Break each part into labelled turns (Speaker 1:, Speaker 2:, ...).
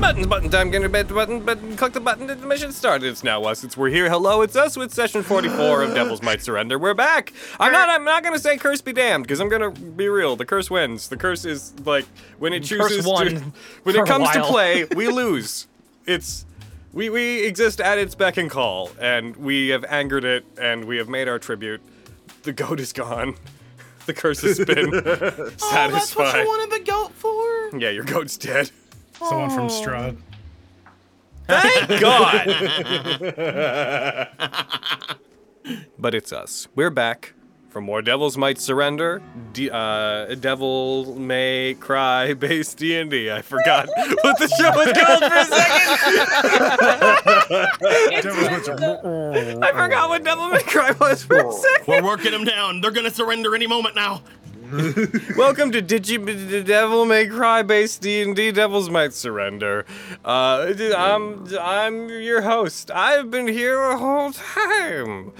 Speaker 1: buttons, button time, get a bit button, button, click the button, the mission started. It's now us, it's we're here, hello, it's us with session 44 of Devils Might Surrender. We're back! I'm not, I'm not gonna say curse be damned, because I'm gonna be real, the curse wins. The curse is, like, when it
Speaker 2: Curse
Speaker 1: chooses
Speaker 2: won
Speaker 1: to, when
Speaker 2: for
Speaker 1: it
Speaker 2: a
Speaker 1: comes to
Speaker 2: while.
Speaker 1: play, we lose. It's, we, we exist at its beck and call, and we have angered it, and we have made our tribute. The goat is gone. The curse has been satisfied.
Speaker 3: Oh, that's what you wanted the goat for?
Speaker 1: Yeah, your goat's dead.
Speaker 4: Someone from Strahd.
Speaker 1: Thank God. but it's us. We're back for more Devils Might Surrender. D- uh, Devil May Cry based D and D. I forgot what the show was called for a second. I forgot what Devil May Cry was for a second.
Speaker 3: We're working them down. They're gonna surrender any moment now.
Speaker 1: Welcome to Digi B- D- Devil May Cry based D and D Devils Might Surrender. Uh, d- I'm I'm your host. I've been here a whole time.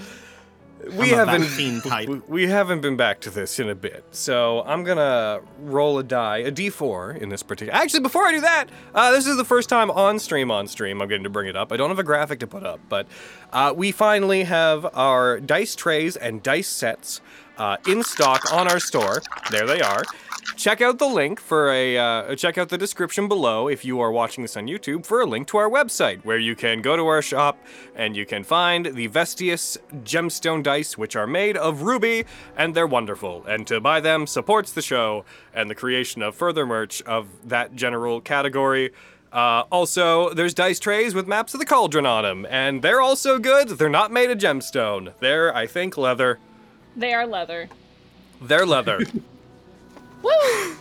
Speaker 1: We
Speaker 3: I'm a
Speaker 1: haven't
Speaker 3: vaccine type.
Speaker 1: we- we haven't been back to this in a bit, so I'm gonna roll a die, a D4 in this particular. Actually, before I do that, uh, this is the first time on stream. On stream, I'm going to bring it up. I don't have a graphic to put up, but uh, we finally have our dice trays and dice sets uh, in stock on our store. There they are. Check out the link for a uh, check out the description below if you are watching this on YouTube for a link to our website where you can go to our shop and you can find the Vestius gemstone dice which are made of ruby and they're wonderful and to buy them supports the show and the creation of further merch of that general category. Uh, also, there's dice trays with maps of the cauldron on them, and they're also good. They're not made of gemstone. They're, I think, leather.
Speaker 5: They are leather.
Speaker 1: They're leather.
Speaker 5: Woo!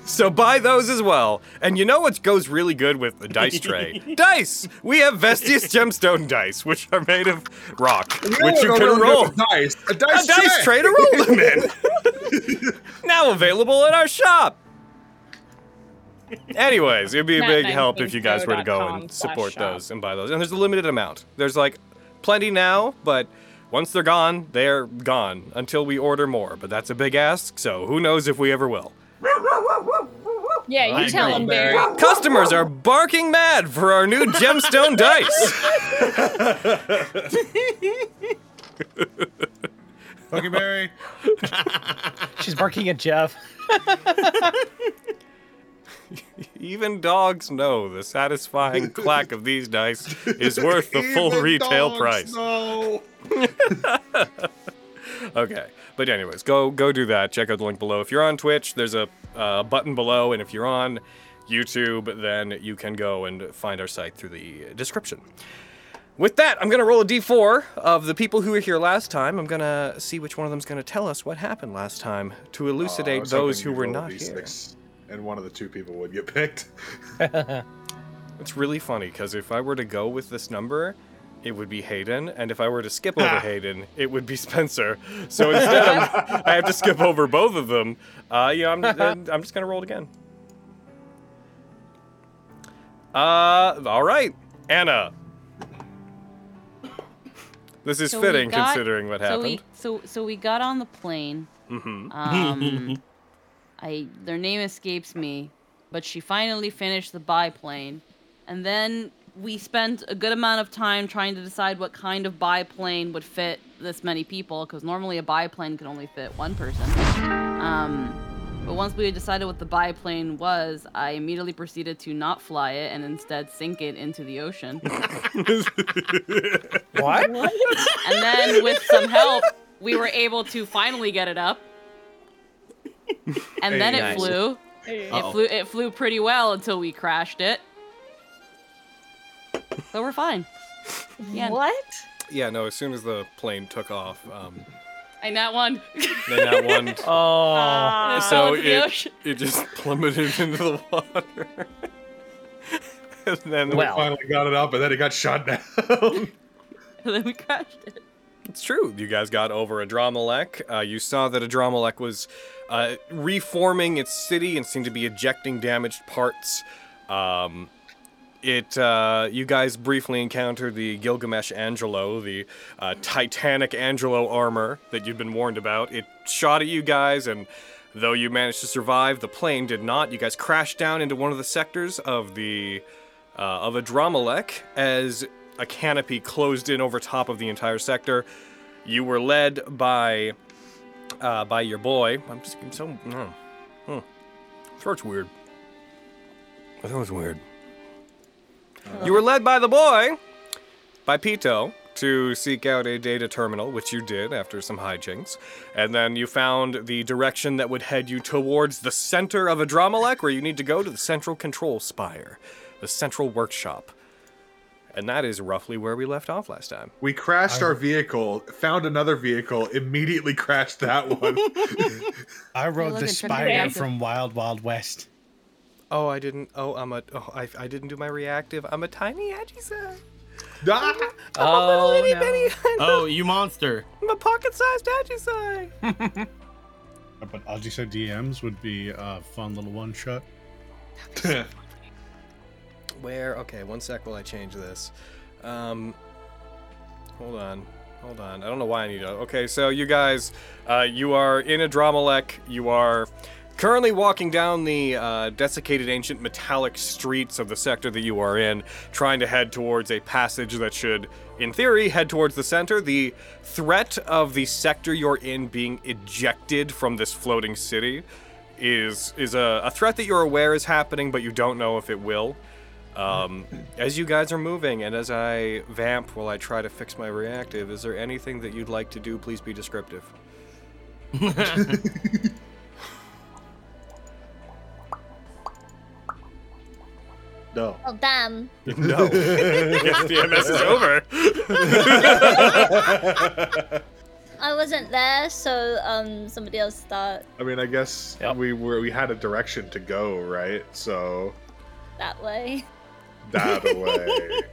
Speaker 1: So buy those as well. And you know what goes really good with the dice tray? dice! We have Vestius gemstone dice, which are made of rock, which you can roll.
Speaker 6: Dice. A
Speaker 1: A
Speaker 6: dice,
Speaker 1: dice tray to roll them in. now available in our shop. Anyways, it'd be a
Speaker 5: Matt
Speaker 1: big
Speaker 5: Manning
Speaker 1: help if you guys were to go
Speaker 5: Show.com
Speaker 1: and
Speaker 5: slash
Speaker 1: support
Speaker 5: shop.
Speaker 1: those and buy those. And there's a limited amount. There's like plenty now, but once they're gone, they're gone until we order more. But that's a big ask, so who knows if we ever will.
Speaker 5: Yeah, you
Speaker 3: I
Speaker 5: tell
Speaker 3: agree.
Speaker 5: them, Barry.
Speaker 1: Customers are barking mad for our new gemstone dice.
Speaker 4: Huckleberry.
Speaker 2: She's barking at Jeff.
Speaker 1: Even dogs know the satisfying clack of these dice is worth the full
Speaker 6: Even
Speaker 1: retail
Speaker 6: dogs
Speaker 1: price.
Speaker 6: know.
Speaker 1: Okay, but anyways, go go do that. Check out the link below. If you're on Twitch, there's a uh, button below, and if you're on YouTube, then you can go and find our site through the description. With that, I'm gonna roll a d4 of the people who were here last time. I'm gonna see which one of them's gonna tell us what happened last time to
Speaker 6: Uh, I
Speaker 7: Oh,
Speaker 1: elucidate
Speaker 6: was
Speaker 1: those
Speaker 6: hoping
Speaker 1: who
Speaker 6: you'd
Speaker 1: were
Speaker 6: roll a
Speaker 1: not here.
Speaker 6: D6 And one of the two people would get picked.
Speaker 1: It's really funny because if I were to go with this number, it would be Hayden, and if I were to skip over Hayden, it would be Spencer. So instead, I'm, I have to skip over both of them. Uh, yeah, I'm, and I'm just gonna roll it again. Uh, all right, Anna. This is
Speaker 8: So we
Speaker 1: fitting
Speaker 8: got-
Speaker 1: considering what
Speaker 8: so
Speaker 1: happened.
Speaker 8: we so so we got on the plane.
Speaker 1: hmm
Speaker 8: Um, I their name escapes me, but she finally finished the biplane, and then we spent a good amount of time trying to decide what kind of biplane would fit this many people, because normally a biplane can only fit one person. Um, but once we had decided what the biplane was, I immediately proceeded to not fly it and instead sink it into the ocean.
Speaker 2: What?
Speaker 8: and then with some help, we were able to finally get it up. And then it
Speaker 2: Nice.
Speaker 8: flew.
Speaker 5: Hey.
Speaker 3: Uh-oh.
Speaker 8: It flew. It flew pretty well until we crashed it. So we're fine. Yeah.
Speaker 5: What?
Speaker 1: Yeah, no. As soon as the plane took off, um,
Speaker 8: And that one.
Speaker 1: then that one.
Speaker 2: Oh.
Speaker 5: Uh,
Speaker 1: so
Speaker 8: into the
Speaker 1: it,
Speaker 8: ocean.
Speaker 1: it just plummeted into the water. and then
Speaker 2: Well.
Speaker 6: Finally got it up, and then it got shot down.
Speaker 8: and then we crashed it.
Speaker 1: it's true. You guys got over Adramelech. Uh, you saw that Adramelech was uh, reforming its city and seemed to be ejecting damaged parts. Um, it uh, you guys briefly encountered the Gilgamesh Angelo, the uh, Titanic Angelo armor that you'd been warned about. It shot at you guys, and though you managed to survive, the plane did not. You guys crashed down into one of the sectors of the uh, of Adramelech as a canopy closed in over top of the entire sector. You were led by uh, by your boy. I'm just I'm so. Mm, hmm. Throat's weird. My throat's weird. You were led by the boy, by Pito, to seek out a data terminal, which you did after some hijinks. And then you found the direction that would head you towards the center of Adramelech, where you need to go to the central control spire, the central workshop. And that is roughly where we left off last time.
Speaker 6: We crashed our vehicle, found another vehicle, immediately crashed that one.
Speaker 4: I rode
Speaker 8: look
Speaker 4: the
Speaker 8: at Trevor
Speaker 4: spider
Speaker 8: Reactor.
Speaker 4: from Wild Wild West.
Speaker 1: Oh, I didn't. Oh, I'm a. Oh, I, I didn't do my reactive. I'm a tiny Adjisa.
Speaker 6: Ah!
Speaker 1: Oh,
Speaker 2: no.
Speaker 3: Oh, you monster.
Speaker 1: I'm a pocket-sized Adjisa.
Speaker 4: But I'll just say DMs would be a fun little one shot.
Speaker 1: Where? Okay, one sec while I change this. Um, hold on, hold on. I don't know why I need to. Okay, so you guys, uh, you are in a Dramalek. You are currently walking down the uh, desiccated ancient metallic streets of the sector that you are in, trying to head towards a passage that should, in theory, head towards the center. The threat of the sector you're in being ejected from this floating city is is a, a threat that you're aware is happening, but you don't know if it will. Um, as you guys are moving, and as I vamp while I try to fix my reactive, is there anything that you'd like to do? Please be descriptive.
Speaker 6: no.
Speaker 5: Oh, damn.
Speaker 1: No. yes, the MS is over.
Speaker 5: I wasn't there, so um, somebody else start
Speaker 6: I mean, I guess
Speaker 2: Yep.
Speaker 6: we were we had a direction to go, right? So
Speaker 5: that way.
Speaker 6: that way.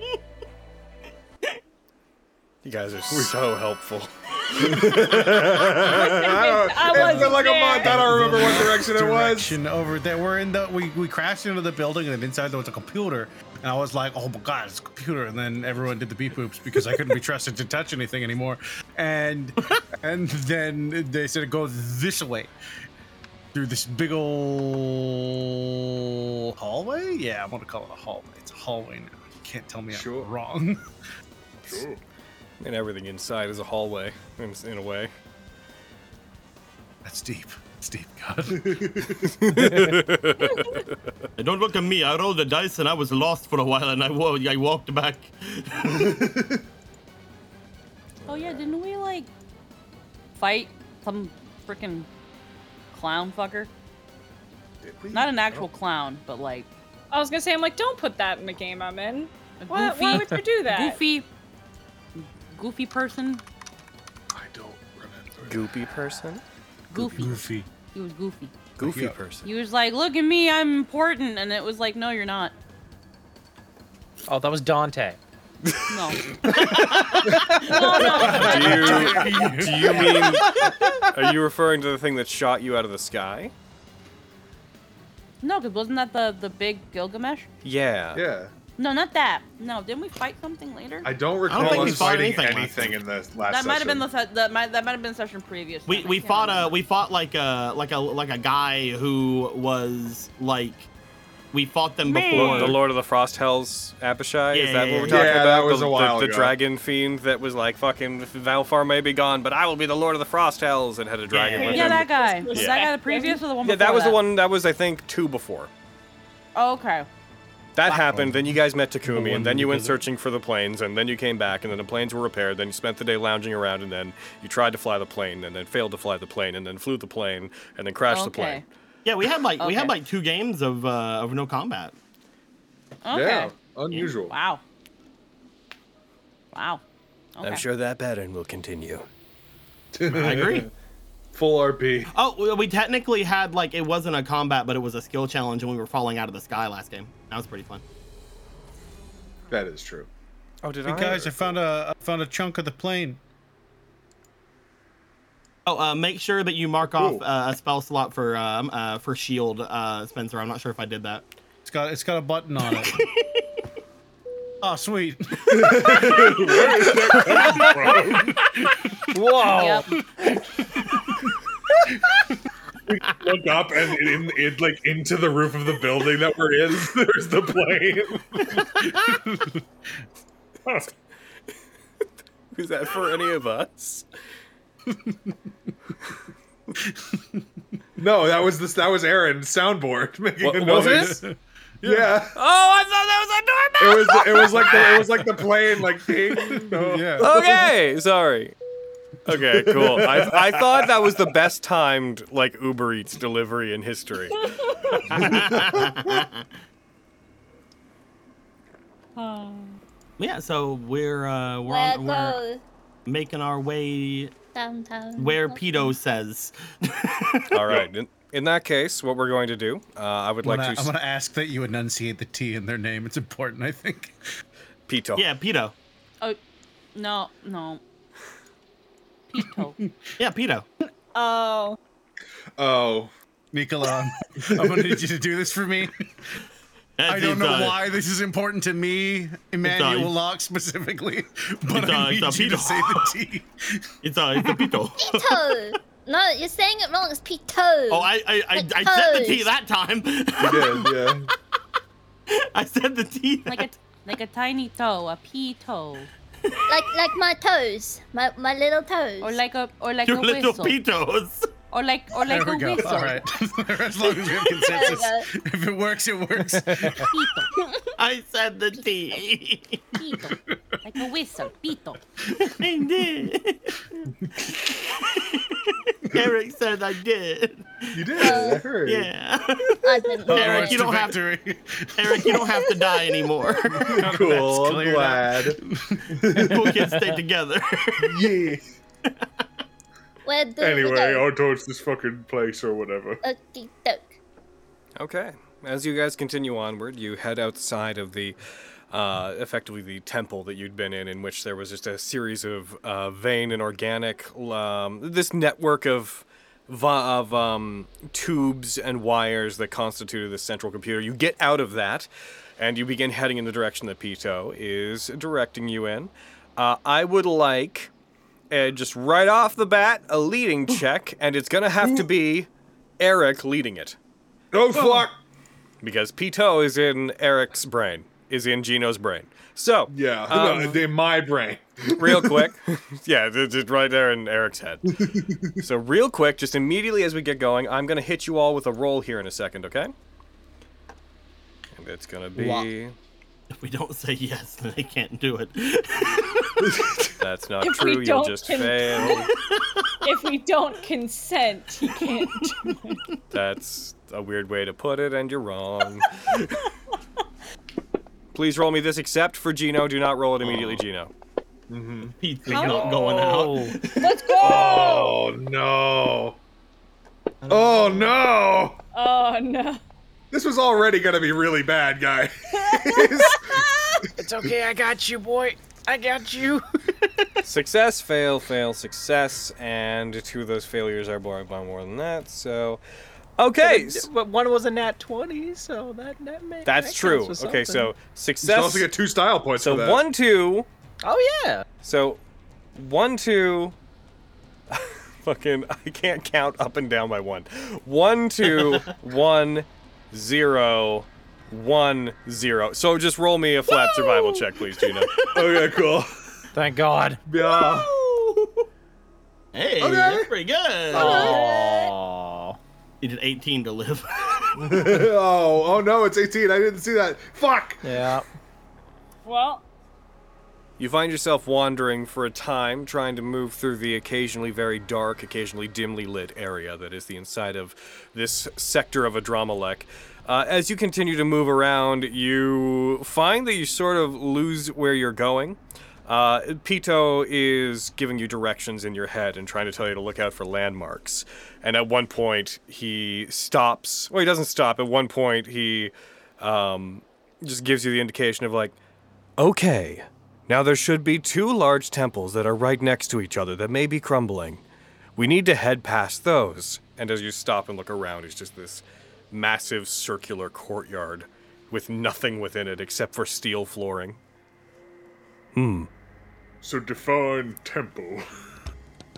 Speaker 1: You guys are so helpful.
Speaker 6: I, don't,
Speaker 8: I
Speaker 6: it's been
Speaker 8: wasn't
Speaker 6: like a
Speaker 8: there.
Speaker 6: month. I don't remember what direction it was.
Speaker 4: Direction over there. We're in the we, we crashed into the building and then inside there was a computer. And I was like, oh my god, it's a computer. And then everyone did the beep boops because I couldn't be trusted to touch anything anymore. And and then they said go this way. Through this big old hallway? Yeah, I want to call it a hallway. It's a hallway now. You can't tell me
Speaker 6: Sure.
Speaker 4: I'm wrong.
Speaker 1: And everything inside is a hallway, in, in a way.
Speaker 4: That's deep. That's deep, God.
Speaker 3: And Don't look at me. I rolled the dice and I was lost for a while and I, wa- I walked back.
Speaker 8: Oh yeah, didn't we like fight some freaking clown fucker?
Speaker 6: Did we?
Speaker 8: Not an actual clown, but like
Speaker 5: I was gonna say, I'm like, don't put that in the game I'm in.
Speaker 8: a
Speaker 5: Why,
Speaker 8: goofy,
Speaker 5: why would you do that?
Speaker 8: goofy, goofy person.
Speaker 6: I don't remember.
Speaker 1: Goopy person?
Speaker 8: Goofy.
Speaker 4: Goofy.
Speaker 8: He was goofy.
Speaker 1: Goofy
Speaker 4: Yeah.
Speaker 1: person.
Speaker 8: He was like, "Look at me, I'm important," and it was like, "No, you're not.
Speaker 2: Oh, that was Dante.
Speaker 8: No." no, no.
Speaker 1: Do you, do you mean. Are you referring to the thing that shot you out of the sky?
Speaker 8: No, because wasn't that the the big Gilgamesh?
Speaker 1: Yeah.
Speaker 6: Yeah,
Speaker 8: No, not that. No, didn't we fight something later?
Speaker 6: I don't recall
Speaker 3: think we
Speaker 6: us
Speaker 3: fought
Speaker 6: fighting
Speaker 3: anything
Speaker 6: anything,
Speaker 3: last
Speaker 6: in the last.
Speaker 8: that might have been
Speaker 6: session.
Speaker 8: the se- that might that might have been session previous.
Speaker 3: We we fought a we fought like a like a like a guy who was like we fought them before.
Speaker 1: Lo- the Lord of the Frost Hells Abishai? is
Speaker 3: Yeah,
Speaker 1: that
Speaker 3: yeah,
Speaker 1: what we're
Speaker 3: yeah.
Speaker 1: talking
Speaker 6: Yeah,
Speaker 1: about?
Speaker 6: that was
Speaker 1: the,
Speaker 6: a while
Speaker 1: the, the
Speaker 6: ago.
Speaker 1: dragon fiend that was like, fucking Valfar may be gone, but I will be the Lord of the Frost Hells and had a dragon
Speaker 3: Yeah,
Speaker 1: with
Speaker 8: Yeah,
Speaker 1: him.
Speaker 8: that guy. Was
Speaker 5: Yeah.
Speaker 8: that guy the previous or the one
Speaker 1: yeah,
Speaker 8: before?
Speaker 1: that was the one that was, I think, two before.
Speaker 8: Oh, okay.
Speaker 1: That happened, then you guys met Takumi,
Speaker 4: one
Speaker 1: and then you
Speaker 4: who
Speaker 1: went
Speaker 4: did it.
Speaker 1: searching for the planes, and then you came back, and then the planes were repaired, then you spent the day lounging around, and then you tried to fly the plane, and then failed to fly the plane, and then flew the plane, and then crashed the plane.
Speaker 8: Okay.
Speaker 3: yeah, we had like we had
Speaker 8: Okay.
Speaker 3: like two games of uh, of no combat.
Speaker 8: Okay.
Speaker 6: Yeah, unusual.
Speaker 8: Wow. Wow. Okay.
Speaker 1: that pattern will continue.
Speaker 3: I agree.
Speaker 6: Full RP.
Speaker 3: Oh, well, we technically had like it wasn't a combat, but it was a skill challenge, and we were falling out of the sky last game. That was pretty fun.
Speaker 6: That is true.
Speaker 1: Oh, did
Speaker 4: Hey guys, I found a I found a chunk of the plane.
Speaker 3: Oh, uh, make sure that you mark off
Speaker 6: Ooh.
Speaker 3: uh, a spell slot for um, uh, for shield, uh, Spencer. I'm not sure if I did that.
Speaker 4: It's got it's got a button on it. oh sweet.
Speaker 2: Whoa.
Speaker 8: Yep.
Speaker 6: Look up and it, in, it like into the roof of the building that we're in. There's the plane.
Speaker 1: Is that for any of us?
Speaker 6: no, that was this. That was Aaron soundboard making
Speaker 1: What-
Speaker 6: a
Speaker 1: was
Speaker 6: noise.
Speaker 1: it?
Speaker 6: Yeah,
Speaker 1: Oh, I thought that was a
Speaker 6: it
Speaker 1: normal.
Speaker 6: was. It was like the. It was like the plane, like ding. No.
Speaker 4: yeah.
Speaker 1: okay, sorry. Okay, cool. I, I thought that was the best timed like Uber Eats delivery in history.
Speaker 3: Yeah, so we're uh, we're,
Speaker 5: Where
Speaker 3: on, we're
Speaker 5: go?
Speaker 3: making our way
Speaker 5: Downtown.
Speaker 3: where
Speaker 5: Okay.
Speaker 3: Pedo says.
Speaker 1: All right. In, in that case, what we're going to do, uh, I would
Speaker 4: I'm
Speaker 1: like
Speaker 4: gonna,
Speaker 1: to s-
Speaker 4: I'm gonna ask that you enunciate the T in their name. It's important, I think.
Speaker 1: Pito.
Speaker 3: Yeah, Pedo.
Speaker 8: Oh, no, no. Pito.
Speaker 3: Yeah, Pedo.
Speaker 5: Oh.
Speaker 6: Oh,
Speaker 4: Nicola, I'm gonna need you to do this for me. I don't know why this is important to me, Emmanuel
Speaker 3: uh, it's-
Speaker 4: Locke specifically, but
Speaker 3: it's, uh,
Speaker 4: I need
Speaker 3: it's a
Speaker 4: you to
Speaker 3: Pito.
Speaker 4: say the T.
Speaker 3: It's uh, it's a Pedo.
Speaker 5: Pito. no, you're saying it wrong. It's Pito.
Speaker 3: Oh, I I, I, I said the T that time.
Speaker 6: you did. Yeah.
Speaker 3: I said the T.
Speaker 8: Like a, t- like a tiny toe, a pea toe.
Speaker 5: like like my toes, my my little toes.
Speaker 8: Or like a, or like
Speaker 3: Your
Speaker 8: a
Speaker 3: little
Speaker 8: whistle.
Speaker 3: Pedos.
Speaker 8: Or like, or like
Speaker 4: There
Speaker 8: a
Speaker 4: we go.
Speaker 8: whistle.
Speaker 4: All right. as long as we have consensus.
Speaker 5: go.
Speaker 4: If it works, it works. Oh,
Speaker 8: Pito,
Speaker 3: I said the T.
Speaker 8: pito. Like a whistle, pito.
Speaker 3: I did. Eric said I did.
Speaker 6: You did. I heard.
Speaker 3: Yeah.
Speaker 5: Uh, I didn't know.
Speaker 3: Eric,
Speaker 4: Roads
Speaker 3: you
Speaker 4: to
Speaker 3: don't have-
Speaker 4: victory.
Speaker 3: Eric, you don't have to die anymore.
Speaker 6: Cool.
Speaker 4: That's
Speaker 6: I'm
Speaker 4: cleared
Speaker 6: glad.
Speaker 3: We'll get stay together.
Speaker 6: yeah.
Speaker 5: Where do we
Speaker 6: Anyway,
Speaker 5: go?
Speaker 6: on towards this fucking place or whatever.
Speaker 1: oh.
Speaker 5: Okie doke.
Speaker 1: Okay. As you guys continue onward, you head outside of the, uh, effectively the temple that you'd been in, in which there was just a series of uh, vein and organic, um, this network of, va- of um, tubes and wires that constituted the central computer. You get out of that, and you begin heading in the direction that Pito is directing you in. Uh, I would like, uh, just right off the bat, a leading check, and it's gonna have to be Eric leading it
Speaker 6: Oh fuck.
Speaker 1: because Pito is in Eric's brain, is in Gino's brain. So
Speaker 6: Yeah.
Speaker 1: um,
Speaker 6: no, in my brain.
Speaker 1: real quick, yeah, it's just right there in Eric's head. so real quick, just immediately as we get going, I'm gonna hit you all with a roll here in a second, okay? And it's gonna be
Speaker 3: If we don't say yes, then they can't do it.
Speaker 1: that's not
Speaker 9: If we
Speaker 1: true. You'll
Speaker 9: don't
Speaker 1: just
Speaker 9: con-
Speaker 1: fail.
Speaker 9: if we don't consent, he can't. do-
Speaker 1: That's a weird way to put it, and you're wrong. Please roll me this, except for Gino. Do not roll it immediately, Gino.
Speaker 3: Pete's not going out.
Speaker 9: Let's go!
Speaker 6: Oh no. Oh no.
Speaker 9: Oh no.
Speaker 6: This was already gonna be really bad, guys.
Speaker 2: It's okay. I got you, boy. I got you.
Speaker 1: Success, fail, fail, success, and two of those failures are borrowed by more than that. So, okay, s-
Speaker 2: But one was a nat twenty, so that that makes.
Speaker 1: that's true. Okay, so
Speaker 6: You also
Speaker 1: success.
Speaker 6: get two style points for
Speaker 1: So
Speaker 6: that.
Speaker 1: one, two.
Speaker 2: Oh yeah.
Speaker 1: So one, two. Fucking, I can't count up and down by one. One, two, one, zero, one, zero. So just roll me a flat survival check, please, Gina.
Speaker 6: Okay, cool.
Speaker 2: Thank God.
Speaker 6: Yeah.
Speaker 3: Hey,
Speaker 6: Okay.
Speaker 3: that's pretty good.
Speaker 2: Oh.
Speaker 3: You did 18 to live.
Speaker 6: oh, oh no, it's 18. I didn't see that. Fuck.
Speaker 2: Yeah.
Speaker 9: Well,
Speaker 1: You find yourself wandering for a time, trying to move through the occasionally very dark, occasionally dimly lit area that is the inside of this sector of Adramalek. Uh, as you continue to move around, you find that you sort of lose where you're going. Uh, Pito is giving you directions in your head and trying to tell you to look out for landmarks. And at one point, he stops. Well, he doesn't stop. At one point, he um, just gives you the indication of, like, Okay. Now there should be two large temples that are right next to each other that may be crumbling. We need to head past those. And as you stop and look around, it's just this massive circular courtyard with nothing within it except for steel flooring.
Speaker 6: So define temple.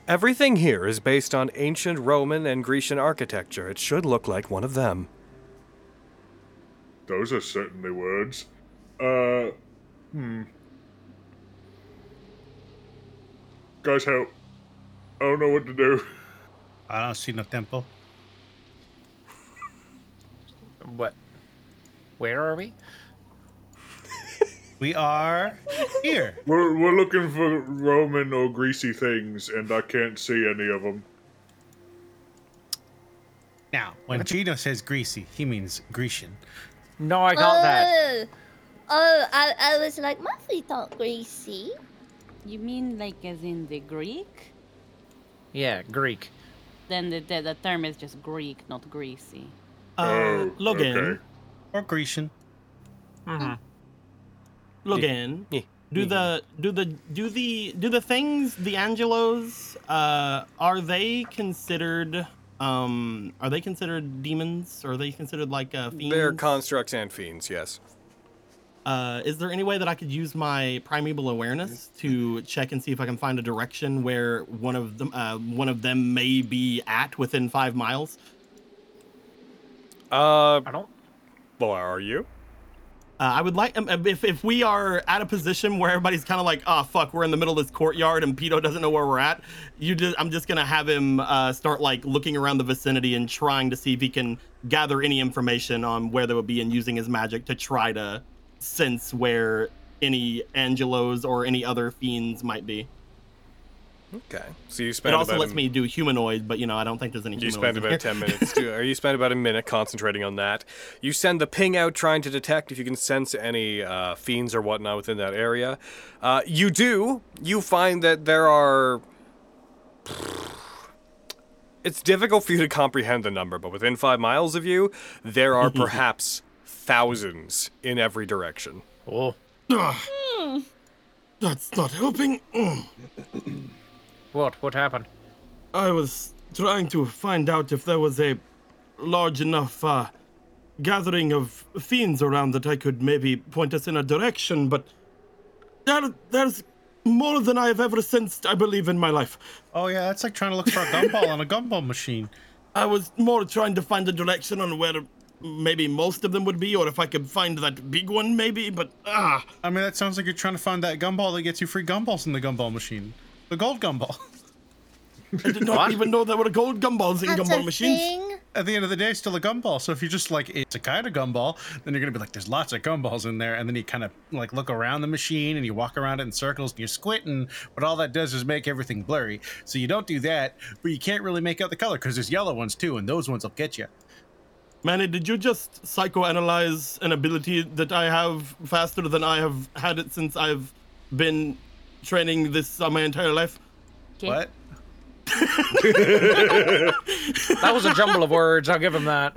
Speaker 1: Everything here is based on ancient Roman and Grecian architecture. It should look like one of them.
Speaker 6: Those are certainly words. Uh, hmm. Guys, help. I don't know what to do.
Speaker 4: I don't see no temple.
Speaker 2: What? Where are we?
Speaker 4: We are here.
Speaker 6: We're, we're looking for Roman or greasy things, and I can't see any of them.
Speaker 4: Now, when Gino says greasy, he means Grecian.
Speaker 2: No, I got that.
Speaker 5: Oh, I, I was like, my feet aren't greasy.
Speaker 8: You mean like as in the Greek?
Speaker 2: Yeah, Greek.
Speaker 8: Then the, the, the term is just Greek, not greasy.
Speaker 6: Oh,
Speaker 3: Uh, log in.
Speaker 6: okay.
Speaker 4: Or Grecian.
Speaker 3: Log
Speaker 1: Yeah.
Speaker 3: in.
Speaker 1: Yeah.
Speaker 3: Do the do the do the do the things the Angelos uh are they considered um are they considered demons are they considered like uh fiends?
Speaker 1: They're constructs and fiends, yes.
Speaker 3: uh is there any way that I could use my primeval awareness to check and see if I can find a direction where one of them uh one of them may be at within 5 miles?
Speaker 1: Uh,
Speaker 2: I don't.
Speaker 1: well, are you?
Speaker 3: Uh, I would like um, if if we are at a position where everybody's kind of like, oh fuck, we're in the middle of this courtyard and Pito doesn't know where we're at. You just, I'm just gonna have him uh, start like looking around the vicinity and trying to see if he can gather any information on where they would be and using his magic to try to sense where any Angelos or any other fiends might be.
Speaker 1: Okay. So you
Speaker 3: It
Speaker 1: spend
Speaker 3: also
Speaker 1: about
Speaker 3: lets
Speaker 1: a-
Speaker 3: me do humanoid, but you know I don't think there's any.
Speaker 1: You
Speaker 3: humanoids
Speaker 1: spend
Speaker 3: in
Speaker 1: about
Speaker 3: here.
Speaker 1: 10 minutes, to, or you spend about a minute concentrating on that. You send the ping out trying to detect if you can sense any uh, fiends or whatnot within that area. Uh, you do. You find that there are. It's difficult for you to comprehend the number, but within five miles of you, there are perhaps thousands in every direction.
Speaker 2: Oh.
Speaker 3: That's not helping. Mm.
Speaker 2: What? What happened?
Speaker 3: I was trying to find out if there was a large enough uh, gathering of fiends around that I could maybe point us in a direction, but there, there's more than I have ever sensed, I believe, in my life.
Speaker 4: Oh yeah, that's like trying to look for a gumball on a gumball machine.
Speaker 3: I was more trying to find a direction on where maybe most of them would be, or if I could find that big one, maybe, but ah.
Speaker 4: I mean, that sounds like you're trying to find that gumball that gets you free gumballs in the gumball machine. The gold gumball.
Speaker 3: I did not even know there were gold gumballs in gumball machines.
Speaker 5: thing.
Speaker 4: At the end of the day, it's still a gumball. So if you're just like, it's a kind of gumball, then you're gonna be like, there's lots of gumballs in there, and then you kind of like look around the machine and you walk around it in circles and you're squinting, but all that does is make everything blurry. So you don't do that, but you can't really make out the color because there's yellow ones too, and those ones will get you.
Speaker 3: Manny, did you just psychoanalyze an ability that I have faster than I have had it since I've been training this uh, my entire life?
Speaker 8: Okay.
Speaker 4: What?
Speaker 2: That was a jumble of words. I'll give him that.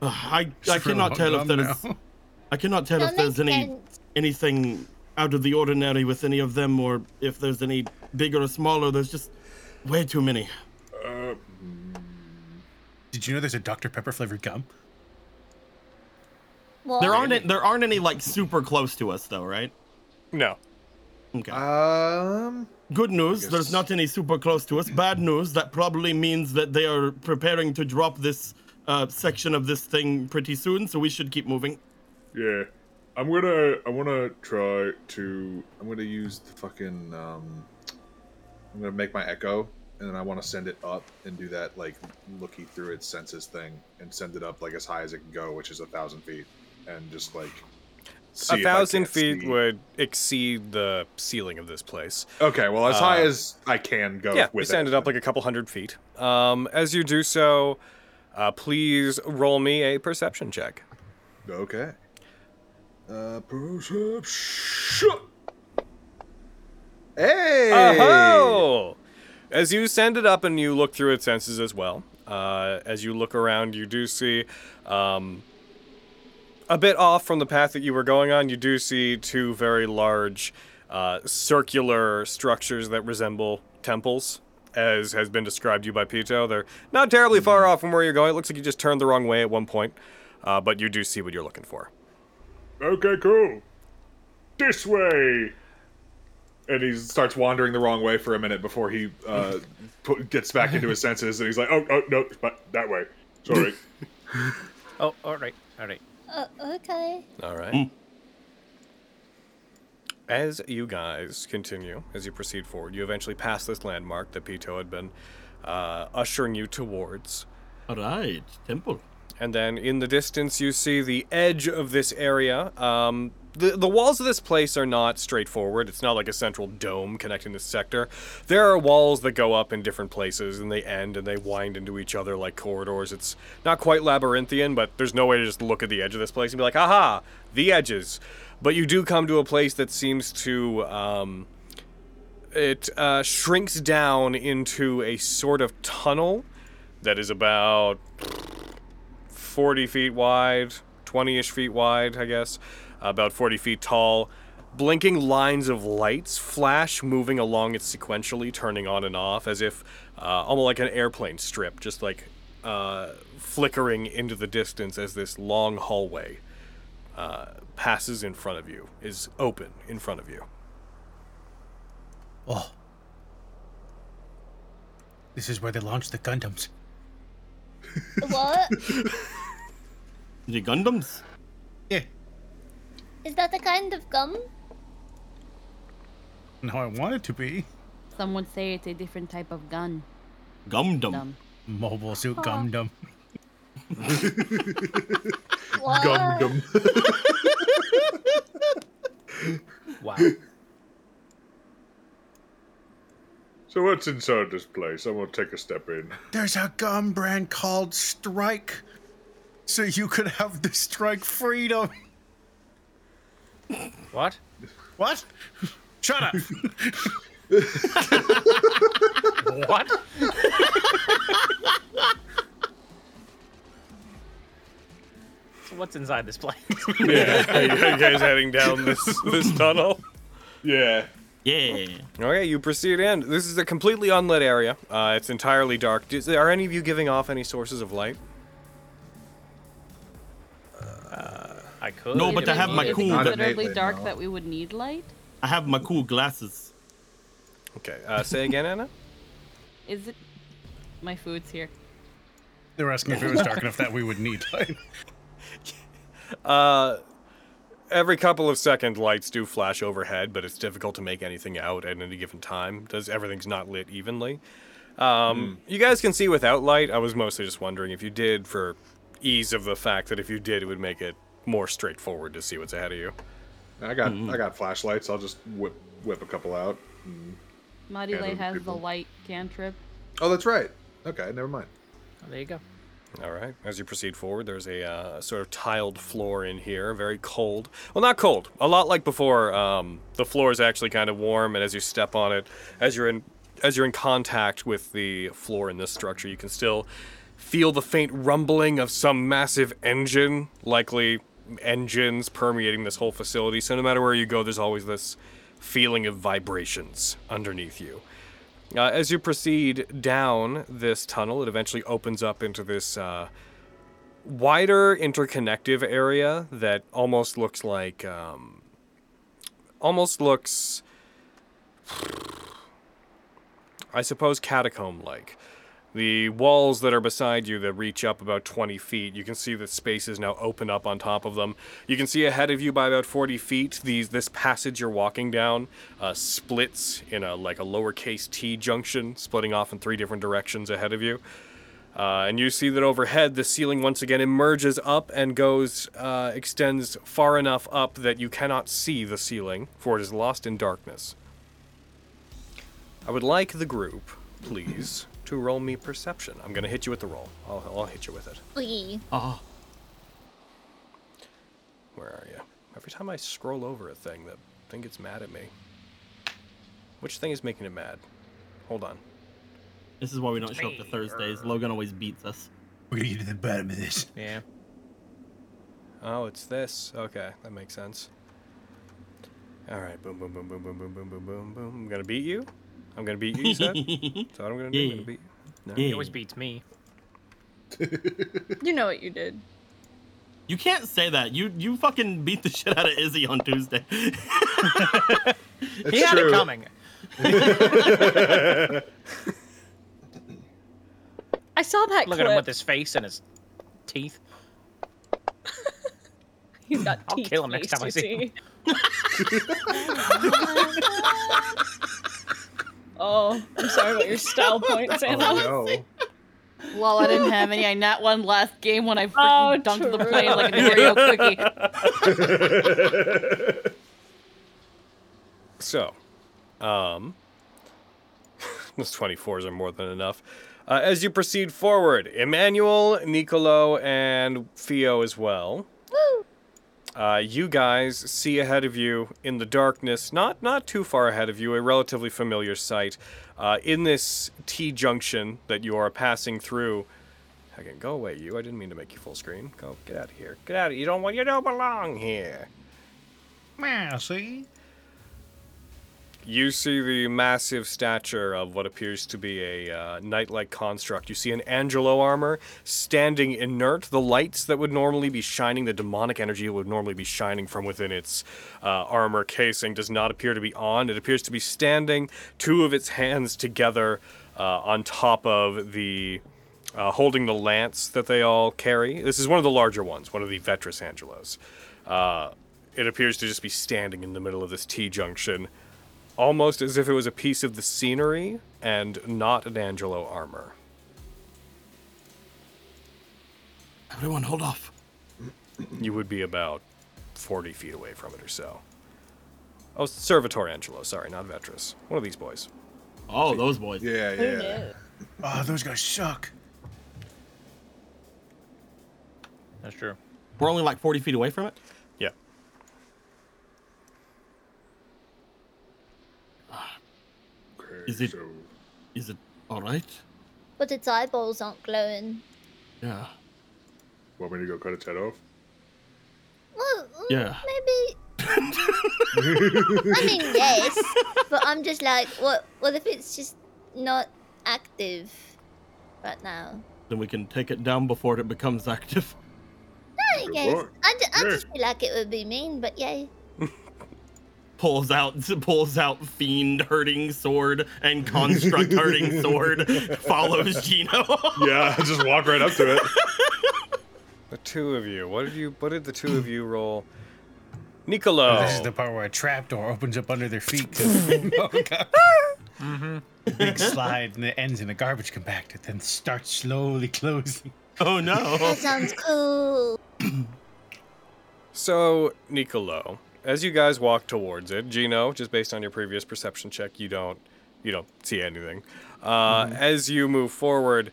Speaker 3: Ugh, I, I
Speaker 4: Just really
Speaker 3: cannot tell if
Speaker 4: hung on
Speaker 3: there's
Speaker 4: now.
Speaker 3: I cannot tell if
Speaker 5: That makes
Speaker 3: there's any
Speaker 5: sense.
Speaker 3: anything out of the ordinary with any of them, or if there's any bigger or smaller. There's just way too many.
Speaker 6: Uh,
Speaker 4: Did you know there's a Dr Pepper flavored gum?
Speaker 5: What?
Speaker 3: There aren't there aren't any like super close to us though, right?
Speaker 1: No.
Speaker 3: Okay.
Speaker 7: Um,
Speaker 3: Good news,
Speaker 7: guess-
Speaker 3: there's not any super close to us. Bad news, that probably means that they are preparing to drop this uh, section of this thing pretty soon, so we should keep moving.
Speaker 6: yeah. I'm gonna. I wanna try to.
Speaker 7: I'm gonna use the fucking. Um, I'm gonna make my echo, and then I want to send it up and do that like looking through its senses thing, and send it up like as high as it can go, which is a thousand feet, and just like. see
Speaker 1: a
Speaker 7: if I
Speaker 1: thousand
Speaker 7: can't
Speaker 1: feet
Speaker 7: see.
Speaker 1: would exceed the ceiling of this place.
Speaker 7: Okay, well, as high
Speaker 1: uh,
Speaker 7: as I can go.
Speaker 1: yeah,
Speaker 7: with
Speaker 1: we send it up like a couple hundred feet. Um, as you do so, uh, please roll me a perception check.
Speaker 7: Okay. Uh, perception. Hey.
Speaker 1: Oh! As you send it up and you look through its senses as well, uh, as you look around, you do see um, a bit off from the path that you were going on, you do see two very large uh, circular structures that resemble temples. As has been described to you by Pito, they're not terribly far
Speaker 2: Mm-hmm.
Speaker 1: off from where you're going. It looks like you just turned the wrong way at one point, uh, but you do see what you're looking for.
Speaker 6: Oh, Okay, cool. This way. and he starts wandering the wrong way for a minute before he uh, put, gets back into his senses, and he's like, "Oh, oh no, but that way. Sorry."
Speaker 2: Oh, all right, all right.
Speaker 5: Uh, okay.
Speaker 1: All right.
Speaker 3: Hmm.
Speaker 1: As you guys continue, as you proceed forward, you eventually pass this landmark that Pito had been uh, ushering you towards.
Speaker 3: All right, temple.
Speaker 1: And then in the distance, you see the edge of this area. Um, the, the walls of this place are not straightforward. It's not like a central dome connecting this sector. There are walls that go up in different places and they end and they wind into each other like corridors. It's not quite labyrinthian, but there's no way to just look at the edge of this place and be like, aha, the edges. But you do come to a place that seems to. Um, it uh, shrinks down into a sort of tunnel that is about 40 feet wide, 20 ish feet wide, I guess, about 40 feet tall. Blinking lines of lights flash, moving along it sequentially, turning on and off, as if uh, almost like an airplane strip, just like uh, flickering into the distance as this long hallway uh, passes in front of you, is open in front of you.
Speaker 4: Oh. This is where they launched the Gundams.
Speaker 5: What?
Speaker 3: The Gundams.
Speaker 4: Yeah.
Speaker 5: Is that a kind of gum?
Speaker 4: No, I want it to be.
Speaker 8: Some would say it's a different type of gun.
Speaker 3: Gundam.
Speaker 8: Dumb.
Speaker 4: Mobile suit Gundam.
Speaker 5: What?
Speaker 6: Gundam.
Speaker 2: Wow.
Speaker 6: So what's inside this place? I'm gonna take a step in.
Speaker 4: There's a gum brand called Strike. So you could have the Strike Freedom.
Speaker 2: What?
Speaker 4: What? Shut up.
Speaker 2: What? so what's inside this place?
Speaker 1: Are you guys heading down this, this tunnel?
Speaker 6: Yeah.
Speaker 3: Yeah.
Speaker 1: Okay, you proceed in. This is a completely unlit area. Uh, it's entirely dark. Is- are any of you giving off any sources of light?
Speaker 2: I could.
Speaker 3: No, but
Speaker 8: Is
Speaker 3: I
Speaker 8: it-
Speaker 3: have my
Speaker 8: is it
Speaker 3: cool- Not
Speaker 8: considerably
Speaker 7: innately,
Speaker 8: dark
Speaker 7: no.
Speaker 8: that we would need light.
Speaker 3: I have my cool glasses.
Speaker 1: Okay, uh, say again, Anna.
Speaker 8: Is it? My food's here.
Speaker 4: they were asking if it was dark enough that we would need light.
Speaker 1: Uh, Every couple of seconds, lights do flash overhead, but it's difficult to make anything out at any given time. Does everything's not lit evenly? Um,
Speaker 4: Hmm.
Speaker 1: You guys can see without light. I was mostly just wondering if you did, for ease of the fact that if you did, it would make it more straightforward to see what's ahead of you.
Speaker 7: I got
Speaker 4: Hmm.
Speaker 7: I got flashlights. I'll just whip whip a couple out.
Speaker 8: Mighty
Speaker 7: Yeah,
Speaker 8: Light
Speaker 7: those
Speaker 8: has the
Speaker 7: people.
Speaker 8: light cantrip.
Speaker 7: Oh, that's right. Okay, never mind.
Speaker 2: There you go.
Speaker 1: All right. As you proceed forward, there's a uh, sort of tiled floor in here, very cold. Well, not cold. A lot like before. Um, the floor is actually kind of warm, and as you step on it, as you're in as you're in contact with the floor in this structure, you can still feel the faint rumbling of some massive engine, likely engines permeating this whole facility. So no matter where you go, there's always this feeling of vibrations underneath you. Uh, as you proceed down this tunnel, it eventually opens up into this uh, wider interconnective area that almost looks like. Um, almost looks. I suppose catacomb like. The walls that are beside you that reach up about 20 feet, you can see that spaces now open up on top of them. You can see ahead of you by about 40 feet, these this passage you're walking down uh, splits in a like a lowercase t junction, splitting off in three different directions ahead of you. Uh, and you see that overhead, the ceiling once again emerges up and goes, uh, extends far enough up that you cannot see the ceiling, for it is lost in darkness. I would like the group, please, to roll me perception. I'm going to hit you with the roll. I'll, I'll hit you with it.
Speaker 5: Wee.
Speaker 3: Oh,
Speaker 1: Where are you? Every time I scroll over a thing, that thing gets mad at me. Which thing is making it mad? Hold on.
Speaker 3: this is why we don't show up to Thursdays. Logan always beats us.
Speaker 4: We're gonna get to the bottom of this.
Speaker 2: Yeah.
Speaker 1: Oh, it's this. Okay, that makes sense. All right, boom, boom, boom, boom, boom, boom, boom, boom, boom, boom. I'm gonna beat you. I'm gonna beat you. You said. so I'm gonna do. I'm
Speaker 3: Yeah.
Speaker 1: gonna beat you. No.
Speaker 2: He always beats me.
Speaker 9: You know what you did.
Speaker 3: You can't say that. You you fucking beat the shit out of Izzy on Tuesday.
Speaker 2: he had
Speaker 7: true.
Speaker 2: it coming.
Speaker 5: I saw that
Speaker 2: Look
Speaker 5: clip.
Speaker 2: at him with his face and his teeth.
Speaker 9: He's got
Speaker 2: I'll
Speaker 9: teeth
Speaker 2: kill him next
Speaker 9: face,
Speaker 2: time I
Speaker 9: you
Speaker 2: see him.
Speaker 9: see. oh, I'm sorry about your style points, Anna.
Speaker 7: no.
Speaker 8: Lol, I didn't have any. I not one last game when I
Speaker 9: Oh,
Speaker 8: freaking dunked the
Speaker 9: true.
Speaker 8: plane like an Oreo cookie.
Speaker 1: So, um, those 24s are more than enough. Uh, as you proceed forward, Emmanuel, Nicolo, and Theo as well. Uh, you guys see ahead of you in the darkness, not not too far ahead of you, a relatively familiar sight. Uh, in this T junction that you are passing through, again, go away, you. I didn't mean to make you full screen. Go, get out of here. Get out. Of, you don't want. You don't belong here.
Speaker 4: Yeah, see?
Speaker 1: You see the massive stature of what appears to be a uh, knight-like construct. You see an Angelo armor standing inert. The lights that would normally be shining, the demonic energy that would normally be shining from within its uh, armor casing, does not appear to be on. It appears to be standing, two of its hands together uh, on top of the, uh, holding the lance that they all carry. This is one of the larger ones, one of the Vetris Angelos. Uh, it appears to just be standing in the middle of this T junction almost as if it was a piece of the scenery and not an Angelo armor.
Speaker 3: Everyone, hold off.
Speaker 1: You would be about 40 feet away from it or so. Oh, Servitor Angelo, sorry, not Vetris. One of these boys.
Speaker 3: Oh, those boys.
Speaker 7: Yeah,
Speaker 9: Who
Speaker 7: yeah.
Speaker 9: knew?
Speaker 4: Oh, those guys suck.
Speaker 2: That's true.
Speaker 3: We're only like 40 feet away from it.
Speaker 1: Yeah.
Speaker 7: Okay,
Speaker 3: Is it-
Speaker 7: so
Speaker 3: Is it all right?
Speaker 5: But its eyeballs aren't glowing.
Speaker 3: Yeah.
Speaker 7: want me to go cut its head off?
Speaker 5: Well, mm,
Speaker 3: Yeah.
Speaker 5: Maybe. I mean, yes, but I'm just like, what? What if it's just not active right now?
Speaker 3: Then we can take it down before it becomes active.
Speaker 5: I
Speaker 7: Good
Speaker 5: guess.
Speaker 7: point.
Speaker 5: I, ju- I
Speaker 7: Yeah.
Speaker 5: just feel like it would be mean, but yay.
Speaker 3: Pulls out, pulls out fiend hurting sword and construct hurting sword. Follows Gino.
Speaker 7: Yeah, just walk right up to it.
Speaker 1: The two of you. What did you what did the two of you roll? Niccolo.
Speaker 4: This is the part where a trapdoor opens up under their feet. 'cause- Mm-hmm. Big slide and it ends in a garbage compactor, then starts slowly closing.
Speaker 3: Oh no.
Speaker 5: That sounds cool.
Speaker 1: So, Niccolo, as you guys walk towards it, Gino, just based on your previous perception check, you don't you don't see anything. Uh,
Speaker 4: Mm-hmm.
Speaker 1: As you move forward,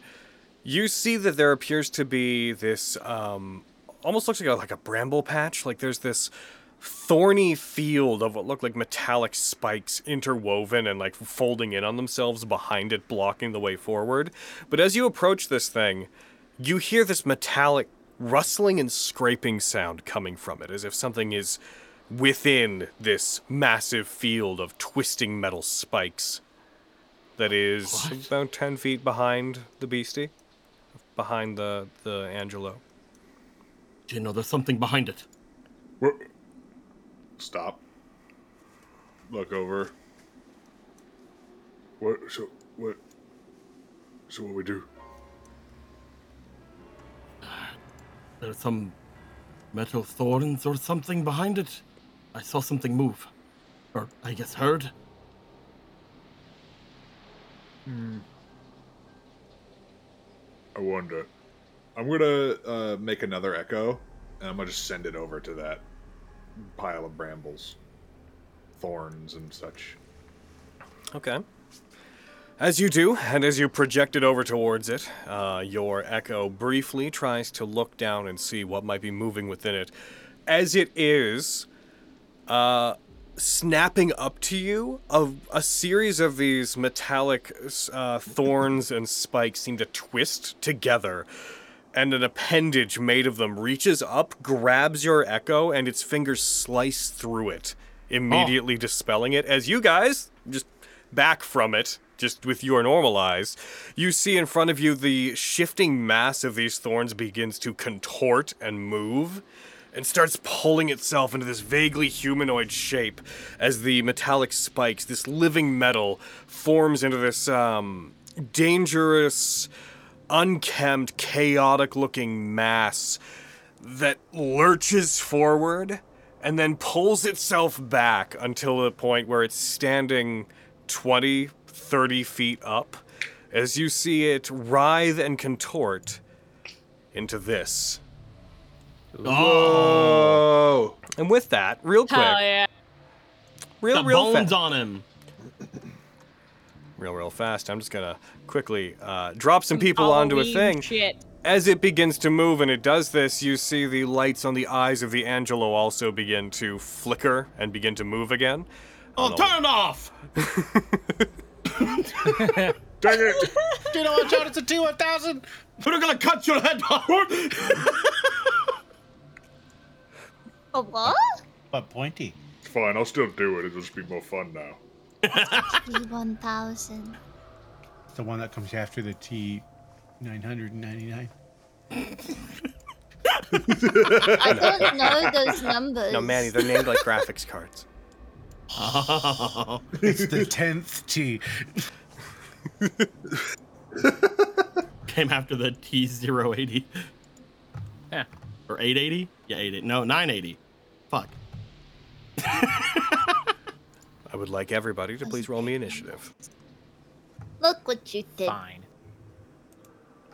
Speaker 1: you see that there appears to be this um, almost looks like a, like a bramble patch. Like there's this thorny field of what look like metallic spikes interwoven and like folding in on themselves behind it, blocking the way forward. But as you approach this thing, you hear this metallic rustling and scraping sound coming from it, as if something is within this massive field of twisting metal spikes that is about 10 feet behind the beastie behind the the angelo
Speaker 3: Gino, there's something behind it.
Speaker 7: We're- Stop. Look over. What? So what? So what we do?
Speaker 3: There's some metal thorns or something behind it. I saw something move. Or I guess heard.
Speaker 7: I wonder. I'm gonna uh, make another echo, and I'm gonna just send it over to that pile of brambles, thorns, and such.
Speaker 1: okay as you do and as you project it over towards it uh, your echo briefly tries to look down and see what might be moving within it as it is uh, snapping up to you of a series of these metallic uh, thorns and spikes seem to twist together and an appendage made of them reaches up, grabs your echo, and its fingers slice through it, immediately dispelling it. As you guys just back from it, just with your normal eyes, you see in front of you the shifting mass of these thorns begins to contort and move and starts pulling itself into this vaguely humanoid shape as the metallic spikes, this living metal, forms into this um, dangerous, unkempt, chaotic looking mass that lurches forward and then pulls itself back until the point where it's standing 20, 30 feet up as you see it writhe and contort into this.
Speaker 7: Oh,
Speaker 1: And with that, real quick,
Speaker 8: Hell yeah.
Speaker 1: real,
Speaker 3: The
Speaker 1: real
Speaker 3: bones
Speaker 1: fa-
Speaker 3: on him.
Speaker 1: real, real fast, I'm just gonna quickly uh, drop some people onto a
Speaker 8: Halloween
Speaker 1: thing.
Speaker 8: Shit.
Speaker 1: As it begins to move and it does this, you see the lights on the eyes of the Angelo also begin to flicker and begin to move again.
Speaker 3: Oh,
Speaker 1: no.
Speaker 3: turn it off.
Speaker 6: Dang it!
Speaker 4: You know what, John? It's a T1000.
Speaker 3: We're gonna cut your head off.
Speaker 5: A what?
Speaker 4: But pointy.
Speaker 6: Fine, I'll still do it. It'll just be more fun now.
Speaker 5: T1000.
Speaker 4: The one that comes after the T999.
Speaker 5: I don't know those numbers.
Speaker 1: No, Manny, they're named like graphics cards.
Speaker 4: It's the 10th T.
Speaker 3: Came after the T080. Yeah. Or 880? Yeah, 880. No, 980. Fuck.
Speaker 1: I would like everybody to please roll me initiative.
Speaker 5: Look what you did.
Speaker 2: Fine.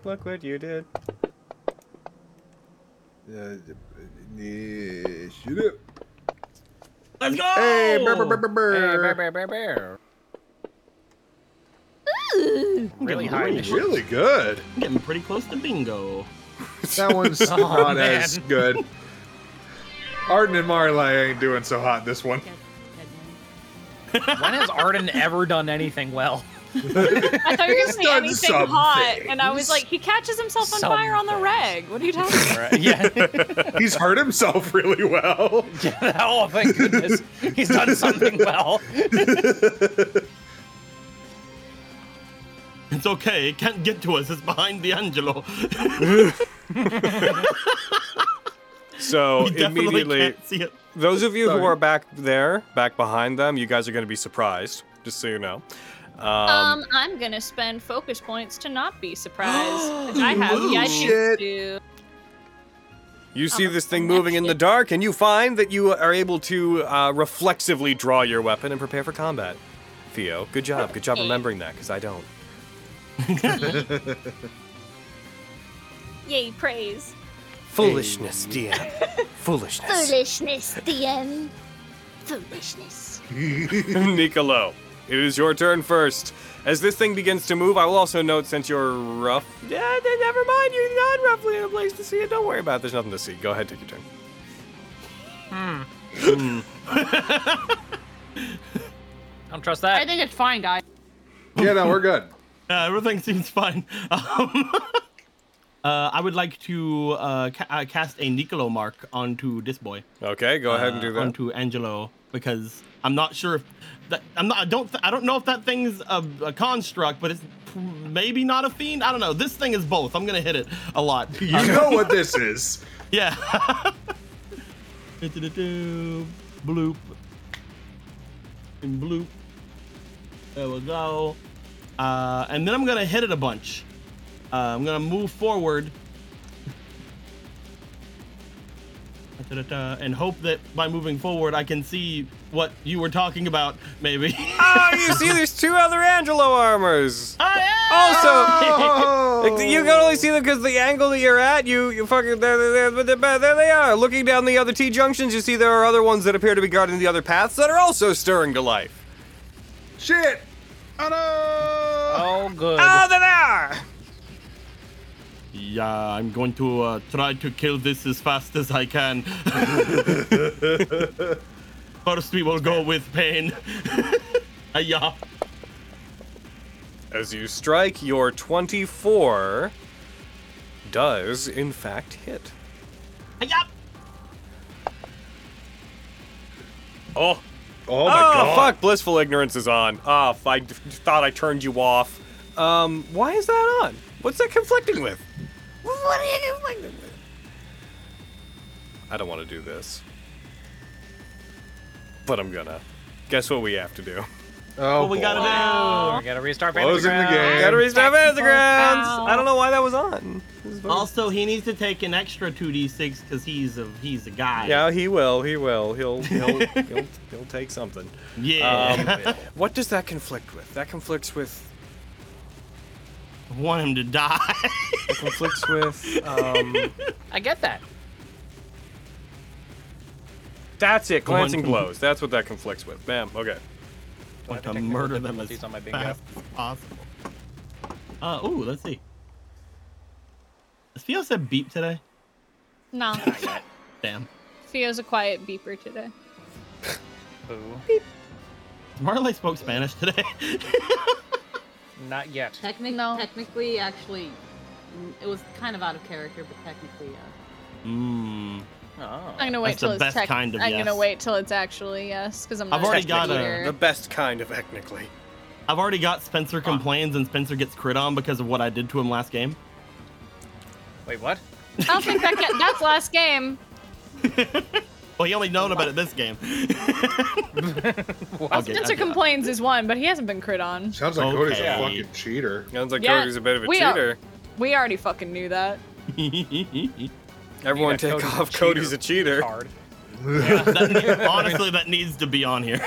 Speaker 1: Look what you did.
Speaker 7: uh, yeah, shoot it.
Speaker 3: Let's go.
Speaker 7: Hey, brr, brr, brr, brr,
Speaker 2: Bear,
Speaker 7: brr.
Speaker 2: bear, bear, bear, bear.
Speaker 5: Ooh,
Speaker 2: Really
Speaker 3: Good
Speaker 2: high
Speaker 3: lord.
Speaker 2: initiative.
Speaker 7: Really good.
Speaker 3: I'm getting pretty close to bingo.
Speaker 7: That one's not as
Speaker 2: Oh, man.
Speaker 7: good. Arden and Marley ain't doing so hot this one.
Speaker 8: Dead- dead man.
Speaker 2: When has Arden ever done anything well?
Speaker 9: I thought you were going to say
Speaker 7: done
Speaker 9: anything
Speaker 7: some
Speaker 9: hot, and I was
Speaker 7: things.
Speaker 9: like, he catches himself on
Speaker 2: Some
Speaker 9: fire on the
Speaker 2: things.
Speaker 9: reg. What are you talking about?
Speaker 2: Right? Yeah.
Speaker 7: He's hurt himself really well.
Speaker 2: oh, thank goodness. He's done something well.
Speaker 3: It's okay. It can't get to us. It's behind the Angelo.
Speaker 1: So
Speaker 3: we definitely
Speaker 1: immediately,
Speaker 3: can't see it.
Speaker 1: those of you who
Speaker 7: Sorry.
Speaker 1: are back there, back behind them, you guys are going to be surprised. Just so you know. Um,
Speaker 9: Um, I'm gonna spend focus points to not be surprised. I have
Speaker 7: Ooh,
Speaker 9: yeah,
Speaker 7: shit.
Speaker 9: to.
Speaker 1: you see
Speaker 9: um,
Speaker 1: this thing moving in the dark, and you find that you are able to uh, reflexively draw your weapon and prepare for combat. Theo, good job. Good job
Speaker 9: Okay.
Speaker 1: remembering that, because I don't.
Speaker 9: Yay, praise.
Speaker 1: Foolishness, DM. Foolishness.
Speaker 5: foolishness, DM. Foolishness.
Speaker 1: Nicolo, it is your turn first. As this thing begins to move, I will also note since you're rough. Yeah, then never mind. You're not roughly in a place to see it. Don't worry about it. There's nothing to see. Go ahead, take your turn.
Speaker 2: Hmm. I don't trust
Speaker 8: I
Speaker 2: that.
Speaker 8: think it's fine, guys.
Speaker 7: Yeah, no, we're good.
Speaker 3: Yeah, Uh, everything seems fine. Um, uh, I would like to uh, ca- uh, cast a Nicolo mark onto this boy.
Speaker 1: Okay, go ahead and
Speaker 3: uh,
Speaker 1: do that.
Speaker 3: onto Angelo because I'm not sure if that I'm not I don't th- I don't know if that thing's a, a construct, but it's p- maybe not a fiend. I don't know. This thing is both. I'm gonna hit it a lot.
Speaker 7: You know what this is.
Speaker 3: Yeah. Du-du-du-du. bloop. And bloop. There we go. Uh, and then I'm gonna hit it a bunch. Uh, I'm gonna move forward. Da-da-da, And hope that by moving forward, I can see what you were talking about, maybe.
Speaker 1: oh, you see, there's two other Angelo armors. Also,
Speaker 7: Oh!
Speaker 1: you can only see them because the angle that you're at. You, you fucking there, there, there, there, there they are. Looking down the other T junctions, you see there are other ones that appear to be guarding the other paths that are also stirring to life.
Speaker 7: Shit! Oh no!
Speaker 2: Oh, good.
Speaker 1: Oh, there they are.
Speaker 3: yeah, I'm going to uh, try to kill this as fast as I can. First, we will go with pain. yeah.
Speaker 1: As you strike, your 24 does, in fact, hit.
Speaker 3: Yep.
Speaker 1: Oh,
Speaker 7: Oh
Speaker 1: Oh,
Speaker 7: my god!
Speaker 1: fuck! Blissful ignorance is on. Ah, f I I d- thought I turned you off. Um, why is that on? What's that conflicting with? What are you conflicting with? I don't want to do this, but I'm gonna. Guess what we have to do?
Speaker 7: Oh,
Speaker 3: What we gotta
Speaker 7: boy.
Speaker 3: do.
Speaker 2: We gotta restart back
Speaker 7: Closing the game.
Speaker 1: Gotta restart Fantagrams.
Speaker 9: Ow.
Speaker 1: I don't know why that was on.
Speaker 3: Also, he needs to take an extra 2d6 because he's a he's a guy.
Speaker 1: Yeah, he will. He will. He'll he'll he'll, he'll take something.
Speaker 3: Yeah.
Speaker 1: Um, What does that conflict with? That conflicts with
Speaker 3: Want him to die.
Speaker 1: It conflicts with. Um,
Speaker 2: I get that.
Speaker 1: that's it.
Speaker 3: one
Speaker 1: Glancing
Speaker 3: from-
Speaker 1: blows. That's what that conflicts with. Bam. Okay.
Speaker 3: Want
Speaker 2: I
Speaker 3: to
Speaker 2: think I
Speaker 3: murder
Speaker 2: put
Speaker 3: them as
Speaker 2: difficulties on my bingo.
Speaker 3: fast as possible. Uh, ooh, let's see. Is Theo said beep today?
Speaker 9: No.
Speaker 3: Damn.
Speaker 9: Theo's a quiet beeper today.
Speaker 2: Ooh,
Speaker 3: Marley spoke Spanish today.
Speaker 2: not yet.
Speaker 8: Technic-
Speaker 9: No.
Speaker 8: Technically, actually, mm, it was kind of out of character, but technically, yeah.
Speaker 3: Mmm.
Speaker 2: Oh.
Speaker 9: I'm gonna wait
Speaker 3: That's
Speaker 9: till
Speaker 3: the
Speaker 9: it's
Speaker 3: best
Speaker 9: tech.
Speaker 3: kind of
Speaker 9: I'm
Speaker 3: yes.
Speaker 9: gonna wait till it's actually yes, because I'm not
Speaker 3: I've already got a-
Speaker 9: computer.
Speaker 1: The best kind of ethnically.
Speaker 3: I've already got Spencer complains and Spencer gets crit on because of what I did to him last game.
Speaker 2: Wait, what?
Speaker 9: I don't think that ca- that's last game.
Speaker 3: Well, he only known about it this game. I'll get-
Speaker 9: Spencer
Speaker 3: I'll get-
Speaker 9: complains is one, but he hasn't been crit on.
Speaker 7: Sounds like Cody's
Speaker 3: Okay.
Speaker 7: a fucking cheater.
Speaker 1: Sounds like
Speaker 9: Yeah,
Speaker 1: Cody's a bit of a
Speaker 9: we are-
Speaker 1: cheater.
Speaker 9: We already fucking knew that.
Speaker 1: Everyone
Speaker 2: Yeah, Cody's
Speaker 1: take
Speaker 2: a
Speaker 1: off.
Speaker 2: cheater
Speaker 1: Cody's a cheater.
Speaker 2: Card.
Speaker 3: That- honestly, that needs to be on here.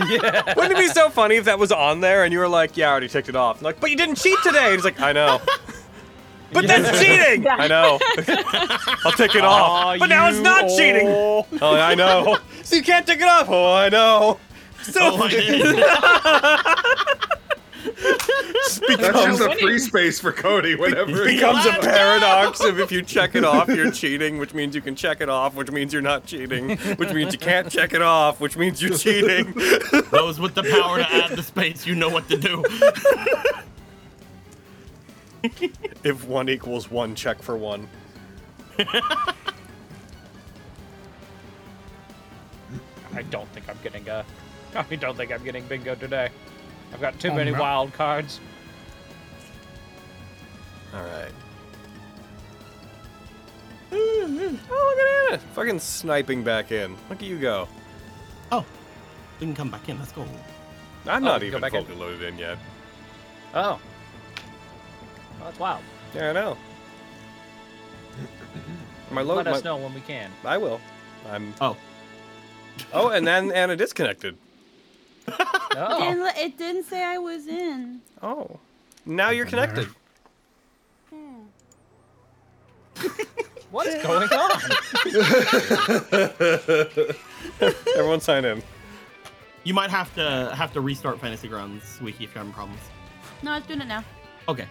Speaker 1: Wouldn't it be so funny if that was on there and you were like, "Yeah, I already ticked it off." I'm like, but you didn't cheat today. And he's like, I know. But that's cheating. I know. I'll tick it
Speaker 2: Aw,
Speaker 1: off. But now it's
Speaker 2: you
Speaker 1: not cheating.
Speaker 2: old-
Speaker 1: Oh, I know. So you can't tick it off. Oh, I know. So
Speaker 3: oh, I did.
Speaker 7: That's just a
Speaker 9: winning.
Speaker 7: free space for Cody whenever he
Speaker 1: becomes
Speaker 7: comes.
Speaker 1: a paradox of if you check it off, you're cheating, which means you can check it off, which means you're not cheating, which means you can't check it off, which means you're cheating.
Speaker 3: Those with the power to add the space, you know what to do.
Speaker 1: if one equals one, check for one.
Speaker 2: I don't think I'm getting a. I don't think I'm getting bingo today. I've got
Speaker 3: Oh,
Speaker 2: too many wild cards.
Speaker 1: All right.
Speaker 2: Mm-hmm.
Speaker 1: Oh, look at Anna. Fucking sniping back in. Look at you go.
Speaker 3: Oh, we can come back in. Let's go.
Speaker 1: I'm
Speaker 2: Oh,
Speaker 1: not
Speaker 2: go
Speaker 1: even
Speaker 2: back in.
Speaker 1: fully loaded in yet.
Speaker 2: Oh. Well, that's wild.
Speaker 1: Yeah, I know. My load.
Speaker 2: Let
Speaker 1: my-
Speaker 2: us know when we can.
Speaker 1: I will. I'm.
Speaker 3: Oh,
Speaker 1: Oh, and then Anna disconnected.
Speaker 2: Oh.
Speaker 8: Didn't let- it didn't say I was in.
Speaker 1: Oh. Now you're connected.
Speaker 2: What's going on?
Speaker 1: Everyone sign in.
Speaker 3: you might have to have to restart Fantasy Grounds Wiki if you're having problems.
Speaker 8: No, it's doing it now.
Speaker 3: Okay.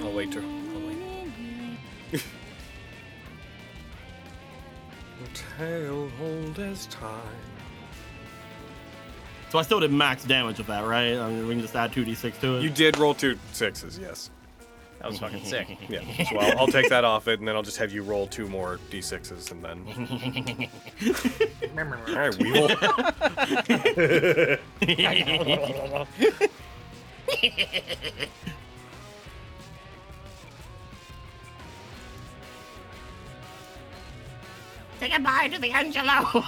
Speaker 1: I'll wait till. Tale old as time.
Speaker 3: So I still did max damage with that, right? I mean, we can just add 2d6 to it.
Speaker 1: You did roll two sixes, yes.
Speaker 2: That was fucking sick.
Speaker 1: Yeah. So I'll, I'll take that off it, and then I'll just have you roll two more d6s, and then. All right, Weevil.
Speaker 3: Say goodbye to the Angelo.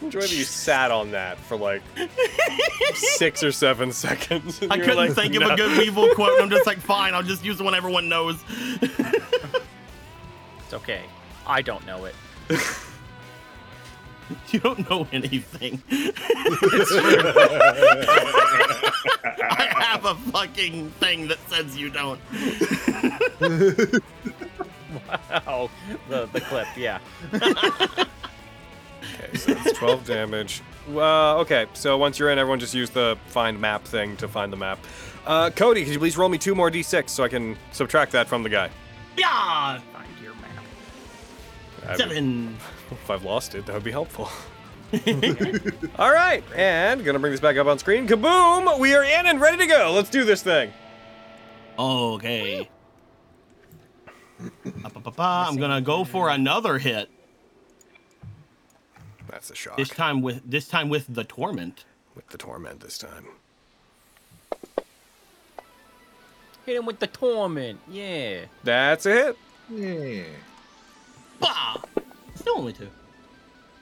Speaker 1: Enjoy that you sat on that for like six or seven seconds. and
Speaker 3: I
Speaker 1: you were
Speaker 3: couldn't
Speaker 1: like,
Speaker 3: think of
Speaker 1: "No."
Speaker 3: a good Weevil quote, and I'm just like, fine, I'll just use the one everyone knows.
Speaker 2: It's okay. I don't know it.
Speaker 3: You don't know anything. I have a fucking thing that says you don't.
Speaker 2: Oh, the the clip. Yeah.
Speaker 1: Okay, so that's 12 damage. Uh, okay, so once you're in, everyone just use the find map thing to find the map. Uh, Cody, could you please roll me two more d6 so I can subtract that from the guy?
Speaker 3: Yeah.
Speaker 1: I would-
Speaker 3: Seven.
Speaker 1: If I've lost it, that would be helpful. All right, and gonna bring this back up on screen. Kaboom! We are in and ready to go. Let's do this thing.
Speaker 3: Okay. Ba-ba-ba-ba, I'm gonna go for another hit.
Speaker 1: That's a shock.
Speaker 3: This time with this time with the torment.
Speaker 1: With the torment this time.
Speaker 2: Hit him with the torment. Yeah.
Speaker 1: That's a hit.
Speaker 7: Yeah.
Speaker 3: Bah! Still only two.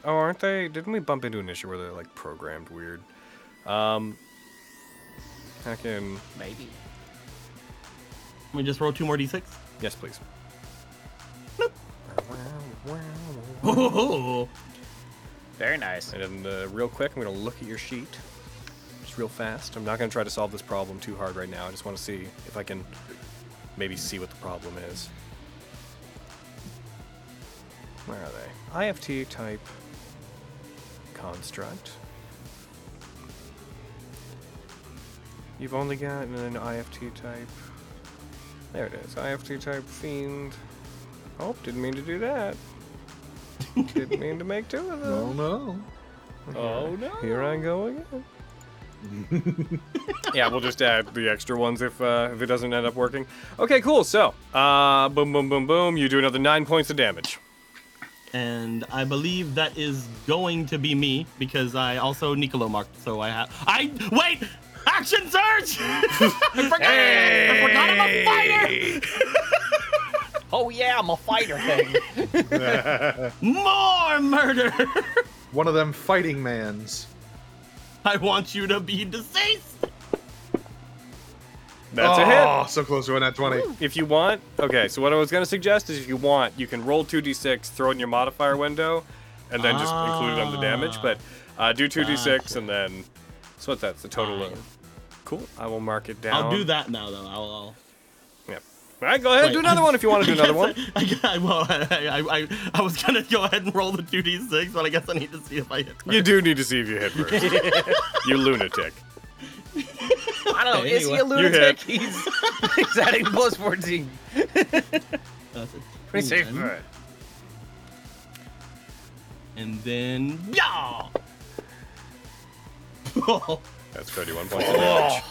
Speaker 1: Oh, aren't they? Didn't we bump into an issue where they're like programmed weird? Um, I can.
Speaker 2: Maybe.
Speaker 3: Let me just roll two more d6.
Speaker 1: Yes, please.
Speaker 3: Oh,
Speaker 2: Very nice.
Speaker 1: And uh, real quick, I'm gonna look at your sheet, just real fast. I'm not gonna try to solve this problem too hard right now. I just want to see if I can maybe see what the problem is. Where are they? IFT type construct. You've only gotten an IFT type. There it is. IFT type fiend. Oh, didn't mean to do that. didn't mean to make two of them.
Speaker 7: Oh no.
Speaker 2: Oh no.
Speaker 1: Here I go again. yeah, we'll just add the extra ones if uh, if it doesn't end up working. Okay, cool. So, uh, boom, boom, boom, boom. You do another nine points of damage.
Speaker 3: and I believe that is going to be me because I also Nicolo marked. So I have. I wait. Action surge! I forgot. I forgot I'm a fighter.
Speaker 2: Oh yeah, I'm a fighter thing.
Speaker 3: More murder.
Speaker 7: One of them fighting mans.
Speaker 3: I want you to be deceased.
Speaker 1: That's
Speaker 7: oh,
Speaker 1: a
Speaker 7: so close to a nat 20.
Speaker 1: hit. If you want, okay. So what I was gonna suggest is, if you want, you can roll two d6, throw it in your modifier window, and then just include it on the damage. But uh, do two d6 and then. So what's that? It's a total of. Cool. I will mark it down.
Speaker 3: I'll do that now though. I'll. I'll
Speaker 1: Yep. All right, go ahead.
Speaker 3: Wait.
Speaker 1: Do another one if you want to do another one.
Speaker 3: I, guess I, well, I, I, I, I was gonna go ahead and roll the two d six, but I guess I need to see if I hit.
Speaker 1: You do need to see if you hit first. you lunatic.
Speaker 2: I don't know. Is he a
Speaker 3: Anyway.
Speaker 2: lunatic? He's he's adding plus fourteen.
Speaker 3: That's a
Speaker 2: Pretty safe.
Speaker 3: ten,
Speaker 2: bet.
Speaker 3: And then yeah. Oh,
Speaker 1: That's 31 points of damage.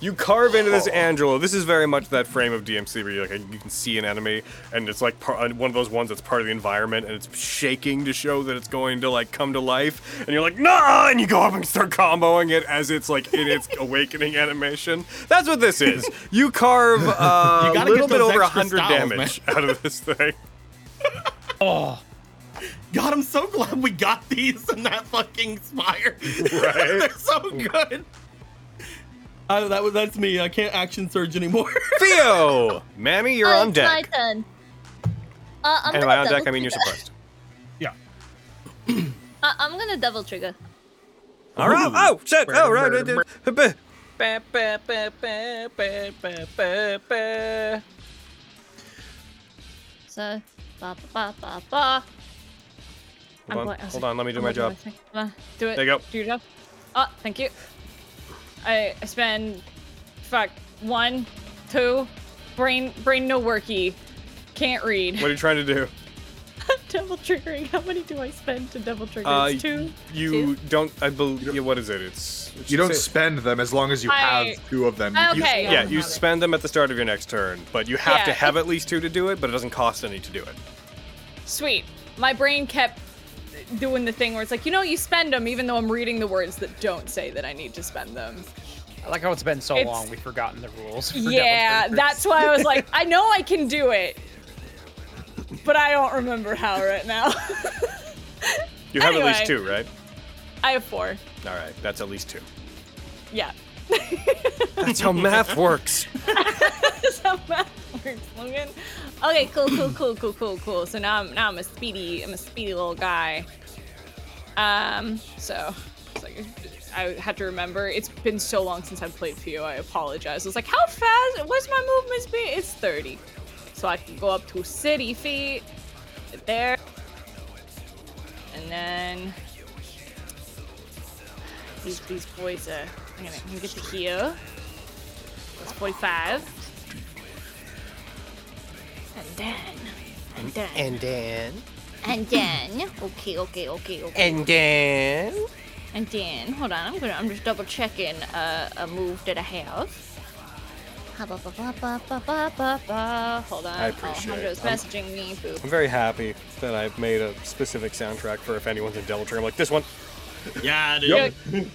Speaker 1: You carve into this Angelo. This is very much that frame of DMC where you like you can see an enemy, and it's like par- uh, one of those ones that's part of the environment, and it's shaking to show that it's going to like come to life, and you're like nah, and you go up and start comboing it as it's like in its awakening animation. That's what this is. You carve uh, a
Speaker 3: gotta
Speaker 1: little
Speaker 3: get
Speaker 1: bit
Speaker 3: those
Speaker 1: over
Speaker 3: extra
Speaker 1: 100
Speaker 3: styles, man.
Speaker 1: damage out of this thing.
Speaker 3: Oh. God, I'm so glad we got these in that fucking spire. They're so good. Uh, that was that's me. I can't action surge anymore.
Speaker 1: Theo, Mammy, you're
Speaker 5: oh,
Speaker 1: on
Speaker 5: it's
Speaker 1: deck.
Speaker 5: My turn. Uh, I'm
Speaker 1: and
Speaker 5: gonna
Speaker 1: by on deck, I
Speaker 5: double
Speaker 1: mean you're
Speaker 5: trigger.
Speaker 1: suppressed.
Speaker 4: Yeah.
Speaker 5: Uh, I'm gonna double trigger.
Speaker 1: All right. Oh shit. Oh right. right, right.
Speaker 2: Ba, ba, ba, ba, ba, ba, ba, ba.
Speaker 5: So, ba ba ba ba ba.
Speaker 1: Hold on.
Speaker 9: going- I'm
Speaker 1: Hold on. Let me do
Speaker 9: I'm
Speaker 1: my
Speaker 9: gonna
Speaker 1: job.
Speaker 9: Do, my thing. Come on, do it.
Speaker 1: There you go.
Speaker 9: Do your job. Oh, thank you. I I spend fuck one, two, brain brain no worky, can't read.
Speaker 1: What are you trying to do?
Speaker 9: double triggering. How many do I spend to double trigger?
Speaker 1: Uh,
Speaker 9: it's two.
Speaker 1: You don't. I believe. Yeah, what is it? It's. it's
Speaker 7: You don't
Speaker 1: just-
Speaker 7: spend them as long as you
Speaker 9: I-
Speaker 7: have two of them. You-
Speaker 9: Okay.
Speaker 1: Yeah, you spend them at the start of your next turn, but you have to
Speaker 9: Yeah,
Speaker 1: have at least two to do it. But it doesn't cost any to do it.
Speaker 9: Sweet. My brain kept doing the thing where it's like, you know, you spend them even though I'm reading the words that don't say that I need to spend them.
Speaker 2: I like how it's been so
Speaker 9: It's-
Speaker 2: long. We've forgotten the rules. for Devil's
Speaker 9: Yeah,
Speaker 2: Fingers.
Speaker 9: that's why I was like, I know I can do it, but I don't remember how right now.
Speaker 1: You have at least
Speaker 9: Anyway.
Speaker 1: two, right?
Speaker 9: I have four.
Speaker 1: All right, that's at least two.
Speaker 9: Yeah.
Speaker 1: That's how math works.
Speaker 9: That's how math works, Logan. Okay, cool, cool, cool, cool, cool, cool. So now I'm now I'm a speedy, I'm a speedy little guy. Um, so it's like I had to remember. It's been so long since I've played PO. I apologize. I was like, how fast? What's my movement speed? It's 30, so I can go up to 30 feet there, and then these these boys are. I'm gonna, I'm gonna get to here. That's 45. And then, and then, and then,
Speaker 5: And then, okay, okay, okay, okay.
Speaker 1: And then.
Speaker 9: And then, hold on, I'm gonna, I'm just double checking uh, a move that I have.
Speaker 5: Ha, ba, ba, ba, ba.
Speaker 9: Ba-ba-ba-ba-ba. Hold on.
Speaker 1: I
Speaker 9: oh,
Speaker 1: appreciate
Speaker 9: Hunter's
Speaker 1: it. I'm-
Speaker 9: messaging me. Boop.
Speaker 1: I'm very happy that I've made a specific soundtrack for if anyone's in Devil Trigger. I'm like, this one.
Speaker 3: Yeah, dude.
Speaker 6: Yep.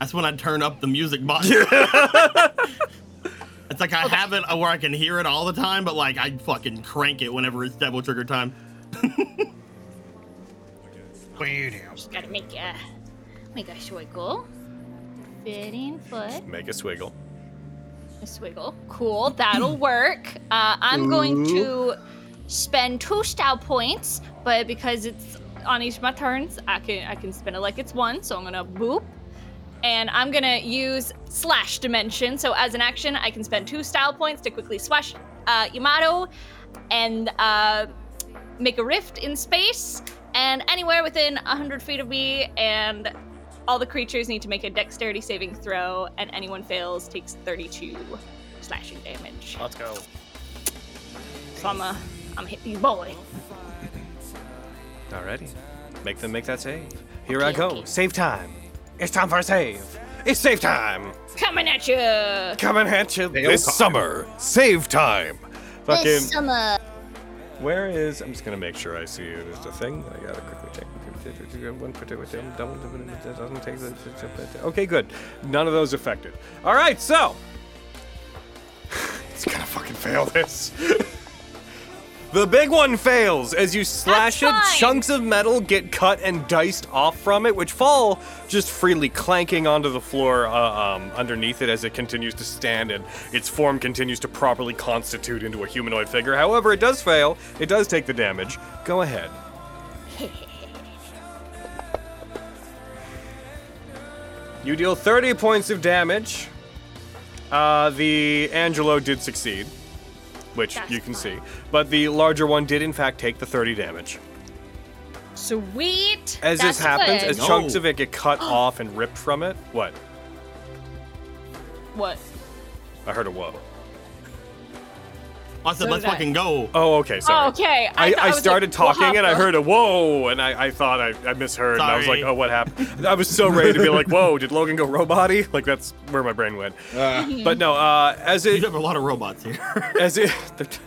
Speaker 3: That's when I turn up the music button. it's like I have it where I can hear it all the time, but like I fucking crank it whenever it's Devil Trigger time.
Speaker 9: Gotta make a, make a swiggle.
Speaker 5: Fitting foot.
Speaker 1: Make a swiggle.
Speaker 9: A swiggle. Cool, that'll work. Uh, I'm going to spend two style points, but because it's on each of my turns, I can I can spend it like it's one. So I'm gonna boop, and I'm gonna use slash dimension. So as an action, I can spend two style points to quickly slash uh, Yamato, and uh, make a rift in space, and anywhere within hundred feet of me, and all the creatures need to make a dexterity saving throw, and anyone fails takes 32 slashing damage.
Speaker 2: Let's go.
Speaker 9: So I'm a, I'm hit you bowling.
Speaker 1: Alrighty. Make them make that save. Here I
Speaker 9: Okay,
Speaker 1: go.
Speaker 9: okay.
Speaker 1: Save time. It's time for a save. It's save time.
Speaker 9: Coming at you.
Speaker 1: Coming at you
Speaker 7: Nail
Speaker 1: this
Speaker 7: time.
Speaker 1: summer. Save time. Fucking.
Speaker 5: This summer.
Speaker 1: Where is? I'm just gonna make sure I see it as a thing. I gotta quickly check. One particular thing doesn't take the. Okay, good. None of those affected. All right, so it's gonna fucking fail this. The big one fails as you slash it.
Speaker 9: That's fine.
Speaker 1: Chunks of metal get cut and diced off from it, which fall just freely clanking onto the floor uh, um, underneath it as it continues to stand and its form continues to properly constitute into a humanoid figure. However, it does fail. It does take the damage. Go ahead. You deal 30 points of damage. Uh, the Angelo did succeed, which
Speaker 9: That's
Speaker 1: you can
Speaker 9: fine.
Speaker 1: see. But the larger one did, in fact, take the 30 damage.
Speaker 9: Sweet.
Speaker 1: As
Speaker 9: That's
Speaker 1: this happens,
Speaker 9: good.
Speaker 1: as
Speaker 3: No.
Speaker 1: chunks of it get cut off and ripped from it, what?
Speaker 9: what?
Speaker 1: I heard a whoa.
Speaker 3: I said,
Speaker 9: So
Speaker 3: let's
Speaker 9: did I.
Speaker 3: fucking go.
Speaker 1: Oh, okay, sorry.
Speaker 9: okay.
Speaker 1: I,
Speaker 9: thought
Speaker 1: I,
Speaker 9: was
Speaker 1: started
Speaker 9: like,
Speaker 1: talking and I
Speaker 9: "Wahapa."
Speaker 1: heard a whoa, and I, I thought I, I misheard, and I was
Speaker 3: Sorry.
Speaker 1: like, oh, what happened? I was so ready to be like, whoa, did Logan go roboty? Like, that's where my brain went. But no, uh, as
Speaker 3: You
Speaker 1: it
Speaker 3: have a lot of robots here.
Speaker 1: As it. they're t-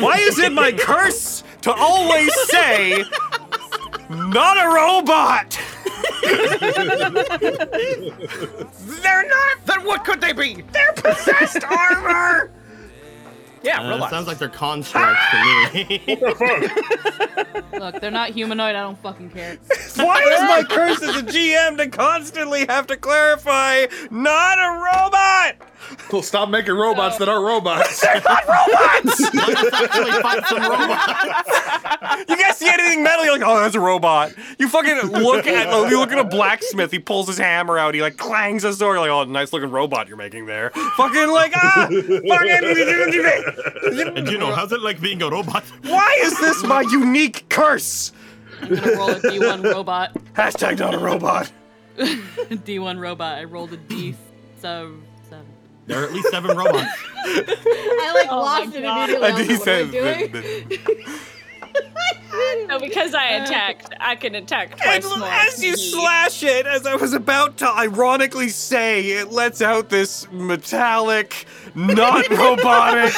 Speaker 1: Why is it my curse to always say, not a robot? They're not. Then what could they be? They're possessed armor. Yeah,
Speaker 3: Uh, it
Speaker 1: realize.
Speaker 3: sounds like they're constructs to me.
Speaker 8: Look, they're not humanoid. I don't fucking care.
Speaker 1: Why is my curse as a GM to constantly have to clarify, not a robot?
Speaker 7: Well, stop making robots that are robots.
Speaker 3: Actually, fight some robots.
Speaker 1: You guys see anything metal? You're like, oh, that's a robot. You fucking look at you look at a blacksmith. He pulls his hammer out. He like clangs a sword. You're like, oh, nice looking robot you're making there. Fucking like, ah, fucking.
Speaker 3: And you know, how's it like being a robot?
Speaker 1: Why is this my unique curse?
Speaker 8: I'm gonna roll a D1 robot.
Speaker 1: Hashtag not a robot.
Speaker 8: D1 robot. I rolled a D so seven.
Speaker 3: There are at least seven robots.
Speaker 5: I like
Speaker 9: Oh my
Speaker 5: lost it
Speaker 9: God.
Speaker 5: immediately. I was like, what am I doing?
Speaker 9: No, because I attacked, I can attack
Speaker 1: And
Speaker 9: twice more.
Speaker 1: as you
Speaker 9: Yeet.
Speaker 1: slash it, as I was about to ironically say, it lets out this metallic, not robotic,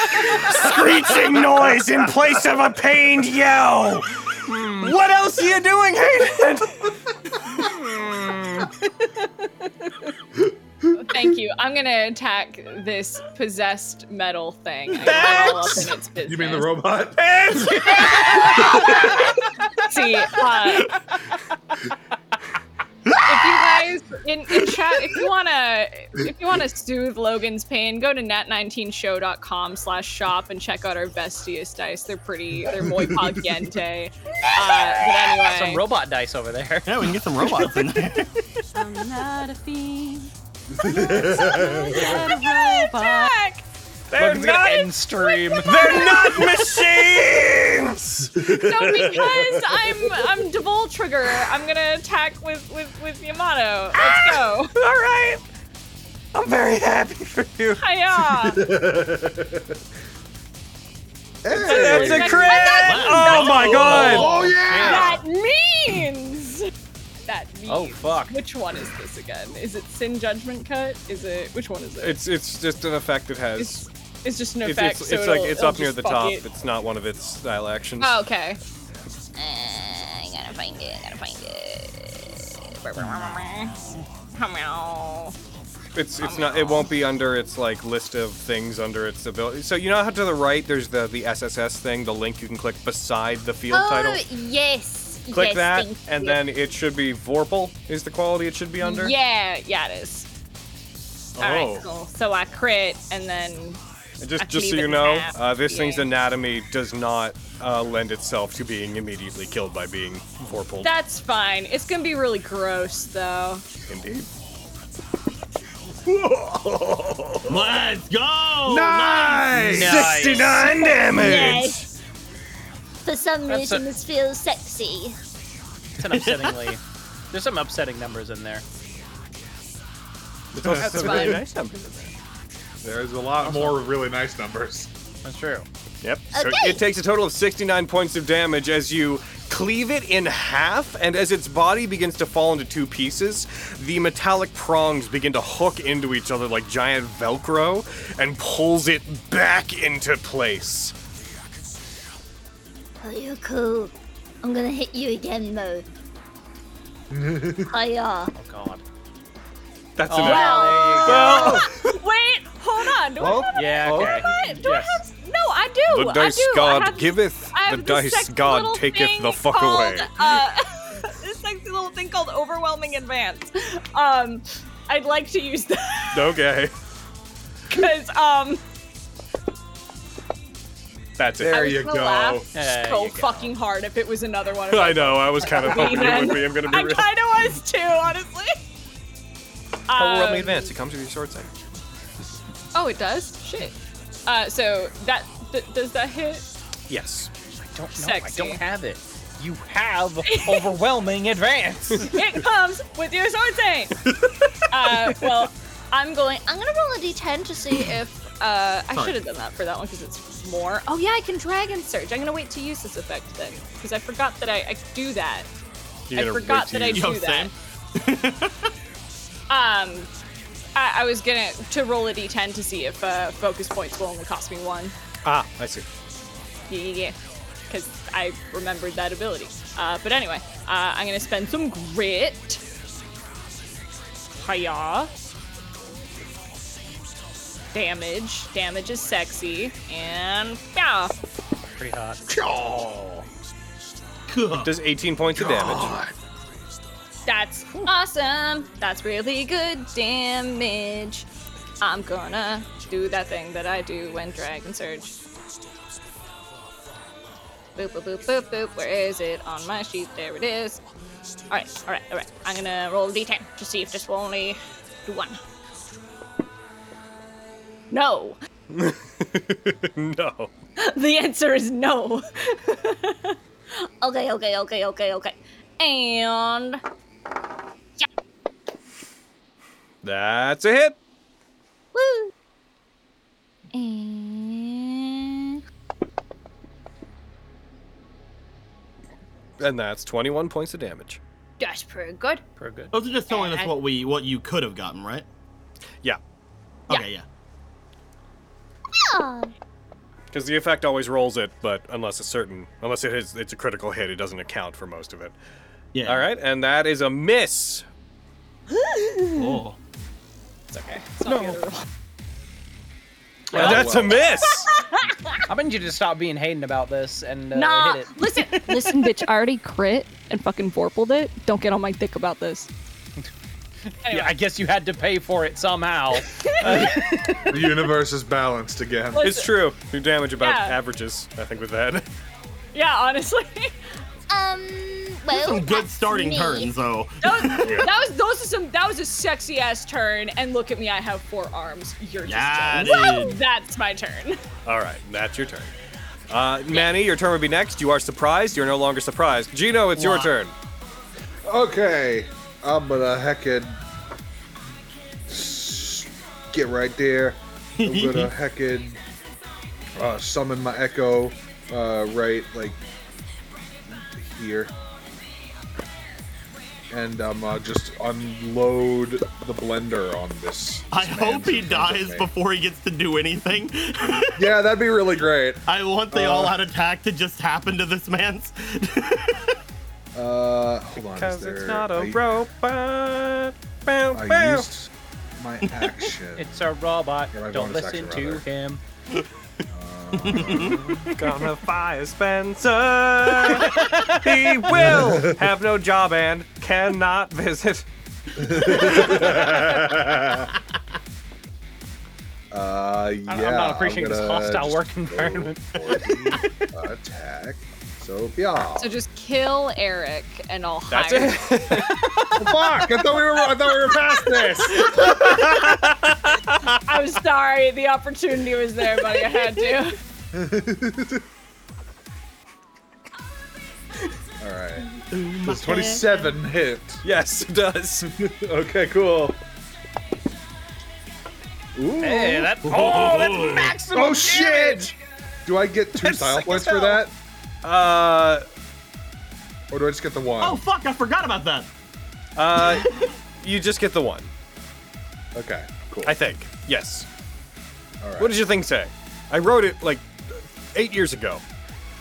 Speaker 1: screeching noise in place of a pained yell. Hmm. What else are you doing, Hayden?
Speaker 9: Thank you. I'm gonna attack this possessed metal thing. I got all up in its business.
Speaker 7: you mean the robot?
Speaker 1: It's-
Speaker 9: See, uh, if you guys in, in chat, if you wanna, if you wanna soothe Logan's pain, go to nat19show.com/shop and check out our bestiest dice. They're pretty. They're muy pagiente. Uh, but
Speaker 2: Some
Speaker 9: anyway,
Speaker 2: robot dice over there.
Speaker 3: Yeah, we can get some robots in there.
Speaker 8: I'm not a fiend. I'm not a robot.
Speaker 9: Attack!
Speaker 1: They're
Speaker 2: Logan's gonna
Speaker 1: not,
Speaker 2: end stream.
Speaker 1: they're not machines!
Speaker 9: So because I'm I'm Devol Trigger, I'm gonna attack with with with Yamato. Let's
Speaker 5: Ah!
Speaker 9: go.
Speaker 1: All right. I'm very happy for you.
Speaker 9: Hiya!
Speaker 1: That's a
Speaker 9: That's-
Speaker 1: crit! Oh my god!
Speaker 7: Oh yeah!
Speaker 9: That means. That means.
Speaker 2: Oh, fuck.
Speaker 9: Which one is this again? Is it sin judgment cut? Is it which one is it?
Speaker 1: It's it's just an effect it has.
Speaker 9: it's, it's just an
Speaker 1: It's,
Speaker 9: effect.
Speaker 1: it's,
Speaker 9: so
Speaker 1: it's like
Speaker 9: it'll-
Speaker 1: it's
Speaker 9: it'll
Speaker 1: up near
Speaker 9: just
Speaker 1: the
Speaker 9: fuck
Speaker 1: top.
Speaker 9: it.
Speaker 1: It's not one of its style actions.
Speaker 9: Oh, okay.
Speaker 5: Uh, I gotta find it. I gotta find it.
Speaker 1: It's it's not it won't be under its like list of things under its ability. So you know how to the right there's the the SSS thing, the link you can click beside the field title.
Speaker 5: Oh yes.
Speaker 1: Click
Speaker 5: yes,
Speaker 1: that,
Speaker 5: thank
Speaker 1: and
Speaker 5: you.
Speaker 1: then it should be Vorpal is the quality it should be under.
Speaker 9: Yeah, yeah, it is.
Speaker 1: Oh.
Speaker 9: Alright, cool. So I crit and then
Speaker 1: And
Speaker 9: I
Speaker 1: just
Speaker 9: can
Speaker 1: just so
Speaker 9: leave it
Speaker 1: you
Speaker 9: in
Speaker 1: know,
Speaker 9: half.
Speaker 1: uh, this thing's
Speaker 9: Yeah.
Speaker 1: anatomy does not uh, lend itself to being immediately killed by being Vorpal.
Speaker 9: that's fine. It's gonna be really gross though.
Speaker 1: Indeed.
Speaker 3: Let's go!
Speaker 1: Nice! 69 damage!
Speaker 5: Yes. For some
Speaker 2: That's
Speaker 5: reason,
Speaker 2: a-
Speaker 5: this feels sexy.
Speaker 2: It's an upsettingly. There's some upsetting numbers in there.
Speaker 1: That's
Speaker 9: fine. really
Speaker 1: nice number.
Speaker 7: There's a lot more really nice numbers.
Speaker 2: That's true.
Speaker 1: Yep. So
Speaker 5: Okay.
Speaker 1: it takes a total of 69 points of damage as you cleave it in half, and as its body begins to fall into two pieces, the metallic prongs begin to hook into each other like giant Velcro and pulls it back into place.
Speaker 5: Oh, you're cool. I'm gonna hit you again, Mo. Hiya.
Speaker 2: Oh god.
Speaker 1: That's
Speaker 2: Oh,
Speaker 1: enough.
Speaker 2: there you go.
Speaker 9: Wait, hold on. Do
Speaker 1: Well,
Speaker 9: I have
Speaker 2: yeah, okay.
Speaker 9: a do
Speaker 2: Yes.
Speaker 9: I have no I do
Speaker 1: The
Speaker 9: I
Speaker 1: dice
Speaker 9: do. I
Speaker 1: god
Speaker 9: have-
Speaker 1: giveth,
Speaker 9: I have
Speaker 1: the
Speaker 9: this
Speaker 1: dice
Speaker 9: sexy
Speaker 1: god
Speaker 9: little
Speaker 1: taketh
Speaker 9: thing
Speaker 1: the fuck
Speaker 9: called,
Speaker 1: away.
Speaker 9: Uh, this sexy little thing called overwhelming advance. Um, I'd like to use that
Speaker 1: Okay.
Speaker 9: because um,
Speaker 1: That's it.
Speaker 9: I
Speaker 7: There
Speaker 9: was
Speaker 7: you
Speaker 9: gonna
Speaker 7: go.
Speaker 9: laugh
Speaker 2: There
Speaker 9: so
Speaker 2: you go.
Speaker 9: fucking hard if it was another one. Of
Speaker 1: I know, I was kind of hoping it
Speaker 9: Man.
Speaker 1: would be. I'm going to be
Speaker 9: I kind
Speaker 1: real.
Speaker 9: of was too, honestly.
Speaker 2: Oh,
Speaker 1: Overwhelming
Speaker 9: Um,
Speaker 1: advance. It comes with your sword side.
Speaker 9: Oh, it does. Shit. Uh, so that th- does that hit?
Speaker 1: Yes.
Speaker 2: I don't know.
Speaker 9: Sexy.
Speaker 2: I don't have it. You have overwhelming advance.
Speaker 9: It comes with your sword thing. uh, well, I'm going. I'm gonna roll a d10 to see if. Uh, I
Speaker 3: Sorry.
Speaker 9: should have done that for that one because it's more. Oh yeah, I can dragon surge. I'm gonna wait to use this effect then because I forgot that I, I do that.
Speaker 1: You're
Speaker 9: I
Speaker 1: gonna
Speaker 9: forgot that
Speaker 1: wait to
Speaker 9: I
Speaker 1: use-
Speaker 9: do
Speaker 3: Yo,
Speaker 9: that.
Speaker 3: same.
Speaker 9: um, I, I was gonna to roll a d10 to see if uh, focus points will only cost me one.
Speaker 1: Ah, I see.
Speaker 9: Yeah, yeah, yeah. Because I remembered that ability. Uh, but anyway, uh, I'm gonna spend some grit. Hiya. Damage. Damage is sexy. And yeah.
Speaker 2: Pretty hot.
Speaker 1: Does 18 points of damage.
Speaker 9: That's awesome. That's really good damage. I'm gonna do that thing that I do when Dragon Surge. Boop, boop, boop, boop, boop. Where is it on my sheet? There it is. Alright, alright, alright. I'm gonna roll a d10 to see if this will only do one. No.
Speaker 1: no.
Speaker 9: The answer is no.
Speaker 5: Okay, okay, okay, okay, okay.
Speaker 9: And
Speaker 1: That's a hit.
Speaker 5: Woo. And
Speaker 1: And that's 21 points of damage.
Speaker 9: that's pretty good.
Speaker 2: Pretty good.
Speaker 3: Those are just telling us
Speaker 9: I-
Speaker 3: what we what you could have gotten, right?
Speaker 1: Yeah.
Speaker 9: Yeah.
Speaker 3: Okay, yeah.
Speaker 5: Ah,
Speaker 1: Because the effect always rolls it, but unless a certain, unless it is, it's a critical hit, it doesn't account for most of it.
Speaker 3: Yeah.
Speaker 1: All right, and that is a miss.
Speaker 3: Cool.
Speaker 9: It's okay. It's not no.
Speaker 1: and that's a miss.
Speaker 2: I need you to stop being hating about this and uh,
Speaker 9: Nah,
Speaker 2: hit it.
Speaker 9: listen, listen, bitch. I already crit and fucking vorpled it. Don't get on my dick about this. Anyway,
Speaker 2: Yeah, I guess you had to pay for it somehow.
Speaker 7: The universe is balanced again.
Speaker 9: Well,
Speaker 1: it's true. Your damage about
Speaker 9: Yeah.
Speaker 1: averages, I think, with that.
Speaker 9: yeah, honestly,
Speaker 5: Um. Well.
Speaker 3: Some good
Speaker 5: that's
Speaker 3: starting
Speaker 5: me.
Speaker 3: turns, though.
Speaker 9: that was, that was those are some that was a sexy ass turn. And look at me, I have four arms. You're
Speaker 3: Yeah,
Speaker 9: just dead.
Speaker 3: dude.
Speaker 9: That's my turn.
Speaker 1: All right, that's your turn. Uh, Manny, your turn would be next. You are surprised. You're no longer surprised. Gino, it's your
Speaker 3: Wha-
Speaker 1: turn.
Speaker 7: Okay, I'm gonna heckin' get right there. I'm gonna heckin' uh, summon my echo uh, right like here, and um, uh, just unload the blender on this.
Speaker 3: I
Speaker 7: this
Speaker 3: hope
Speaker 7: man's
Speaker 3: he
Speaker 7: in front of
Speaker 3: dies
Speaker 7: me.
Speaker 3: before he gets to do anything.
Speaker 7: Yeah, that'd be really great.
Speaker 3: I want the
Speaker 7: Uh.
Speaker 3: all-out attack to just happen to this man's.
Speaker 7: Uh, hold on. is
Speaker 1: Because it's
Speaker 7: there-
Speaker 1: not a
Speaker 7: I-
Speaker 1: robot. Bow,
Speaker 7: I
Speaker 1: bow.
Speaker 7: used my action.
Speaker 2: It's a robot.
Speaker 7: Yeah, my
Speaker 2: Don't
Speaker 7: bonus
Speaker 2: listen
Speaker 7: action,
Speaker 2: to
Speaker 7: rather.
Speaker 2: him.
Speaker 1: Gonna fire Spencer. he will have no job and cannot visit.
Speaker 7: Uh, yeah,
Speaker 2: I'm not appreciating this
Speaker 7: gonna
Speaker 2: hostile
Speaker 7: just
Speaker 2: work
Speaker 7: go
Speaker 2: environment.
Speaker 7: for the attack. So yeah.
Speaker 9: So just kill Eric and I'll
Speaker 1: That's
Speaker 9: hire.
Speaker 1: it.
Speaker 7: Fuck! I thought we were. I thought we were past this.
Speaker 9: I'm sorry, the opportunity was there, buddy. I had to.
Speaker 7: All right. Does twenty-seven hit?
Speaker 1: Yes, it does.
Speaker 7: Okay, cool. Ooh.
Speaker 2: Hey, that. Oh, that's maximum.
Speaker 7: oh shit! Do I get two
Speaker 1: That's
Speaker 7: style
Speaker 1: sick as
Speaker 7: points for
Speaker 1: hell.
Speaker 7: that,
Speaker 1: Uh,
Speaker 7: or do I just get the one?
Speaker 3: oh fuck! I forgot about that.
Speaker 1: uh, you just get the one,
Speaker 7: Okay, cool.
Speaker 1: I think. Yes.
Speaker 7: All right.
Speaker 1: What does your thing say? I wrote it like eight years ago.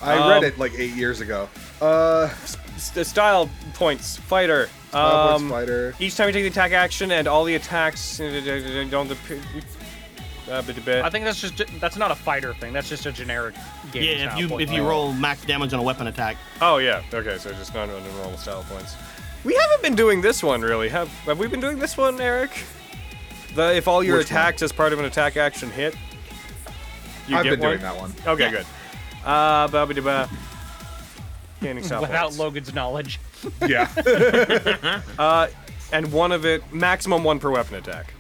Speaker 7: I read
Speaker 1: um,
Speaker 7: it like eight years ago. Uh,
Speaker 1: S- style points, fighter.
Speaker 7: Style points,
Speaker 1: um,
Speaker 7: fighter.
Speaker 1: Each time you take the attack action and all the attacks don't appear. Uh, bit, bit.
Speaker 2: I think that's just that's not a fighter thing. That's just a generic game.
Speaker 3: Yeah, if
Speaker 2: style
Speaker 3: you
Speaker 2: point.
Speaker 3: if you roll max damage on a weapon attack.
Speaker 1: Oh yeah. Okay, so just not under normal style points. We haven't been doing this one really. Have Have we been doing this one, Eric? The if all your
Speaker 7: Which one?
Speaker 1: attacks as part of an attack action hit. You
Speaker 7: I've
Speaker 1: get
Speaker 7: been
Speaker 1: one?
Speaker 7: doing that one.
Speaker 1: Okay, good. Uh, ba ba ba. Canning style
Speaker 2: without
Speaker 1: points.
Speaker 2: Logan's knowledge.
Speaker 7: Yeah.
Speaker 1: Uh, and one of it maximum one per weapon attack.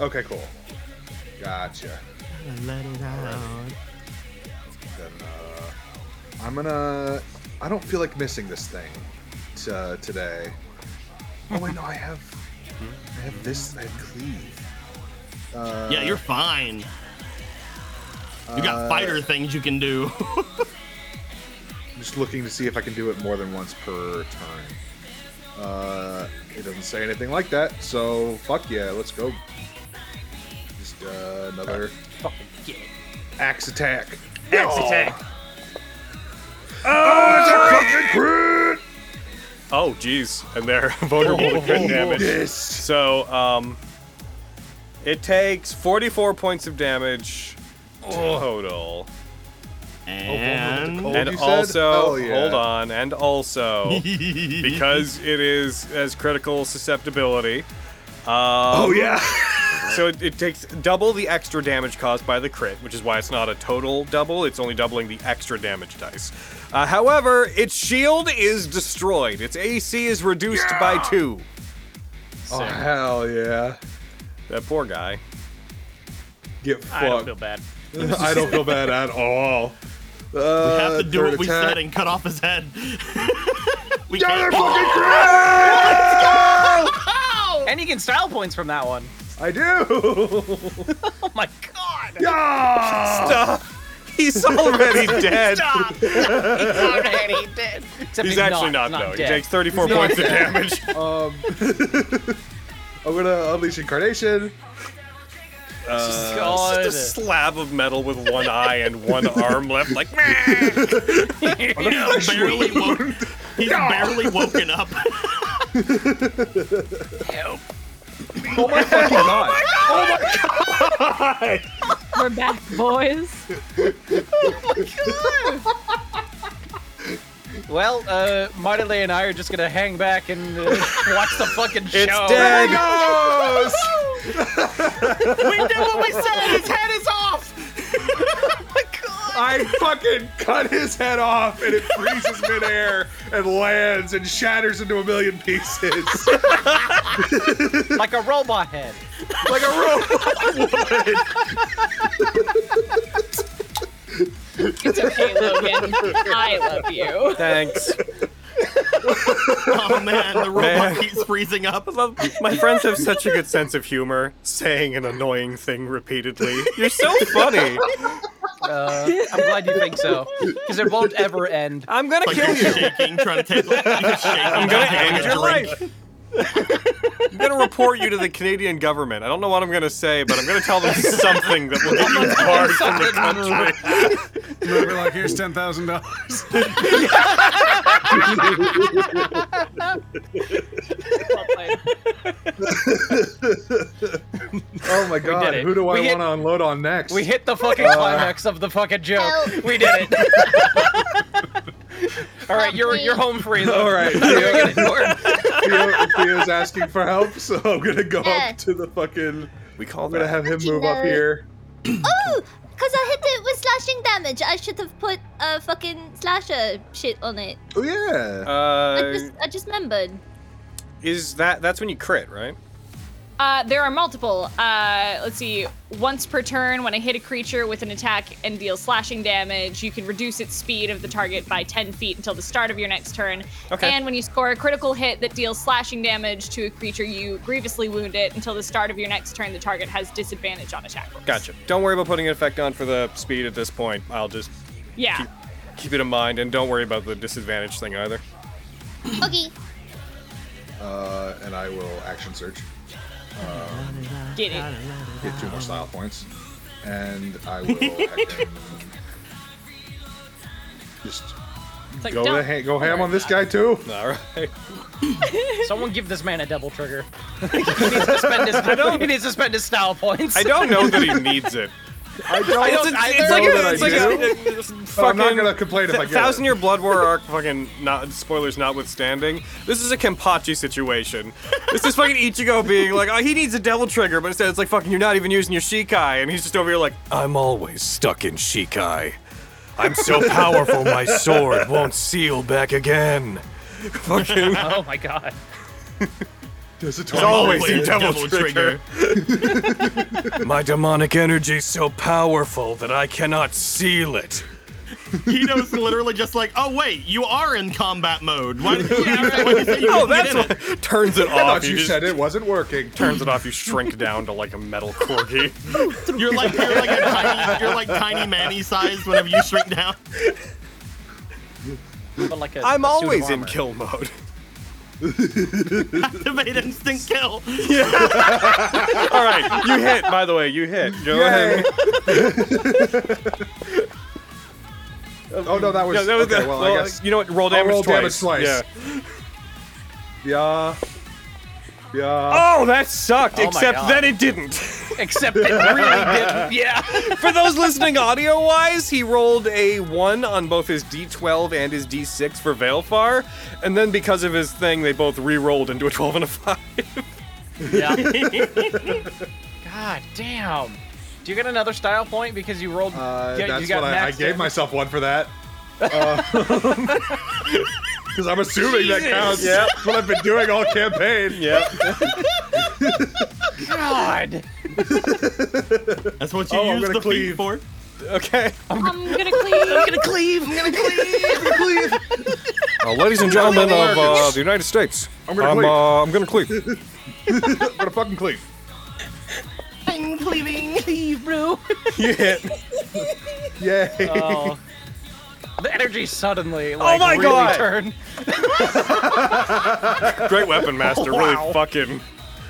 Speaker 7: okay, cool. Gotcha.
Speaker 3: Let it out.
Speaker 7: Then, uh, I'm gonna. I don't feel like missing this thing t- uh, today. Oh wait, no, I have. I have this. I have cleave. Uh,
Speaker 3: Yeah, you're fine. You got
Speaker 7: uh,
Speaker 3: fighter things you can do.
Speaker 7: I'm just looking to see if I can do it more than once per turn. Uh, it doesn't say anything like that, so fuck yeah, let's go. Just uh, another axe attack. Oh,
Speaker 2: Axe attack.
Speaker 1: Oh jeez, and they're vulnerable to
Speaker 7: Oh,
Speaker 1: good damage.
Speaker 7: Yes.
Speaker 1: So, um, it takes 44 points of damage total.
Speaker 7: Oh,
Speaker 3: and
Speaker 7: Cold, you
Speaker 1: And
Speaker 7: said?
Speaker 1: also,
Speaker 7: Hell yeah.
Speaker 1: hold on, and also, because it is as critical susceptibility. Um,
Speaker 7: Oh yeah.
Speaker 1: So it, it takes double the extra damage caused by the crit, which is why it's not a total double. It's only doubling the extra damage dice. Uh, however, its shield is destroyed. Its AC is reduced by two.
Speaker 7: oh hell yeah.
Speaker 1: That poor guy.
Speaker 7: Get fucked.
Speaker 2: I don't feel bad.
Speaker 7: I don't feel bad at all.
Speaker 3: we
Speaker 7: Uh,
Speaker 3: have to do
Speaker 7: third
Speaker 3: what we
Speaker 7: attack.
Speaker 3: said and cut off his head. we
Speaker 7: Yeah, they're
Speaker 3: can't-
Speaker 7: fucking
Speaker 2: Oh!
Speaker 7: great!
Speaker 2: And you get style points from that one.
Speaker 7: I do.
Speaker 2: Oh my god.
Speaker 7: Yeah.
Speaker 1: Stop. He's already dead.
Speaker 2: Stop. He's already dead. Except
Speaker 1: He's actually not, though. He takes 34 points of damage.
Speaker 7: Um, I'm gonna unleash incarnation.
Speaker 1: It's just a slab of metal with one eye and one arm left. Like, "Meh."
Speaker 3: He's barely woke. He's barely woken up.
Speaker 7: Oh my fucking god!
Speaker 1: Oh
Speaker 9: We're back, boys.
Speaker 2: Well, uh, Marley and I are just gonna hang back and uh, watch the fucking show.
Speaker 1: it's dead.
Speaker 7: Yes!
Speaker 3: we did what we said. His head is off.
Speaker 7: I fucking cut his head off, and it freezes midair and lands and shatters into a million pieces
Speaker 2: Like a robot head.
Speaker 7: like a rope.
Speaker 9: It's okay, Logan. I love you.
Speaker 1: Thanks.
Speaker 3: Oh man, the robot
Speaker 1: Man.
Speaker 3: keeps freezing up.
Speaker 1: Love- My friends have such a good sense of humor, saying an annoying thing repeatedly. You're so funny.
Speaker 2: Uh, I'm glad you think so, because it won't ever end.
Speaker 1: I'm gonna
Speaker 3: Like
Speaker 1: kill
Speaker 3: you're
Speaker 1: you.
Speaker 3: shaking, trying to take. Like, you're shaking,
Speaker 1: I'm gonna
Speaker 3: trying to
Speaker 1: end
Speaker 3: take a
Speaker 1: your
Speaker 3: drink.
Speaker 1: life. I'm gonna report you to the Canadian government. I don't know what I'm gonna say, but I'm gonna tell them something that will get you barred from the country.
Speaker 4: Remember, like, here's ten thousand dollars.
Speaker 9: Well played.
Speaker 7: Oh my
Speaker 2: did
Speaker 7: god,
Speaker 2: it.
Speaker 7: who do I
Speaker 2: We hit-
Speaker 7: want to unload on next? Uh,
Speaker 2: We hit the fucking climax of the fucking joke.
Speaker 5: Help.
Speaker 2: We did it. All right, you're you're home free though.
Speaker 7: All right,
Speaker 2: You're gonna
Speaker 7: Theo,
Speaker 2: get ignored.
Speaker 7: Theo, Theo's asking for help, so I'm gonna go
Speaker 5: Yeah.
Speaker 7: up to the fucking.
Speaker 1: We call
Speaker 7: I'm gonna
Speaker 1: that.
Speaker 7: have him move up here.
Speaker 5: Oh, because I hit it with slashing damage. I should have put a fucking slasher shit on it.
Speaker 7: Oh yeah.
Speaker 5: I
Speaker 1: Uh,
Speaker 5: just, I just remembered.
Speaker 1: is that that's when you crit, right?
Speaker 9: Uh, there are multiple. Uh, let's see. Once per turn, when I hit a creature with an attack and deal slashing damage, you can reduce its speed of the target by 10 feet until the start of your next turn.
Speaker 1: Okay.
Speaker 9: And when you score a critical hit that deals slashing damage to a creature, you grievously wound it until the start of your next turn. The target has disadvantage on attack rolls.
Speaker 1: Gotcha. Don't worry about putting an effect on for the speed at this point. I'll just
Speaker 9: Yeah.
Speaker 1: keep, keep it in mind, and don't worry about the disadvantage thing either.
Speaker 5: Okay.
Speaker 7: Uh, and I will action search. Uh,
Speaker 9: Get it.
Speaker 7: Get two more style points, and I will act- just
Speaker 9: It's like,
Speaker 7: go
Speaker 9: don't.
Speaker 7: to ha- go ham on this guy too.
Speaker 1: All right.
Speaker 2: Someone give this man a double trigger. he, needs to spend his, he needs to spend his style points.
Speaker 1: I don't know that he needs it.
Speaker 7: I don't.
Speaker 1: I don't-
Speaker 7: know
Speaker 1: I- it's like a-
Speaker 7: that
Speaker 1: it's
Speaker 7: I
Speaker 1: like a-
Speaker 7: do,
Speaker 1: it's
Speaker 7: but I'm not
Speaker 1: fucking-
Speaker 7: gonna complain if I
Speaker 1: Th-
Speaker 7: get
Speaker 1: Thousand
Speaker 7: it.
Speaker 1: Year Blood War arc, fucking not, spoilers notwithstanding, this is a Kenpachi situation. This is fucking Ichigo being like, oh, he needs a devil trigger, but instead it's like, fucking, you're not even using your Shikai, and he's just over here like, I'm always stuck in Shikai. I'm so powerful, my sword won't seal back again. Fucking, it's
Speaker 2: Oh my god.
Speaker 7: Does it
Speaker 1: always
Speaker 3: Always
Speaker 1: a devil,
Speaker 3: devil
Speaker 1: trigger. my demonic energy is so powerful that I cannot seal it.
Speaker 3: Keto's literally just like, oh wait, you are in combat mode. Why did you, why did you say you
Speaker 1: Oh,
Speaker 3: didn't
Speaker 1: that's
Speaker 3: get in it?
Speaker 1: what turns it
Speaker 7: I
Speaker 1: off.
Speaker 7: thought you
Speaker 1: just-
Speaker 7: said it wasn't working.
Speaker 1: turns it off, you shrink down to like a metal corgi.
Speaker 3: You're like you're like a tiny you're like tiny manny sized whenever you shrink down.
Speaker 2: But like a,
Speaker 1: I'm
Speaker 2: a suit of
Speaker 1: always in
Speaker 2: armor.
Speaker 1: kill mode.
Speaker 3: Activate instant kill.
Speaker 1: All right, you hit. By the way, you hit. Go ahead.
Speaker 7: Oh no, that was,
Speaker 1: Yeah, that was
Speaker 7: okay,
Speaker 1: the-
Speaker 7: well,
Speaker 1: well,
Speaker 7: I guess.
Speaker 1: you know what? Roll damage
Speaker 7: roll
Speaker 1: twice.
Speaker 7: damage twice.
Speaker 1: Yeah.
Speaker 7: Yeah. Yeah.
Speaker 1: Oh, that sucked.
Speaker 2: Oh my
Speaker 1: except
Speaker 2: God.
Speaker 1: then it didn't.
Speaker 2: Except it really didn't. Yeah.
Speaker 1: For those listening audio wise, he rolled a 1 on both his d12 and his d6 for Veilfar, and then because of his thing, they both re rolled into a 12 and a 5.
Speaker 2: Yeah. God damn. Do you get another style point because you rolled?
Speaker 7: Uh,
Speaker 2: you- you
Speaker 7: that's
Speaker 2: got
Speaker 7: what I, I
Speaker 2: maxed
Speaker 7: gave
Speaker 2: in?
Speaker 7: myself one for that. Because I'm assuming that counts.
Speaker 1: Jesus.
Speaker 7: What I've been doing all campaign.
Speaker 1: Yeah.
Speaker 2: God.
Speaker 3: That's what you
Speaker 7: Oh, I'm
Speaker 3: use the
Speaker 7: gonna
Speaker 3: feet
Speaker 7: cleave.
Speaker 3: for.
Speaker 1: Okay.
Speaker 9: I'm gonna clean.
Speaker 2: gonna cleave. I'm gonna cleave.
Speaker 1: uh, ladies and gentlemen of uh, the United States,
Speaker 7: I'm gonna I'm, cleave.
Speaker 1: Uh, I'm gonna cleave.
Speaker 7: I'm gonna fucking clean.
Speaker 8: I'm cleaving. Cleave, bro.
Speaker 1: you hit.
Speaker 7: Yay.
Speaker 2: Oh. The energy suddenly like
Speaker 1: Oh my
Speaker 2: really
Speaker 1: God.
Speaker 2: turned.
Speaker 1: Great Weapon Master really
Speaker 2: Wow.
Speaker 1: fucking.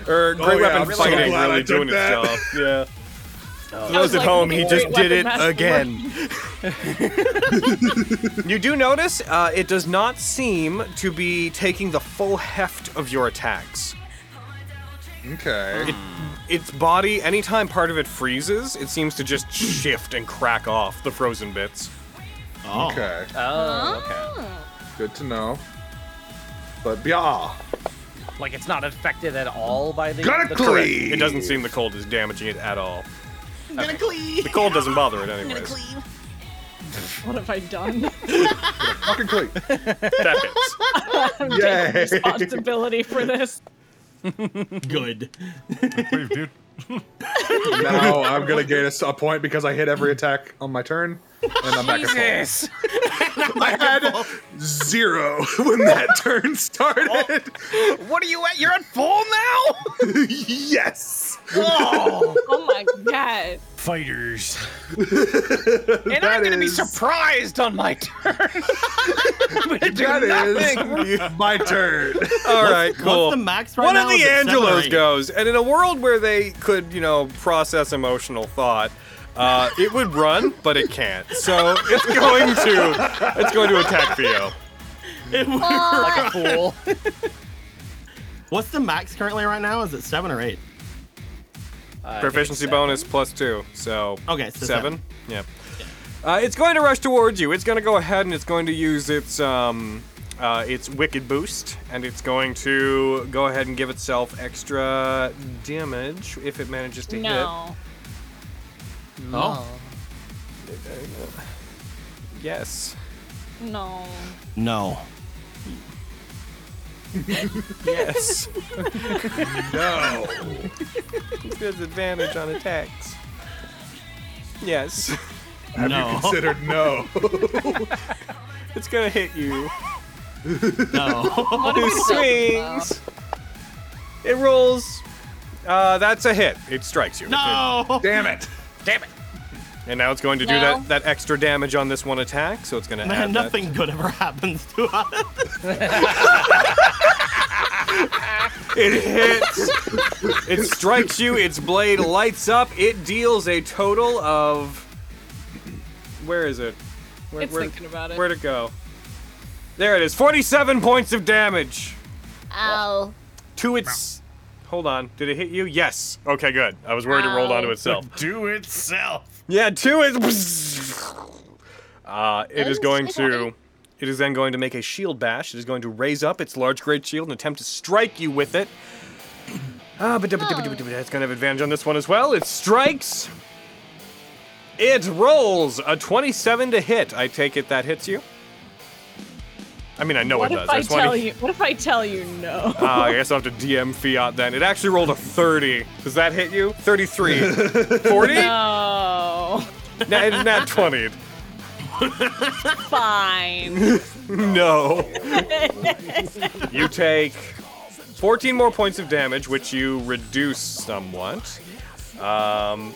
Speaker 1: Or Er, Great
Speaker 7: Oh, yeah,
Speaker 1: Weapon
Speaker 7: I'm so
Speaker 1: Fighting
Speaker 7: glad I
Speaker 1: really
Speaker 7: took
Speaker 1: doing
Speaker 7: that.
Speaker 1: its job. Yeah. For
Speaker 9: I was
Speaker 1: those at
Speaker 9: like,
Speaker 1: home, he
Speaker 9: Great
Speaker 1: just did
Speaker 9: Weapon
Speaker 1: it
Speaker 9: Master.
Speaker 1: again. you do notice uh, it does not seem to be taking the full heft of your attacks.
Speaker 7: Okay.
Speaker 1: Its body, anytime part of it freezes, it seems to just shift and crack off the frozen bits.
Speaker 3: Oh.
Speaker 7: Okay.
Speaker 2: Oh,
Speaker 7: Good to know. But yeah.
Speaker 2: okay. Like it's not affected at all by the.
Speaker 7: Gotta
Speaker 2: the
Speaker 7: clean.
Speaker 1: It doesn't seem the cold is damaging it at all. The cold doesn't bother it anyways.
Speaker 9: What have I done?
Speaker 7: Fucking clean.
Speaker 1: That hits.
Speaker 7: Yay.
Speaker 9: Responsibility for this.
Speaker 3: Good.
Speaker 4: Leave, dude.
Speaker 7: now I'm gonna gain a, s- a point because I hit every attack on my turn, and I'm back at
Speaker 2: Jesus.
Speaker 7: full. I had zero when that turn
Speaker 3: Oh,
Speaker 7: started.
Speaker 2: What are you at? You're at full now.
Speaker 7: yes.
Speaker 2: Oh.
Speaker 9: Oh my that.
Speaker 4: Fighters.
Speaker 2: And I'm going to be surprised on my turn. I'm going to do
Speaker 6: That
Speaker 2: nothing.
Speaker 6: is my turn.
Speaker 1: All right, cool.
Speaker 3: What's the max right
Speaker 1: One
Speaker 3: now?
Speaker 1: of the
Speaker 3: Is it seven or
Speaker 1: Angelos
Speaker 3: eight?
Speaker 1: goes, and in a world where they could, you know, process emotional thought, uh, it would run, but it can't. So it's going to it's going to attack Theo.
Speaker 3: It would-
Speaker 2: Like a fool.
Speaker 3: What's the max currently right now? Is it seven or eight?
Speaker 1: Proficiency bonus plus two, so
Speaker 3: Okay, so
Speaker 1: seven. Yeah. Uh, it's going to rush towards you. It's going to go ahead and it's going to use its um, uh, its wicked boost, and it's going to go ahead and give itself extra damage if it manages to hit.
Speaker 9: No.
Speaker 3: Oh.
Speaker 1: Yes.
Speaker 9: No.
Speaker 3: No.
Speaker 1: Yes.
Speaker 6: No.
Speaker 1: Disadvantage on attacks. Yes.
Speaker 6: Have
Speaker 3: No.
Speaker 6: you considered no?
Speaker 1: It's gonna hit you.
Speaker 3: No.
Speaker 1: It swings. It rolls. Uh, that's a hit. It strikes you.
Speaker 3: no.
Speaker 6: Damn it.
Speaker 2: Damn it.
Speaker 1: And now it's going to do
Speaker 9: No.
Speaker 1: that, that extra damage on this one attack, so it's gonna add
Speaker 3: Man,
Speaker 1: that-
Speaker 3: nothing good ever happens to us.
Speaker 1: It hits. it strikes you. Its blade lights up. It deals a total of. Where is it? Where,
Speaker 9: It's thinking about it.
Speaker 1: Where'd it go? There it is. Forty-seven points of damage.
Speaker 5: Ow.
Speaker 1: to its. Hold on. Did it hit you? Yes. Okay, good. I was worried it rolled
Speaker 9: Ow.
Speaker 1: onto itself.
Speaker 4: Do itself.
Speaker 1: Yeah, to its. Uh, it is
Speaker 5: Oh,
Speaker 1: going
Speaker 5: shit.
Speaker 1: to. It is then going to make a shield bash. It is going to raise up its large great shield and attempt to strike you with it. Ah, but it's going to have advantage on this one as well. It strikes. It rolls a 27 to hit. I take it that hits you. I mean, I know
Speaker 9: What
Speaker 1: it
Speaker 9: if
Speaker 1: does.
Speaker 9: I
Speaker 1: just wanted
Speaker 9: tell
Speaker 1: to-
Speaker 9: you? Uh, What if I tell you no?
Speaker 1: Ah, I guess I'll have to DM Fiat then. It actually rolled a 30. Does that hit you? 33. 40?
Speaker 9: No.
Speaker 1: No, it's not 20.
Speaker 9: Fine.
Speaker 1: No. you take 14 more points of damage, which you reduce somewhat. Um,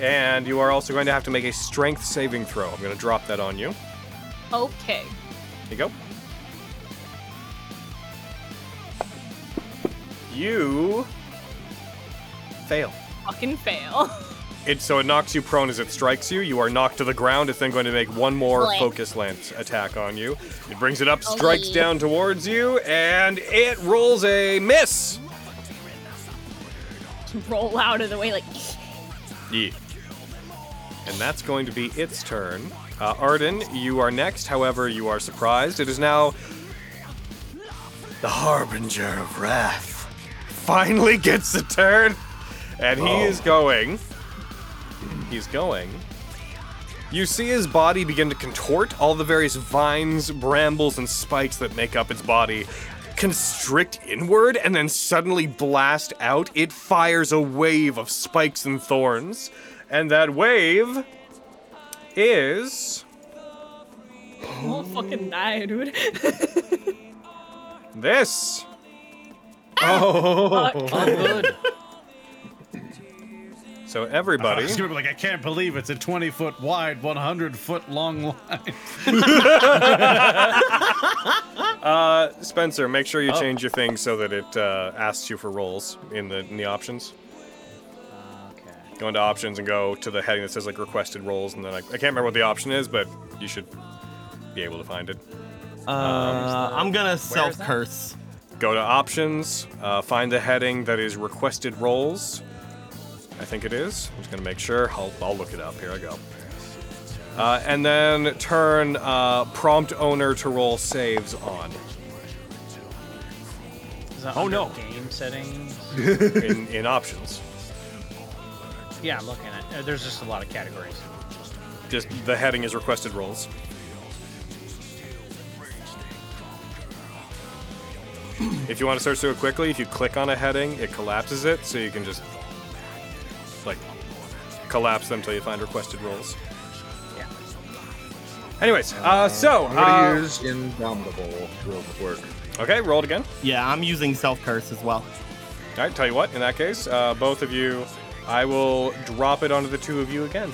Speaker 1: and you are also going to have to make a strength saving throw. I'm going to drop that on you.
Speaker 9: Okay.
Speaker 1: Here you go. You fail.
Speaker 9: Fucking fail.
Speaker 1: It so it knocks you prone as it strikes you. You are knocked to the ground. It's then going to make one more
Speaker 5: Boy.
Speaker 1: focus lance attack on you. It brings it up,
Speaker 5: Oh,
Speaker 1: strikes
Speaker 5: yeah.
Speaker 1: down towards you, and it rolls a miss.
Speaker 9: Roll out of the way like.
Speaker 1: Yeah. And that's going to be its turn. Uh, Arden, you are next. However, you are surprised. It is now the harbinger of wrath. Finally gets a turn, and he is going. He's going. You see his body begin to contort. All the various vines, brambles, and spikes that make up its body constrict inward and then suddenly blast out. It fires a wave of spikes and thorns. And that wave is.
Speaker 9: We'll fucking die, dude.
Speaker 1: this.
Speaker 4: Oh.
Speaker 9: Fuck.
Speaker 1: So, everybody.
Speaker 4: It's gonna be like I can't believe it's a 20 foot wide, 100 foot long line.
Speaker 1: Uh, Spencer, make sure you change your thing so that it uh, asks you for roles in the in the options.
Speaker 2: Okay.
Speaker 1: Go into options and go to the heading that says like requested roles, and then I, I can't remember what the option is, but you should be able to find it.
Speaker 3: Uh, I'm gonna self
Speaker 2: that?
Speaker 3: curse.
Speaker 1: Go to options, uh, find the heading that is requested roles. I think it is. I'm just gonna make sure. I'll, I'll look it up. Here I go. Uh, and then turn uh, prompt owner to roll saves on
Speaker 2: oh no. Game settings.
Speaker 1: in, in options.
Speaker 2: Yeah, I'm looking at. uh, There's just a lot of categories.
Speaker 1: Just the heading is requested roles. If you want to search through it quickly, if you click on a heading, it collapses it, so you can just like collapse them till you find requested roles.
Speaker 2: Yeah.
Speaker 1: Anyways, uh, so
Speaker 7: I'm gonna
Speaker 1: uh,
Speaker 7: use indomitable real quick.
Speaker 1: okay, roll it again.
Speaker 3: Yeah, I'm using self curse as well.
Speaker 1: All right, tell you what. In that case, uh, both of you I will drop it onto the two of you again.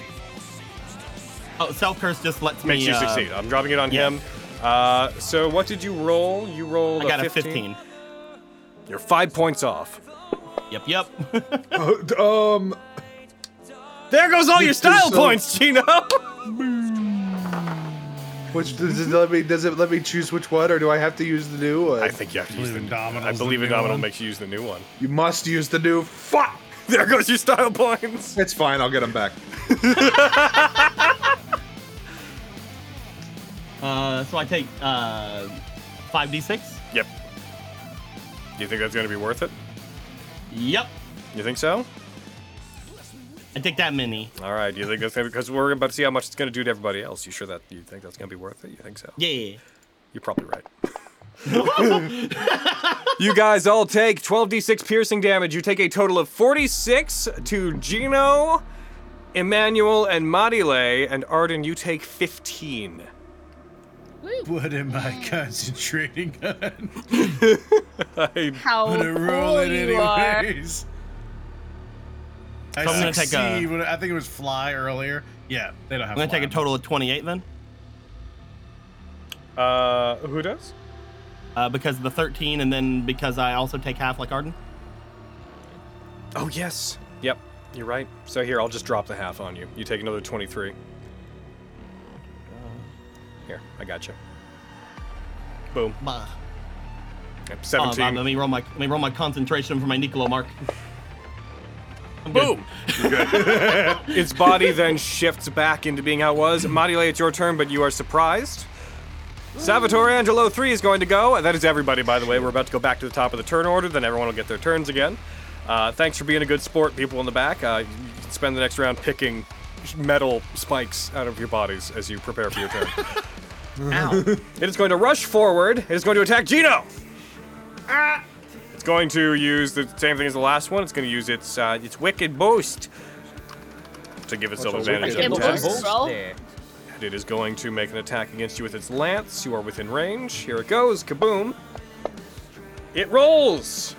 Speaker 3: Oh, self curse just lets
Speaker 1: Makes
Speaker 3: me.
Speaker 1: you
Speaker 3: uh,
Speaker 1: succeed. I'm dropping it on
Speaker 3: yeah.
Speaker 1: him. Uh, so what did you roll? You rolled
Speaker 3: I got
Speaker 1: a 15.
Speaker 3: 15.
Speaker 1: You're five points off.
Speaker 3: Yep, yep.
Speaker 7: Oh, d- um,
Speaker 1: There goes all
Speaker 7: You
Speaker 1: your
Speaker 7: do
Speaker 1: style
Speaker 7: so-
Speaker 1: points, Gino.
Speaker 7: which does it let me does it let me choose which one, or do I have to use the new one?
Speaker 1: I think you have to use the
Speaker 4: Indominus
Speaker 1: I
Speaker 4: is
Speaker 1: believe
Speaker 4: the new
Speaker 1: Indominal
Speaker 4: one.
Speaker 1: makes you use the new one.
Speaker 7: you must use the new. Fuck.
Speaker 1: There goes your style points.
Speaker 7: It's fine. I'll get them back.
Speaker 3: uh, so I take uh, 5d6.
Speaker 1: Yep. Do you think that's going to be worth it?
Speaker 3: Yep.
Speaker 1: You think so?
Speaker 3: I take that many.
Speaker 1: All right. Do you think that's going to because we're about to see how much it's going to do to everybody else? You sure that you think that's going to be worth it? You think so?
Speaker 3: Yeah.
Speaker 1: You're probably right. you guys all take 12d6 piercing damage. You take a total of 46 to Gino, Emmanuel, and Madile, and Arden, you take 15.
Speaker 4: What am I concentrating on?
Speaker 1: I-
Speaker 8: How
Speaker 4: I'm gonna roll
Speaker 8: cool
Speaker 4: it
Speaker 8: you are.
Speaker 4: anyways. I
Speaker 3: So I'm gonna take a-
Speaker 4: succeed. when- I think it was fly earlier. Yeah, they don't have.
Speaker 3: I'm going to
Speaker 4: fly
Speaker 3: take a
Speaker 4: on
Speaker 3: total of 28 then.
Speaker 1: uh, who does?
Speaker 3: Uh, because of the 13, and then because I also take half like Arden.
Speaker 1: Oh, yes. Yep, you're right. So here, I'll just drop the half on you. You take another 23. Here, I got you. Boom.
Speaker 3: Bah.
Speaker 1: Yep,
Speaker 3: Oh,
Speaker 1: 17.
Speaker 3: let me roll my let me roll my concentration for my Nicolo mark. I'm good.
Speaker 1: Boom! its body then shifts back into being how it was. Modulate, it's your turn, but you are surprised. Salvatore Angelo 3 is going to go. That is everybody, by the way. We're about to go back to the top of the turn order, then everyone will get their turns again. Uh, thanks for being a good sport, people in the back. Uh, you can spend the next round picking metal spikes out of your bodies as you prepare for your turn. It is going to rush forward. It is going to attack Gino. It's going to use the same thing as the last one. It's going to use its uh, its wicked boost to give itself
Speaker 6: What's a
Speaker 1: advantage
Speaker 6: wicked
Speaker 1: on
Speaker 5: boost?
Speaker 1: attacks.
Speaker 5: roll.
Speaker 2: There.
Speaker 1: It is going to make an attack against you with its lance. You are within range. Here it goes. Kaboom. It rolls.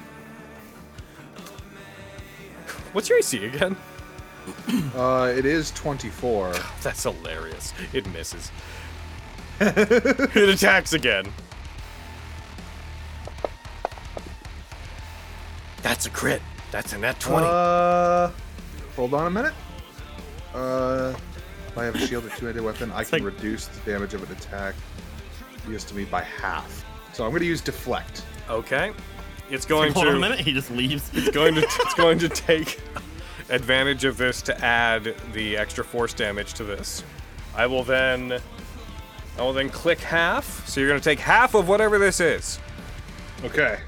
Speaker 1: What's your AC again?
Speaker 7: Uh, it is 24.
Speaker 1: That's hilarious. It misses. it attacks again. That's a crit. That's a net 20.
Speaker 7: Uh, hold on a minute. Uh, if I have a shield or two-handed weapon, I can
Speaker 3: like-
Speaker 7: reduce the damage of an attack used to me by half. So I'm going to use deflect.
Speaker 1: okay. It's going
Speaker 3: Hold on a
Speaker 1: to
Speaker 3: minute. He just leaves.
Speaker 1: going to it's going to take advantage of this to add the extra force damage to this. I will then I will then click half. So you're going to take half of whatever this is.
Speaker 7: Okay.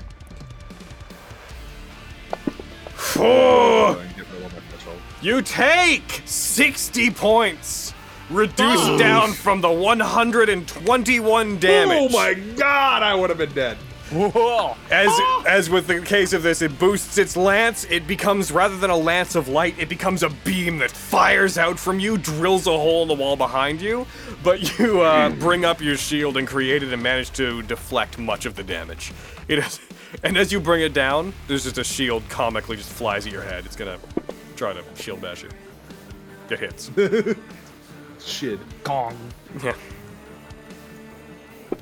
Speaker 1: Oh,
Speaker 7: So I can get rid of my threshold.
Speaker 1: You take 60 points, reduced down from the 121 damage.
Speaker 7: Oh my god, I would have been dead. Ah.
Speaker 1: As as with the case of this, it boosts its lance. It becomes rather than a lance of light, it becomes a beam that fires out from you, drills a hole in the wall behind you. But you uh, bring up your shield and create it, and manage to deflect much of the damage. It is, and as you bring it down, there's just a shield comically just flies at your head. It's gonna try to shield bash you. It hits.
Speaker 7: Shit.
Speaker 2: Gong.
Speaker 1: Yeah.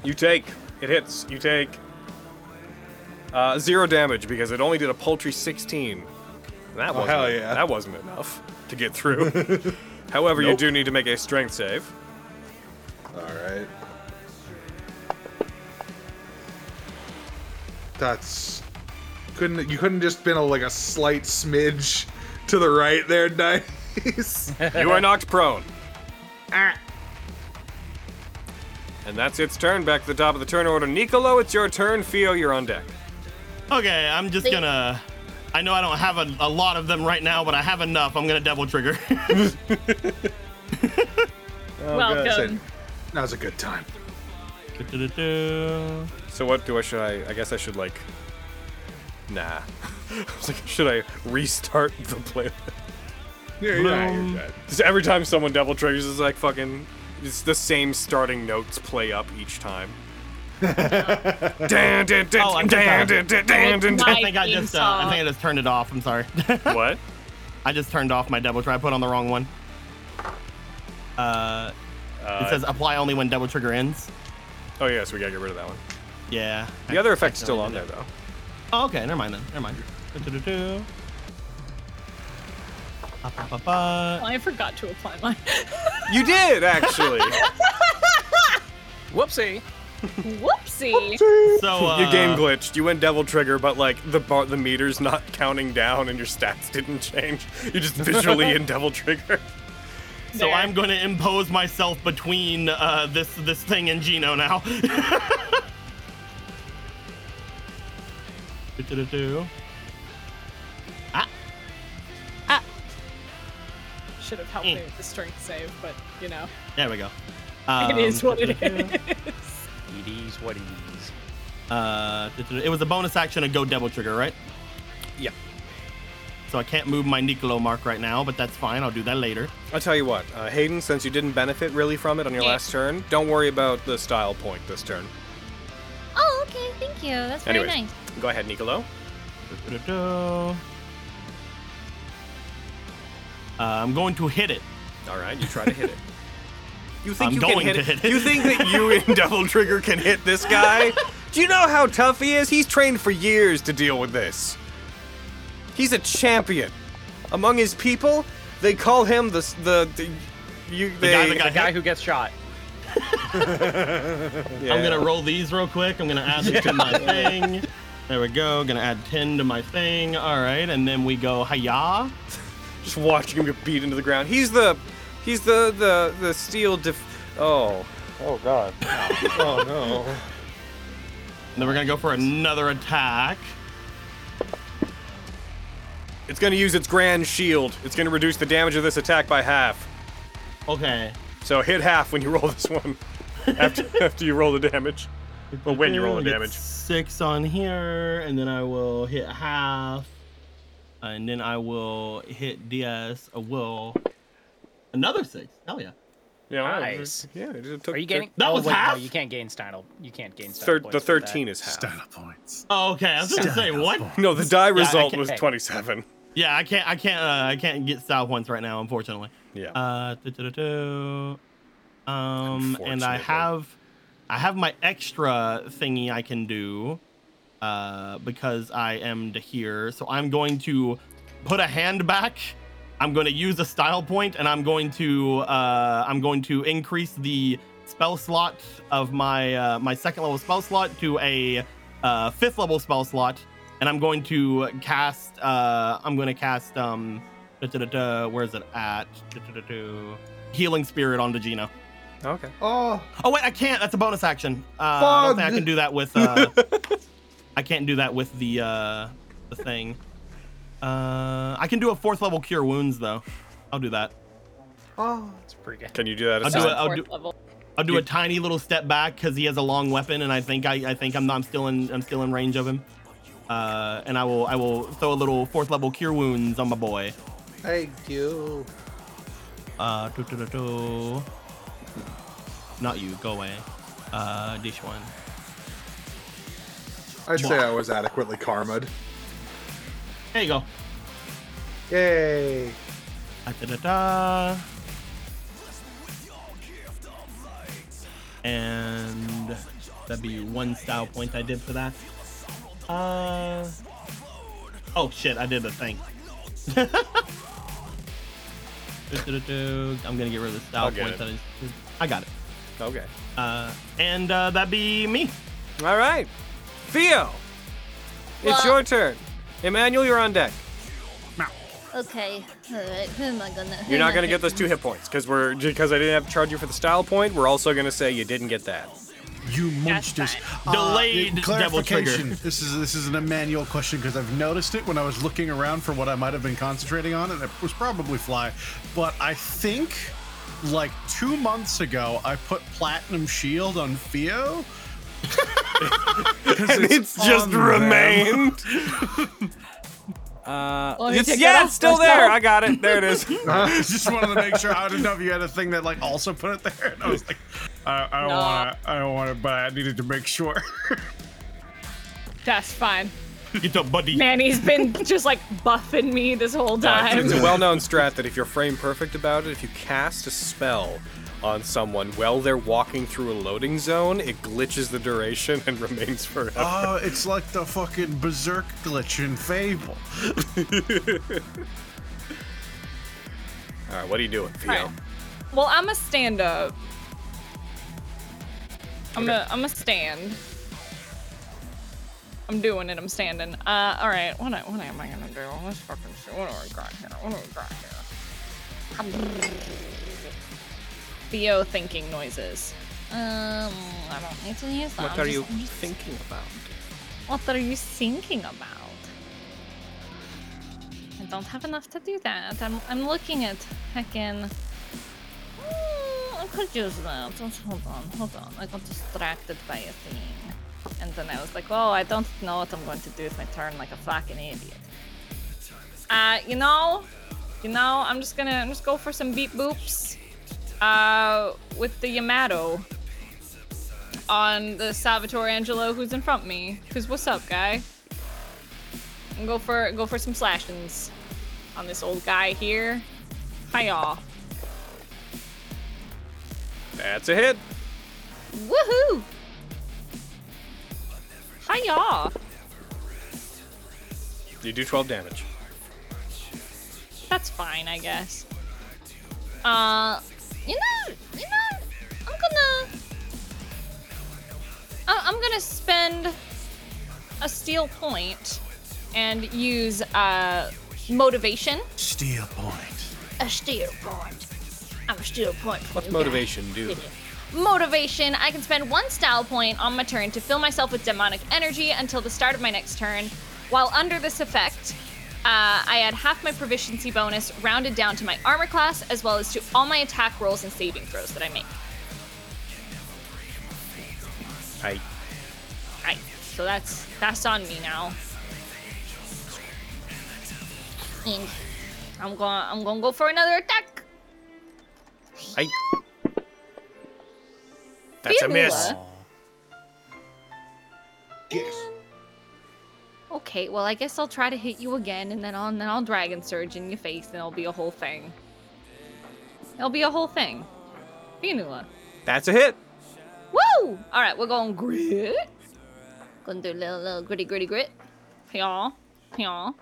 Speaker 1: You take. It hits. You take. Uh, zero damage because it only did a paltry 16. And That wasn't,
Speaker 7: Oh, hell yeah.
Speaker 1: That wasn't enough to get through. However, you
Speaker 7: Nope.
Speaker 1: do need to make a strength save.
Speaker 7: All right. That's couldn't you couldn't just been a, like a slight smidge to the right there, dice.
Speaker 1: You are knocked prone. And that's its turn. Back to the top of the turn order. Nicolo, it's your turn. Fio, you're on deck.
Speaker 3: Okay, I'm just
Speaker 5: Wait.
Speaker 3: gonna. I know I don't have a, a lot of them right now, but I have enough. I'm gonna double trigger.
Speaker 7: Said,
Speaker 2: Oh,
Speaker 9: Welcome.
Speaker 7: Now's a good time.
Speaker 3: Du-du-du-du.
Speaker 1: So what do I should I? I guess I should like. Nah. I was like, should I restart the play?
Speaker 7: Yeah, yeah, you're dead.
Speaker 1: Just every time someone double triggers, it's like fucking. It's the same starting notes play up each time. Dan, dan, dan,
Speaker 3: Oh, I'm so
Speaker 1: dan,
Speaker 3: sorry.
Speaker 1: dan, dan, dan, dan,
Speaker 9: It's
Speaker 1: dan.
Speaker 3: I think I
Speaker 9: Theme
Speaker 3: just. Uh, I
Speaker 9: song.
Speaker 3: think I just turned it off. I'm sorry.
Speaker 1: What?
Speaker 3: I just turned off my double trigger. I put on the wrong one. Uh, it says apply only when double trigger ends.
Speaker 1: Oh yes, we gotta get rid of that one.
Speaker 3: Yeah.
Speaker 1: The other effect's still on there though.
Speaker 3: Oh, okay. Never mind then. Never mind. Du-du-du-du. Ba-ba-ba-ba.
Speaker 9: I forgot to apply mine.
Speaker 1: You did actually.
Speaker 2: Whoopsie.
Speaker 9: Whoopsie.
Speaker 3: So uh,
Speaker 1: Your game glitched. You went devil trigger, but like the bar, the meter's not counting down, and your stats didn't change. You're just visually in devil trigger.
Speaker 3: So
Speaker 9: There.
Speaker 3: I'm going to impose myself between uh, this this thing and Gino now. Du-du-du-du.
Speaker 9: Should have helped
Speaker 3: Mm.
Speaker 9: me with the strength save, but you know,
Speaker 3: there we go.
Speaker 9: it is
Speaker 3: Um,
Speaker 9: what it
Speaker 3: du-du-du-du.
Speaker 9: is.
Speaker 2: It is what it is.
Speaker 3: Uh, du-du-du. it was a bonus action to go double trigger, right?
Speaker 1: Yeah.
Speaker 3: So I can't move my Nicolo mark right now, but that's fine. I'll do that later.
Speaker 1: I'll tell you what, uh, Hayden. Since you didn't benefit really from it on your
Speaker 9: Yeah.
Speaker 1: last turn, don't worry about the style point this turn.
Speaker 5: Oh, okay. Thank you. That's very
Speaker 1: Anyways.
Speaker 5: nice.
Speaker 1: Go ahead, Nicolo.
Speaker 3: Du-du-du-du. Uh, Uh, I'm going to hit it.
Speaker 1: All right, you try to hit it. You think
Speaker 3: I'm
Speaker 1: you
Speaker 3: going
Speaker 1: can hit
Speaker 3: to
Speaker 1: it?
Speaker 3: hit it.
Speaker 1: You think that you in Devil Trigger can hit this guy? Do you know how tough he is? He's trained for years to deal with this. He's a champion. Among his people, they call him the s- the, the you
Speaker 3: The
Speaker 1: they,
Speaker 3: guy that
Speaker 2: The
Speaker 3: got
Speaker 2: guy
Speaker 3: hit.
Speaker 2: who gets shot.
Speaker 3: I'm gonna roll these real quick. I'm gonna add it to my thing. There we go. Gonna add 10 to my thing. All right, and then we go hiya.
Speaker 1: just watching him get beat into the ground. He's the he's the the the steel def. Oh. Oh God. oh no.
Speaker 3: And then we're gonna go for another attack.
Speaker 1: It's gonna use its grand shield. It's gonna reduce the damage of this attack by half.
Speaker 3: Okay.
Speaker 1: So hit half when you roll this one. After, after you roll the damage. Well, when you roll the
Speaker 3: Get
Speaker 1: damage.
Speaker 3: Six on here, and then I will hit half, and then I will hit DS. I will another six. Hell Oh, yeah.
Speaker 1: Yeah, well,
Speaker 2: Nice.
Speaker 1: Yeah, it just took
Speaker 2: Are you gaining?
Speaker 3: That
Speaker 2: oh,
Speaker 3: was
Speaker 2: wait,
Speaker 3: half?
Speaker 2: No, you can't gain Stein. You can't gain Stein.
Speaker 1: thir- the 13 is half.
Speaker 4: Style points.
Speaker 3: Oh, okay. I was gonna say
Speaker 4: Style
Speaker 3: what?
Speaker 4: points.
Speaker 1: No, the die
Speaker 3: I
Speaker 1: result
Speaker 2: can-
Speaker 1: was
Speaker 2: hey.
Speaker 1: 27.
Speaker 3: Yeah, I can't. I can't. Uh, I can't get style points right now, unfortunately.
Speaker 1: Yeah.
Speaker 3: Uh, do-do-do-do. um, and I
Speaker 1: Unfortunately.
Speaker 3: have, I have my extra thingy I can do, uh, because I am to here. So I'm going to put a hand back. I'm going to use a style point, and I'm going to, uh, I'm going to increase the spell slot of my uh, my second level spell slot to a uh, fifth level spell slot, and I'm going to cast. Uh, I'm going to cast. Um, da, da, da, da, where is it at? Da, da, da, da. Healing spirit onto Gino.
Speaker 1: okay.
Speaker 7: Oh,
Speaker 3: Oh wait, I can't. That's a bonus action. Uh, I don't think I
Speaker 7: Fog.
Speaker 3: can do that with. Uh, I can't do that with the uh, the thing. Uh, I can do a fourth level cure wounds though. I'll do that.
Speaker 7: oh.
Speaker 2: It's pretty good.
Speaker 1: Can you do that
Speaker 3: I'll
Speaker 1: as
Speaker 3: do
Speaker 1: a
Speaker 3: it. I'll
Speaker 9: Fourth
Speaker 3: do.
Speaker 9: level.
Speaker 3: I'll do a tiny little step back because he has a long weapon, and I think I, I think I'm, I'm still in I'm still in range of him. Uh, and I will I will throw a little fourth level cure wounds on my boy.
Speaker 7: Thank you.
Speaker 3: Uh, do, do, do, do. Not you, go away. Uh, this one.
Speaker 7: I'd say I was adequately karma'd.
Speaker 3: There you go.
Speaker 7: Yay.
Speaker 3: Da, da, da, da. And that'd be one style point I did for that. Uh, oh shit, I did the thing. Da, da, da, da. I'm gonna get rid of the style
Speaker 1: I'll get
Speaker 3: points.
Speaker 1: it.
Speaker 3: that I I got it.
Speaker 1: Okay.
Speaker 3: Uh, and uh, that'd be me.
Speaker 1: All right. Theo, it's
Speaker 5: Well-
Speaker 1: your turn. Emmanuel, you're on deck.
Speaker 5: Okay. All right. Who am I gonna? who
Speaker 1: You're
Speaker 5: am
Speaker 1: not
Speaker 5: I
Speaker 1: gonna get those
Speaker 5: picking?
Speaker 1: two hit points because we're because I didn't have to charge you for the style point. We're also gonna say you didn't get that.
Speaker 4: You monsters. Uh,
Speaker 3: Delayed double trigger.
Speaker 4: clarification. This is this is an Emmanuel question because I've noticed it when I was looking around for what I might have been concentrating on, and it was probably fly. But I think like two months ago, I put platinum shield on Theo. 'Cause
Speaker 1: It's just
Speaker 4: on them.
Speaker 1: remained. uh,
Speaker 9: Let me
Speaker 1: it's,
Speaker 9: take
Speaker 1: yeah,
Speaker 9: that
Speaker 1: it's
Speaker 9: off
Speaker 1: still there.
Speaker 9: myself.
Speaker 1: I got it. There it is.
Speaker 4: I just wanted to make sure. I didn't know if you had a thing that like also put it there. And I was like, I, I don't
Speaker 9: Nah.
Speaker 4: want to. I don't want to. But I needed to make sure.
Speaker 9: That's fine.
Speaker 3: Get up, buddy.
Speaker 9: Man, he's been just like buffing me this whole time.
Speaker 1: It's a well-known strat that if you're frame perfect about it, if you cast a spell on someone while they're walking through a loading zone, it glitches the duration and remains forever.
Speaker 4: Oh, it's like the fucking berserk glitch in Fable.
Speaker 1: All right, what are you doing, Theo?
Speaker 9: Alright. Well, I'm a stand up. I'm a I'm a stand. I'm doing it. I'm standing. Uh, all right. What, I- what am I gonna do? Let's fucking see. What do we got here? What do we got here? Theo thinking noises. Um, I don't need to use that. I'm just- I'm just-
Speaker 1: thinking about?
Speaker 9: What are you thinking about? I don't have enough to do that. I'm, I'm looking at heckin'. Mm, I could use that. Just hold on, hold on. I got distracted by a thing. And then I was like, oh, I don't know what I'm going to do with my turn like a fucking idiot. Uh, you know, you know, I'm just gonna I'm just go for some beep boops. Uh, with the Yamato on the Salvatore Angelo who's in front of me. Cause what's up, guy? And go for go for some slashings on this old guy here. Hi y'all.
Speaker 1: That's a hit.
Speaker 9: Woohoo! Hi y'all.
Speaker 1: You do 12 damage.
Speaker 9: That's fine, I guess. Uh, you know, you know, I'm gonna, I- I'm gonna spend a steel point and use uh motivation.
Speaker 4: Steel point.
Speaker 9: A steel point. I'm a steel point. for
Speaker 1: What's
Speaker 9: you guys.
Speaker 1: motivation do?
Speaker 9: Motivation. I can spend one style point on my turn to fill myself with demonic energy until the start of my next turn. While under this effect, uh, I add half my proficiency bonus rounded down to my armor class, as well as to all my attack rolls and saving throws that I make.
Speaker 1: I
Speaker 9: Right. So that's that's on me now. And I'm gonna I'm gonna go for another attack.
Speaker 1: I That's a miss.
Speaker 9: Fibula. Okay, well I guess I'll try to hit you again, and then I'll and then I'll dragon surge in your face, and it'll be a whole thing. It'll be a whole thing. Finula.
Speaker 1: That's a hit.
Speaker 9: Woo! All right, we're going grit. Gonna do a little little gritty gritty grit. Hey y'all, hey y'all.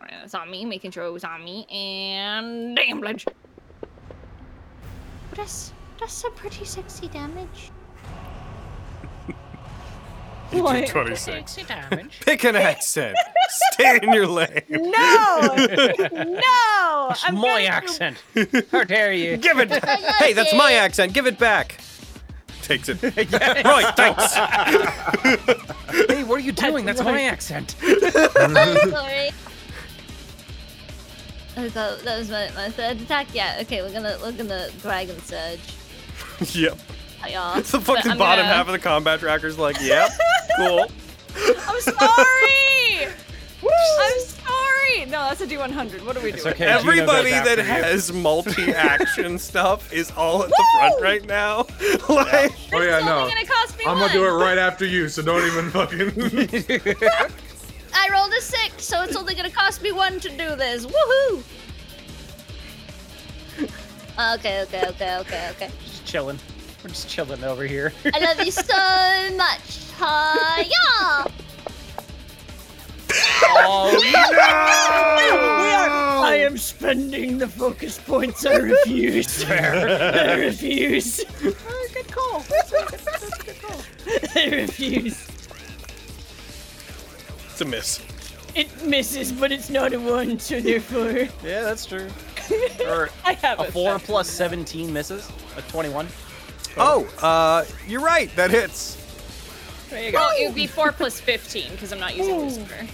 Speaker 9: All right, that's on me. Making sure it was on me. And damn, bludge.
Speaker 5: That's that's some pretty sexy damage.
Speaker 9: What?
Speaker 1: 26. Pick an accent. Stay in your lane.
Speaker 9: No! no!
Speaker 2: It's my accent. How dare you?
Speaker 1: Give it. Hey, that's my accent. Give it back. Takes it. Right, thanks.
Speaker 2: Hey, what are you doing? That's my accent.
Speaker 5: I'm sorry. I thought that was my, my third attack. Yeah. Okay, we're gonna we're gonna dragon surge.
Speaker 1: Yep.
Speaker 5: Hi, y'all.
Speaker 1: The fucking
Speaker 9: I'm
Speaker 1: bottom
Speaker 9: gonna-
Speaker 1: half of the combat tracker's like, yep, cool.
Speaker 9: I'm sorry! I'm sorry! No, that's a D100. What are we doing?
Speaker 2: okay. Gino goes
Speaker 1: Everybody
Speaker 2: after
Speaker 1: that
Speaker 2: you.
Speaker 1: has multi-action stuff is all at the front right now. like,
Speaker 6: Oh yeah,
Speaker 9: It's
Speaker 6: no.
Speaker 9: only gonna cost me
Speaker 6: I'm
Speaker 9: one.
Speaker 6: gonna do it right after you, so don't even fucking.
Speaker 5: I rolled a six, so it's only gonna cost me one to do this. Woohoo! Ah, Okay, okay, okay, okay, okay.
Speaker 2: Just chilling. We're just chilling over here.
Speaker 5: I love you so much. Hi, y'all.
Speaker 2: Oh, I am spending the focus points. I refuse. I refuse.
Speaker 9: Oh, Good call.
Speaker 2: I refuse.
Speaker 1: it's a miss.
Speaker 2: It misses, but it's not a one, so therefore. Yeah, that's true. Or
Speaker 9: I have
Speaker 2: a
Speaker 9: it.
Speaker 2: four plus 17 misses. A 21.
Speaker 1: Oh, uh, you're right. That hits.
Speaker 2: There you
Speaker 9: Well, it would be four plus 15 because I'm not using Lucifer.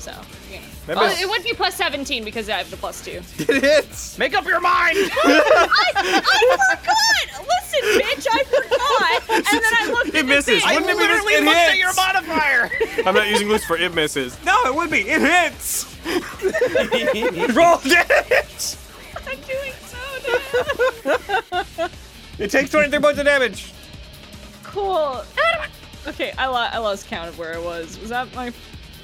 Speaker 9: So, yeah.
Speaker 1: That
Speaker 9: Oh,
Speaker 1: miss-
Speaker 9: it would be plus 17 because I have the plus two.
Speaker 1: It hits.
Speaker 2: Make up your mind.
Speaker 9: I forgot! Listen, bitch, I forgot! And then I looked at
Speaker 1: It
Speaker 9: the
Speaker 1: misses.
Speaker 9: thing.
Speaker 1: Wouldn't it be just-
Speaker 2: Literally
Speaker 1: it
Speaker 2: looked at
Speaker 1: hits.
Speaker 2: your modifier.
Speaker 1: I'm not using Lucifer. It misses. No, it would be. It hits. Roll damage.
Speaker 9: I'm doing so damn.
Speaker 1: It takes 23 points of damage.
Speaker 9: Cool. Okay, I, lo- I lost count of where I was. Was that my?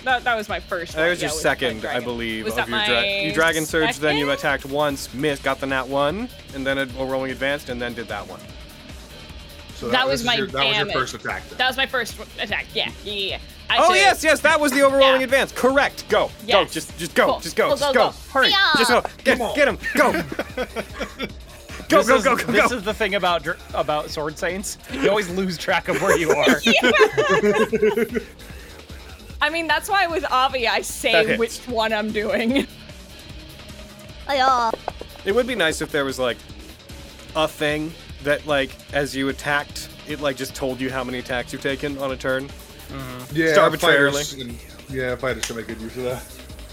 Speaker 9: That, that was my first.
Speaker 1: That
Speaker 9: one.
Speaker 1: was
Speaker 9: Yeah,
Speaker 1: your
Speaker 9: with
Speaker 1: second,
Speaker 9: Black
Speaker 1: I
Speaker 9: Dragon.
Speaker 1: believe,
Speaker 9: Was
Speaker 1: of
Speaker 9: that
Speaker 1: your
Speaker 9: my
Speaker 1: dra- you dragon surge. Then you
Speaker 9: second?
Speaker 1: attacked once, missed, got the nat one, and then a a rolling advanced, and then did that one.
Speaker 7: So
Speaker 9: That was
Speaker 7: this is
Speaker 9: my
Speaker 7: your, that was your
Speaker 9: damage.
Speaker 7: first attack. Then.
Speaker 9: That was my first attack. Yeah, yeah, yeah. yeah. I
Speaker 1: oh
Speaker 9: did-
Speaker 1: yes, yes, that was the overrolling
Speaker 9: Yeah.
Speaker 1: advance. Correct. Go, go,
Speaker 9: Yes.
Speaker 1: just, just go,
Speaker 9: Cool.
Speaker 1: just go,
Speaker 9: Go,
Speaker 1: just
Speaker 9: go,
Speaker 1: go.
Speaker 9: go.
Speaker 1: Hurry,
Speaker 5: Yeah.
Speaker 1: just go. Get,
Speaker 6: Come on.
Speaker 1: get him. Go. go,
Speaker 2: This
Speaker 1: go,
Speaker 2: is-
Speaker 1: go, go,
Speaker 2: This
Speaker 1: go.
Speaker 2: is the thing about dr- about sword saints. You always lose track of where you are.
Speaker 9: I mean, that's why with Avi, I
Speaker 1: That
Speaker 9: say
Speaker 1: hits.
Speaker 9: which one I'm doing.
Speaker 5: Hiya.
Speaker 1: It would be nice if there was like a thing that, like, as you attacked, it like just told you how many attacks you've taken on a turn.
Speaker 7: yeah,
Speaker 1: Just arbitrarily.
Speaker 7: fighters and- yeah, fighters should make good use of that.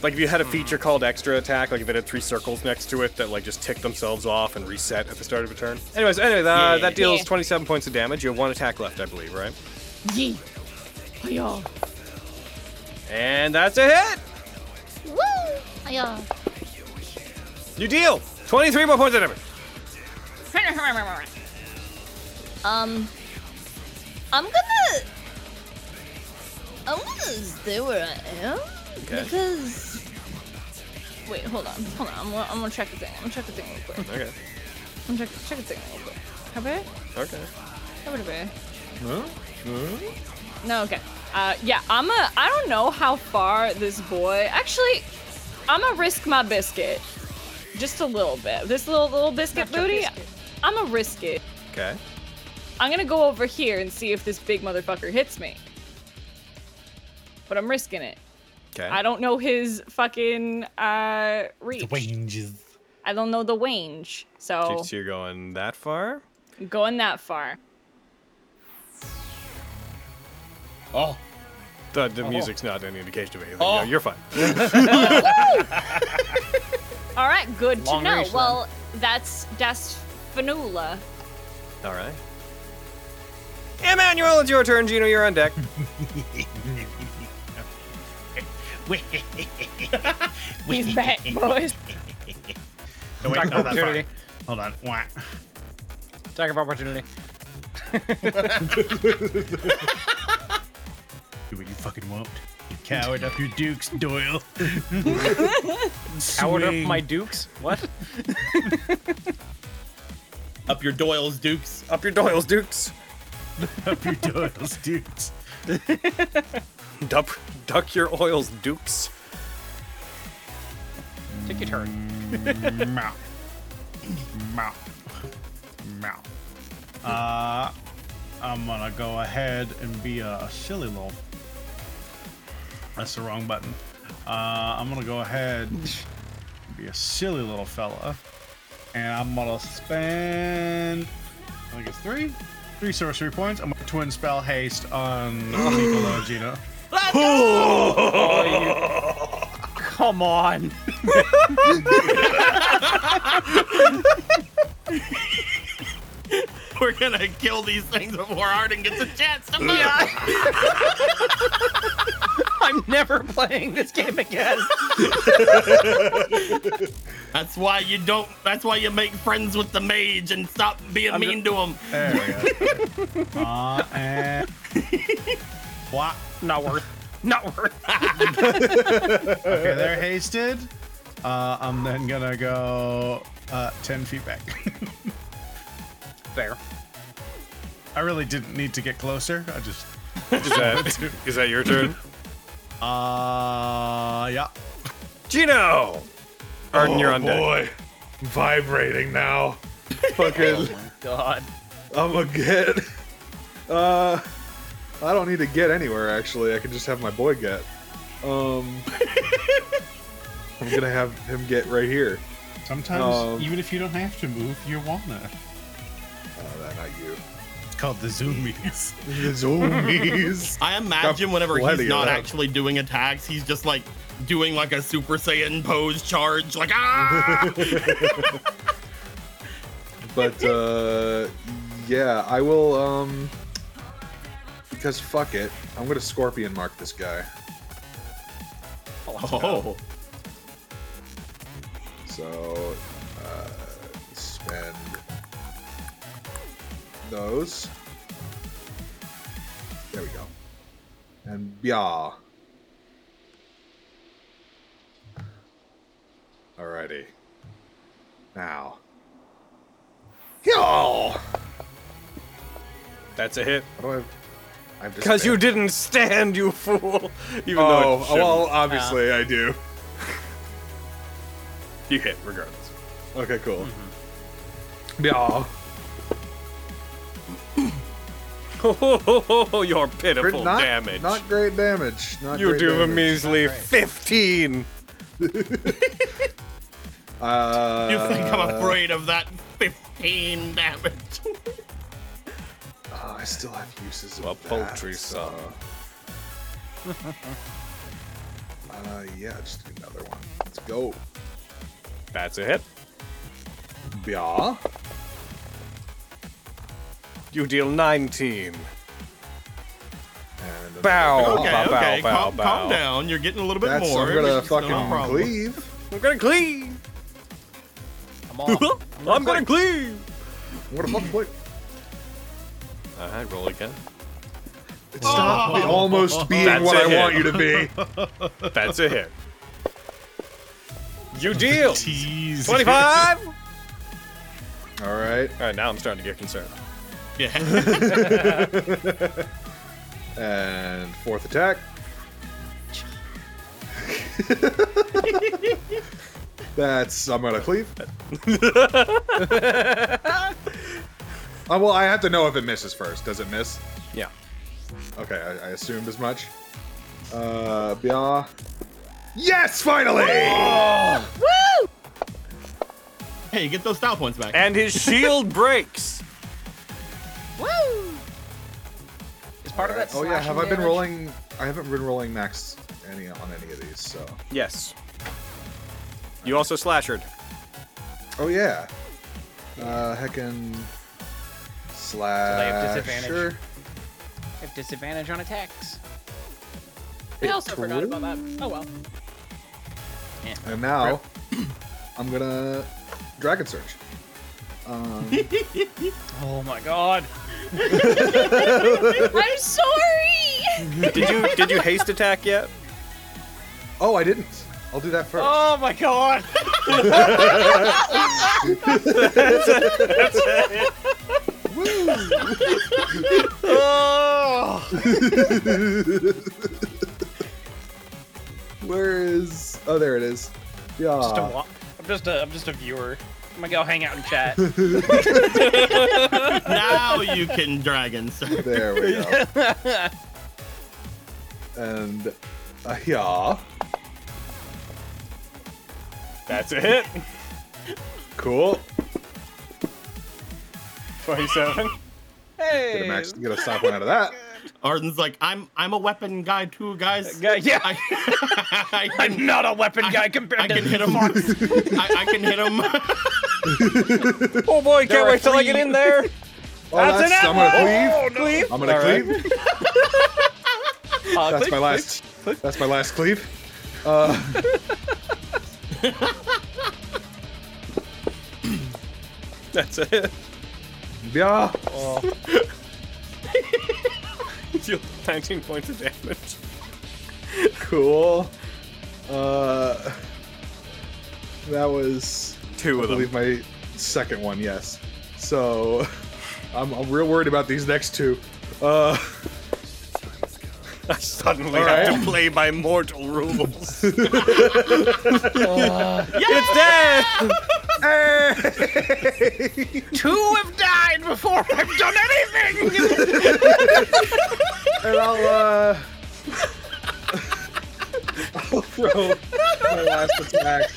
Speaker 1: Like if you had a feature called extra attack, like if it had three circles next to it that like just tick themselves off and reset at the start of a turn. Anyways, anyway, the, that deals
Speaker 9: Yeah.
Speaker 1: 27 points of damage. You have one attack left, I believe, right?
Speaker 9: Yee. Hiya.
Speaker 1: And that's a hit.
Speaker 5: Woo! Hiya.
Speaker 1: You deal 23 more points of damage.
Speaker 5: Um, I'm gonna. I'm gonna stay where I am
Speaker 1: Okay.
Speaker 5: because
Speaker 9: Wait, hold on, hold on. I'm gonna, I'm gonna check the thing. I'm gonna check the thing real quick.
Speaker 1: Okay.
Speaker 9: I'm gonna check, check the thing real quick. Have I?
Speaker 1: Okay.
Speaker 9: Have I? No, okay. Uh, yeah, I'm a. I don't know how far this boy. Actually, I'm gonna risk my biscuit, just a little bit. This little little biscuit booty. I'm gonna risk it.
Speaker 1: Okay.
Speaker 9: I'm gonna go over here and see if this big motherfucker hits me. But I'm risking it.
Speaker 1: Okay.
Speaker 9: I don't know his fucking uh reach. I don't know the range, so
Speaker 1: So you're going that far?
Speaker 9: going that far.
Speaker 4: Oh,
Speaker 1: The, the music's not any indication of anything. No,
Speaker 4: Oh.
Speaker 1: you're fine.
Speaker 9: All right, good
Speaker 2: Long
Speaker 9: to know.
Speaker 2: range, then.
Speaker 9: well, that's that's Fanula.
Speaker 1: All right. Emmanuel, it's your turn. Gino, you're on deck.
Speaker 9: He's back, boys.
Speaker 4: no, wait,
Speaker 2: Attack
Speaker 4: no,
Speaker 2: of
Speaker 4: that's fine.
Speaker 2: opportunity.
Speaker 4: Hold on. Wah.
Speaker 2: Attack of opportunity.
Speaker 4: Do what you fucking won't. You cowered up your dukes, Doyle.
Speaker 2: Powered up
Speaker 4: Swing.
Speaker 2: my dukes. What?
Speaker 3: Up your Doyle's Dukes.
Speaker 1: Up your Doyle's Dukes.
Speaker 4: up your Doyle's dukes.
Speaker 1: Dup, duck your oils, Dukes.
Speaker 2: Take your turn.
Speaker 4: Mow. Mow. Mow. Uh, I'm gonna go ahead and be a, a silly little. That's the wrong button. Uh, I'm gonna go ahead and be a silly little fella. And I'm gonna spend. I think it's three? Three sorcery points. I'm gonna twin spell haste on Nicola Gina.
Speaker 2: Come on.
Speaker 3: We're gonna kill these things before Arden gets a chance to move.
Speaker 2: I'm never playing this game again.
Speaker 3: That's why you don't. That's why you make friends with the mage and stop being mean to him.
Speaker 4: There we go. uh, and. What?
Speaker 2: Not worth. Not worth.
Speaker 4: Okay, they're hasted. Uh, I'm then gonna go uh, 10 feet back.
Speaker 2: Fair.
Speaker 4: I really didn't need to get closer. I just.
Speaker 1: Is that, is that your turn?
Speaker 4: Uh, yeah.
Speaker 1: Gino! Arden,
Speaker 7: Oh,
Speaker 1: you're on deck.
Speaker 6: boy, vibrating now. Fucking,
Speaker 2: God.
Speaker 6: I'm a get. Uh, I don't need to get anywhere actually. I can just have my boy get. Um, I'm gonna have him get right here.
Speaker 4: Sometimes,
Speaker 6: Um,
Speaker 4: even if you don't have to move, you wanna.
Speaker 6: Oh, that not you.
Speaker 4: It's called the zoomies.
Speaker 6: The zombies.
Speaker 3: I imagine whenever
Speaker 6: plenty
Speaker 3: he's
Speaker 6: of
Speaker 3: not
Speaker 6: them.
Speaker 3: actually doing attacks, he's just like doing like a Super Saiyan pose charge, like ah.
Speaker 6: but uh, yeah, I will. Um, because fuck it, I'm gonna scorpion mark this guy.
Speaker 3: oh,
Speaker 6: So uh, spend those. There we go.
Speaker 7: and bia. Alrighty. Now. Yo!
Speaker 1: That's a hit.
Speaker 7: What do I have? I have
Speaker 1: Because you
Speaker 7: disadvantage.
Speaker 1: didn't stand, you fool. Even though it
Speaker 7: Oh,
Speaker 1: shouldn't.
Speaker 7: well, obviously I do.
Speaker 1: you hit regardless.
Speaker 7: Okay, cool.
Speaker 2: Mm-hmm.
Speaker 7: Bia.
Speaker 1: You're pitiful
Speaker 7: not,
Speaker 1: damage.
Speaker 7: Not great damage. Not
Speaker 1: you
Speaker 7: great
Speaker 1: do a
Speaker 7: damage.
Speaker 1: measly 15.
Speaker 7: Uh,
Speaker 3: You think I'm afraid of that 15 damage?
Speaker 7: Oh, I still have uses of
Speaker 1: A
Speaker 7: that,
Speaker 1: poultry
Speaker 7: so-
Speaker 1: sum.
Speaker 7: Uh, yeah, just do another one. Let's go.
Speaker 1: That's a hit.
Speaker 7: Bia.
Speaker 1: You deal 19.
Speaker 7: And
Speaker 1: Bow.
Speaker 7: another
Speaker 3: Okay,
Speaker 1: bow, bow,
Speaker 3: okay,
Speaker 1: bow,
Speaker 3: calm,
Speaker 1: bow.
Speaker 3: calm down. You're getting a little bit
Speaker 7: That's,
Speaker 3: more.
Speaker 7: I'm gonna
Speaker 3: which is no
Speaker 7: fucking
Speaker 3: problem.
Speaker 7: cleave.
Speaker 1: I'm gonna clean.
Speaker 2: Come on.
Speaker 1: I'm gonna clean.
Speaker 7: I'm gonna fucking click.
Speaker 1: All right, roll again.
Speaker 7: It's not
Speaker 3: Oh.
Speaker 7: the almost being
Speaker 1: That's
Speaker 7: what
Speaker 1: a
Speaker 7: I
Speaker 1: hit.
Speaker 7: want you to be.
Speaker 1: That's a hit. You deal
Speaker 4: Tease.
Speaker 1: 25. All
Speaker 7: All right,
Speaker 1: right, now I'm starting to get concerned.
Speaker 3: Yeah.
Speaker 7: and fourth attack. That's I'm gonna cleave. Uh, well, I have to know if it misses first. Does it miss?
Speaker 1: Yeah.
Speaker 7: Okay, I, I assumed as much. Uh, Bia. Yes, finally!
Speaker 3: hey, you get those style points back.
Speaker 1: And his shield breaks.
Speaker 2: Is part of that
Speaker 7: Oh yeah, have I
Speaker 2: slashing
Speaker 7: been
Speaker 2: damage?
Speaker 7: rolling? I haven't been rolling max any on any of these. So.
Speaker 1: Yes. You also slashered.
Speaker 7: Oh yeah. Uh, heckin.
Speaker 6: Uh,
Speaker 7: Slash.
Speaker 2: disadvantage.
Speaker 7: sure.
Speaker 2: I have disadvantage on attacks.
Speaker 9: I also forgot about that. Oh well.
Speaker 7: And now, I'm gonna dragon search. Um,
Speaker 2: Oh my god.
Speaker 9: I'm sorry.
Speaker 1: Did you did you haste attack yet?
Speaker 7: oh, I didn't. I'll do that first.
Speaker 2: Oh my god.
Speaker 7: Where is? Oh, there it is. Yeah.
Speaker 2: Just a
Speaker 1: Ah.
Speaker 2: wa- I'm just a I'm just a viewer. I'm gonna go hang out and chat.
Speaker 3: now you can dragon, sir.
Speaker 7: There we go. and uh, yeah,
Speaker 1: That's a hit.
Speaker 7: cool.
Speaker 1: 27.
Speaker 7: Get a max. Get a stock one out of that.
Speaker 3: Arden's like, I'm I'm a weapon guy too, guys.
Speaker 2: Uh, Guy- yeah.
Speaker 3: I, I can,
Speaker 2: I'm not a weapon guy compared
Speaker 3: I
Speaker 2: to
Speaker 3: can hit him. I, I can hit him.
Speaker 2: Ah,
Speaker 1: Oh boy,
Speaker 2: There
Speaker 1: can't
Speaker 2: are
Speaker 1: wait till I get
Speaker 2: three-
Speaker 1: in there.
Speaker 7: Oh,
Speaker 1: That's an
Speaker 7: I'm gonna
Speaker 1: apple!
Speaker 7: cleave.
Speaker 1: Cleave.
Speaker 7: I'm gonna
Speaker 1: All right.
Speaker 7: cleave.
Speaker 2: Uh,
Speaker 7: That's
Speaker 2: click,
Speaker 7: my
Speaker 2: click.
Speaker 7: last. That's my last cleave. Uh,
Speaker 1: That's a hit.
Speaker 7: Yeah.
Speaker 2: Oh,
Speaker 1: Deal 19 points of damage.
Speaker 7: Cool. Uh, that was
Speaker 1: Two
Speaker 7: I
Speaker 1: of them.
Speaker 7: believe my second one. Yes. So, I'm, I'm real worried about these next two. Uh,
Speaker 1: I suddenly
Speaker 7: All
Speaker 1: have
Speaker 7: right.
Speaker 1: to play by mortal rules.
Speaker 7: Uh,
Speaker 1: It's dead.
Speaker 2: two have died before I've done anything.
Speaker 7: and I'll uh, I'll throw my last attack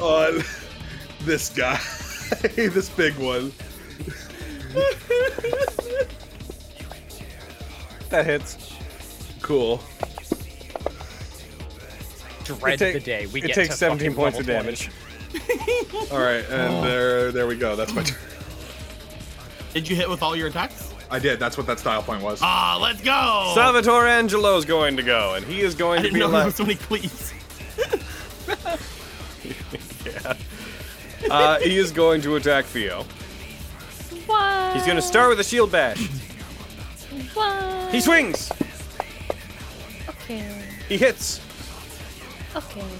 Speaker 7: on this guy, this big one.
Speaker 1: That hits.
Speaker 7: Cool.
Speaker 2: Dread
Speaker 1: It ta-
Speaker 2: the day we
Speaker 1: it
Speaker 2: get
Speaker 1: takes
Speaker 2: to
Speaker 1: 17
Speaker 2: fucking
Speaker 1: points of
Speaker 2: level 20.
Speaker 1: damage.
Speaker 7: All right, and
Speaker 3: Oh.
Speaker 7: there, there we go. That's my turn.
Speaker 3: Did you hit with all your attacks?
Speaker 7: I did. That's what that style point was.
Speaker 3: Ah, let's go.
Speaker 1: Salvatore Angelo's going to go, and he is going
Speaker 3: I
Speaker 1: to
Speaker 3: didn't
Speaker 1: be
Speaker 3: know there were
Speaker 1: left.
Speaker 3: so many cleats.
Speaker 1: Uh, he is going to attack Theo.
Speaker 9: Why?
Speaker 1: He's going to start with a shield bash.
Speaker 9: Why?
Speaker 1: He swings.
Speaker 9: Okay.
Speaker 1: He hits.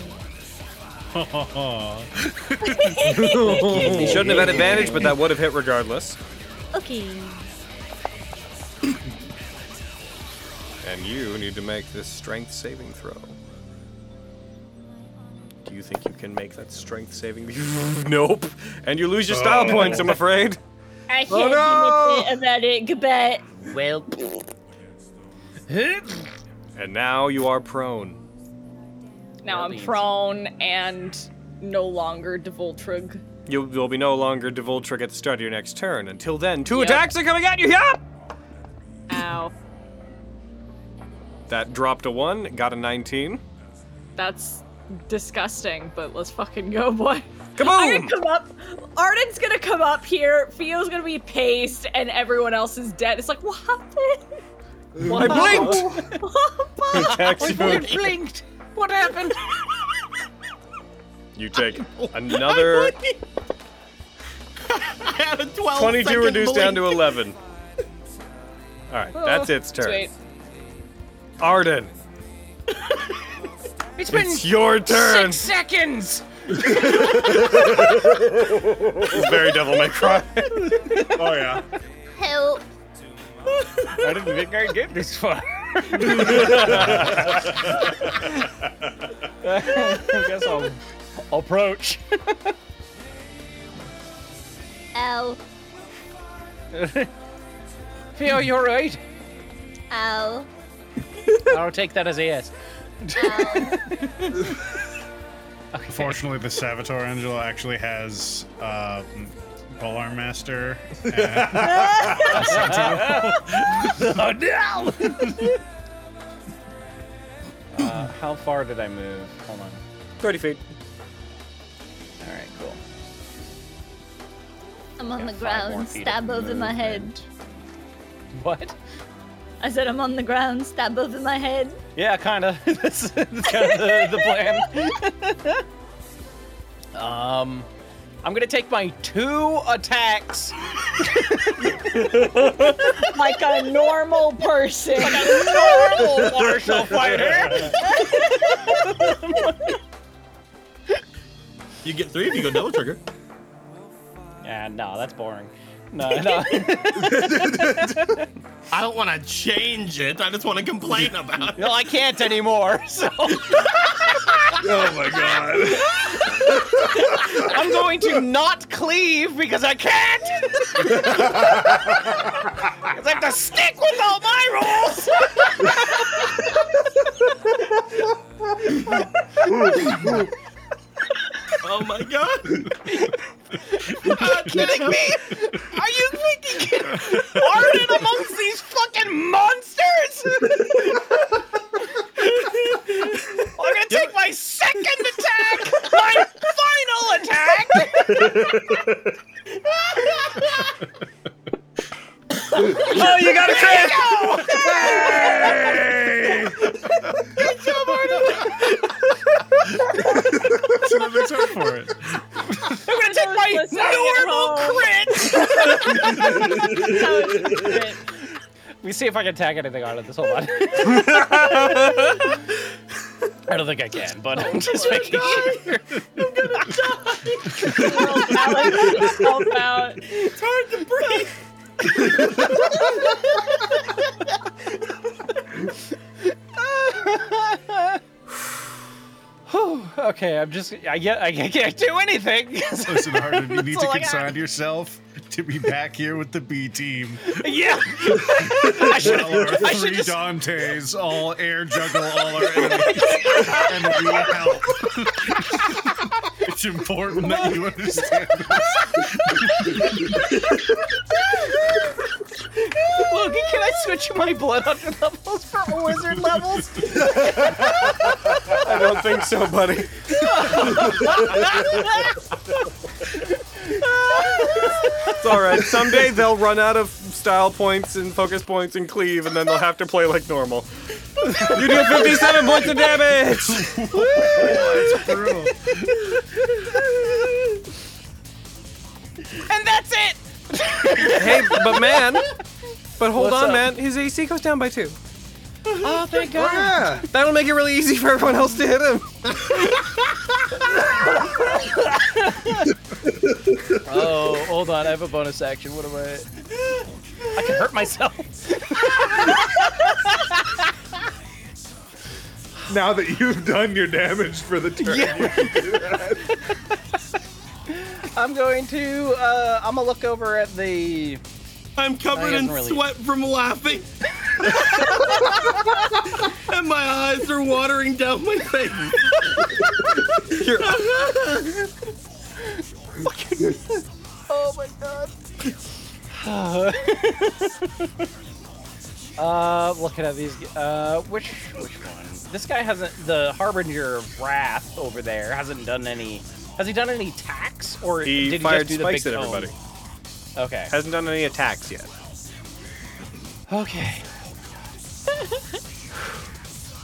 Speaker 9: Okay.
Speaker 1: He shouldn't have had advantage, but that would have hit regardless.
Speaker 9: Okay.
Speaker 1: And you need to make this strength saving throw. Do you think you can make that strength saving? nope. And you lose your style points, I'm afraid.
Speaker 5: I can't
Speaker 1: Oh,
Speaker 5: do nothing about it. Goodbye.
Speaker 8: Well,
Speaker 1: And now you are prone.
Speaker 9: Now I'm
Speaker 8: means-
Speaker 9: prone and no longer Devoltrug.
Speaker 1: You will be no longer Devoltric at the start of your next turn. Until then, two
Speaker 9: Yep.
Speaker 1: attacks are coming at you. Yup!
Speaker 9: Ow.
Speaker 1: That dropped a one, got a 19.
Speaker 9: That's disgusting, but let's fucking go, boy. I'm
Speaker 1: Kaboom!
Speaker 9: gonna come up. Arden's gonna come up here. Theo's gonna be paced, and everyone else is dead. It's like, what happened?
Speaker 1: I blinked! Attacks you.
Speaker 2: blinked. What happened?
Speaker 1: You take another
Speaker 3: I had a 12
Speaker 1: 22
Speaker 3: second
Speaker 1: reduced down to
Speaker 3: blink.
Speaker 1: 11. All right, that's its turn.
Speaker 9: Sweet.
Speaker 1: Arden,
Speaker 2: It's been
Speaker 1: it's your turn.
Speaker 2: six seconds.
Speaker 1: It's very Devil May Cry.
Speaker 7: Oh yeah.
Speaker 5: Help.
Speaker 2: I didn't think I'd get this far. I guess I'll, I'll approach.
Speaker 5: Ow.
Speaker 2: Theo, you're right.
Speaker 5: Ow.
Speaker 2: I'll take that as a yes.
Speaker 5: Ow.
Speaker 4: Fortunately, the Salvatore Angelo actually has um, Bolar Master. And
Speaker 2: Oh no! uh, how far did I move? Hold on.
Speaker 1: 30 feet.
Speaker 2: All right, cool.
Speaker 5: I'm on
Speaker 2: Got
Speaker 5: the
Speaker 2: five more
Speaker 5: ground.
Speaker 2: feet of
Speaker 5: Stab over my head.
Speaker 2: movement. What?
Speaker 5: I said I'm on the ground. Stab over my head.
Speaker 2: Yeah, kind of. that's that's kind of the, the plan. um, I'm gonna take my two attacks
Speaker 9: Like a normal person.
Speaker 2: normal martial fighter.
Speaker 3: You get three if you go double trigger.
Speaker 2: Yeah, no, that's boring. No, no.
Speaker 3: I don't want to change it. I just want to complain about it.
Speaker 2: no, I can't anymore. So
Speaker 7: Oh my god.
Speaker 2: I'm going to not cleave because I can't. 'Cause I have to stick with all my rules.
Speaker 3: Oh my god.
Speaker 2: Are you kidding me? Are you thinking Arden amongst these fucking monsters? I'm gonna take my second attack, my final attack.
Speaker 1: Oh, you got a crit!
Speaker 4: that's what it's hard for it.
Speaker 2: I'm gonna take my
Speaker 9: Listening at
Speaker 2: normal
Speaker 9: home.
Speaker 2: crit.
Speaker 9: Shit.
Speaker 2: Let me see if I can tag anything on it. This hold on. I don't think I can, but I'm just making sure.
Speaker 9: Girl, Alex, please help out.
Speaker 2: Whew, okay, I'm just I get I can't do anything.
Speaker 4: Listen, Harden, you need
Speaker 2: That's
Speaker 4: to
Speaker 2: all I got.
Speaker 4: consign yourself to be back here with the B team.
Speaker 2: yeah, I should
Speaker 4: All our
Speaker 2: I should
Speaker 4: three
Speaker 2: just
Speaker 4: Dantes, all air juggle, all our enemies, and we help. it's important that you understand.
Speaker 2: Logan, can I switch my blood under levels for wizard levels?
Speaker 1: I don't think so, buddy. it's alright. Someday they'll run out of style points and focus points and cleave, and then they'll have to play like normal. You deal 57 points of damage!
Speaker 4: It's brutal.
Speaker 2: and that's it.
Speaker 1: Hey, but man. But hold
Speaker 2: What's
Speaker 1: on,
Speaker 2: up?
Speaker 1: man. His AC goes down by two.
Speaker 9: Oh, thank
Speaker 6: Oh,
Speaker 9: God.
Speaker 6: yeah.
Speaker 1: That'll make it really easy for everyone else to hit him.
Speaker 2: Oh, hold on. I have a bonus action. What am I? I can hurt myself.
Speaker 6: Now that you've done your damage for the turn,
Speaker 2: I'm going to. Uh, I'm gonna look over at the.
Speaker 3: I'm covered in
Speaker 2: doesn't really-
Speaker 3: sweat from laughing. and my eyes are watering down my face.
Speaker 2: Oh my God. uh, looking at these. Uh, which which one? This guy hasn't. The harbinger of wrath over there hasn't done any. Has he done any attacks or
Speaker 1: He
Speaker 2: did
Speaker 1: fired
Speaker 2: he just do
Speaker 1: spikes
Speaker 2: the
Speaker 1: at
Speaker 2: big cone?
Speaker 1: everybody.
Speaker 2: Okay.
Speaker 1: Hasn't done any attacks yet.
Speaker 2: Okay.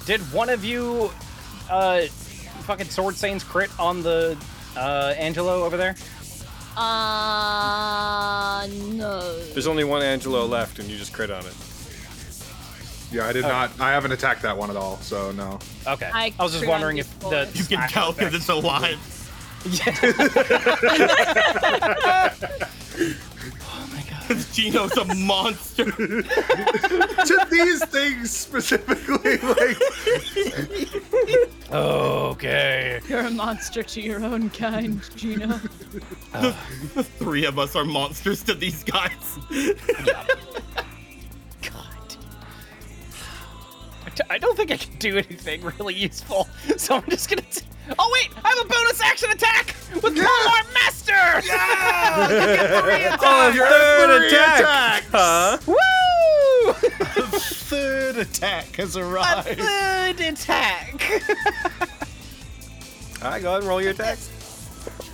Speaker 2: Did one of you, uh, fucking Sword Saints crit on the, uh, Angelo over there?
Speaker 5: Ah, no.
Speaker 1: There's only one Angelo left, and you just crit on it.
Speaker 7: Yeah, I did
Speaker 2: Oh.
Speaker 7: not. I haven't attacked that one at all, so no.
Speaker 2: Okay.
Speaker 9: I
Speaker 2: was just
Speaker 9: crit on
Speaker 2: wondering
Speaker 9: you
Speaker 2: if the.
Speaker 9: first.
Speaker 3: You can
Speaker 2: I-
Speaker 3: tell because it's alive. Because Gino's a monster.
Speaker 7: to these things specifically, like
Speaker 2: Okay.
Speaker 9: You're a monster to your own kind, Gino.
Speaker 1: Uh.
Speaker 3: Three of us are monsters to these guys.
Speaker 2: God. I d- I don't think I can do anything really useful, so I'm just gonna. T- oh wait, I have a bonus action attack with yeah. Polar Master.
Speaker 1: Oh, third attack! Huh?
Speaker 2: Woo!
Speaker 4: Third attack has
Speaker 2: A
Speaker 4: arrived.
Speaker 2: third attack.
Speaker 1: All right, go ahead and roll your attacks.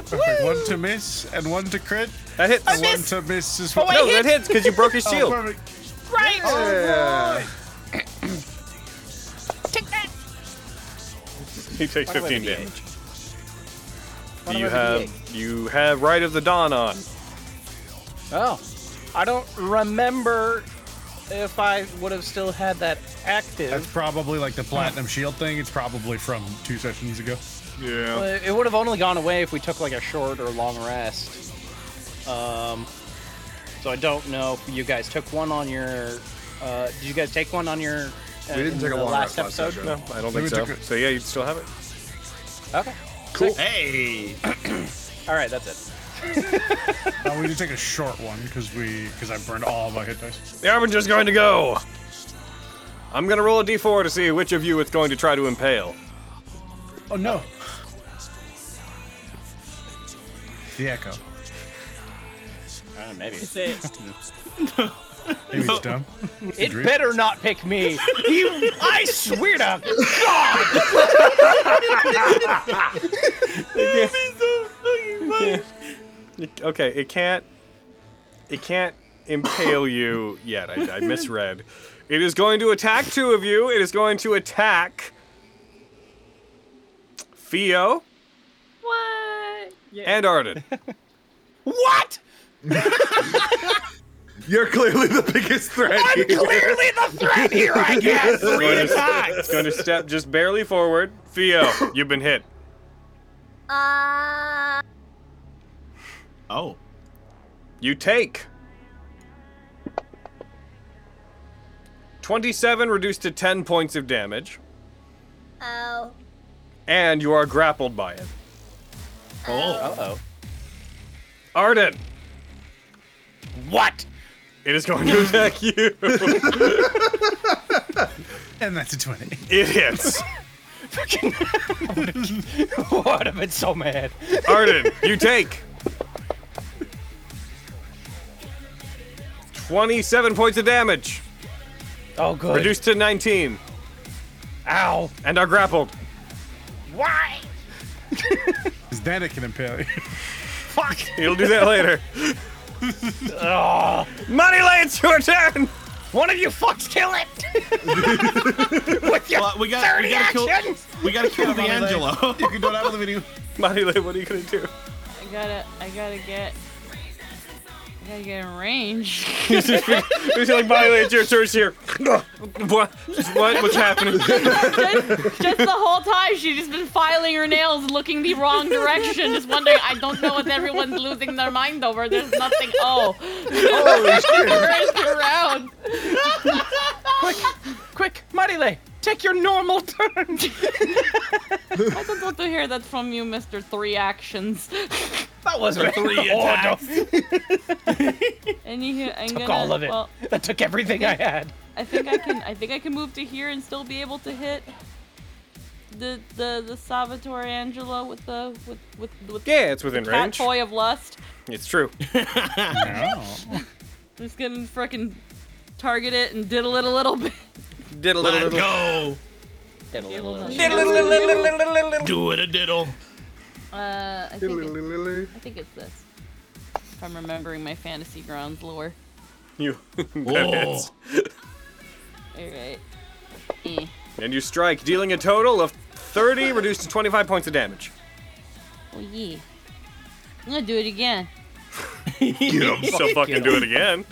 Speaker 4: Perfect. One to miss and one to crit.
Speaker 1: That hits.
Speaker 4: and one to miss is well.
Speaker 2: Oh, wait, Oh,
Speaker 1: no, that hits because you broke his shield.
Speaker 4: perfect.
Speaker 2: right.
Speaker 7: yeah.
Speaker 2: Take that.
Speaker 1: he takes
Speaker 2: Why do I
Speaker 1: 15
Speaker 2: have
Speaker 1: damage. Do you have you have Rite of the Dawn on?
Speaker 2: Oh, I don't remember if I would have still had that
Speaker 4: That's
Speaker 2: active.
Speaker 4: probably like the platinum shield thing. It's probably from two sessions ago.
Speaker 7: yeah.
Speaker 2: But it would have only gone away if we took like a short or long rest. Um, so I don't know if you guys took one on your. Uh, did you guys take one on your? Uh,
Speaker 7: We didn't
Speaker 2: in
Speaker 7: take a
Speaker 2: the
Speaker 7: long
Speaker 2: last
Speaker 7: rest last
Speaker 2: episode.
Speaker 7: session.
Speaker 1: No, I don't think
Speaker 4: we
Speaker 1: so.
Speaker 4: took it.
Speaker 1: So yeah, you still have it.
Speaker 2: Okay.
Speaker 7: Cool.
Speaker 3: Hey.
Speaker 2: All right, that's it.
Speaker 4: No, Uh, we did take a short one because we because I burned all of my hit dice.
Speaker 1: The Arbinger's going to go. I'm gonna roll a d4 to see which of you it's going to try to impale.
Speaker 4: Oh no. The echo.
Speaker 2: Uh, maybe.
Speaker 9: Is it?
Speaker 4: He was dumb.
Speaker 2: It
Speaker 4: Agree.
Speaker 2: better not pick me. You, I swear to God. Ah.
Speaker 1: It- Okay, it can't. It can't impale you yet. I, I misread. It is going to attack two of you. It is going to attack Theo
Speaker 9: What?
Speaker 1: and Arden.
Speaker 2: What?
Speaker 7: You're clearly the biggest threat. here.
Speaker 2: Clearly the threat here, I guess. Three attacks.
Speaker 1: It's going to step just barely forward. Theo, you've been hit.
Speaker 5: Ah,
Speaker 3: Oh.
Speaker 1: You take 27 reduced to 10 points of damage,
Speaker 5: ow.
Speaker 1: and you are grappled by it.
Speaker 2: Uh oh.
Speaker 1: Arden,
Speaker 2: What?
Speaker 1: it is going to attack you.
Speaker 4: And that's a twenty.
Speaker 1: It hits.
Speaker 2: what? I've been so mad.
Speaker 1: Arden, you take 27 points of damage,
Speaker 2: Oh, good.
Speaker 1: reduced to 19,
Speaker 2: Ow.
Speaker 1: and are grappled.
Speaker 2: Why?
Speaker 4: Because then it can impale you.
Speaker 2: Fuck.
Speaker 1: He'll do that later.
Speaker 2: Oh.
Speaker 1: Money Lance, your turn!
Speaker 2: One of you fucks kill it. With your
Speaker 3: Well, we got- we
Speaker 2: 30
Speaker 3: gotta kill-
Speaker 2: actions.
Speaker 3: We gotta kill the Angelo.
Speaker 4: You can do it out of the video.
Speaker 1: Money Lance, what are you gonna do?
Speaker 8: I gotta, I gotta get
Speaker 10: I gotta get in range.
Speaker 1: He's just he's like, by the way, it's your turn here. What? What? What's happening?
Speaker 10: just, just the whole time she's just been filing her nails, looking the wrong direction, just wondering. I don't know what everyone's losing their mind over. There's nothing. Oh,
Speaker 7: Holy shit!
Speaker 10: first around.
Speaker 2: Quick, quick, Marile, take your normal turn.
Speaker 10: I don't want to hear that from you, Mister Three Actions.
Speaker 2: that wasn't three attacks.
Speaker 10: And you, I'm
Speaker 2: Took
Speaker 10: gonna,
Speaker 2: all of it.
Speaker 10: Well,
Speaker 2: That took everything I had.
Speaker 10: I think I can. I think I can move to here and still be able to hit the the the Salvatore Angelo with the with with with
Speaker 1: Yeah, it's within
Speaker 10: cat
Speaker 1: range.
Speaker 10: toy of lust.
Speaker 1: It's true.
Speaker 10: I'm just gonna frickin' target it and diddle it a little bit.
Speaker 1: Did a little.
Speaker 3: Let's go. Do it a diddle.
Speaker 10: Uh, I think, it, I think it's this. If I'm remembering my fantasy grounds lore.
Speaker 1: You.
Speaker 3: Whoa.
Speaker 1: That's-
Speaker 10: Alright. Eh.
Speaker 1: and you strike, dealing a total of 30, reduced to 25 points of damage.
Speaker 10: Oh, yeah. I'm gonna do it again.
Speaker 1: so fucking do it again.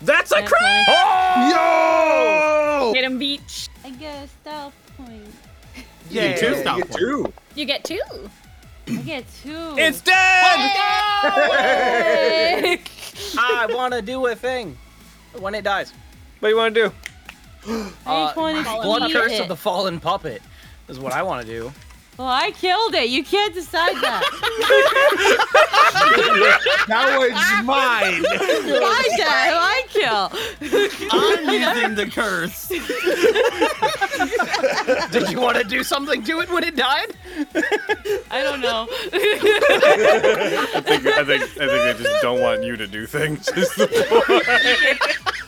Speaker 1: That's a
Speaker 10: That's
Speaker 1: crit!
Speaker 10: nice.
Speaker 7: Yo!
Speaker 9: Get him, beach.
Speaker 10: I get a style point.
Speaker 3: Yeah,
Speaker 1: two.
Speaker 3: stop
Speaker 7: Get
Speaker 3: one.
Speaker 7: two.
Speaker 9: You get two.
Speaker 10: I get two.
Speaker 1: It's dead!
Speaker 10: Hey!
Speaker 2: I want to do a thing. When it dies, Uh,
Speaker 1: What do you want to do?
Speaker 10: I just wanted to
Speaker 2: blood
Speaker 10: eat
Speaker 2: curse
Speaker 10: it.
Speaker 2: of the fallen puppet is what I want to do.
Speaker 10: Well, I killed it. You can't decide that.
Speaker 7: Now it's mine.
Speaker 10: my death, I kill.
Speaker 3: I'm using the curse.
Speaker 2: Did you want to do something to it when it died?
Speaker 10: I don't know.
Speaker 1: I think, I think, I think they just don't want you to do things.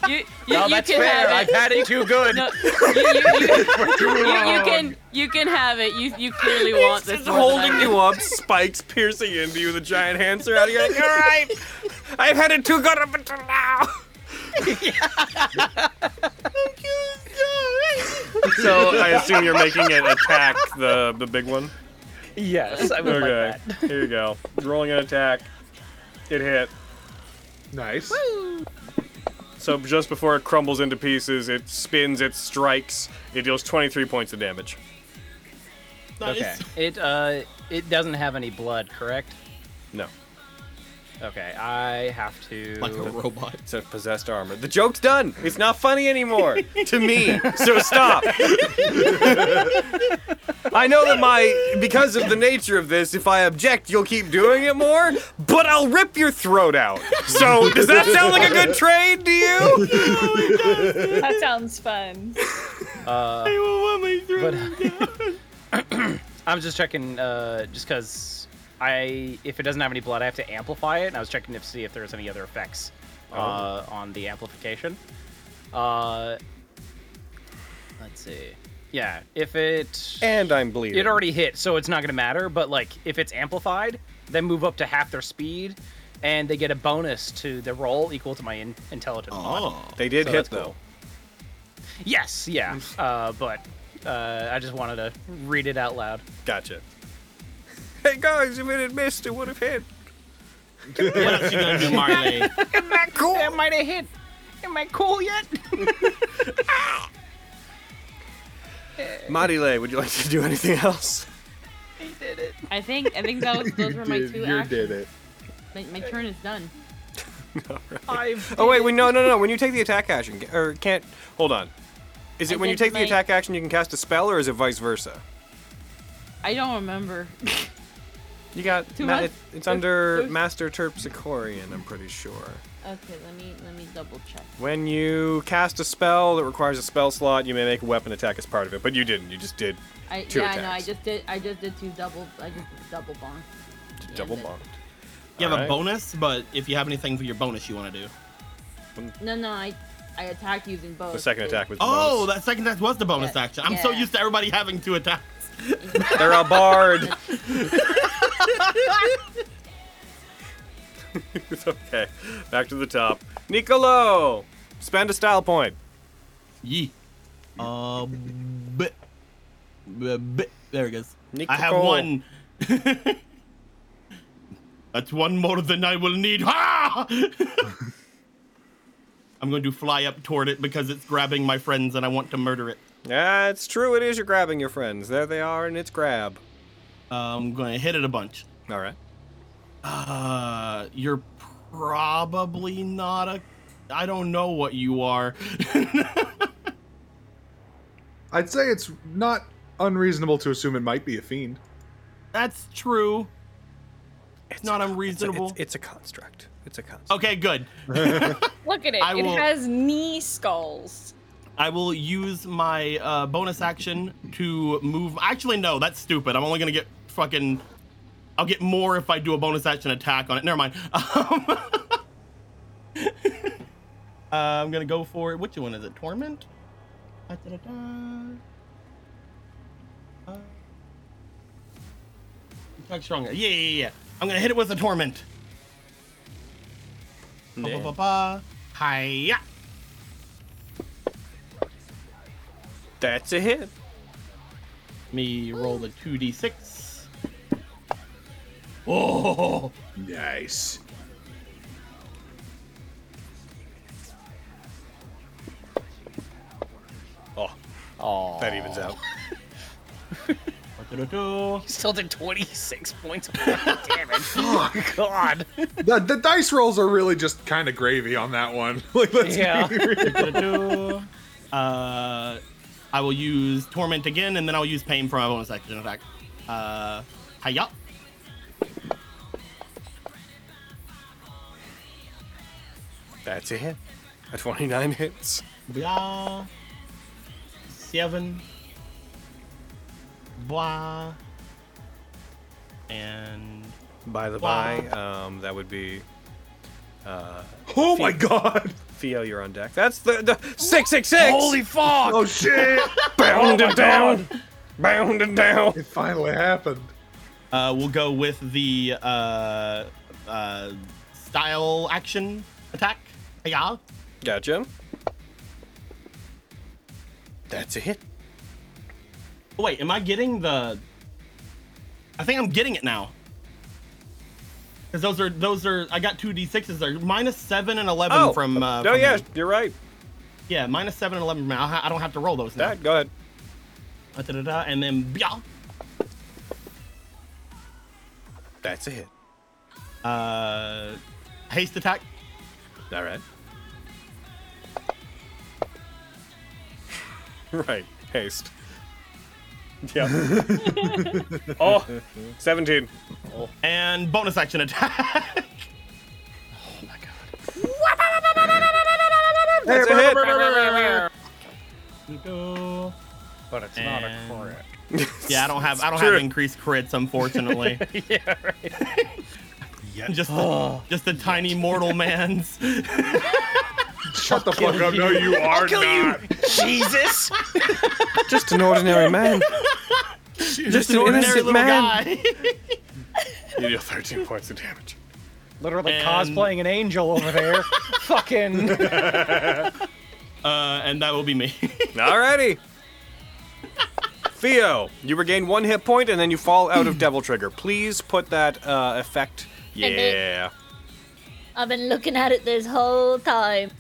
Speaker 10: You, you,
Speaker 2: no,
Speaker 10: you
Speaker 2: that's
Speaker 10: can
Speaker 2: fair.
Speaker 10: have
Speaker 2: I've
Speaker 10: it.
Speaker 2: had it too good.
Speaker 10: No, you, you, you, you, you can you can have it. You you clearly want this.
Speaker 1: Just
Speaker 10: more than I
Speaker 1: holding
Speaker 10: do.
Speaker 1: you up, spikes piercing into you, the giant hands are out. You're like, all right, I've had it too good up until now. so I assume you're making it attack the the big one.
Speaker 2: Yes, I would
Speaker 1: Okay,
Speaker 2: like
Speaker 1: here you go. Rolling an attack. It hit.
Speaker 7: Nice.
Speaker 1: So just before it crumbles into pieces, it spins, it strikes, it deals 23 points of damage.
Speaker 2: that. Okay. It uh, it doesn't have any blood, correct?
Speaker 1: No,
Speaker 2: Okay, I have to.
Speaker 3: Like a robot.
Speaker 1: it's a possessed armor. The joke's done. It's not funny anymore to me. So stop. I know that my because of the nature of this, if I object, you'll keep doing it more, but I'll rip your throat out. So does that sound like a good trade to you?
Speaker 7: Oh,
Speaker 9: That sounds fun.
Speaker 2: Uh, but I'm just checking, uh, just because I, if it doesn't have any blood, I have to amplify it, and I was checking to see if there's any other effects
Speaker 1: Oh.
Speaker 2: uh, on the amplification. Uh, let's see. Yeah, if it
Speaker 1: And I'm bleeding.
Speaker 2: it already hit, so it's not gonna matter. But like, if it's amplified, they move up to half their speed, and they get a bonus to the roll equal to my in- intelligence. mod.
Speaker 3: Oh.
Speaker 1: They did
Speaker 2: So
Speaker 1: hit
Speaker 2: that's cool.
Speaker 1: though.
Speaker 2: Yes, yeah. Uh, but uh, I just wanted to read it out loud.
Speaker 1: Gotcha. Hey guys, if it had missed, it would have hit.
Speaker 3: What else you gonna do, Marley?
Speaker 2: Am I cool? Am I hit? Am I cool yet?
Speaker 1: Marile, would you like to do anything else?
Speaker 10: I think I think that was, those were my
Speaker 7: Did-
Speaker 10: two
Speaker 7: you
Speaker 10: actions.
Speaker 7: did it.
Speaker 10: My, my turn is done.
Speaker 2: I've
Speaker 1: Oh wait, wait, no, no, no. When you take the attack action, or can't hold on. Is it
Speaker 10: I
Speaker 1: when you
Speaker 10: did
Speaker 1: take the
Speaker 10: my-
Speaker 1: attack action you can cast a spell, or is it vice versa?
Speaker 10: I don't remember.
Speaker 1: You got
Speaker 10: Two
Speaker 1: ma-
Speaker 10: months?
Speaker 1: it, it's under
Speaker 10: Oops.
Speaker 1: Master Terpsichorean, I'm pretty sure.
Speaker 10: Okay, let me let me double check.
Speaker 1: When you cast a spell that requires a spell slot, you may make a weapon attack as part of it, but you didn't. You just did
Speaker 10: I
Speaker 1: Two
Speaker 10: yeah, I know. I
Speaker 1: attacks.
Speaker 10: just did I just did two double I just did double bonk. Yeah,
Speaker 1: double
Speaker 10: but-
Speaker 1: bond.
Speaker 3: You have a
Speaker 1: Alright.
Speaker 3: bonus, but if you have anything for your bonus, you want to do.
Speaker 10: No, no, I I attacked using both.
Speaker 1: The second
Speaker 10: It-
Speaker 1: attack was
Speaker 3: Oh,
Speaker 1: bonus.
Speaker 3: that second attack was the bonus
Speaker 10: Yeah.
Speaker 3: action. I'm so
Speaker 10: Yeah.
Speaker 3: used to everybody having two attacks.
Speaker 1: they're a bard. It's okay. Back to the top. Nicolo, spend a style point.
Speaker 3: Yee. Uh, but, but, there it goes.
Speaker 1: Nick
Speaker 3: I have
Speaker 1: Cole.
Speaker 3: one. That's one more than I will need. Ha! "Rah!" I'm going to fly up toward it because it's grabbing my friends and I want to murder it.
Speaker 1: Yeah, it's true. It is. You're grabbing your friends. There they are, and it's grab.
Speaker 3: Uh, I'm going to hit it a bunch.
Speaker 1: All right.
Speaker 3: Uh, you're probably not a. I don't know what you are.
Speaker 6: I'd say it's not unreasonable to assume it might be a fiend.
Speaker 3: That's true. It's not unreasonable.
Speaker 1: It's, it's a construct. It's a construct.
Speaker 3: okay, good.
Speaker 9: Look at it.
Speaker 3: I
Speaker 9: it
Speaker 3: will-
Speaker 9: has knee skulls.
Speaker 3: I will use my uh, bonus action to move. Actually, no, that's stupid. I'm only gonna get fucking. I'll get more if I do a bonus action attack on it. Never mind. Um, uh, I'm gonna go for it. Which one is it? Torment. Da-da-da-da. Uh, Attack stronger. Yeah, yeah, yeah. I'm gonna hit it with a torment. Ba ba ba. Hiya.
Speaker 1: That's a hit.
Speaker 3: me roll the 2d6. Oh,
Speaker 7: Nice.
Speaker 1: Oh,
Speaker 2: Oh,
Speaker 1: that evens out.
Speaker 3: ba-da-da-da.
Speaker 2: still did 26 points of damage. Oh, God.
Speaker 6: The, the dice rolls are really just kind of gravy on that one. like, let's be
Speaker 2: Yeah.
Speaker 3: Ba-da-da-da. uh, I will use torment again, and then I'll use pain for my bonus action attack. Uh, hiya.
Speaker 1: That's a hit. A 29 hits.
Speaker 3: Blah. Seven. Blah. And
Speaker 1: By the
Speaker 3: Wow.
Speaker 1: by, um, that would be
Speaker 6: Oh my god!
Speaker 1: Theo. You're on deck. That's the, the six six six.
Speaker 2: Holy fuck.
Speaker 6: Oh shit!
Speaker 1: bound
Speaker 6: Oh
Speaker 1: and down, bound and down.
Speaker 6: it finally happened.
Speaker 3: uh, we'll go with the uh, uh, style action attack. Hiya.
Speaker 1: Gotcha. That's a hit.
Speaker 3: Oh, Wait, am I getting the? I think I'm getting it now. Cause those are those are I got two d sixes there minus seven and eleven from. Uh,
Speaker 1: Oh. no,
Speaker 3: from
Speaker 1: yeah,
Speaker 3: the-
Speaker 1: you're right.
Speaker 3: yeah, minus seven and eleven. From, I'll ha- I don't have to roll those. Now.
Speaker 1: That go ahead.
Speaker 3: Uh, da, da, da, and then bia.
Speaker 1: That's a hit.
Speaker 3: Uh, haste attack.
Speaker 1: All right. Right. Haste. Yeah. oh, 17.
Speaker 3: And bonus action attack.
Speaker 1: That's a hit.
Speaker 3: Da-da.
Speaker 2: But it's not a
Speaker 3: And-
Speaker 2: crit.
Speaker 3: yeah, I don't have I don't
Speaker 1: True.
Speaker 3: have increased crits unfortunately.
Speaker 4: Yeah.
Speaker 3: just just a tiny mortal man's.
Speaker 6: Shut the fuck up. No, you are not.
Speaker 2: Jesus!
Speaker 1: Just an ordinary man.
Speaker 3: just an ordinary little guy.
Speaker 1: You deal 13 points of damage.
Speaker 2: Literally
Speaker 3: And-
Speaker 2: cosplaying an angel over there. Fucking.
Speaker 3: uh, and that will be me.
Speaker 1: Alrighty. Theo, you regain one hit point and then you fall out of Devil Trigger. Please put that uh, effect.
Speaker 5: And then-
Speaker 1: Yeah.
Speaker 5: I've been looking at it this whole time.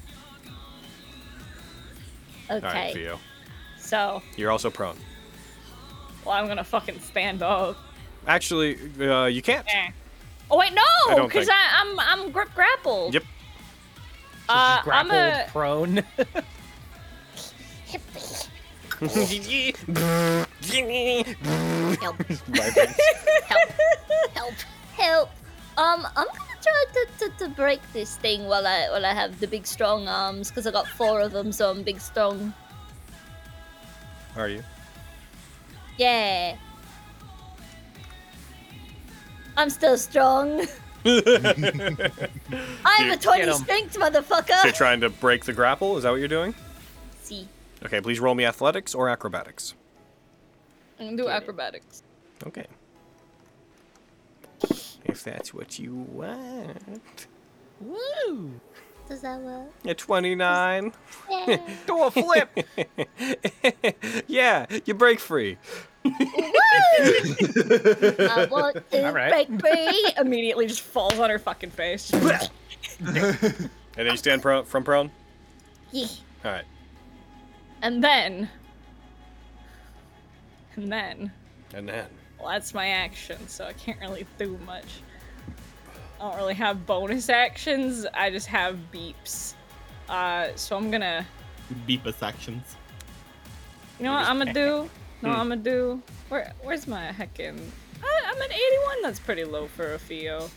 Speaker 1: All right,
Speaker 5: Okay,
Speaker 1: Theo.
Speaker 9: So,
Speaker 1: You're also prone.
Speaker 9: well, I'm gonna fucking stand up.
Speaker 1: Actually, uh, you can't.
Speaker 9: Eh. Oh wait,
Speaker 1: I
Speaker 9: no,
Speaker 1: don't
Speaker 9: because
Speaker 1: think-
Speaker 9: I'm I'm grip grappled.
Speaker 1: Yep.
Speaker 9: Uh, I'm
Speaker 2: grappled,
Speaker 9: a
Speaker 2: prone.
Speaker 5: help, help, help, help. Um, I'm gonna try to, to, to break this thing while I while I have the big strong arms because I got four of them, so I'm big strong.
Speaker 1: Are you?
Speaker 5: Yeah. I'm still strong. I'm a
Speaker 1: Dude,
Speaker 5: 20
Speaker 2: get 'em.
Speaker 5: strength,
Speaker 1: So you're
Speaker 5: motherfucker.
Speaker 1: trying to break the grapple? Is that what you're doing?
Speaker 5: See,
Speaker 1: Okay, please roll me athletics or acrobatics.
Speaker 9: I'm gonna do acrobatics.
Speaker 1: Okay. If that's what you want.
Speaker 2: Woo!
Speaker 5: Does that work?
Speaker 1: Yeah, 29.
Speaker 5: Yeah.
Speaker 2: Do a flip.
Speaker 1: yeah, you break free.
Speaker 5: I
Speaker 1: Uh,
Speaker 9: Uh,
Speaker 5: want to
Speaker 2: All right.
Speaker 5: break free.
Speaker 9: Immediately just falls on her fucking face.
Speaker 1: And then you stand pro- from prone?
Speaker 5: Yeah.
Speaker 1: All right.
Speaker 9: and then. And then.
Speaker 1: And then.
Speaker 9: Well, that's my action, so I can't really do much. I don't really have bonus actions. I just have beeps. Uh, so I'm gonna.
Speaker 3: Beepus actions.
Speaker 9: You know what I'm gonna do? No, I'm gonna do. Where, where's my heckin'? I, I'm at 81. That's pretty low for a Fio.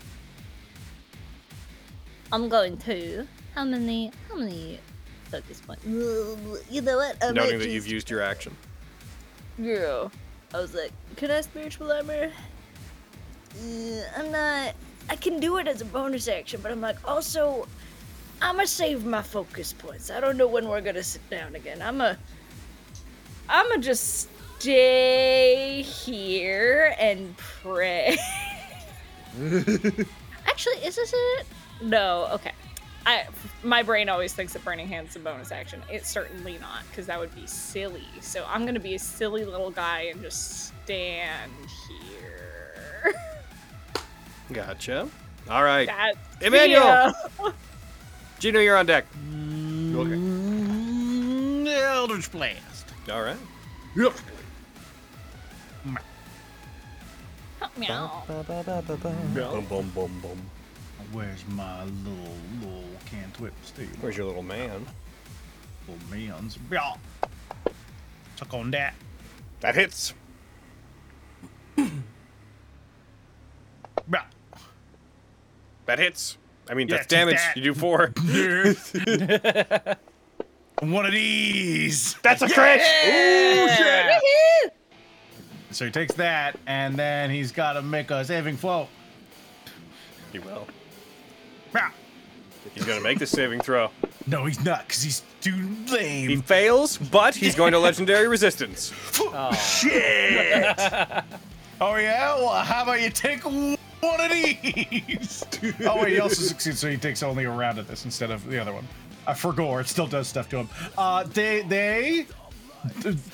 Speaker 5: I'm going to. How many? How many? Focus point. You know what? I'm
Speaker 1: Noting that you've used your action.
Speaker 5: Girl, I was like, can I spiritual armor? Uh, I'm not. I can do it as a bonus action, but I'm like, also,
Speaker 10: I'ma save my focus points. I don't know when we're gonna sit down again. I'ma
Speaker 9: I'm gonna just stay here and pray. Actually, is this it? No. Okay. I my brain always thinks that burning hands is a bonus action. It's certainly not, because that would be silly. So I'm gonna be a silly little guy and just stand here.
Speaker 1: Gotcha. All right.
Speaker 9: That
Speaker 1: Emmanuel!
Speaker 9: Yeah.
Speaker 1: Gino, you're on deck.
Speaker 7: Okay.
Speaker 2: Mm.
Speaker 4: Eldritch Blast.
Speaker 1: All right.
Speaker 9: Meow.
Speaker 1: Boom, boom, boom, boom.
Speaker 4: Where's my little little cantwip Steve?
Speaker 1: Where's your little man?
Speaker 4: little man's? Yeah. Tuck on that.
Speaker 1: That hits.
Speaker 4: Yeah.
Speaker 1: That hits. I mean,
Speaker 4: Yeah,
Speaker 1: that's
Speaker 4: keep
Speaker 1: damage.
Speaker 4: that.
Speaker 1: You do four.
Speaker 4: One of these.
Speaker 1: That's a crit.
Speaker 4: So he takes that, and then he's got to make a saving throw.
Speaker 1: He will.
Speaker 4: Yeah.
Speaker 1: He's gonna make the saving throw.
Speaker 4: No, he's not, because he's too
Speaker 1: He
Speaker 4: lame.
Speaker 1: fails, but he's going to legendary resistance.
Speaker 4: Oh. Shit! oh, yeah? Well, how about you take one of these? oh, wait, he also succeeds, so he takes only a round of this instead of the other one. I forgot, it still does stuff to him. Uh, they, they,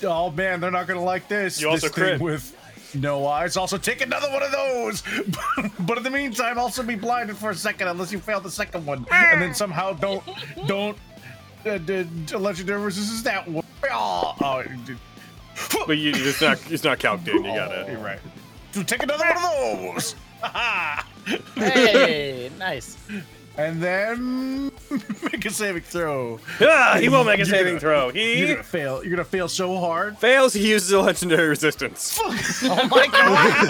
Speaker 4: oh man, they're not gonna like this.
Speaker 1: You also
Speaker 4: this thing
Speaker 1: crit.
Speaker 4: with no eyes. Also, take another one of those. but in the meantime, also be blinded for a second unless you fail the second one, and then somehow don't, don't, uh, d- d- legendary resistance that one. Oh, oh, d-
Speaker 1: But you, it's not. It's not calced in. You gotta.
Speaker 4: you're right. So take another one of those. Ha-ha.
Speaker 2: hey, nice.
Speaker 4: and then make a saving throw.
Speaker 1: Ah, he will make a
Speaker 4: You're
Speaker 1: saving throw.
Speaker 4: gonna- You're
Speaker 1: He
Speaker 4: gonna fail. You're gonna fail so hard.
Speaker 1: fails. He uses the legendary resistance.
Speaker 2: Oh my god.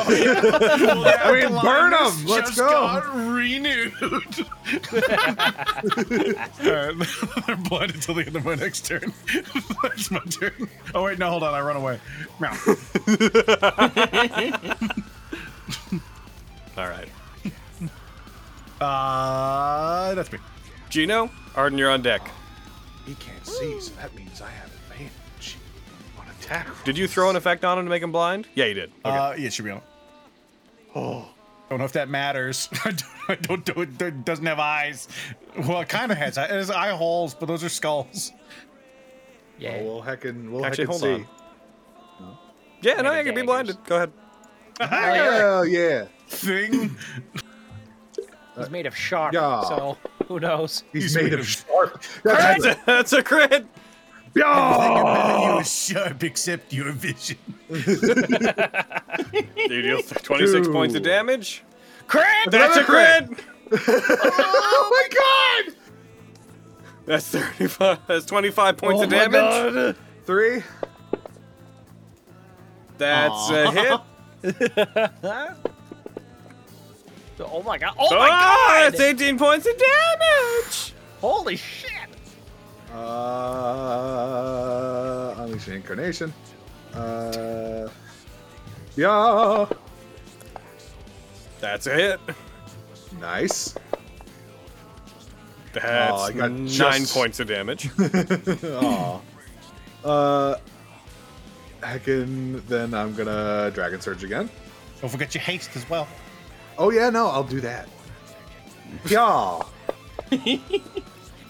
Speaker 4: I mean,
Speaker 6: burn 'em. Let's
Speaker 4: just
Speaker 6: go.
Speaker 4: Got renewed. All right, they're blood until the end of my next turn. That's my turn. Oh wait, no, hold on. I run away. Meow.
Speaker 1: All right.
Speaker 4: Uh, that's me.
Speaker 1: Gino, Arden, you're on deck.
Speaker 7: He can't see, so that means I have advantage on attack.
Speaker 1: Did you throw an effect on him to make him blind? Yeah, you did. Okay.
Speaker 4: Uh, yeah, it should be on. Oh, don't know if that matters. I don't- I don't do it. It doesn't have eyes. Well, it kind of has. It has eye holes, but those are skulls.
Speaker 7: Oh,
Speaker 2: Yeah.
Speaker 7: well, heckin', we'll
Speaker 1: Actually,
Speaker 7: heckin'
Speaker 1: hold
Speaker 7: see.
Speaker 1: on. yeah,
Speaker 2: made
Speaker 1: no, I
Speaker 2: of
Speaker 1: can be
Speaker 2: daggers.
Speaker 1: blinded. Go ahead.
Speaker 7: Hell yeah!
Speaker 4: Thing.
Speaker 2: He's made of sharp,
Speaker 7: Yeah.
Speaker 2: so who knows?
Speaker 7: He's, made, of sharp. That's
Speaker 1: That's a, that's a crit.
Speaker 4: Oh, sharp, except your vision.
Speaker 1: You deal 26 points of
Speaker 7: Two.
Speaker 1: damage. Crit! That's a crit!
Speaker 7: oh my god!
Speaker 1: That's 35. That's 25 points of
Speaker 7: my
Speaker 1: damage.
Speaker 7: God. Three.
Speaker 1: That's a hit.
Speaker 2: Oh my god. Oh
Speaker 1: Oh,
Speaker 2: my god.
Speaker 1: That's 18 points of damage.
Speaker 2: Holy shit.
Speaker 7: Uh, unleash an incarnation. Uh, yeah.
Speaker 1: That's a hit.
Speaker 7: Nice.
Speaker 1: That's
Speaker 7: Oh, I got
Speaker 1: nine
Speaker 7: just-
Speaker 1: points of damage.
Speaker 7: Aw. uh, heckin', then I'm gonna dragon surge again.
Speaker 4: Don't forget your haste as well.
Speaker 7: Oh yeah, no, I'll do that. Yeah.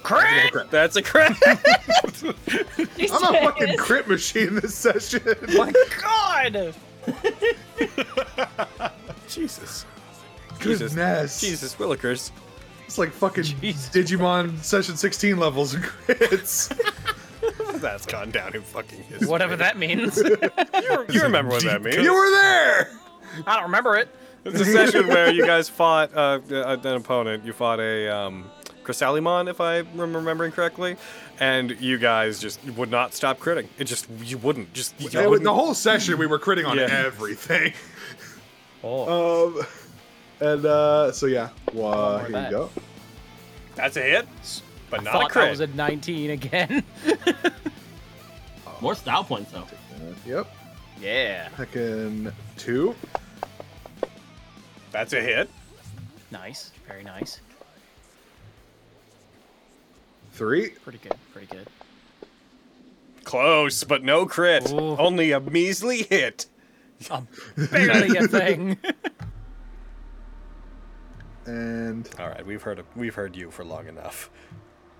Speaker 2: Crit!
Speaker 1: That's a crit.
Speaker 7: I'm a fucking crit machine this session.
Speaker 1: My
Speaker 2: God!
Speaker 1: Jesus. Jesus.
Speaker 7: Goodness.
Speaker 1: Jesus Willikers.
Speaker 7: It's like fucking Digimon session 16 levels and crits.
Speaker 1: That's gone down in fucking history.
Speaker 2: Whatever that means.
Speaker 1: You, you remember what that means?
Speaker 7: you were there.
Speaker 2: I don't remember it.
Speaker 1: It's a session where you guys fought uh, uh, an opponent. You fought a um, Chrysalimon, if I'm remembering correctly, and you guys just would not stop critting. It just you wouldn't. Just you
Speaker 7: It was-
Speaker 1: wouldn't.
Speaker 7: the whole session we were critting on
Speaker 1: Yeah.
Speaker 7: everything.
Speaker 2: Oh.
Speaker 7: Um, and uh, so yeah, well, uh,
Speaker 2: more
Speaker 7: here
Speaker 2: back.
Speaker 7: you go.
Speaker 1: That's a hit, but not a
Speaker 2: Thought
Speaker 1: crit.
Speaker 2: that was a 19 again.
Speaker 3: More style points though.
Speaker 7: Uh, yep,
Speaker 2: yeah.
Speaker 7: heckin' two.
Speaker 1: That's a hit.
Speaker 2: Nice. Very nice.
Speaker 7: Three.
Speaker 2: Pretty good. Pretty good.
Speaker 1: Close, but no crit.
Speaker 2: Ooh.
Speaker 1: Only a measly hit.
Speaker 2: Um, barely a thing.
Speaker 7: And
Speaker 1: All right, we've heard we've heard you for long enough.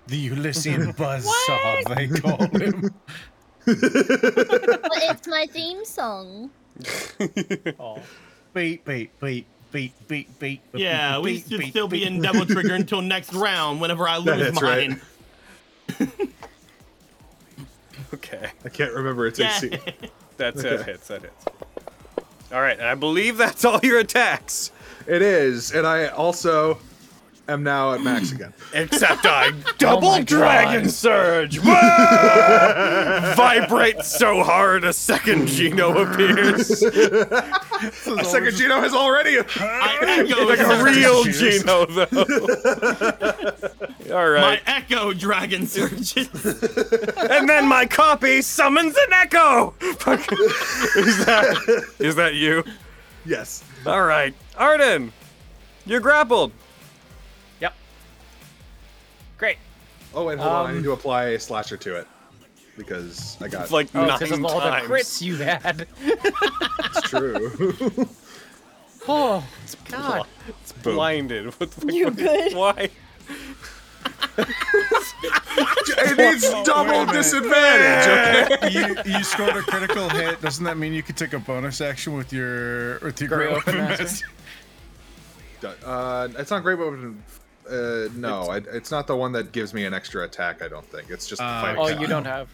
Speaker 4: The Ulyssian buzzsaw, they call him.
Speaker 5: But it's my theme song.
Speaker 2: Oh.
Speaker 4: Beat, beat, beat, beat, beat, beat.
Speaker 3: Yeah,
Speaker 4: beat,
Speaker 3: we
Speaker 4: beat,
Speaker 3: should
Speaker 4: beat,
Speaker 3: still be
Speaker 4: beat.
Speaker 3: in double trigger until next round whenever I lose
Speaker 7: That's right.
Speaker 3: mine.
Speaker 1: Okay,
Speaker 7: I can't remember its
Speaker 3: Yeah.
Speaker 7: AC.
Speaker 1: that's it.
Speaker 7: Okay.
Speaker 1: Hits. That hits. All right, and I believe that's all your attacks,
Speaker 7: It is, and I also am now at max again.
Speaker 1: except I
Speaker 4: Oh
Speaker 1: double
Speaker 2: Oh my
Speaker 1: dragon
Speaker 2: God.
Speaker 1: surge. Whoa! Vibrate so hard a second Geno appears.
Speaker 7: A second Gino has already.
Speaker 3: I echo
Speaker 1: like a real Geno, though. all
Speaker 3: my
Speaker 1: right,
Speaker 3: echo dragon surges.
Speaker 1: and then my copy summons an echo. Fuck. is that is that you?
Speaker 7: Yes.
Speaker 1: All right, Arden, you're grappled.
Speaker 2: Yep. Great.
Speaker 7: Oh, and hold on, I
Speaker 2: Um,
Speaker 7: need to apply a slasher to it because I got.
Speaker 1: Like
Speaker 2: Oh,
Speaker 1: nine
Speaker 2: because of all the
Speaker 1: times.
Speaker 2: crits you had.
Speaker 7: it's true.
Speaker 2: Oh, God.
Speaker 1: It's blinded. What the fuck?
Speaker 10: You good?
Speaker 1: Why?
Speaker 7: it needs double disadvantage.
Speaker 4: you, you scored a critical hit. Doesn't that mean you could take a bonus action with your with your
Speaker 2: Great
Speaker 4: great
Speaker 2: weapon
Speaker 4: weapon
Speaker 2: master.
Speaker 4: master?
Speaker 7: Uh, it's not great weapon. Uh, no, I, it's not the one that gives me an extra attack. I don't think it's just the
Speaker 1: Uh,
Speaker 4: Ah,
Speaker 7: fighting.
Speaker 2: Oh,
Speaker 7: attack.
Speaker 2: you don't have.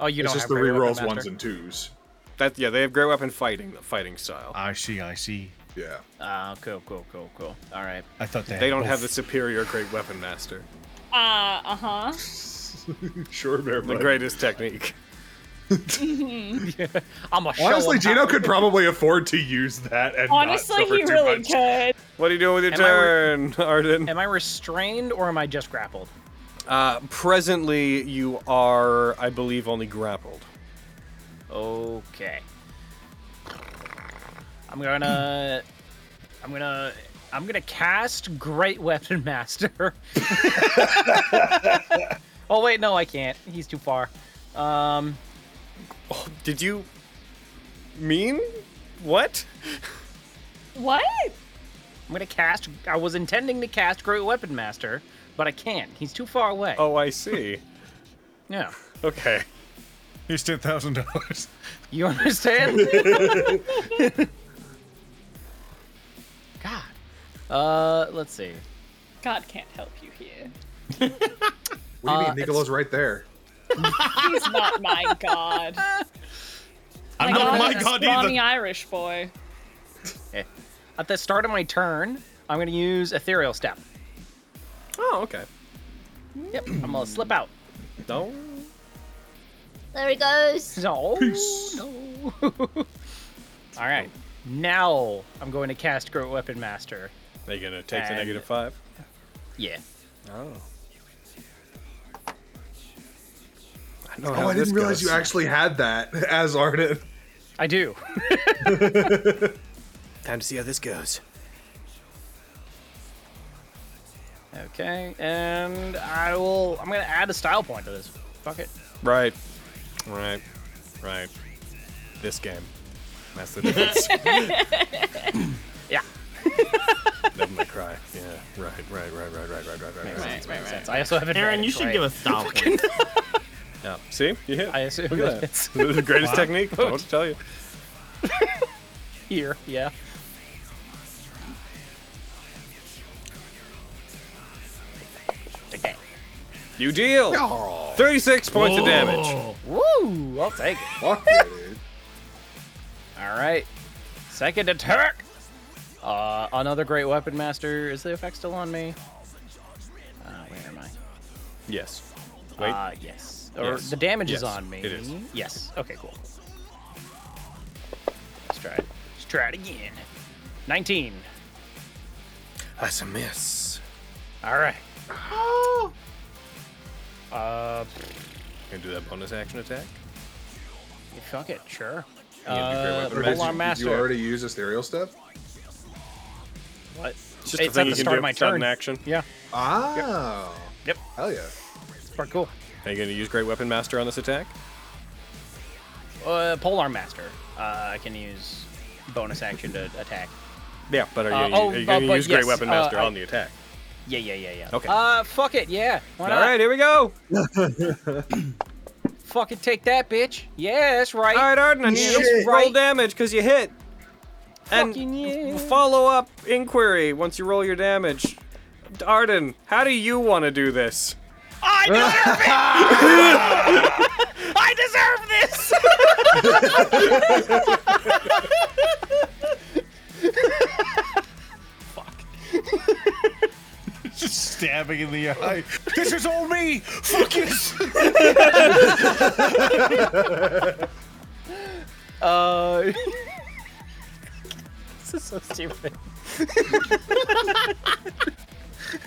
Speaker 2: Oh, you
Speaker 7: It's
Speaker 2: don't
Speaker 7: just
Speaker 2: have
Speaker 7: the
Speaker 2: Great Weapon
Speaker 7: rerolls
Speaker 2: Master.
Speaker 7: ones and twos.
Speaker 1: That yeah, they have great weapon fighting, the fighting style.
Speaker 4: I see. I see.
Speaker 7: Yeah.
Speaker 2: Ah, Uh, cool, cool, cool, cool. All right.
Speaker 4: I thought they.
Speaker 1: They
Speaker 4: had
Speaker 1: don't
Speaker 4: both.
Speaker 1: have the superior great weapon master,
Speaker 9: Uh uh huh.
Speaker 7: Sure, bear.
Speaker 1: the greatest technique.
Speaker 2: I'm a show
Speaker 7: Honestly,
Speaker 2: 'em how-
Speaker 7: Gino could probably afford to use that and
Speaker 9: Honestly,
Speaker 7: not suffer
Speaker 9: he
Speaker 7: too
Speaker 9: really
Speaker 7: much.
Speaker 9: could.
Speaker 1: What are you doing with your
Speaker 2: Am I re-
Speaker 1: turn, Arden?
Speaker 2: Am I restrained or am I just grappled?
Speaker 1: Uh, presently, you are, I believe, only grappled.
Speaker 2: Okay. I'm gonna. I'm gonna. I'm gonna cast Great Weapon Master. oh wait, no, I can't. He's too far. Um,
Speaker 1: Oh, Did you mean what?
Speaker 9: What?
Speaker 2: I'm gonna cast. I was intending to cast Great Weapon Master, but I can't. He's too far away.
Speaker 1: Oh, I see.
Speaker 2: yeah.
Speaker 1: okay.
Speaker 4: Here's ten thousand dollars.
Speaker 2: You understand? God. Uh, let's see.
Speaker 9: God can't help you here.
Speaker 7: What do you
Speaker 2: Uh,
Speaker 7: mean? Nicolo's right there.
Speaker 9: He's not my God.
Speaker 3: I'm
Speaker 9: my
Speaker 3: not
Speaker 9: God
Speaker 3: my
Speaker 9: is a
Speaker 3: god
Speaker 9: scrawny
Speaker 3: either.
Speaker 9: Irish boy.
Speaker 2: Eh. At the start of my turn, I'm gonna use Ethereal Step.
Speaker 1: Oh, okay.
Speaker 2: Yep, I'm gonna slip out.
Speaker 1: No.
Speaker 5: There he goes.
Speaker 2: No, no. All right, now I'm going to cast Great Weapon Master.
Speaker 1: Are you gonna take the
Speaker 2: And-
Speaker 1: negative five?
Speaker 2: Yeah.
Speaker 1: Oh. I know
Speaker 7: Oh, I didn't realize you actually had that as Arden.
Speaker 2: I do.
Speaker 1: Time to see how this goes.
Speaker 2: Okay, and I will. I'm gonna add a style point to this. Fuck it.
Speaker 1: Right. Right. Right. This game. That's the difference.
Speaker 2: Yeah.
Speaker 1: Never mind, cry. Yeah, right, right, right, right, right, right, right, right, right.
Speaker 2: Makes
Speaker 1: right.
Speaker 2: sense, makes sense. I also have advantage.
Speaker 3: Aaron, you should
Speaker 2: right?
Speaker 3: give us style points.
Speaker 1: Yeah. See, you hit.
Speaker 2: I assume
Speaker 1: Look at that.
Speaker 2: it's
Speaker 1: This is the greatest technique. I don't know what to tell you.
Speaker 2: here. Yeah. Okay.
Speaker 1: You deal. 36 points of damage.
Speaker 2: Woo! I'll take it.
Speaker 6: Fuck yeah, dude.
Speaker 2: All right. Second attack. Uh, another great weapon master. Is the effect still on me? Uh, where am I?
Speaker 1: Yes. Wait.
Speaker 2: Uh, yes. Or
Speaker 1: Yes.
Speaker 2: the damage is
Speaker 1: Yes,
Speaker 2: on me.
Speaker 1: it is.
Speaker 2: Yes. Okay, cool. Let's try it. Let's try it again. 19.
Speaker 1: That's a miss.
Speaker 2: All right. Uh,
Speaker 1: Gonna do that bonus action attack.
Speaker 2: fuck it. Sure.
Speaker 1: Yeah, it'd be great
Speaker 2: Uh,
Speaker 1: weapon
Speaker 2: Polearm
Speaker 1: But
Speaker 7: Did you-
Speaker 2: master.
Speaker 7: Did you already use Ethereal Step?
Speaker 2: What?
Speaker 1: It's just a
Speaker 2: it's
Speaker 1: thing
Speaker 2: at
Speaker 1: you
Speaker 2: the
Speaker 1: can
Speaker 2: start
Speaker 1: do
Speaker 2: of my
Speaker 1: if it's not
Speaker 2: turn.
Speaker 1: an action.
Speaker 2: Yeah.
Speaker 7: Ah.
Speaker 2: Yep.
Speaker 7: Hell yeah.
Speaker 2: It's pretty cool.
Speaker 1: Are you gonna use Great Weapon Master on this attack?
Speaker 2: Uh, Polearm master. Uh, I can use bonus action to attack.
Speaker 1: Yeah, but are you,
Speaker 2: Uh, oh,
Speaker 1: are you
Speaker 2: uh,
Speaker 1: gonna
Speaker 2: but
Speaker 1: use
Speaker 2: yes,
Speaker 1: Great Weapon
Speaker 2: uh,
Speaker 1: Master
Speaker 2: I-
Speaker 1: on the attack?
Speaker 2: Yeah, yeah, yeah, yeah.
Speaker 1: Okay.
Speaker 2: Uh, fuck it. Yeah. Why
Speaker 1: All
Speaker 2: not?
Speaker 1: right, here we go.
Speaker 2: Fucking take that, bitch. Yeah, that's right.
Speaker 1: All right, Arden, I need you to
Speaker 2: Shit.
Speaker 1: roll damage because you hit.
Speaker 2: Fucking
Speaker 1: And
Speaker 2: yeah.
Speaker 1: follow up inquiry once you roll your damage. Arden, how do you want to do this?
Speaker 2: I deserve it. I deserve this.
Speaker 4: Just stabbing in the eye. this is all me. Focus.
Speaker 2: Uh, this is so stupid.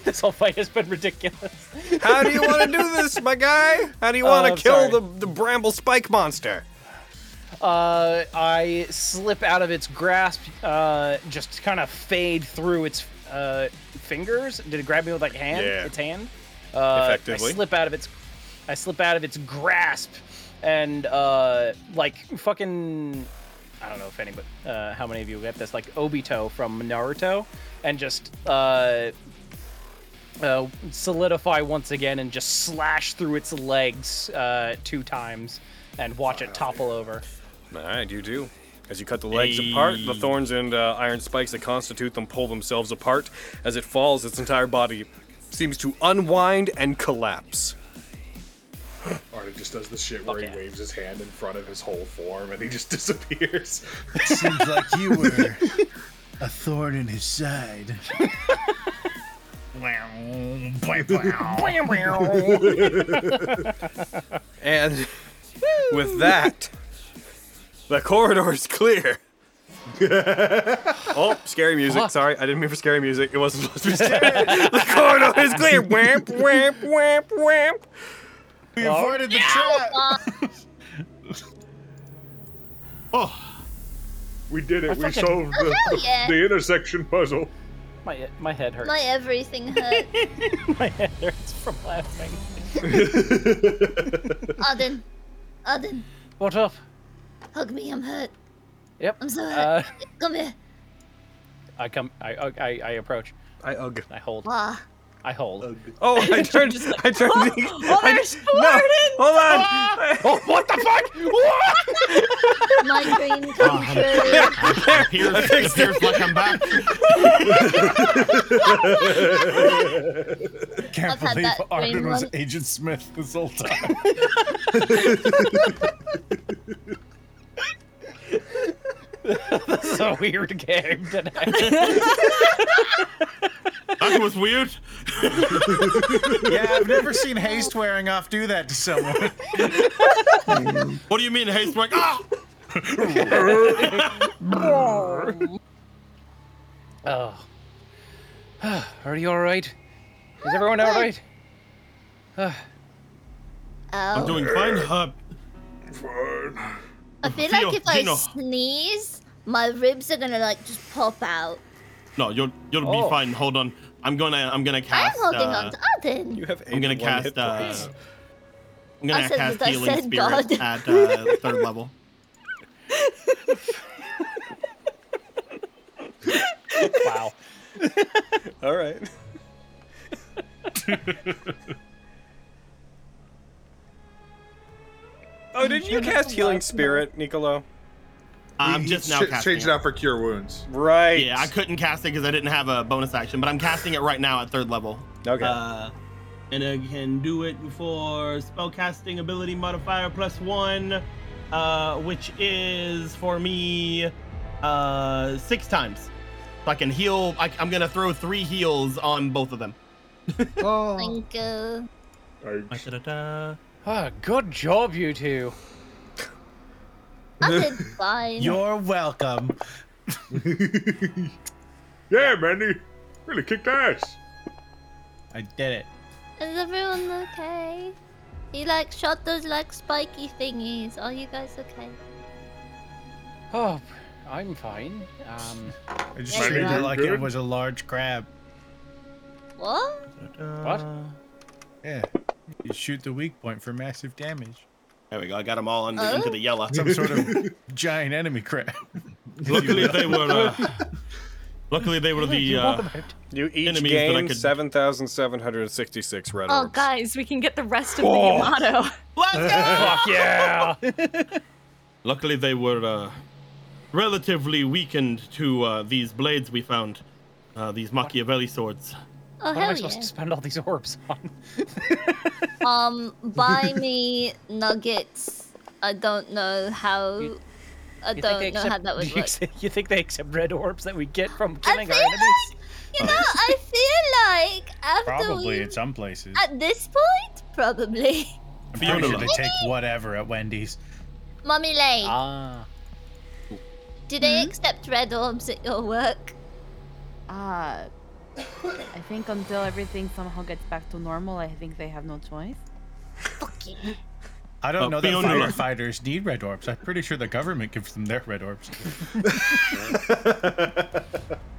Speaker 2: this whole fight has been ridiculous.
Speaker 1: How do you want to do this, my guy? How do you want
Speaker 2: Oh,
Speaker 1: to
Speaker 2: I'm
Speaker 1: kill
Speaker 2: sorry.
Speaker 1: the, the bramble spike monster?
Speaker 2: Uh, I slip out of its grasp, uh, just kind of fade through its uh, fingers. Did it grab me with like hand?
Speaker 1: Yeah.
Speaker 2: Its hand. Uh,
Speaker 1: Effectively.
Speaker 2: I slip out of its, I slip out of its grasp, and uh, like fucking, I don't know if anybody, uh, how many of you get this, like Obito from Naruto, and just uh, uh, solidify once again and just slash through its legs uh, two times and watch it topple over.
Speaker 1: All right, you do. As you cut the legs apart, the thorns and uh, iron spikes that constitute them pull themselves apart. As it falls, its entire body seems to unwind and collapse.
Speaker 7: Arden just does the shit where
Speaker 2: yeah.
Speaker 7: he waves his hand in front of his whole form and he just disappears.
Speaker 4: Seems like you were a thorn in his side.
Speaker 1: And with that, the corridor is clear. oh, scary music. Sorry, I didn't mean for scary music. It wasn't supposed to be scary. the corridor is clear. Wamp, wamp, wamp, wamp.
Speaker 4: We avoided the trap.
Speaker 6: Oh,
Speaker 7: We did it. We
Speaker 2: fucking-
Speaker 7: solved the,
Speaker 5: hell
Speaker 7: the-
Speaker 5: yeah.
Speaker 7: the intersection puzzle.
Speaker 2: Oh, My my head hurts.
Speaker 5: My everything hurt.
Speaker 2: my head hurts from laughing.
Speaker 5: Arden, Arden,
Speaker 2: What up?
Speaker 5: hug me. I'm hurt.
Speaker 2: Yep.
Speaker 5: I'm so
Speaker 2: Uh,
Speaker 5: hurt. Come here.
Speaker 2: I come. I, I I approach.
Speaker 1: I ugh.
Speaker 2: I hold.
Speaker 5: Ah.
Speaker 2: I hold.
Speaker 1: Oh, I turned. I turned.
Speaker 5: Oh,
Speaker 1: the, I-
Speaker 9: there's
Speaker 1: no, hold on. oh, what the fuck?
Speaker 5: My dream come
Speaker 2: Oh,
Speaker 5: true.
Speaker 3: Appears, appears like I'm back.
Speaker 4: Can't
Speaker 5: I've had
Speaker 4: believe
Speaker 5: that
Speaker 4: Arden
Speaker 5: dream
Speaker 4: was
Speaker 5: once.
Speaker 4: Agent Smith this whole time.
Speaker 2: This is a weird game today.
Speaker 3: That was weird.
Speaker 4: yeah, I've never seen haste wearing off do that to someone.
Speaker 3: What do you mean, haste? Like, ah!
Speaker 2: Oh. Are you all right? Is everyone all right?
Speaker 5: Ow. Oh.
Speaker 3: I'm doing fine. Uh,
Speaker 5: I feel
Speaker 3: Feel-
Speaker 5: like if I
Speaker 3: Gino.
Speaker 5: sneeze, my ribs are gonna like just pop out.
Speaker 3: no, you'll you'll
Speaker 2: Oh.
Speaker 3: be fine. Hold on. I'm gonna I'm gonna
Speaker 5: I am
Speaker 3: cast.
Speaker 5: holding
Speaker 3: uh,
Speaker 5: on to Arden.
Speaker 1: You have.
Speaker 3: I'm gonna
Speaker 1: 81
Speaker 3: cast.
Speaker 1: hit
Speaker 3: Uh,
Speaker 1: points.
Speaker 3: I'm gonna
Speaker 5: I said
Speaker 3: cast
Speaker 5: that I
Speaker 3: healing
Speaker 5: said
Speaker 3: spirit
Speaker 5: God.
Speaker 3: at uh, third level.
Speaker 2: Wow.
Speaker 1: All right. oh, didn't you cast Healing Spirit, Nicolo?
Speaker 3: I'm
Speaker 7: He-
Speaker 3: just
Speaker 7: he
Speaker 3: now
Speaker 7: ch-
Speaker 3: casting.
Speaker 7: changed
Speaker 3: It.
Speaker 7: it out for cure wounds.
Speaker 1: Right.
Speaker 3: Yeah, I couldn't cast it because I didn't have a bonus action, but I'm casting it right now at third level.
Speaker 1: Okay.
Speaker 3: Uh, and I can do it for spellcasting ability modifier plus one, uh, which is for me uh, six times. So I can heal. I, I'm gonna throw three heals on both of them.
Speaker 7: Oh,
Speaker 5: Thank you.
Speaker 3: Da-da-da.
Speaker 2: Ah, good job, you two.
Speaker 5: I did fine.
Speaker 4: You're welcome.
Speaker 6: Yeah, Mandy, really kicked ass.
Speaker 4: I did it.
Speaker 5: Is everyone okay? He like shot those like spiky thingies. Are you guys okay?
Speaker 2: Oh, I'm fine. Um,
Speaker 4: I just
Speaker 5: Yeah,
Speaker 4: treated
Speaker 5: you're
Speaker 4: it like
Speaker 6: good.
Speaker 4: it was a large crab.
Speaker 5: What?
Speaker 2: What?
Speaker 4: Uh, Yeah. You shoot the weak point for massive damage.
Speaker 3: There we go. I got them all under,
Speaker 5: Oh.
Speaker 3: into the yellow.
Speaker 4: Some sort of giant enemy crab.
Speaker 3: luckily they were. Uh, luckily they were the. Uh,
Speaker 1: you each
Speaker 3: enemies that I
Speaker 1: gain
Speaker 3: could-
Speaker 1: 7,766 red
Speaker 9: Oh,
Speaker 1: orbs.
Speaker 9: guys, we can get the rest of
Speaker 3: Oh.
Speaker 9: the Yamato.
Speaker 3: Let's go!
Speaker 2: Fuck yeah!
Speaker 3: Luckily, they were uh, relatively weakened to uh, these blades we found, uh, these Machiavelli swords.
Speaker 5: Oh
Speaker 2: What am I
Speaker 5: hell
Speaker 2: supposed
Speaker 5: yeah.
Speaker 2: to spend all these orbs on?
Speaker 5: Um, buy me nuggets. I don't know how.
Speaker 2: You-
Speaker 5: I
Speaker 2: You think
Speaker 5: don't
Speaker 2: they
Speaker 5: know how
Speaker 2: accept-
Speaker 5: that would
Speaker 2: you
Speaker 5: work.
Speaker 2: accept- you think they accept red orbs that we get from
Speaker 5: I
Speaker 2: killing
Speaker 5: feel
Speaker 2: our enemies?
Speaker 5: like, you know, I feel like after
Speaker 4: Probably
Speaker 5: we,
Speaker 4: in some places.
Speaker 5: at this point, probably.
Speaker 4: I'm pretty sure
Speaker 3: Fiona.
Speaker 4: they take whatever at Wendy's.
Speaker 5: Mummy Lane,
Speaker 2: Ah.
Speaker 5: do
Speaker 1: Hmm?
Speaker 5: they accept red orbs at your work?
Speaker 8: Uh, I think until everything somehow gets back to normal, I think they have no choice.
Speaker 5: Fucking.
Speaker 4: I don't
Speaker 3: Uh,
Speaker 4: know that
Speaker 3: Fiona.
Speaker 4: firefighters need red orbs. I'm pretty sure the government gives them their red orbs.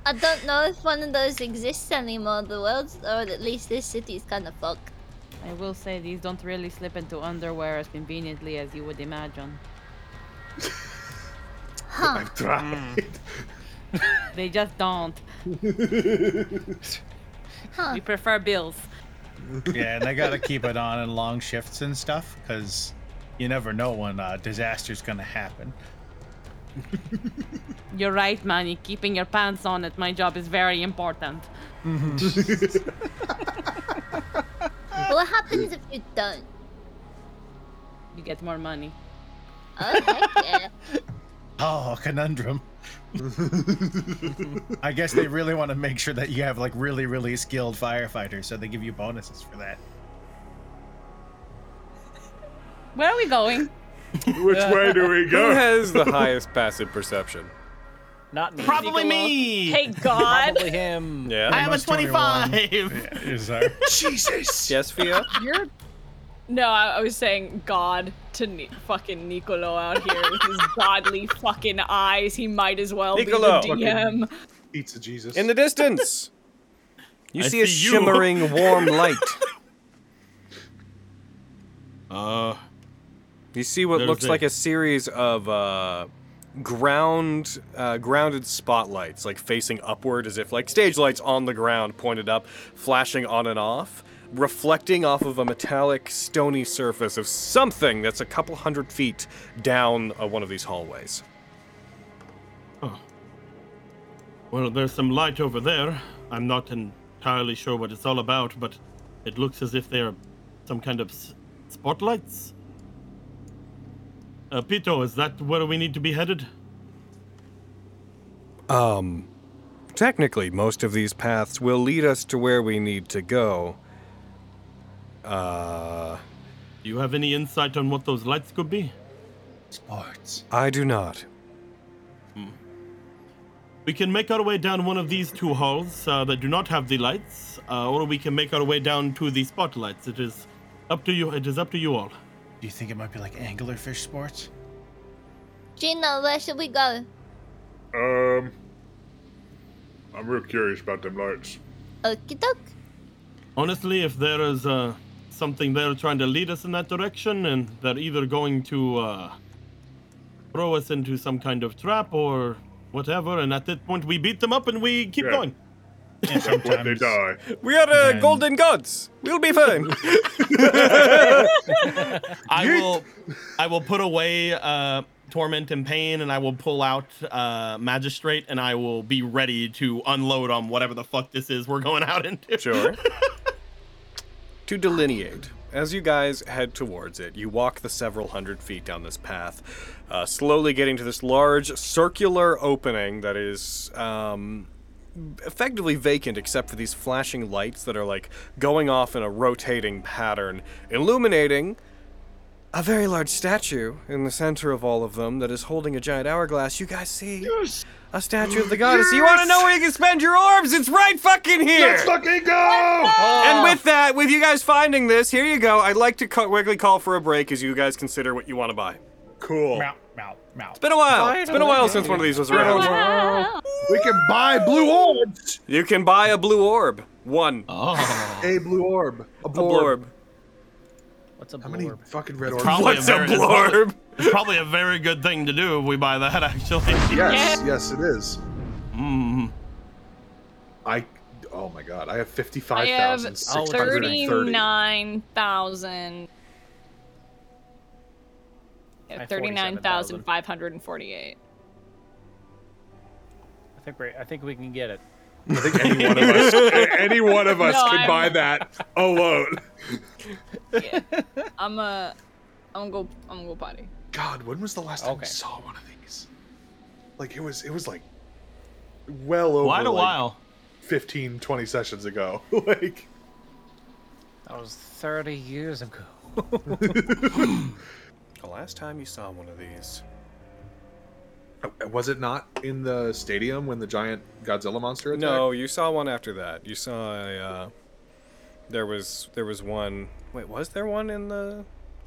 Speaker 5: I don't know if one of those exists anymore. The world's, or at least this city's kind of fucked.
Speaker 8: I will say these don't really slip into underwear as conveniently as you would imagine.
Speaker 5: Huh.
Speaker 8: They just don't.
Speaker 5: Huh.
Speaker 8: We prefer bills.
Speaker 4: yeah, and they gotta keep it on in long shifts and stuff, because you never know when a disaster's gonna happen.
Speaker 8: You're right, Manny. Keeping your pants on at my job is very important.
Speaker 4: Mm-hmm.
Speaker 5: what happens if you don't?
Speaker 8: You get more money.
Speaker 5: Oh, heck yeah.
Speaker 4: Oh, conundrum. I guess they really want to make sure that you have like really, really skilled firefighters, so they give you bonuses for that.
Speaker 8: Where are we going?
Speaker 6: Which way do we
Speaker 1: Who
Speaker 6: go?
Speaker 1: has the highest passive perception?
Speaker 2: Not me.
Speaker 3: Probably me.
Speaker 9: Hey, God.
Speaker 2: Probably him.
Speaker 1: Yeah.
Speaker 3: I have a
Speaker 4: Must only
Speaker 3: 25.
Speaker 4: one. Yeah, is there?
Speaker 7: Jesus!
Speaker 1: Yes, Fia?
Speaker 9: You're. No, I, I was saying God to Ni- fucking Nicolo out here with his godly fucking eyes. He might as well
Speaker 1: Niccolo.
Speaker 9: be the DM.
Speaker 7: Pizza Jesus.
Speaker 1: In the distance, you
Speaker 3: I
Speaker 1: see a
Speaker 3: see you.
Speaker 1: shimmering warm light.
Speaker 3: Uh,
Speaker 1: You see what
Speaker 3: There's
Speaker 1: looks
Speaker 3: a-
Speaker 1: like a series of uh, ground uh, grounded spotlights, like facing upward, as if like stage lights on the ground, pointed up, flashing on and off, reflecting off of a metallic, stony surface of something that's a couple hundred feet down uh, one of these hallways.
Speaker 3: well, there's some light over there. I'm not entirely sure what it's all about, but it looks as if they are some kind of s- spotlights. Uh, Pito, is that where we need to be headed?
Speaker 1: Um, technically, most of these paths will lead us to where we need to go. Uh,
Speaker 3: Do you have any insight on what those lights could be?
Speaker 4: Sports.
Speaker 1: I do not.
Speaker 3: Hmm. We can make our way down one of these two halls uh, that do not have the lights, uh, or we can make our way down to the spotlights. It is up to you. It is up to you all.
Speaker 4: Do you think it might be like anglerfish sports?
Speaker 5: Gina, where should we go?
Speaker 6: Um, I'm real curious about them lights.
Speaker 5: Okie doke.
Speaker 3: Honestly, if there is uh, something there trying to lead us in that direction, and they're either going to uh, throw us into some kind of trap or whatever, and at that point we beat them up and we keep
Speaker 6: Yeah.
Speaker 3: going.
Speaker 7: And
Speaker 4: sometimes-
Speaker 7: they die.
Speaker 1: We are uh,
Speaker 4: Then-
Speaker 1: golden gods. We'll be fine.
Speaker 3: I will I will put away uh, torment and pain, and I will pull out uh, magistrate, and I will be ready to unload on whatever the fuck this is we're going out into.
Speaker 1: Sure. to delineate, as you guys head towards it, you walk the several hundred feet down this path, uh, slowly getting to this large circular opening that is um, effectively vacant except for these flashing lights that are like going off in a rotating pattern, illuminating a very large statue in the center of all of them that is holding a giant hourglass. You guys see a statue of the goddess. You want to know where you can spend your orbs? It's right fucking here.
Speaker 7: Let's fucking go!
Speaker 3: Oh.
Speaker 1: And with that, with you guys finding this, here you go. I'd like to co- quickly call for a break as you guys consider what you want to buy.
Speaker 7: Cool.
Speaker 4: Meow, meow, meow.
Speaker 1: It's been a while. It's been a while since one of these was around.
Speaker 6: We can buy blue orbs.
Speaker 1: You can buy a blue orb. One.
Speaker 3: Oh,
Speaker 6: A blue orb. A
Speaker 1: a
Speaker 6: blue
Speaker 1: blue orb.
Speaker 2: What's a
Speaker 7: How many
Speaker 2: blorb?
Speaker 6: Fucking red orbs.
Speaker 3: probably
Speaker 1: What's
Speaker 3: a,
Speaker 1: a
Speaker 3: very, it's probably-
Speaker 1: blorb?
Speaker 3: It's probably a very good thing to do if we buy that, actually.
Speaker 7: Yes, yes, it is.
Speaker 3: Mm.
Speaker 7: I. Oh my god, I
Speaker 9: I have
Speaker 7: have 55,630.
Speaker 9: thirty-nine thousand.
Speaker 2: I have
Speaker 9: Thirty-nine thousand five hundred and forty-eight.
Speaker 2: I think we I think we can get it.
Speaker 7: I think any one of us, any one of us,
Speaker 9: No,
Speaker 7: could
Speaker 9: I'm-
Speaker 7: buy that alone.
Speaker 9: I'm a. I'm gonna go. I'm gonna go potty.
Speaker 7: God, when was the last time we
Speaker 2: Okay.
Speaker 7: saw one of these? Like it was, it was like well over
Speaker 3: Quite a
Speaker 7: like,
Speaker 3: while.
Speaker 7: 15, 20 sessions ago. like
Speaker 2: That was 30 years ago.
Speaker 1: The last time you saw one of these.
Speaker 7: was it not in the stadium when the giant Godzilla monster attacked?
Speaker 1: No, you saw one after that. You saw a. Uh, there was there was one. Wait, was there one in the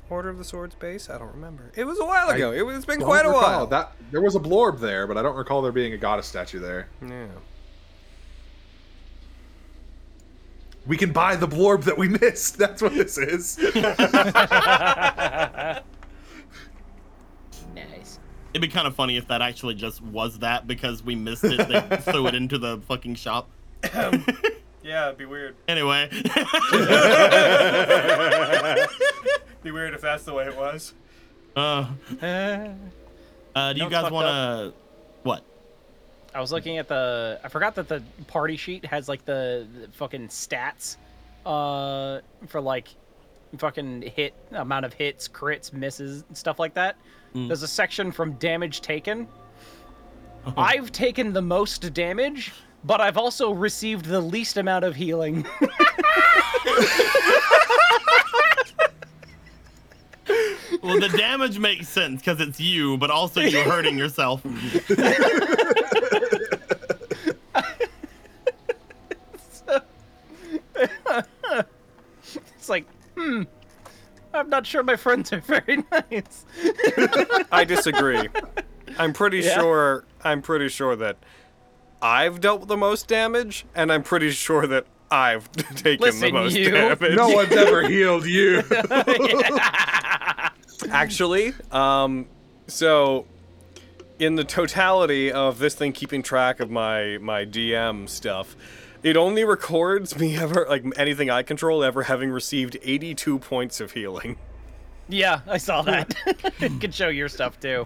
Speaker 1: Order of the Swords base? I don't remember. It was a while
Speaker 7: I
Speaker 1: ago. It was, it's been
Speaker 7: Don't
Speaker 1: quite a
Speaker 7: recall.
Speaker 1: while.
Speaker 7: That there was a blorb there, but I don't recall there being a goddess statue there.
Speaker 1: yeah.
Speaker 7: We can buy the blorb that we missed. That's what this is.
Speaker 9: Nice.
Speaker 3: It'd be kind of funny if that actually just was that because we missed it. They threw it into the fucking shop.
Speaker 1: Yeah, it'd be weird.
Speaker 3: Anyway,
Speaker 1: Be weird if that's the way it was.
Speaker 3: uh, uh, do
Speaker 2: No,
Speaker 3: you
Speaker 2: it's
Speaker 3: guys
Speaker 2: fucked
Speaker 3: want to what?
Speaker 2: I was looking at the. I forgot that the party sheet has like the, the fucking stats, uh, for like, fucking hit amount of hits, crits, misses, and stuff like that. There's a section from damage taken. I've taken the most damage, but I've also received the least amount of healing.
Speaker 3: Well, the damage makes sense because it's you, but also you hurting yourself.
Speaker 2: it's like, hmm, I'm not sure my friends are very nice.
Speaker 1: I disagree. I'm pretty
Speaker 2: Yeah?
Speaker 1: sure. I'm pretty sure that I've dealt the most damage, and I'm pretty sure that I've taken the
Speaker 2: Listen,
Speaker 1: most
Speaker 2: you.
Speaker 1: damage.
Speaker 7: no one's ever healed you.
Speaker 1: actually, um, so in the totality of this thing keeping track of my my DM stuff. It only records me ever, like anything I control, ever having received 82 points of healing.
Speaker 2: Yeah, I saw that. it could show your stuff too.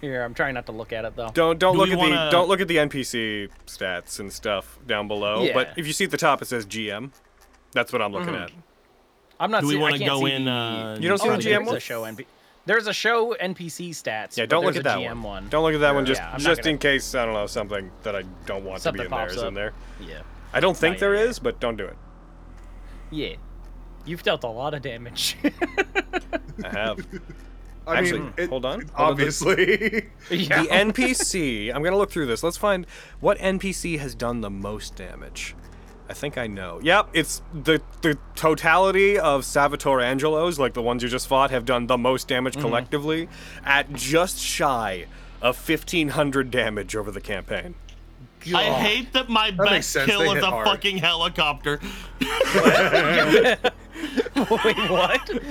Speaker 2: Here, I'm trying not to look at it though.
Speaker 1: Don't don't
Speaker 3: Do
Speaker 1: look
Speaker 3: we
Speaker 1: at the
Speaker 3: wanna-
Speaker 1: don't look at the NPC stats and stuff down below.
Speaker 2: Yeah.
Speaker 1: But if you see at the top, it says GM. That's what I'm looking at.
Speaker 2: Hmm. Mm-hmm. I'm not.
Speaker 3: Do we
Speaker 2: see- I
Speaker 3: want to
Speaker 2: can't
Speaker 3: go
Speaker 2: see
Speaker 3: in?
Speaker 2: the-
Speaker 3: Uh,
Speaker 1: You don't see
Speaker 2: oh,
Speaker 1: the
Speaker 2: there's
Speaker 1: GM one?
Speaker 2: a show NP- There's a show NPC stats.
Speaker 1: Yeah,
Speaker 2: but
Speaker 1: don't look at
Speaker 2: there's
Speaker 1: that
Speaker 2: a GM
Speaker 1: one. Don't look at that one just
Speaker 2: Yeah, I'm not
Speaker 1: just
Speaker 2: gonna-
Speaker 1: in case I don't know something that I don't want
Speaker 2: Something
Speaker 1: to be in there
Speaker 2: pops
Speaker 1: is in
Speaker 2: up.
Speaker 1: there.
Speaker 2: Yeah.
Speaker 1: I don't think
Speaker 2: yeah,
Speaker 1: there is,
Speaker 2: yeah.
Speaker 1: but don't do it.
Speaker 2: Yeah. You've dealt a lot of damage.
Speaker 1: I have.
Speaker 7: I
Speaker 1: Actually,
Speaker 7: mean, it-
Speaker 1: hold on. Hold on, this-
Speaker 7: Obviously,
Speaker 2: yeah.
Speaker 1: The NPC. I'm gonna look through this. Let's find what NPC has done the most damage. I think I know. Yep, it's the the totality of Salvatore Angelo's, like the ones you just fought, have done the most damage
Speaker 4: Mm-hmm.
Speaker 1: collectively, at just shy of 1,500 damage over the campaign.
Speaker 3: I hate that my
Speaker 7: makes
Speaker 3: best
Speaker 7: sense,
Speaker 3: kill
Speaker 7: they
Speaker 3: is
Speaker 7: hit
Speaker 3: a
Speaker 7: hard.
Speaker 3: fucking helicopter.
Speaker 2: Wait, what?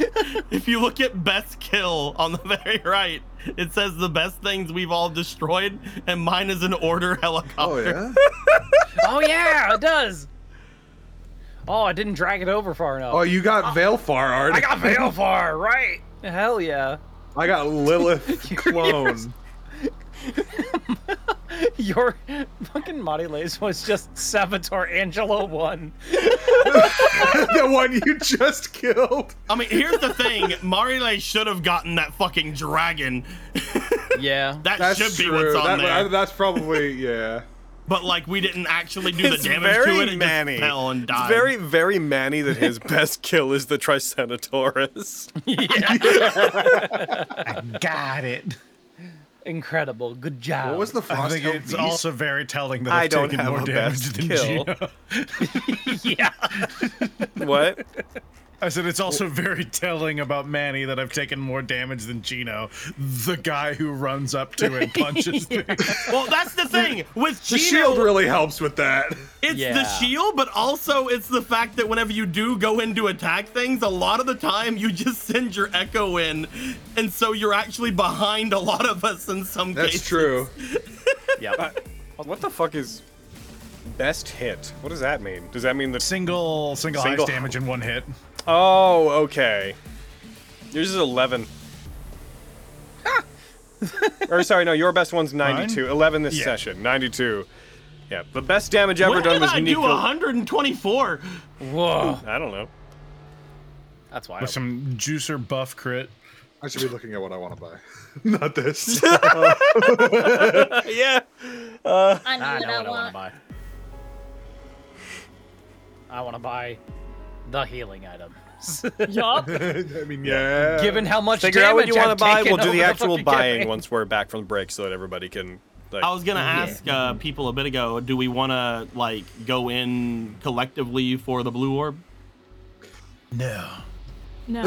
Speaker 3: If you look at best kill on the very right, it says the best things we've all destroyed, and mine is an order
Speaker 7: Oh
Speaker 3: helicopter.
Speaker 7: yeah.
Speaker 2: oh yeah, it does. Oh, I didn't drag it over far enough.
Speaker 6: Oh, you got Veil Far
Speaker 2: I
Speaker 6: already.
Speaker 2: got Veilfar, right? Hell yeah.
Speaker 6: I got Lilith clone.
Speaker 2: Your fucking Monty Lace was just Salvatore Angelo one.
Speaker 6: the one you just killed.
Speaker 3: I mean, here's the thing: Marile should have gotten that fucking dragon.
Speaker 2: Yeah.
Speaker 3: That
Speaker 6: That's
Speaker 3: should be
Speaker 6: true.
Speaker 3: what's on
Speaker 6: That-
Speaker 3: there.
Speaker 6: that's probably yeah.
Speaker 3: but like, we didn't actually do
Speaker 1: It's
Speaker 3: the damage
Speaker 1: very
Speaker 3: to it. It
Speaker 1: Manny.
Speaker 3: just fell and
Speaker 1: It's
Speaker 3: died.
Speaker 1: very, very Manny that his best kill is the Triceratosaurus.
Speaker 4: Got it.
Speaker 2: Incredible. Good job.
Speaker 7: What was the
Speaker 4: I
Speaker 7: frost
Speaker 4: think
Speaker 7: elf
Speaker 4: it's
Speaker 7: beast?
Speaker 4: also very telling that
Speaker 1: I
Speaker 4: I've
Speaker 1: don't
Speaker 4: taken
Speaker 1: have
Speaker 4: more
Speaker 1: a best
Speaker 4: damage than
Speaker 1: kill.
Speaker 4: Gio.
Speaker 2: yeah.
Speaker 1: what?
Speaker 4: I said it's also very telling about Manny that I've taken more damage than Gino, the guy who runs up to and punches me.
Speaker 3: well, that's the thing with
Speaker 6: The
Speaker 3: Gino,
Speaker 6: shield really helps with that.
Speaker 3: It's the
Speaker 2: Yeah.
Speaker 3: shield, but also it's the fact that whenever you do go in to attack things, a lot of the time you just send your echo in, and so you're actually behind a lot of us in some
Speaker 6: That's
Speaker 3: cases.
Speaker 6: true.
Speaker 2: Yep.
Speaker 1: Uh, What the fuck is best hit? What does that mean? Does that mean the?
Speaker 4: Single, single, highest
Speaker 1: Single-
Speaker 4: damage in one hit.
Speaker 1: Oh, okay. Yours is eleven. or sorry, no, your best one's ninety-two. Eleven this
Speaker 4: Yeah.
Speaker 1: session. Ninety-two. Yeah, the best damage ever
Speaker 3: When
Speaker 1: done
Speaker 3: did
Speaker 1: was
Speaker 3: I do
Speaker 1: Nico.
Speaker 3: 124?
Speaker 2: Whoa.
Speaker 1: I don't know.
Speaker 2: That's why.
Speaker 4: With some juicer buff crit.
Speaker 7: I should be looking at what I want to buy. Not this.
Speaker 6: Uh,
Speaker 1: yeah.
Speaker 5: I know
Speaker 2: I
Speaker 5: what I
Speaker 2: know what I want to
Speaker 5: want.
Speaker 2: buy. I want to buy the healing item.
Speaker 9: Yup.
Speaker 6: I mean, yeah.
Speaker 2: Given how much
Speaker 1: Figure
Speaker 2: damage
Speaker 1: out what you
Speaker 2: want to
Speaker 1: buy. We'll do the actual buying once we're back from the break, so that everybody can. Like,
Speaker 3: I was gonna ask uh, people a bit ago, do we want to like go in collectively for the blue orb?
Speaker 4: No,
Speaker 8: No.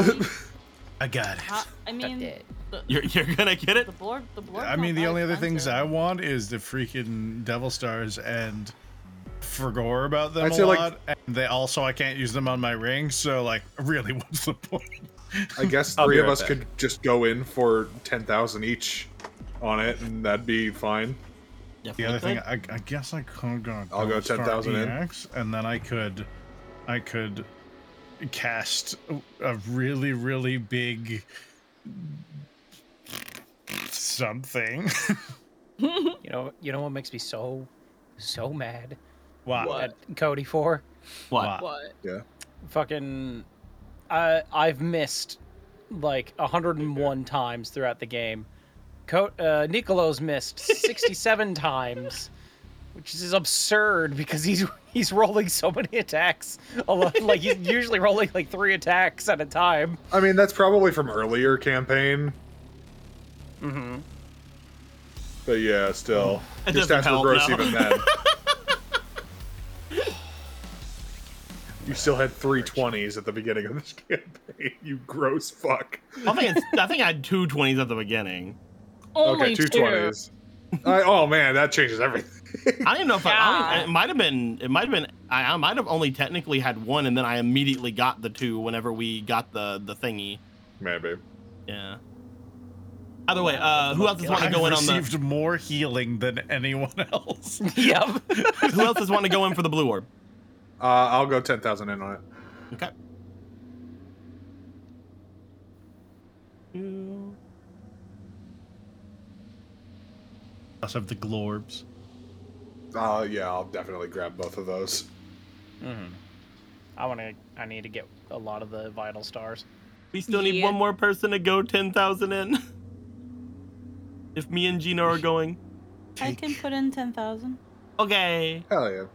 Speaker 4: I got it.
Speaker 8: I, I mean,
Speaker 9: it.
Speaker 8: the,
Speaker 3: You're, you're gonna get it.
Speaker 8: the blorb, the blorb.
Speaker 4: I mean, the only other things I want is the freaking Devil Stars and forgot about them
Speaker 6: I'd
Speaker 4: a
Speaker 6: say, like-
Speaker 4: lot. and they also, I can't use them on my ring, so like, really, what's the point?
Speaker 7: I guess
Speaker 1: I'll be
Speaker 7: three of
Speaker 1: right
Speaker 7: us
Speaker 1: back.
Speaker 7: could just go in for ten thousand each on it, and that'd be fine.
Speaker 4: The other
Speaker 3: Definitely.
Speaker 4: thing, I, I guess I could go.
Speaker 7: I'll go 10,000 in.
Speaker 4: EX, and then I could, I could cast a really really big something.
Speaker 2: You know, you know what makes me so, so mad
Speaker 4: wow.
Speaker 2: at Cody for
Speaker 3: What?
Speaker 9: What?
Speaker 7: Yeah.
Speaker 2: fucking. I I've missed like 101 times throughout the game. Co- uh, Nicolo's missed 67 times, which is absurd because he's he's rolling so many attacks. A lot, like he's usually rolling like three attacks at a time.
Speaker 7: I mean, that's probably from earlier campaign,
Speaker 2: Mm-hmm.
Speaker 7: but yeah, still.
Speaker 3: It
Speaker 7: Your
Speaker 3: doesn't
Speaker 7: stats were
Speaker 3: help,
Speaker 7: gross
Speaker 3: no.
Speaker 7: even then. you still had three twenties at the beginning of this campaign. You gross fuck.
Speaker 3: I think it's, I think I had two twenties at the beginning.
Speaker 9: Only
Speaker 7: Okay, two twenties. I, oh man, that changes everything.
Speaker 3: I didn't know if I, I
Speaker 9: Yeah.
Speaker 3: don't- it might have been it might have been I, I might have only technically had one and then I immediately got the two whenever we got the the thingy.
Speaker 7: Maybe.
Speaker 3: Yeah. Either way, uh, who else is want to
Speaker 4: I've
Speaker 3: go in on the
Speaker 4: received more healing than anyone else.
Speaker 2: Yep.
Speaker 3: who else is want to go in for the blue orb?
Speaker 7: Uh, I'll go ten thousand in on it.
Speaker 3: Okay. Two.
Speaker 4: Plus of the glorbs.
Speaker 7: Uh, yeah, I'll definitely grab both of those.
Speaker 2: I want to. I need to get a lot of the vital stars.
Speaker 3: We still need
Speaker 8: Yeah.
Speaker 3: one more person to go ten thousand in. If me and Gino are going,
Speaker 8: I can put in ten thousand.
Speaker 3: okay.
Speaker 7: Hell yeah.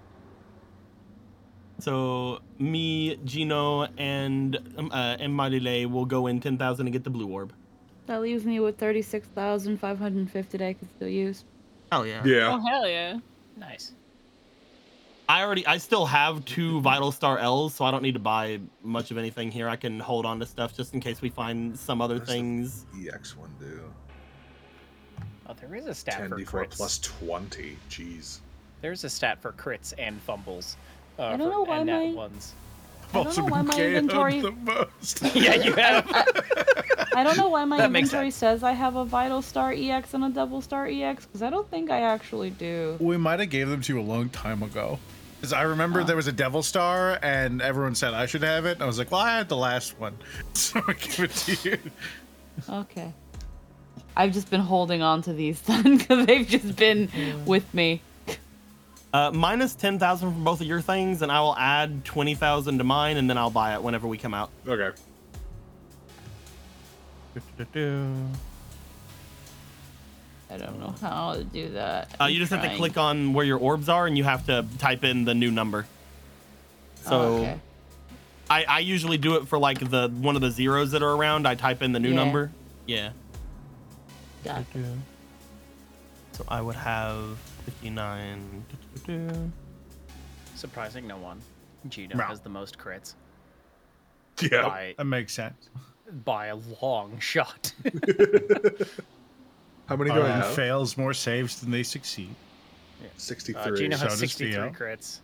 Speaker 3: So me, Gino, and um, uh, and Marile will go in ten thousand and get the blue orb.
Speaker 8: That leaves me with thirty-six thousand five hundred fifty that I can still use.
Speaker 3: Oh yeah.
Speaker 7: Yeah.
Speaker 9: Oh hell yeah.
Speaker 2: Nice.
Speaker 3: I already, I still have two Vital Star L's, so I don't need to buy much of anything here. I can hold on to stuff just in case we find some other
Speaker 7: That's the-
Speaker 3: things.
Speaker 7: EX one do.
Speaker 2: Oh, there is a stat
Speaker 7: Ten
Speaker 2: for
Speaker 7: D four
Speaker 2: crits.
Speaker 7: plus twenty. Jeez.
Speaker 2: There's a stat for crits and fumbles. Uh,
Speaker 8: I don't
Speaker 2: for,
Speaker 8: know why
Speaker 2: and nat
Speaker 8: my-
Speaker 2: ones.
Speaker 8: I don't know why my
Speaker 4: KO'd
Speaker 8: inventory.
Speaker 4: the most.
Speaker 2: yeah, you have.
Speaker 8: I don't know why my
Speaker 2: That makes
Speaker 8: inventory says I have a vital star EX and a double star EX because I don't think I actually do.
Speaker 4: We might have gave them to you a long time ago. Because I remember
Speaker 2: Ah.
Speaker 4: there was a Devil Star, and everyone said I should have it. And I was like, well, I had the last one. So I give it to you.
Speaker 8: Okay. I've just been holding on to these then because they've just been with me.
Speaker 3: Uh, minus 10,000 from both of your things, and I will add 20,000 to mine, and then I'll buy it whenever we come out.
Speaker 7: Okay.
Speaker 8: I don't know how to do that.
Speaker 3: Uh,
Speaker 8: I'm
Speaker 3: you just have to
Speaker 8: trying.
Speaker 3: click on where your orbs are, and you have to type in the new number. So
Speaker 8: Oh, okay.
Speaker 3: I, I usually do it for like the one of the zeros that are around. I type in the new
Speaker 8: Yeah.
Speaker 3: number. Yeah.
Speaker 8: Gotcha.
Speaker 3: So I would have 59.
Speaker 2: Surprising no one. Gino
Speaker 4: No.
Speaker 2: has the most crits
Speaker 7: Yeah.
Speaker 2: by
Speaker 4: That makes sense.
Speaker 2: by a long shot.
Speaker 7: How many do I
Speaker 4: Arlen
Speaker 7: have?
Speaker 4: Uh, fails more saves than they succeed.
Speaker 2: Uh,
Speaker 7: 63.
Speaker 2: Gino
Speaker 4: So
Speaker 2: has
Speaker 4: does
Speaker 2: 63
Speaker 4: Theo.
Speaker 2: crits.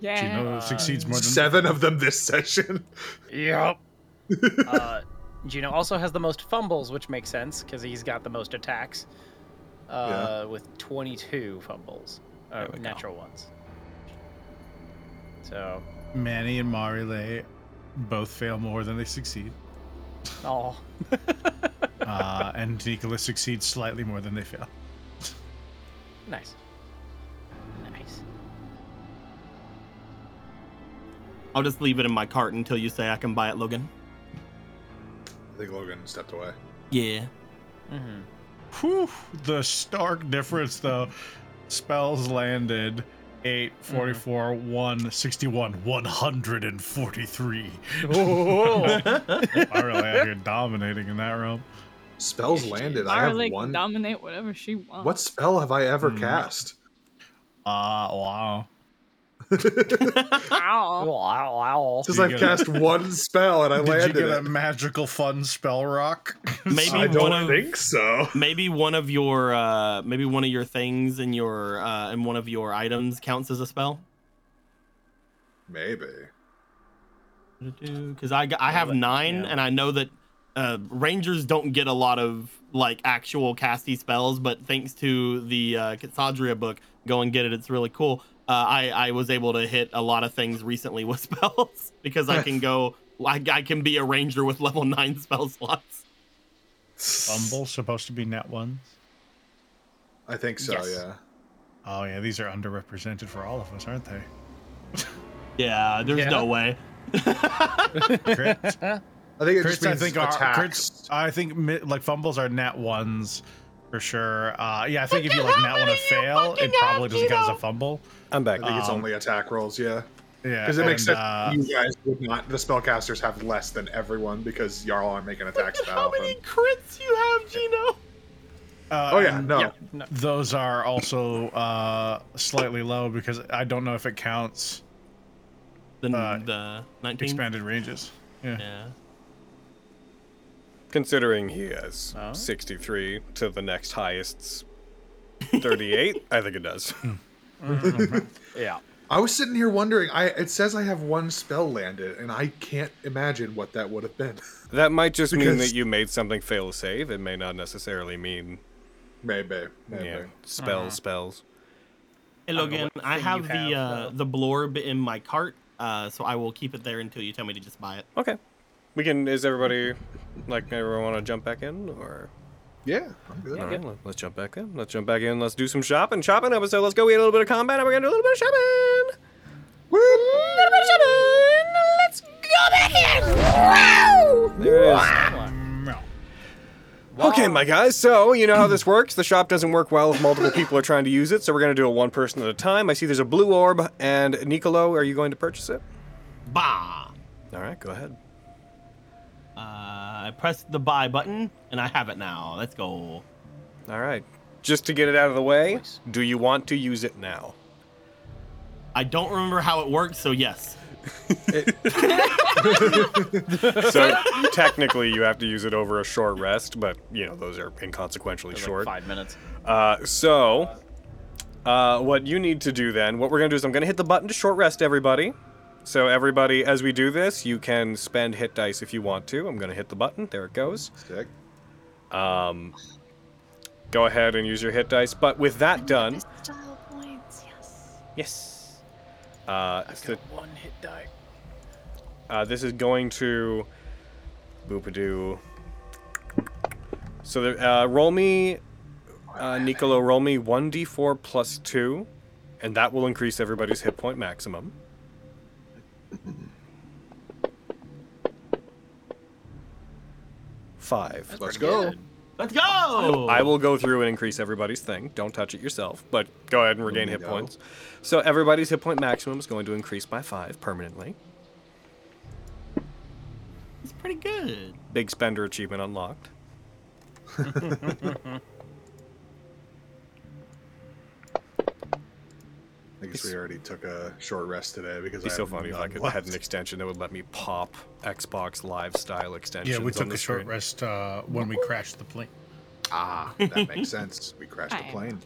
Speaker 9: Yeah.
Speaker 4: Gino succeeds more than
Speaker 7: Uh, Seven of them this session.
Speaker 2: Yep. uh, Gino also has the most fumbles, which makes sense because he's got the most attacks, uh, with 22 fumbles, uh, natural ones. So,
Speaker 4: Manny and Marile both fail more than they succeed.
Speaker 2: oh,
Speaker 4: Uh, and Nicholas succeeds slightly more than they fail.
Speaker 2: nice, nice.
Speaker 3: I'll just leave it in my cart until you say I can buy it, Logan.
Speaker 7: I think Logan stepped away.
Speaker 3: Yeah.
Speaker 2: hmm
Speaker 4: Whew, the stark difference though. Spells landed 8, 44, 1, 61, 143.
Speaker 2: Oh,
Speaker 4: Marley out here dominating in that realm.
Speaker 7: Spells landed. I have
Speaker 9: Marley can
Speaker 7: one.
Speaker 9: dominate whatever she wants.
Speaker 7: What spell have I ever
Speaker 4: Hmm.
Speaker 7: cast?
Speaker 4: Ah, wow.
Speaker 9: Ow.
Speaker 2: wow, wow.
Speaker 7: Since
Speaker 4: you
Speaker 7: I've
Speaker 4: get a-
Speaker 7: cast one spell and I
Speaker 4: Did you
Speaker 7: landed
Speaker 4: get a
Speaker 7: it.
Speaker 4: magical fun spell rock?
Speaker 3: Maybe
Speaker 7: I
Speaker 3: one
Speaker 7: don't
Speaker 3: of
Speaker 7: think so.
Speaker 3: maybe one of your uh, maybe one of your things in your uh, and one of your items counts as a spell.
Speaker 7: Maybe.
Speaker 3: Because I, g- I have nine, and I know that uh, rangers don't get a lot of like actual casty spells, but thanks to the uh, Katsadria book, go and get it. It's really cool. Uh, I I was able to hit a lot of things recently with spells because I can go I, I can be a ranger with level nine spell slots.
Speaker 4: Bumble supposed to be net ones.
Speaker 7: I think so,
Speaker 2: Yes.
Speaker 7: yeah.
Speaker 4: Oh yeah, these are underrepresented for all of us, aren't they?
Speaker 3: Yeah, there's
Speaker 2: Yeah.
Speaker 3: no way.
Speaker 4: Crits,
Speaker 7: I think it just
Speaker 4: crits I
Speaker 7: means
Speaker 4: think are crits,
Speaker 7: attacks.
Speaker 4: I think mi- like fumbles are net ones for sure. Uh, yeah, I think if you like net one a fail, it probably doesn't count as a fumble.
Speaker 1: I'm back.
Speaker 7: I think it's
Speaker 4: Um,
Speaker 7: only attack rolls, yeah.
Speaker 4: Yeah,
Speaker 7: Because it makes
Speaker 4: and,
Speaker 7: sense.
Speaker 4: uh,
Speaker 7: you guys would not. The spellcasters have less than everyone because y'all aren't making attacks that
Speaker 3: How many
Speaker 7: often.
Speaker 3: crits you have, Gino?
Speaker 4: uh,
Speaker 7: Oh yeah,
Speaker 4: and
Speaker 7: no.
Speaker 2: Yeah, no,
Speaker 4: Those are also uh, slightly low because I don't know if it counts
Speaker 3: The
Speaker 4: Uh,
Speaker 3: the nineteen.
Speaker 4: expanded ranges. Yeah.
Speaker 3: Yeah.
Speaker 1: Considering he has
Speaker 2: Oh.
Speaker 1: 63 to the next highest's 38, I think it does.
Speaker 4: Mm-hmm.
Speaker 2: yeah.
Speaker 7: I was sitting here wondering. I it says I have one spell landed, and I can't imagine what that would have been.
Speaker 1: That might just mean that
Speaker 7: Because-
Speaker 1: you made something fail a save. It may not necessarily mean
Speaker 7: maybe, maybe.
Speaker 1: yeah, spells, spells.
Speaker 3: Hey
Speaker 2: don't know
Speaker 3: Logan,
Speaker 2: what
Speaker 3: I
Speaker 2: thing
Speaker 3: have
Speaker 2: you
Speaker 3: the
Speaker 2: have,
Speaker 3: uh,
Speaker 2: though.
Speaker 3: the blorb in my cart, uh, so I will keep it there until you tell me to just buy it.
Speaker 1: Okay. We can, is everybody, like, everyone want to jump back in or?
Speaker 7: Yeah, I'm good.
Speaker 1: All right, let- let's jump back in. Let's jump back in. Let's do some shopping. Shopping episode. Let's go. We had a little bit of combat, and we're gonna do a little bit of shopping. Woo! Little bit of shopping. Let's go back in. There it is. Okay, my guys. So you know how this works. The shop doesn't work well if multiple people are trying to use it. So we're gonna do it one person at a time. I see there's a blue orb, and Nicolo, are you going to purchase it?
Speaker 3: Bah!
Speaker 1: All right, go ahead.
Speaker 3: Uh, I pressed the buy button, and I have it now. Let's go.
Speaker 1: All right. Just to get it out of the way, do you want to use it now?
Speaker 3: I don't remember how it works, so yes.
Speaker 1: So technically, you have to use it over a short rest, but you know those are inconsequentially
Speaker 2: Like
Speaker 1: short.
Speaker 2: Five minutes.
Speaker 1: Uh, so Uh, what you need to do then, what we're going to do is I'm going to hit the button to short rest everybody. So, everybody, as we do this, you can spend hit dice if you want to. I'm going to hit the button. There it goes.
Speaker 7: Sick.
Speaker 1: Um, go ahead and use your hit dice. But with that done,
Speaker 10: Style points, yes.
Speaker 1: yes. Uh, so
Speaker 2: one hit die.
Speaker 1: Uh, this is going to boopadoo. So there, uh, roll me, uh, Nicolo, roll me 1d4 plus 2, and that will increase everybody's hit point maximum. Five.
Speaker 7: Let's go.
Speaker 3: Let's go.
Speaker 7: Oh.
Speaker 1: I will go through and increase everybody's thing. Don't touch it yourself, but go ahead and regain
Speaker 7: we
Speaker 1: hit
Speaker 7: go.
Speaker 1: points. So everybody's hit point maximum is going to increase by five permanently.
Speaker 3: It's pretty good.
Speaker 1: Big spender achievement unlocked.
Speaker 7: I guess we already took a short rest today because
Speaker 1: It'd be
Speaker 7: I
Speaker 1: so
Speaker 7: have
Speaker 1: funny if I
Speaker 7: none
Speaker 1: could
Speaker 7: left.
Speaker 1: had an extension that would let me pop Xbox Live style extensions.
Speaker 4: Yeah, we
Speaker 1: on
Speaker 4: took
Speaker 1: the
Speaker 4: a short
Speaker 1: screen.
Speaker 4: rest uh, when we crashed the plane.
Speaker 7: Ah, that makes sense. We crashed
Speaker 9: I
Speaker 7: the
Speaker 9: am.
Speaker 7: plane.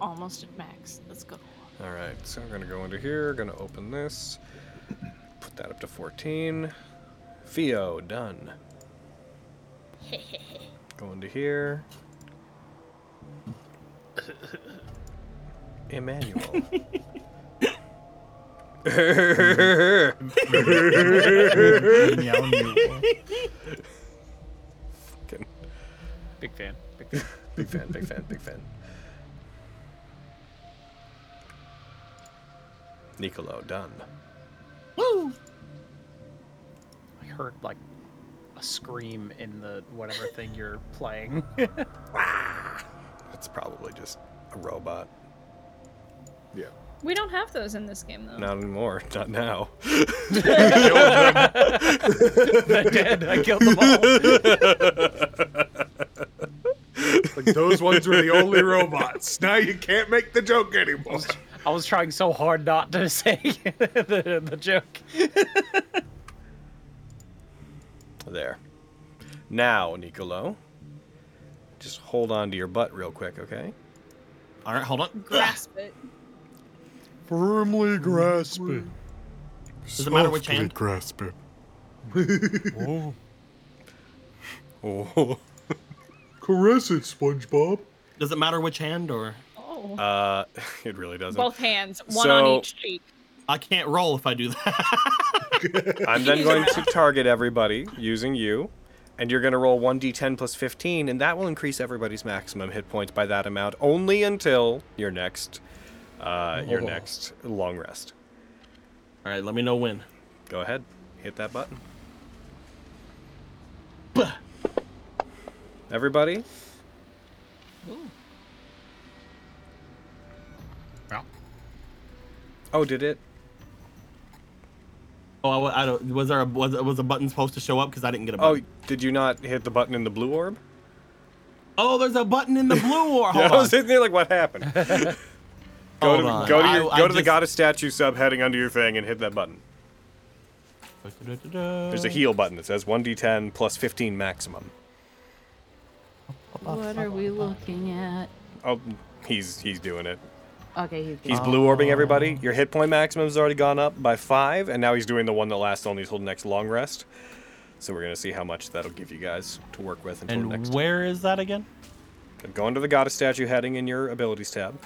Speaker 9: Almost at max. Let's go.
Speaker 1: All right, so we're gonna go into here. Gonna open this. Put that up to 14. Theo done. go into here. Emmanuel.
Speaker 4: Meow, meow.
Speaker 1: Fucking
Speaker 2: Big fan. Big fan.
Speaker 1: big fan, big fan, big fan. Nicolo done.
Speaker 3: Woo.
Speaker 2: I heard like a scream in the whatever thing you're playing.
Speaker 1: That's probably just a robot.
Speaker 7: Yeah.
Speaker 9: We don't have those in this game though.
Speaker 1: Not anymore. Not now.
Speaker 2: I did. I killed them all.
Speaker 7: Like those ones were the only robots. Now you can't make the joke anymore.
Speaker 2: I was trying so hard not to say the, the joke.
Speaker 1: There. Now, Nicolo. Just hold on to your butt real quick, okay?
Speaker 3: All right, hold on.
Speaker 9: Grasp it.
Speaker 4: Firmly
Speaker 7: Mm-hmm.
Speaker 4: grasp it.
Speaker 3: Does it matter which hand?
Speaker 4: grasp it.
Speaker 7: Mm-hmm.
Speaker 6: Oh,
Speaker 1: Oh.
Speaker 6: caress it, SpongeBob.
Speaker 3: Does it matter which hand or?
Speaker 9: Oh.
Speaker 1: Uh, it really doesn't.
Speaker 9: Both hands, one on
Speaker 1: So-
Speaker 9: each cheek.
Speaker 3: I can't roll if I do that.
Speaker 1: I'm then going to target everybody using you, and you're going to roll 1d10 plus 15, and that will increase everybody's maximum hit points by that amount only until your next, uh, your
Speaker 3: Oh.
Speaker 1: next long rest.
Speaker 3: All right, let me know when.
Speaker 1: Go ahead, hit that button.
Speaker 3: Bah.
Speaker 1: Everybody,
Speaker 4: Well,
Speaker 1: oh, did it?
Speaker 3: Oh, I, wa- I don't. Was there a was was a button supposed to show up because I didn't get a
Speaker 1: Oh,
Speaker 3: button?
Speaker 1: did you not hit the button in the blue orb?
Speaker 3: Oh, there's a button in the blue or
Speaker 1: Yeah,
Speaker 3: hold
Speaker 1: I was
Speaker 3: on.
Speaker 1: sitting there like, what happened? go
Speaker 3: Hold
Speaker 1: to,
Speaker 3: on.
Speaker 1: go to, your,
Speaker 3: I-
Speaker 1: go
Speaker 3: I
Speaker 1: to the
Speaker 3: just-
Speaker 1: goddess statue subheading under your thing and hit that button. There's a heal button that says 1d10 plus 15 maximum.
Speaker 8: What are we looking at?
Speaker 1: Oh, he's he's doing it.
Speaker 8: Okay, he's,
Speaker 1: He's blue orbing everybody.
Speaker 3: Oh.
Speaker 1: Your hit point maximum's already gone up by five, and now he's doing the one that lasts only until the next long rest. So we're gonna see how much that'll give you guys to work with until
Speaker 3: And
Speaker 1: next.
Speaker 3: where is that again?
Speaker 1: Go into the goddess statue heading in your abilities tab.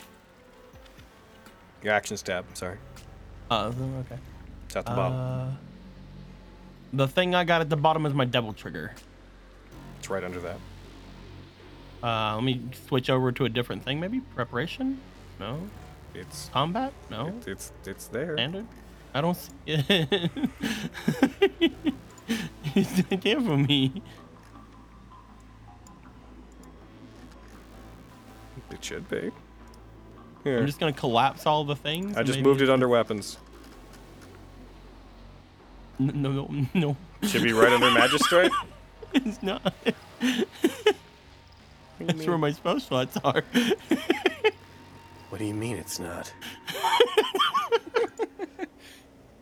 Speaker 1: Your actions tab. Sorry,
Speaker 3: Uh, okay.
Speaker 1: it's at the bottom.
Speaker 3: Uh, the thing I got at the bottom is my devil trigger.
Speaker 1: It's right under that.
Speaker 3: Uh, let me switch over to a different thing, maybe preparation. No,
Speaker 1: It's
Speaker 3: combat. No,
Speaker 1: it- it's it's there.
Speaker 3: standard. I don't see it. He's not there for me.
Speaker 1: It should be.
Speaker 3: I'm
Speaker 1: Here.
Speaker 3: just gonna collapse all the things.
Speaker 1: I
Speaker 3: and
Speaker 1: just
Speaker 3: maybe
Speaker 1: moved it
Speaker 3: it's-
Speaker 1: under weapons.
Speaker 3: N- No, no, no,
Speaker 1: Should be right under magistrate.
Speaker 3: it's not. That's where my spell slots are.
Speaker 1: What do you mean it's not?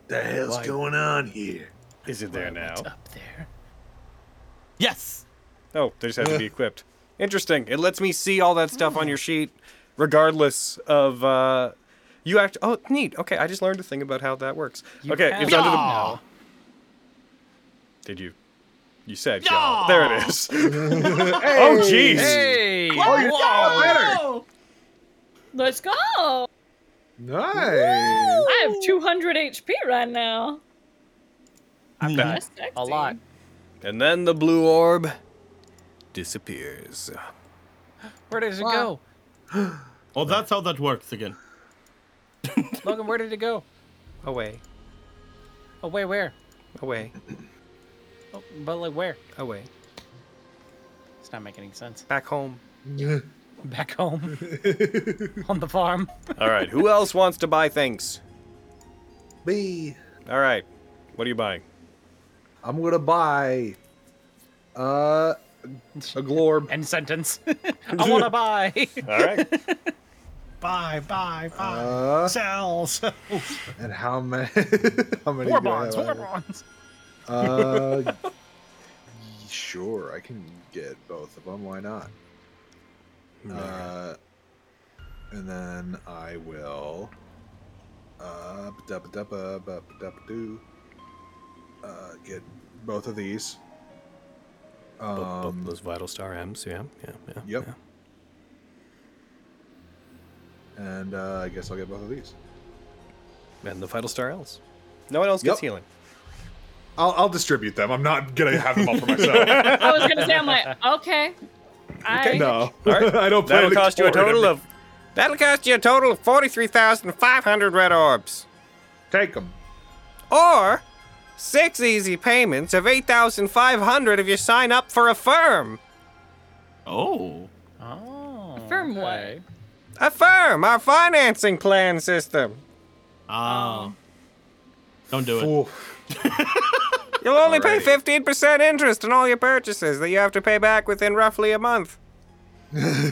Speaker 7: The hell's going on here?
Speaker 1: Is it there now?
Speaker 2: Up there.
Speaker 3: yes.
Speaker 1: Oh, they just have to be equipped. Interesting. It lets me see all that stuff on your sheet.
Speaker 11: regardless of uh, you act. Oh, neat. Okay, I just learned a thing about how that works. okay,
Speaker 2: have-
Speaker 11: it's under the.
Speaker 2: Aw.
Speaker 11: Did you? You said y'all. There it is. oh jeez.
Speaker 2: Hey!
Speaker 1: Oh, you got it better.
Speaker 9: Let's go.
Speaker 1: Nice.
Speaker 9: I have 200 HP right now.
Speaker 2: I've done
Speaker 9: That's sexy.
Speaker 2: a lot.
Speaker 11: And then the blue orb disappears.
Speaker 2: Where does it
Speaker 5: Wow.
Speaker 2: go?
Speaker 3: Well, Oh, that's how that works again.
Speaker 2: Logan, where did it go?
Speaker 11: Away,
Speaker 2: Oh, wait, where?
Speaker 11: away,
Speaker 2: Oh, but like where?
Speaker 3: Oh,
Speaker 11: away.
Speaker 2: It's not making any sense.
Speaker 11: Back home.
Speaker 2: Back home, on the farm.
Speaker 11: All right. Who else wants to buy things?
Speaker 7: B.
Speaker 11: All right. What are you buying?
Speaker 7: I'm gonna buy uh a glorb.
Speaker 2: End sentence. I want to buy.
Speaker 11: All right.
Speaker 6: Buy, buy, buy.
Speaker 7: Uh,
Speaker 6: sell, sell.
Speaker 7: and how many? how many?
Speaker 2: War
Speaker 7: do I
Speaker 2: bonds.
Speaker 7: have?
Speaker 2: War bonds.
Speaker 7: Uh, sure, I can get both of them. Why not? Uh, and then I will. Uh, ba-da-ba-da-ba-ba-ba-da-ba-doo, uh, get both of these. Um,
Speaker 11: those vital star M's. Yeah. Yeah. Yeah.
Speaker 7: yep. And uh, I guess I'll get both of these.
Speaker 11: And the vital star L's. No one else gets
Speaker 7: Yep.
Speaker 11: healing.
Speaker 1: I'll, I'll distribute them. I'm not gonna have them all for myself.
Speaker 12: I was gonna say, I'm like, okay. I,
Speaker 1: no,
Speaker 11: All right.
Speaker 1: I don't. plan
Speaker 11: That'll
Speaker 1: to
Speaker 11: cost you a
Speaker 1: hoard
Speaker 11: total
Speaker 1: every-
Speaker 11: of. That'll cost you a total of forty-three thousand five hundred red orbs,
Speaker 1: Take them.
Speaker 11: or six easy payments of eight thousand five hundred if you sign up for a firm.
Speaker 3: Oh.
Speaker 2: Oh.
Speaker 12: Firm what?
Speaker 2: okay.
Speaker 11: A firm, our financing plan system.
Speaker 3: Oh. Don't do it.
Speaker 11: You'll only pay
Speaker 1: Alrighty.
Speaker 11: fifteen percent interest on all your purchases that you have to pay back within roughly a month.
Speaker 1: I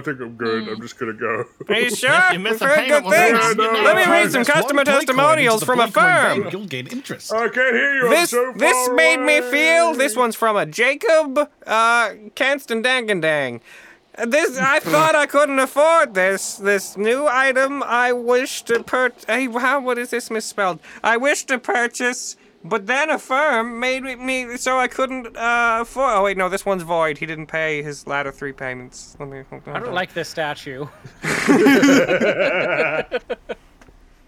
Speaker 1: think I'm good. I'm just gonna go.
Speaker 11: Are you sure?
Speaker 3: you miss
Speaker 11: We've
Speaker 3: a
Speaker 11: heard good
Speaker 3: payment, we'll
Speaker 11: things.
Speaker 1: send you another
Speaker 11: Let me
Speaker 1: one.
Speaker 11: read some customer testimonials from a firm.
Speaker 6: You'll gain interest.
Speaker 1: I can't hear you.
Speaker 11: This
Speaker 1: I'm so
Speaker 11: this
Speaker 1: far
Speaker 11: made me
Speaker 1: away.
Speaker 11: feel. This one's from a Jacob uh, Kanstendangendang. This I thought I couldn't afford this this new item. I wish to pur. Hey, how what is this misspelled? I wish to purchase. But then a firm made me, me so I couldn't uh, afford. Oh wait, no, this one's void. He didn't pay his latter three payments. Let me. Hold on.
Speaker 2: I don't like this statue.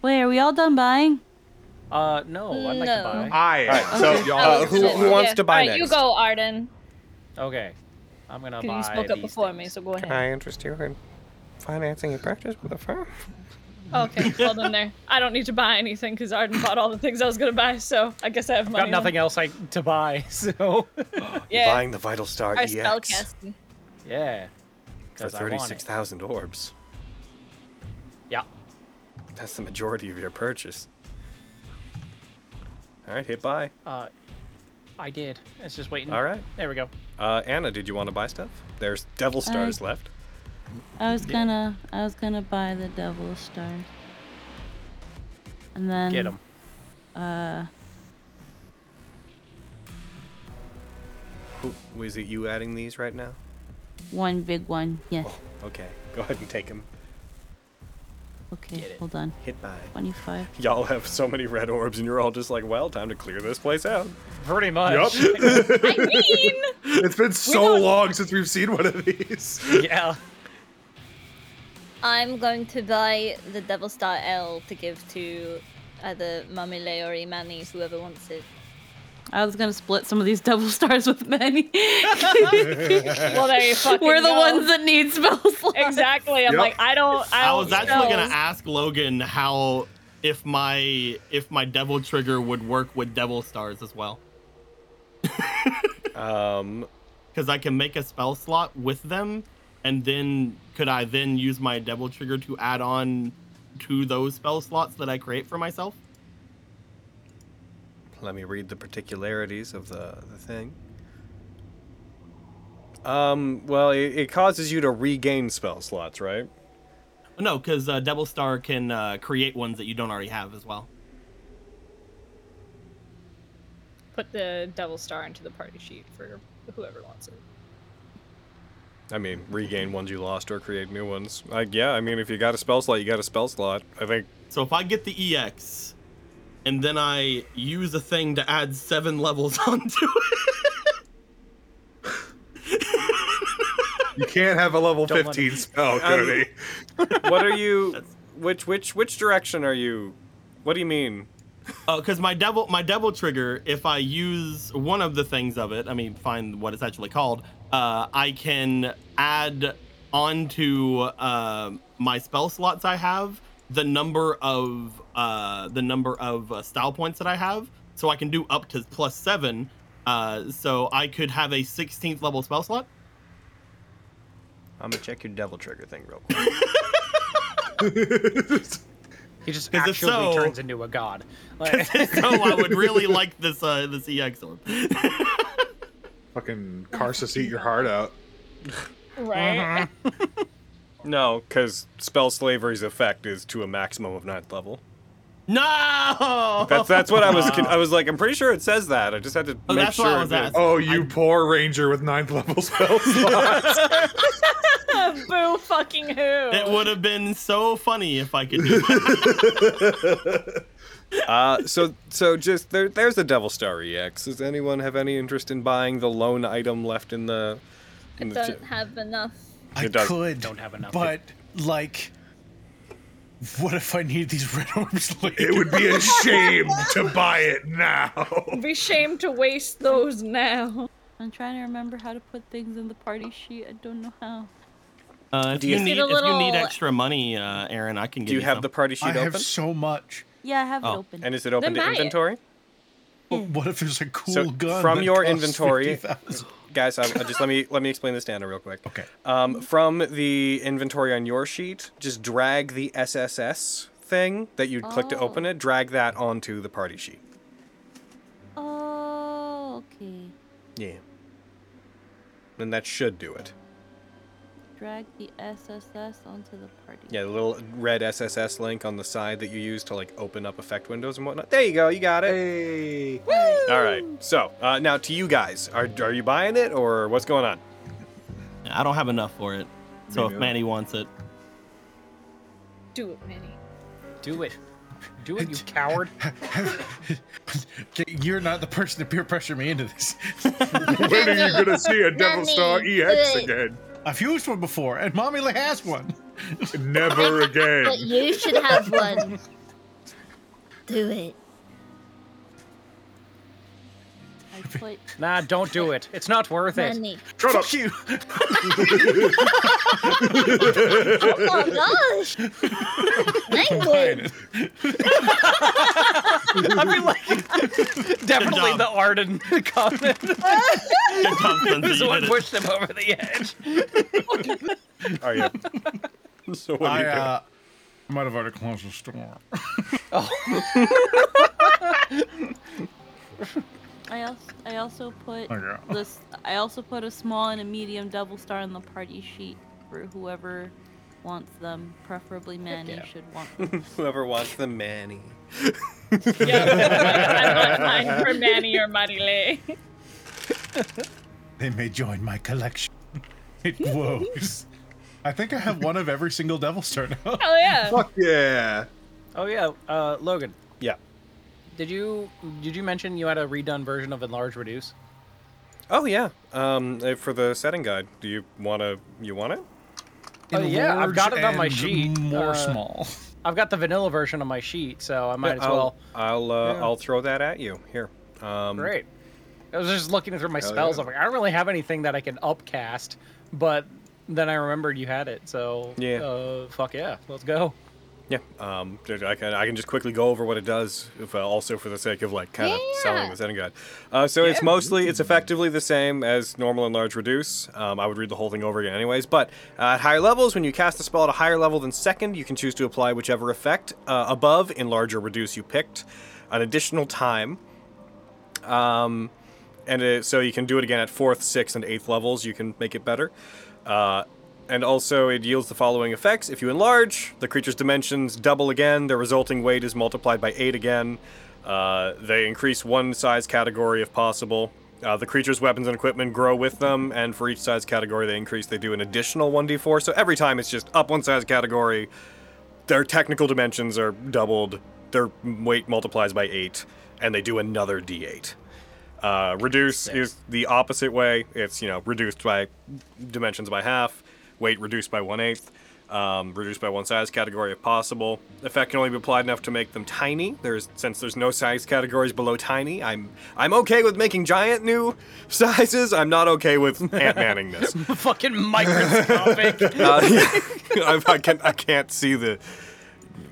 Speaker 8: Wait, are we all done buying?
Speaker 2: Uh, no, I'd like
Speaker 5: No.
Speaker 2: to
Speaker 1: I.
Speaker 11: So,
Speaker 1: y'all
Speaker 11: uh, who,
Speaker 1: have-
Speaker 11: who wants
Speaker 9: Yeah.
Speaker 11: to buy
Speaker 9: Alright,
Speaker 11: next?
Speaker 9: you go, Arden.
Speaker 2: buy. Okay, I'm gonna
Speaker 9: 'cause
Speaker 2: buy.
Speaker 9: You spoke up
Speaker 2: these
Speaker 9: before me,
Speaker 2: things.
Speaker 9: so go
Speaker 11: Can
Speaker 9: ahead.
Speaker 11: I interest you in financing a purchase with a firm?
Speaker 9: Okay, hold on there. I don't need to buy anything because Arden bought all the things I was gonna buy, so I guess I have money.
Speaker 2: Got nothing else I to buy, so
Speaker 9: Yeah.
Speaker 11: Buying the Vital Star
Speaker 9: Our
Speaker 11: EX
Speaker 9: spellcasting.
Speaker 2: yeah.
Speaker 11: for
Speaker 2: 'Cause I want it.
Speaker 11: thirty-six thousand orbs.
Speaker 2: Yeah.
Speaker 11: That's the majority of your purchase. All right, hit buy.
Speaker 2: Uh, I did. It's just waiting.
Speaker 11: All right.
Speaker 2: There we go.
Speaker 11: Uh, Anna, did you want to buy stuff? There's Devil Stars left.
Speaker 8: I was gonna, I was gonna buy the devil stars. And then
Speaker 2: Get him.
Speaker 8: Uh,
Speaker 11: Who, is it you adding these right now? Oh,
Speaker 8: one big one. Yes.
Speaker 1: Oh,
Speaker 11: Okay, go ahead and take them.
Speaker 8: okay.
Speaker 2: get it.
Speaker 8: Hold on.
Speaker 11: Hit buy.
Speaker 8: Twenty-five.
Speaker 11: Y'all have so many red orbs, and you're all just like, well, time to clear this place out.
Speaker 2: Pretty much.
Speaker 9: I mean,
Speaker 1: It's been so long since we've seen one of these.
Speaker 2: yeah.
Speaker 5: I'm going to buy the Devil Star L to give to either Mamile or Imani, whoever wants it.
Speaker 8: I was gonna split some of these double stars with Manny.
Speaker 9: well, there you fucking
Speaker 8: We're the
Speaker 9: go.
Speaker 8: ones that need spell slots.
Speaker 9: Exactly. I'm
Speaker 1: Yep.
Speaker 9: like, I don't. I,
Speaker 3: I
Speaker 9: don't
Speaker 3: was actually
Speaker 9: know.
Speaker 3: gonna ask Logan how if my if my devil trigger would work with devil stars as well,
Speaker 11: Um,
Speaker 3: because I can make a spell slot with them, and then could I then use my devil trigger to add on to those spell slots that I create for myself?
Speaker 11: Let me read the particularities of the, the thing. Um, well, it, it causes you to regain spell slots, right?
Speaker 3: No, because uh, devil star can uh, create ones that you don't already have as well.
Speaker 9: put the devil star into the party sheet for whoever wants it.
Speaker 1: I mean, regain ones you lost or create new ones. Like, yeah, I mean, if you got a spell slot, you got a spell slot. I think.
Speaker 3: So if I get the EX, and then I use a thing to add seven levels onto
Speaker 6: You can't have a level
Speaker 2: Don't let
Speaker 6: 15 spell, Cody.
Speaker 1: What are you? which which which direction are you? What do you mean?
Speaker 3: because Uh, my devil my devil trigger, if I use one of the things of it, I mean, find what it's actually called. Uh, I can add onto uh, my spell slots I have the number of uh, the number of uh, style points that I have, so I can do up to plus seven. Uh, so I could have a 16th level spell slot.
Speaker 1: I'm gonna check your devil trigger thing real quick.
Speaker 2: He just
Speaker 3: 'Cause
Speaker 2: actually
Speaker 3: if so-
Speaker 2: turns into a god. Like,
Speaker 3: so I would really like this uh, this EX orb.
Speaker 7: Fucking Karsus, eat your heart out.
Speaker 10: Right?
Speaker 1: no, because spell slavery's effect is to a maximum of ninth level.
Speaker 3: no.
Speaker 1: That's that's what I was. con- I was like, I'm pretty sure it says that. I just had to
Speaker 3: Oh,
Speaker 1: make
Speaker 3: that's
Speaker 1: sure.
Speaker 3: what I was
Speaker 1: it did.
Speaker 3: asking.
Speaker 7: Oh, you poor ranger with ninth level spell slots.
Speaker 10: Boo fucking who?
Speaker 3: It would have been so funny if I could do that.
Speaker 1: Uh, so so just there, there's a devil star ex. Does anyone have any interest in buying the lone item left in the?
Speaker 5: I
Speaker 1: In the
Speaker 5: don't
Speaker 1: chi-
Speaker 5: have enough.
Speaker 4: I
Speaker 1: It does-
Speaker 4: could,
Speaker 2: don't have enough.
Speaker 4: but like, what if I need these red orbs later?
Speaker 7: it would be a shame to buy it now.
Speaker 10: Be shamed to waste those now.
Speaker 8: I'm trying to remember how to put things in the party sheet. I don't know how.
Speaker 3: Uh, if,
Speaker 1: Do
Speaker 3: you
Speaker 1: you-
Speaker 3: need,
Speaker 5: Need a
Speaker 3: if you need
Speaker 5: little-
Speaker 3: extra money, uh, Aaron, I can give
Speaker 1: Do you have
Speaker 3: some.
Speaker 1: the party sheet
Speaker 4: I
Speaker 1: open?
Speaker 4: have so much.
Speaker 8: Yeah, I have it
Speaker 3: Oh,
Speaker 8: open.
Speaker 1: and is it open
Speaker 10: Then
Speaker 1: to
Speaker 10: buy it.
Speaker 1: inventory?
Speaker 4: But what if there's a cool
Speaker 1: So,
Speaker 4: gun
Speaker 1: from
Speaker 4: that
Speaker 1: your
Speaker 4: costs
Speaker 1: inventory-
Speaker 4: 50,000?
Speaker 1: Guys, I, I just let me let me explain this down real quick.
Speaker 4: Okay.
Speaker 1: Um, from the inventory on your sheet, just drag the SSS thing that you click to open it. Drag that onto the party sheet.
Speaker 8: Oh, okay.
Speaker 1: Yeah. And that should do it.
Speaker 8: Drag the SSS onto the party.
Speaker 1: Yeah, the little red SSS link on the side that you use to like open up effect windows and whatnot. There you go, you got it. All right. So uh, now to you guys, are are you buying it or what's going on?
Speaker 3: I don't have enough for it. So if
Speaker 7: neither.
Speaker 3: Manny wants it,
Speaker 10: Do it, Manny.
Speaker 2: do it. Do it, you coward.
Speaker 4: Okay, You're not the person to peer pressure me into this.
Speaker 7: When are you gonna see a Devil Star
Speaker 5: Mommy,
Speaker 7: EX
Speaker 5: good.
Speaker 7: again?
Speaker 4: I've used one before, and Mommy Lee has one.
Speaker 7: Never
Speaker 5: But
Speaker 7: again.
Speaker 5: you should have one. Do it.
Speaker 8: I put
Speaker 2: Nah, don't do it. It's not worth it.
Speaker 5: Money.
Speaker 7: Shut up.
Speaker 4: you.
Speaker 5: Oh my gosh! Mango.
Speaker 2: I mean, like, definitely
Speaker 3: job.
Speaker 2: the Arden comment.
Speaker 3: Good job, Spencer,
Speaker 2: This
Speaker 3: you
Speaker 2: one
Speaker 3: did it.
Speaker 2: pushed him over the edge.
Speaker 1: Are you? so what
Speaker 4: I,
Speaker 1: do?
Speaker 4: uh, I might have already closed the store.
Speaker 8: I also I also put
Speaker 4: Okay.
Speaker 8: this I also put a small and a medium double star on the party sheet for whoever wants them. Preferably Manny
Speaker 2: yeah.
Speaker 8: should want them.
Speaker 1: Whoever wants the Manny.
Speaker 10: Yeah, I'm not mine for Manny or Marile.
Speaker 4: They may join my collection. It glows. I think I have one of every single Devil Star now.
Speaker 10: Hell yeah.
Speaker 7: Fuck yeah.
Speaker 2: Oh yeah, uh, Logan.
Speaker 1: Yeah.
Speaker 2: Did you did you mention you had a redone version of Enlarge Reduce?
Speaker 1: Oh yeah. Um, uh, for the setting guide, do you wanna you want it?
Speaker 2: Oh, yeah, I've got it on my
Speaker 4: and
Speaker 2: sheet,
Speaker 4: More
Speaker 2: uh,
Speaker 4: small.
Speaker 2: I've got the vanilla version on my sheet, so I might as
Speaker 1: I'll-
Speaker 2: well.
Speaker 1: I'll uh,
Speaker 2: Yeah.
Speaker 1: I'll throw that at you here. Um,
Speaker 2: Great. I was just looking through my
Speaker 7: Hell
Speaker 2: spells.
Speaker 7: yeah.
Speaker 2: I'm like, I don't really have anything that I can upcast, but then I remembered you had it, so
Speaker 1: Yeah.
Speaker 2: Uh, fuck yeah, let's go.
Speaker 1: Yeah. Um, I can I can just quickly go over what it does, if, uh, also for the sake of like kind of selling the setting guide. Uh, so it's mostly it's effectively the same as normal and large reduce. Um, I would read the whole thing over again anyways. But uh, at higher levels, when you cast a spell at a higher level than second, you can choose to apply whichever effect uh, above in larger reduce you picked, an additional time. Um, and uh so you can do it again at fourth, sixth, and eighth levels. You can make it better. Uh, and also, it yields the following effects. If you enlarge, the creature's dimensions double again. The resulting weight is multiplied by eight again. Uh, they increase one size category if possible. Uh, the creature's weapons and equipment grow with them, and for each size category they increase, they do an additional 1d4. So every time it's just up one size category, their technical dimensions are doubled, their weight multiplies by 8, and they do another d8. Uh, reduce
Speaker 2: Six.
Speaker 1: is the opposite way. It's, you know, reduced by dimensions by half, weight reduced by one eighth, um, reduced by one size category if possible. Effect can only be applied enough to make them tiny. There's since there's no size categories below tiny. I'm I'm okay with making giant new sizes. I'm not okay with Ant Manning this.
Speaker 2: Fucking microscopic.
Speaker 1: Uh, I, I can I can't see the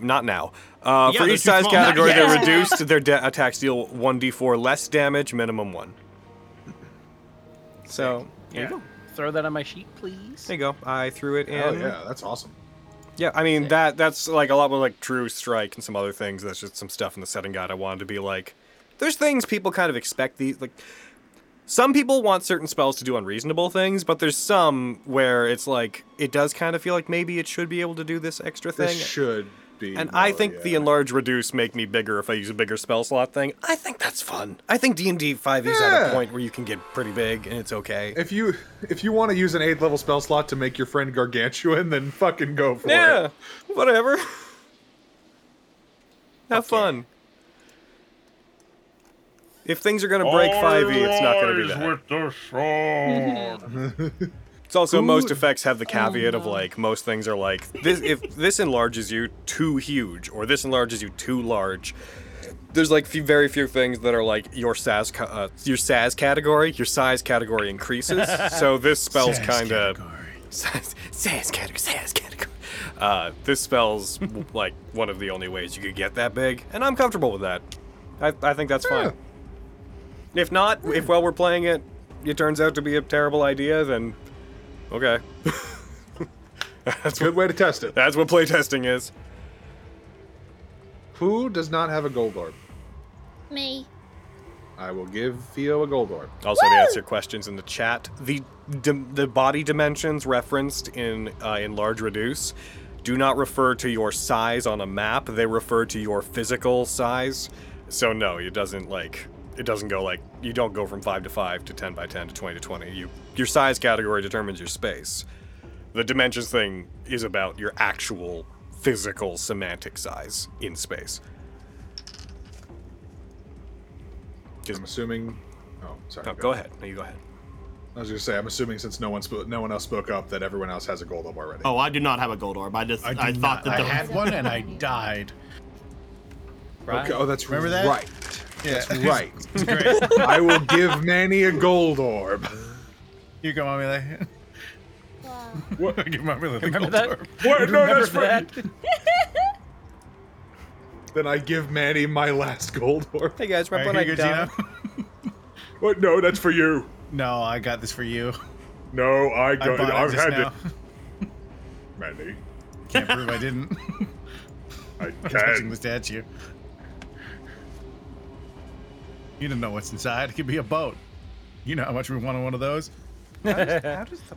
Speaker 1: not now. Uh,
Speaker 3: Yeah,
Speaker 1: for
Speaker 3: they're
Speaker 1: each
Speaker 3: too
Speaker 1: size
Speaker 3: small.
Speaker 1: category,
Speaker 2: Not
Speaker 1: they're
Speaker 2: yet.
Speaker 1: reduced. Their de- attacks deal 1d4 less damage, minimum one. So there
Speaker 2: Yeah.
Speaker 1: you go.
Speaker 2: Throw that on my sheet, please.
Speaker 1: There you go. I threw it in.
Speaker 7: Oh yeah, that's awesome.
Speaker 1: Yeah, I mean that that's like a lot more like True Strike and some other things. That's just some stuff in the setting guide I wanted to be like there's things people kind of expect these like some people want certain spells to do unreasonable things, but there's some where it's like it does kind of feel like maybe it should be able to do this extra thing.
Speaker 7: This should be.
Speaker 1: and I
Speaker 7: more-
Speaker 1: think the
Speaker 7: yeah.
Speaker 1: enlarge reduce make me bigger if I use a bigger spell slot thing. I think that's fun. I think D&D 5e is at
Speaker 7: Yeah.
Speaker 1: a point where you can get pretty big and it's okay.
Speaker 7: If you if you want to use an eighth level spell slot to make your friend gargantuan, then fucking go for
Speaker 1: yeah,
Speaker 7: it.
Speaker 1: whatever. Have fun. If things are gonna break 5e, it's not gonna be that. It's also most effects have the caveat of like most things are like this if this enlarges you too huge or this enlarges you too large. There's like few, very few things that are like your size ca- uh, your size category, your size category increases. so this spell's kind of Size, size category, size category. Uh, this spell's w- like one of the only ways you could get that big, and I'm comfortable with that. I, I think that's fine. If not, if while we're playing it, it turns out to be a terrible idea, then okay. that's what
Speaker 7: Good way to test it.
Speaker 1: that's what playtesting is.
Speaker 7: Who does not have a gold orb?
Speaker 5: Me.
Speaker 7: I will give Theo a gold orb.
Speaker 1: Also, to answer questions in the chat, the dim the body dimensions referenced in uh, in large reduce do not refer to your size on a map. They refer to your physical size. So no, it doesn't like it doesn't go like you don't go from five to five to ten by ten to twenty to twenty. You your size category determines your space. The dimensions thing is about your actual physical semantic size in space.
Speaker 7: I'm assuming. Oh, sorry.
Speaker 1: No, go ahead. No, you go ahead.
Speaker 7: I was gonna say, I'm assuming since no one spoke, no one else spoke up, that everyone else has a gold orb already.
Speaker 3: Oh, I do not have a gold orb. I just
Speaker 4: I,
Speaker 3: I,
Speaker 4: did
Speaker 3: thought
Speaker 4: not. I
Speaker 3: that the
Speaker 4: had one and I died.
Speaker 7: okay. Oh, that's
Speaker 4: Remember that?
Speaker 7: Right. That's right.
Speaker 4: It's great.
Speaker 7: I will give Manny a gold orb.
Speaker 4: you go, Mamile.
Speaker 5: Wow.
Speaker 4: What? Give Mamile the
Speaker 2: Remember
Speaker 4: gold
Speaker 2: that?
Speaker 4: orb.
Speaker 2: What? No, that's that?
Speaker 7: Then I give Manny my last gold orb.
Speaker 1: Hey guys,
Speaker 4: Right,
Speaker 1: remember
Speaker 4: here you
Speaker 1: when I
Speaker 4: go,
Speaker 1: died?
Speaker 4: Gino.
Speaker 7: What? No, that's for you.
Speaker 4: No, I got this for you.
Speaker 7: No, I
Speaker 4: I
Speaker 7: got.
Speaker 4: bought it
Speaker 7: I've
Speaker 4: just
Speaker 7: had
Speaker 4: now.
Speaker 7: it, Manny.
Speaker 4: Can't prove I didn't.
Speaker 7: I
Speaker 4: Touching
Speaker 7: can.
Speaker 4: the statue. You don't know what's inside. It could be a boat. You know how much we wanted one of those.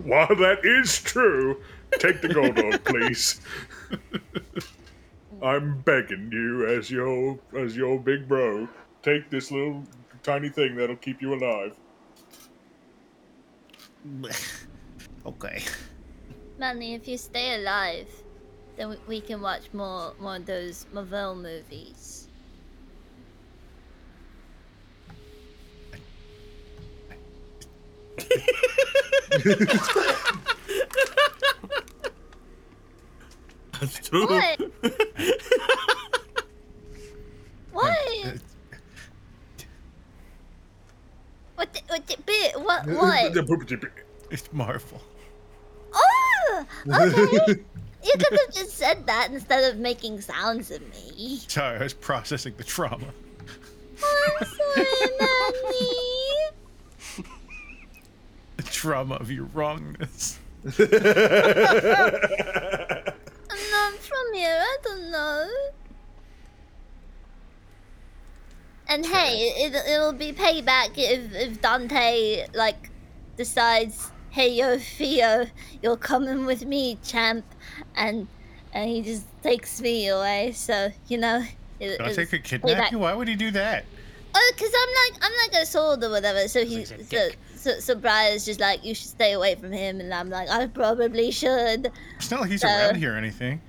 Speaker 7: While that is true, take the gold orb, please. I'm begging you, as your as your big bro, take this little tiny thing that'll keep you alive.
Speaker 4: okay.
Speaker 5: Manny, if you stay alive, then we, we can watch more more of those Marvel movies.
Speaker 3: That's true.
Speaker 5: What? what? What? The, what the bit? What? Uh, What?
Speaker 4: It's Marvel.
Speaker 5: Oh, okay. you could have just said that instead of making sounds at me.
Speaker 4: Sorry, I was processing the trauma.
Speaker 5: I'm sorry, Manny.
Speaker 4: The trauma of your wrongness.
Speaker 5: I'm not from here. I don't know. And hey, it, it'll be payback if, if Dante like decides, hey yo Theo, you're coming with me, champ, and and he just takes me away. So you know, it,
Speaker 4: Dante
Speaker 5: it's
Speaker 4: could kidnap
Speaker 5: payback.
Speaker 4: you? Why would he do that?
Speaker 5: Oh, because I'm like I'm like a sword or whatever. So he
Speaker 2: He's a
Speaker 5: so, so so Briar's just like you should stay away from him, and I'm like I probably should.
Speaker 4: It's not like he's
Speaker 5: Uh,
Speaker 4: around here or anything.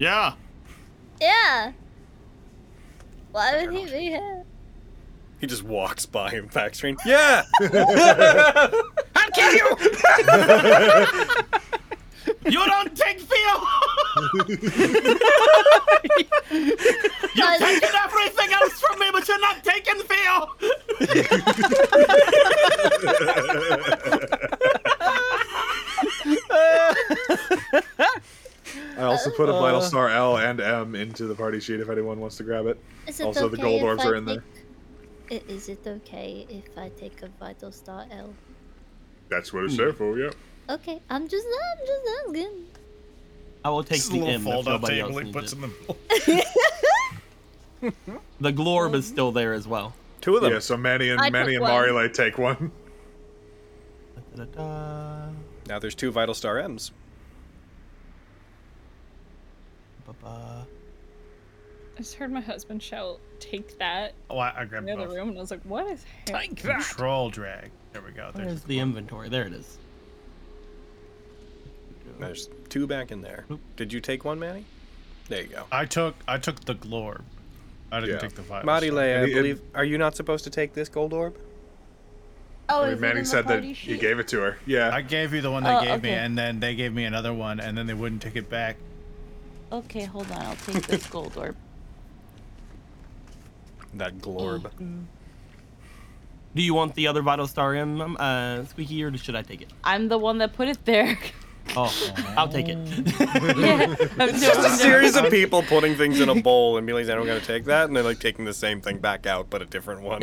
Speaker 3: Yeah.
Speaker 5: Yeah. Why would he be here?
Speaker 1: He just walks by him, backstream. Yeah.
Speaker 2: I'll kill you!
Speaker 3: You don't take Theo.
Speaker 5: Guys,
Speaker 3: taking everything else from me, but you're not taking Theo.
Speaker 7: I also put a
Speaker 1: Uh.
Speaker 7: vital star L and M into the party sheet if anyone wants to grab it.
Speaker 5: is it
Speaker 7: Also, the
Speaker 5: okay
Speaker 7: gold
Speaker 5: if
Speaker 7: orbs
Speaker 5: I
Speaker 7: are in there.
Speaker 5: take- I- Is it okay if I take a vital star L?
Speaker 7: That's what it's there for. Yeah.
Speaker 5: Okay, I'm just I'm just asking.
Speaker 3: I will take
Speaker 4: Just a
Speaker 3: the
Speaker 4: little
Speaker 3: M. If
Speaker 4: fold out
Speaker 3: nobody
Speaker 4: table
Speaker 3: else
Speaker 4: he
Speaker 3: needs
Speaker 4: puts
Speaker 3: it.
Speaker 4: in the middle.
Speaker 3: The glorb is still there as well.
Speaker 1: Two of them.
Speaker 7: Yeah. So Manny and
Speaker 9: I
Speaker 7: Manny
Speaker 9: took
Speaker 7: and
Speaker 9: one.
Speaker 7: Marile take one.
Speaker 3: Da-da-da,
Speaker 1: Now there's two vital star M's.
Speaker 3: ba-ba.
Speaker 10: I just heard my husband shout, "Take that!"
Speaker 4: Oh, I, I
Speaker 10: in
Speaker 4: grabbed
Speaker 10: the other
Speaker 4: both.
Speaker 10: room, and I was like, "What is happening?"
Speaker 4: Control drag. There we go. There's
Speaker 3: Where's the inventory? There it is.
Speaker 1: There's two back in there. Did you take one, Manny? There you go.
Speaker 4: I took I took the glorb. I didn't
Speaker 7: Yeah.
Speaker 4: take the vital.
Speaker 1: Marile,
Speaker 4: star.
Speaker 1: I
Speaker 7: And he-
Speaker 1: believe. Are you not supposed to take this gold orb?
Speaker 8: Oh,
Speaker 7: I mean, Manny said that he gave it to her. Yeah.
Speaker 4: I gave you the one they
Speaker 8: Oh,
Speaker 4: gave me,
Speaker 8: okay.
Speaker 4: and then they gave me another one, and then they wouldn't take it back.
Speaker 8: Okay, hold on. I'll take this gold orb.
Speaker 1: That glorb.
Speaker 3: Do you want the other vital star M, um, uh, Squeaky, or should I take it?
Speaker 8: I'm the one that put it there.
Speaker 3: Oh, I'll take it.
Speaker 10: Oh.
Speaker 8: yeah. It's
Speaker 1: Just a series of people putting things in a bowl and being like, I'm gonna take that, and they're like taking the same thing back out, but a different one.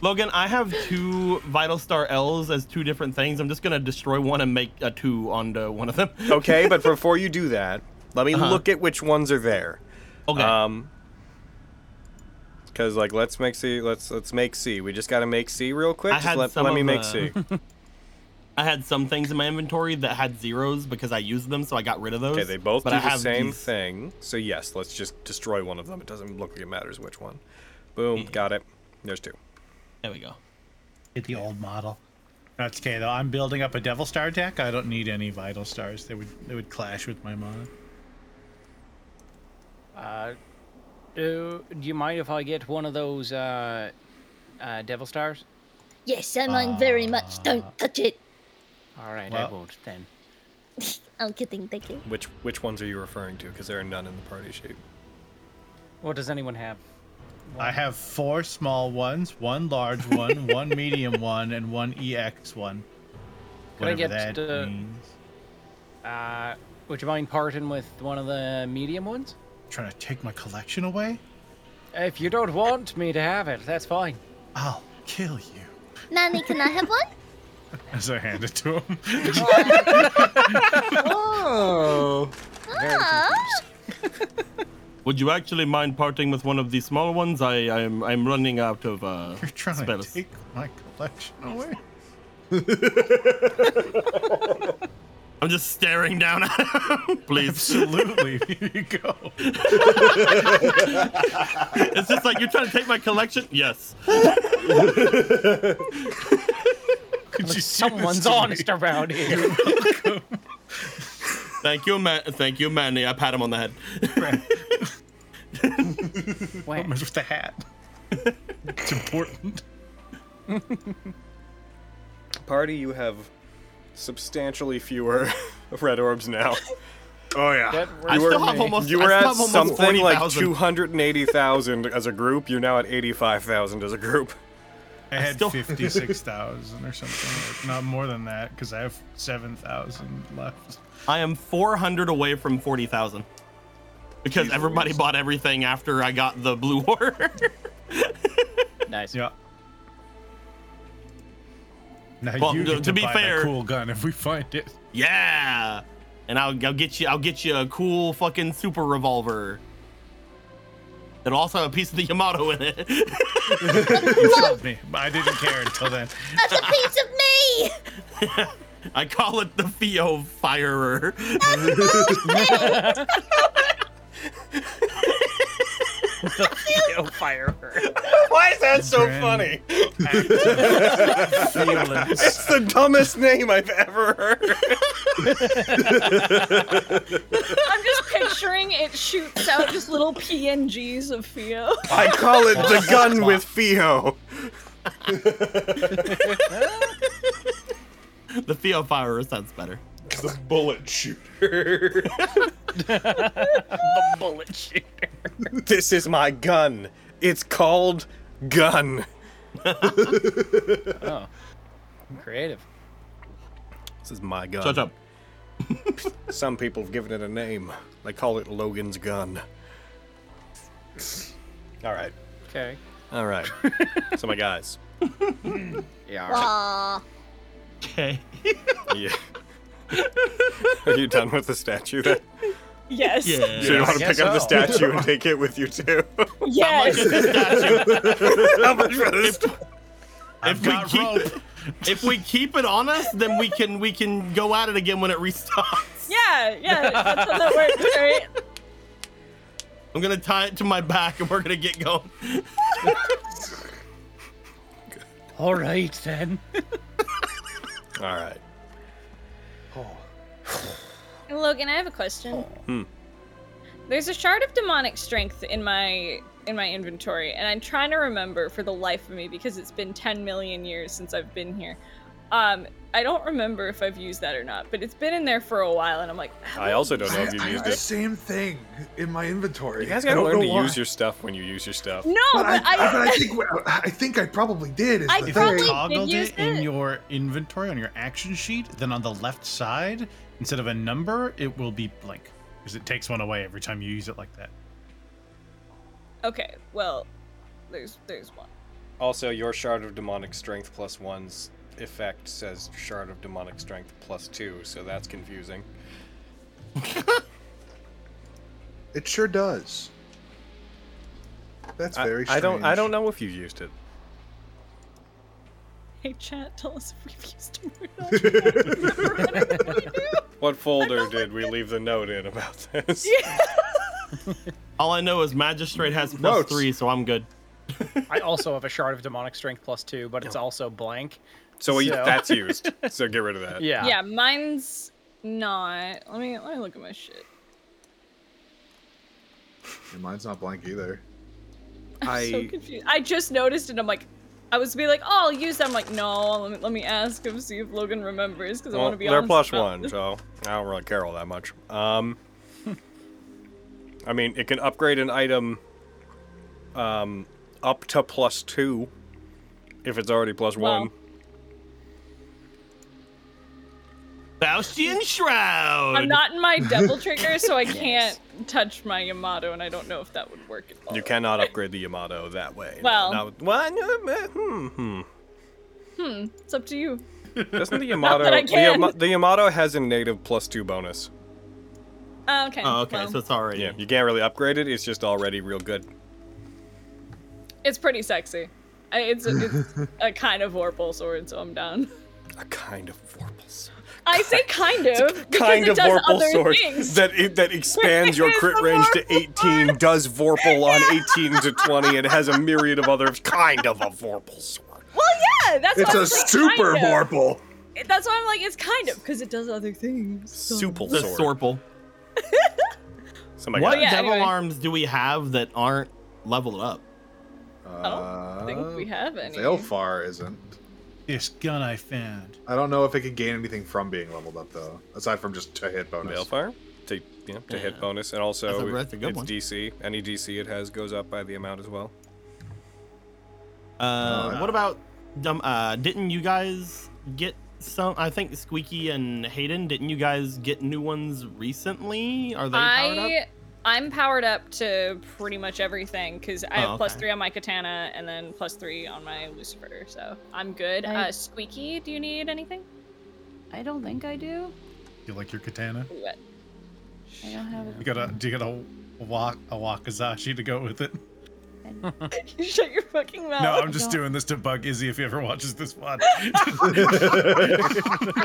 Speaker 3: Logan, I have two vital star L's as two different things. I'm just gonna destroy one and make a two onto one of them.
Speaker 1: okay, but before you do that, let me
Speaker 3: Uh-huh.
Speaker 1: look at which ones are there.
Speaker 3: Okay.
Speaker 1: Um, because like let's make C. Let's let's make C. We just gotta make C real quick.
Speaker 3: I
Speaker 1: Just
Speaker 3: had
Speaker 1: let,
Speaker 3: some
Speaker 1: let me
Speaker 3: of,
Speaker 1: make
Speaker 3: uh,
Speaker 1: C.
Speaker 3: I had some things in my inventory that had zeros because I used them, so I got rid of those.
Speaker 1: Okay, they both
Speaker 3: but
Speaker 1: do
Speaker 3: I
Speaker 1: the
Speaker 3: have
Speaker 1: same
Speaker 3: these-
Speaker 1: thing. So yes, let's just destroy one of them. It doesn't look like it matters which one. Boom, got it. There's two.
Speaker 3: Mm. There we go.
Speaker 4: Get the old model. That's okay though. I'm building up a devil star deck. I don't need any vital stars. They would they would clash with my mana.
Speaker 2: Uh, do, do you mind if I get one of those uh, uh, devil stars?
Speaker 5: Yes, I mind very
Speaker 7: Ah.
Speaker 5: much. Don't touch it.
Speaker 2: All right, I
Speaker 4: Well-
Speaker 2: won't then.
Speaker 5: I'm kidding. Thank you.
Speaker 1: Which which ones are you referring to? Because there are none in the party sheet.
Speaker 2: What does anyone have?
Speaker 4: I have four small ones, one large one, one medium one, and one EX one.
Speaker 2: Can I
Speaker 4: Whatever
Speaker 2: get,
Speaker 4: that
Speaker 2: uh,
Speaker 4: means.
Speaker 2: Uh, would you mind parting with one of the medium ones?
Speaker 4: Trying to take my collection away?
Speaker 2: If you don't want me to have it, that's fine.
Speaker 4: I'll kill you.
Speaker 5: Manny, can I have one?
Speaker 4: As I hand it to him.
Speaker 6: Oh.
Speaker 5: Ah,
Speaker 3: Would you actually mind parting with one of the small ones? I, I'm, I'm running out of uh,
Speaker 4: You're trying to
Speaker 3: spells.
Speaker 4: take my collection away.
Speaker 3: I'm just staring down at him. Please.
Speaker 4: Absolutely. Here you go.
Speaker 3: it's just like you're trying to take my collection. Yes.
Speaker 4: Could you see
Speaker 2: Someone's
Speaker 4: this to me?
Speaker 2: honest around here.
Speaker 3: Thank you, man. Thank you, Manny. I pat him on the head.
Speaker 2: Wait,
Speaker 4: Mess with the hat. it's important.
Speaker 1: Party, you have substantially fewer red orbs now.
Speaker 7: oh yeah.
Speaker 2: that
Speaker 3: I
Speaker 2: were
Speaker 3: still have
Speaker 2: me.
Speaker 3: almost.
Speaker 1: You
Speaker 3: I
Speaker 1: were
Speaker 3: still
Speaker 1: at
Speaker 3: have almost
Speaker 1: something like
Speaker 3: 40,000.
Speaker 1: 280,000 as a group. You're now at 85,000 as a group.
Speaker 4: I had
Speaker 3: still-
Speaker 4: 56,000 or something. Like, not more than that, because I have 7,000 left.
Speaker 3: I am 400 away from 40,000 because everybody bought everything after I got the blue order.
Speaker 2: nice.
Speaker 4: Yeah. Now
Speaker 3: Well,
Speaker 4: you
Speaker 3: to-
Speaker 4: get to,
Speaker 3: to be
Speaker 4: buy the
Speaker 3: fair-
Speaker 4: cool gun if we find it.
Speaker 3: yeah, and I'll, I'll get you. I'll get you a cool fucking super revolver. It'll also have a piece of the Yamato in it.
Speaker 4: You sold me. I didn't care until then.
Speaker 5: that's a piece of me.
Speaker 3: I call it the Theo Firer.
Speaker 2: the Theo fire her.
Speaker 1: Why is that so
Speaker 4: Grand-
Speaker 1: funny?
Speaker 2: Feelings.
Speaker 1: It's the dumbest name I've ever heard.
Speaker 10: I'm just picturing it shoots out just little PNGs of Theo.
Speaker 1: I call it the gun with Fio.
Speaker 3: The Theo Fire sounds better.
Speaker 7: the bullet shooter.
Speaker 2: the bullet shooter.
Speaker 1: This is my gun. It's called gun.
Speaker 2: Oh, creative.
Speaker 1: This is my gun.
Speaker 3: Shut up.
Speaker 1: Some people have given it a name. They call it Logan's gun. All right.
Speaker 2: Okay.
Speaker 1: All right. so my guys.
Speaker 2: Yeah. all right.
Speaker 5: Aw.
Speaker 3: Okay.
Speaker 1: Yeah. Are you done with the statue then?
Speaker 10: Yes.
Speaker 3: Yeah.
Speaker 1: So you want to
Speaker 2: guess
Speaker 1: pick up the
Speaker 2: so.
Speaker 1: statue and take it with you too?
Speaker 10: Yes.
Speaker 1: How much for this?
Speaker 3: If we keep if we keep it on us, then we can we can go at it again when it restocks.
Speaker 10: Yeah. Yeah. That's how that works, right?
Speaker 3: I'm gonna tie it to my back and we're gonna get going.
Speaker 2: All right then.
Speaker 1: All right.
Speaker 4: Oh.
Speaker 9: Logan, I have a question.
Speaker 1: Hmm.
Speaker 9: There's a shard of demonic strength in my in my inventory, and I'm trying to remember for the life of me because it's been 10 million years since I've been here. Um, I don't remember if I've used that or not, but it's been in there for a while, and I'm like,
Speaker 1: I also don't know if you've
Speaker 7: I
Speaker 1: used
Speaker 7: have the
Speaker 1: it.
Speaker 7: same thing in my inventory.
Speaker 1: You guys
Speaker 7: I
Speaker 1: gotta
Speaker 7: don't
Speaker 1: learn
Speaker 7: know
Speaker 1: to
Speaker 7: why.
Speaker 1: use your stuff when you use your stuff.
Speaker 9: no,
Speaker 7: But
Speaker 9: Oh, but
Speaker 7: I,
Speaker 9: I,
Speaker 7: but I think I think I probably did. Is
Speaker 9: I
Speaker 7: the
Speaker 4: If
Speaker 9: probably-
Speaker 7: thing.
Speaker 4: you
Speaker 9: did
Speaker 4: toggled
Speaker 9: use
Speaker 4: it in
Speaker 9: it.
Speaker 4: your inventory on your action sheet, then on the left side, instead of a number, it will be blank. Because it takes one away every time you use it like that.
Speaker 9: okay, well, there's there's one.
Speaker 1: Also, your shard of demonic strength plus one's effect says shard of demonic strength plus two, so that's confusing.
Speaker 7: It sure does. That's very.
Speaker 1: I, I
Speaker 7: Strange.
Speaker 1: don't. I don't know if you used it.
Speaker 10: Hey, chat, tell us if we've used it or not.
Speaker 1: What folder did we leave the note in about this?
Speaker 3: All I know is Magistrate has plus
Speaker 7: Notes.
Speaker 3: three, so I'm good.
Speaker 2: I also have a shard of demonic strength plus two, but it's also blank.
Speaker 1: So, we-
Speaker 2: So-
Speaker 1: that's used. So get rid of that.
Speaker 2: Yeah.
Speaker 9: Yeah, mine's not. Let me let me look at my shit.
Speaker 7: And mine's not blank either.
Speaker 9: I'm so confused. I just noticed it. I'm like, I was be like, oh, I'll use that. I'm like, no, let me, let me ask him, see if Logan remembers, because I
Speaker 1: Well,
Speaker 9: want to be
Speaker 1: they're
Speaker 9: honest
Speaker 1: plus
Speaker 9: about
Speaker 1: one,
Speaker 9: this.
Speaker 1: so I don't really care all that much. Um, I mean, it can upgrade an item um, up to plus two if it's already plus
Speaker 9: Well,
Speaker 1: one.
Speaker 3: Faustian Shroud.
Speaker 9: I'm not in my devil trigger, so I can't touch my Yamato, and I don't know if that would work at all.
Speaker 1: You cannot upgrade the Yamato that way.
Speaker 9: Well.
Speaker 1: Not- well, I know, uh, hmm, hmm.
Speaker 9: Hmm, It's up to you.
Speaker 1: Doesn't the Yamato
Speaker 9: that I
Speaker 1: the,
Speaker 9: can.
Speaker 1: Yama- the Yamato has a native plus two bonus?
Speaker 9: Uh, okay.
Speaker 3: Oh, okay,
Speaker 9: well,
Speaker 3: so it's already.
Speaker 1: Yeah, you can't really upgrade it. It's just already real good.
Speaker 9: it's pretty sexy. I, it's, a, it's a kind of Vorpal sword, so I'm down.
Speaker 1: A kind of Vorpal.
Speaker 9: I say kind of because
Speaker 1: kind
Speaker 9: it
Speaker 1: of
Speaker 9: does
Speaker 1: Vorpal
Speaker 9: other
Speaker 1: sword
Speaker 9: things.
Speaker 1: that it, that expands your
Speaker 9: It's
Speaker 1: crit
Speaker 9: a
Speaker 1: range to
Speaker 9: Vorpal
Speaker 1: 18, does Vorpal on 18 to 20, and has a myriad of other kind of a Vorpal sword.
Speaker 9: well, yeah, that's
Speaker 7: It's
Speaker 9: why I
Speaker 7: a
Speaker 9: was like,
Speaker 7: super
Speaker 9: kind of.
Speaker 7: marble.
Speaker 9: That's why I'm like, it's kind of because it does other things. so-
Speaker 1: Supal
Speaker 3: The
Speaker 1: sword.
Speaker 3: Sorple.
Speaker 1: Somebody
Speaker 3: what
Speaker 1: got
Speaker 9: Yeah,
Speaker 1: it.
Speaker 3: devil
Speaker 9: anyway.
Speaker 3: arms do we have that aren't leveled up?
Speaker 10: Oh.
Speaker 9: I don't think
Speaker 3: Uh,
Speaker 9: we have any.
Speaker 7: Uh, Veilfar isn't.
Speaker 4: This gun I found.
Speaker 7: I don't know if it could gain anything from being leveled up though, aside from just a hit bonus.
Speaker 1: Balefire to, yeah, to hit bonus, and
Speaker 3: That's
Speaker 1: also
Speaker 3: a- that's a good
Speaker 1: it's
Speaker 3: one.
Speaker 1: DC. Any DC it has goes up by the amount as well.
Speaker 3: Uh,
Speaker 7: no.
Speaker 3: what about dumb? Uh, didn't you guys get some? I think Squeaky and Hayden. Didn't you guys get new ones recently? Are they powered up?
Speaker 9: I I'm powered up to pretty much everything because I have
Speaker 3: Oh,
Speaker 9: plus
Speaker 3: okay.
Speaker 9: three on my katana and then plus three on my Lucifer, so I'm good.
Speaker 8: I-
Speaker 9: Uh, Squeaky, do you need anything?
Speaker 8: I don't think I do.
Speaker 4: You like your katana?
Speaker 9: Ooh, what?
Speaker 8: I don't have a
Speaker 4: You got a do you got a walk a wakizashi to go with it?
Speaker 9: Shut your fucking mouth.
Speaker 4: No, I'm just
Speaker 8: don't-
Speaker 4: doing this to bug Izzy if he ever watches this one.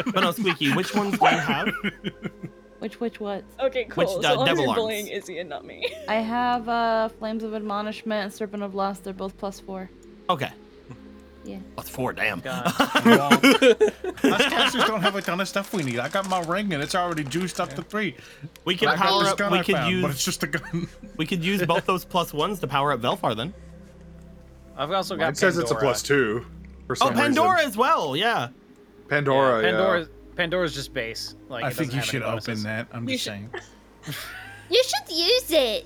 Speaker 3: But no, Squeaky. Which ones do you have?
Speaker 8: Which, which, what?
Speaker 10: Okay, cool.
Speaker 3: uh,
Speaker 10: so all
Speaker 3: devil
Speaker 10: you're
Speaker 3: arms.
Speaker 10: bullying Izzy and not me.
Speaker 8: I have uh, Flames of Admonishment and Serpent of Lust. They're both plus four.
Speaker 3: Okay.
Speaker 8: Yeah.
Speaker 3: That's four. Damn.
Speaker 4: Us casters don't have a ton of stuff we need. I got my ring and it's already juiced up to three.
Speaker 3: We could
Speaker 4: I got
Speaker 3: power
Speaker 4: this
Speaker 3: up.
Speaker 4: gun
Speaker 3: We
Speaker 4: I
Speaker 3: could
Speaker 4: found, but it's
Speaker 3: use.
Speaker 4: just a gun.
Speaker 3: We could use both those plus ones to power up Velfar then.
Speaker 2: I've also got.
Speaker 7: Mine says it's a
Speaker 2: Pandora.
Speaker 7: plus two. For
Speaker 3: Oh,
Speaker 7: some
Speaker 3: Pandora
Speaker 7: Reason.
Speaker 3: as well. Yeah.
Speaker 7: Pandora. Yeah,
Speaker 2: Pandora's, Pandora's just base. Like
Speaker 4: I
Speaker 2: it
Speaker 4: think
Speaker 2: doesn't
Speaker 4: you
Speaker 2: have any
Speaker 4: should
Speaker 2: bonuses.
Speaker 4: open that. I'm
Speaker 10: You
Speaker 4: just
Speaker 10: should-
Speaker 4: saying.
Speaker 5: You should use it.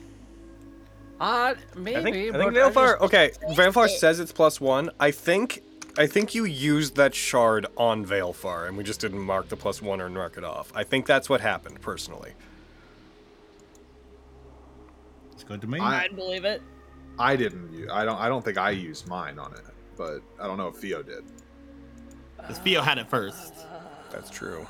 Speaker 2: Uh, maybe.
Speaker 1: I think, I
Speaker 2: but
Speaker 1: think
Speaker 2: just-
Speaker 1: Veilfar. Okay, Veilfar says it's plus one. I think. I think you used that shard on Veilfar, and we just didn't mark the plus one or mark it off. I think that's what happened, personally.
Speaker 4: It's good to me.
Speaker 7: I-
Speaker 10: I'd believe it.
Speaker 7: I didn't. Use, I don't. I don't think I used mine on it, but I don't know if Theo did.
Speaker 3: 'Cause Theo had it first.
Speaker 1: That's true.
Speaker 10: Uh,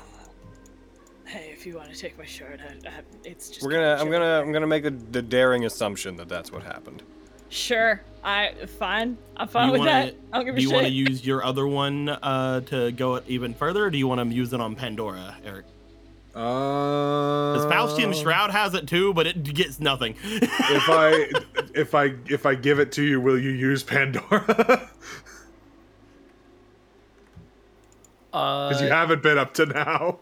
Speaker 10: Hey, if you want to take my shirt, I, I, it's just.
Speaker 1: We're gonna. I'm gonna. I'm gonna make a, the daring assumption that that's what happened.
Speaker 10: Sure. I fine. I'm
Speaker 3: Do
Speaker 10: fine
Speaker 3: you
Speaker 10: with
Speaker 3: wanna-
Speaker 10: that. I don't give a
Speaker 3: do you
Speaker 10: shit.
Speaker 3: want to use your other one uh, to go even further, or do you want to use it on Pandora, Eric?
Speaker 7: Uh,
Speaker 3: Because Faustian Shroud has it too, but it gets nothing.
Speaker 7: if I if I if I give it to you, will you use Pandora? Because you
Speaker 2: Uh,
Speaker 7: haven't been up to now.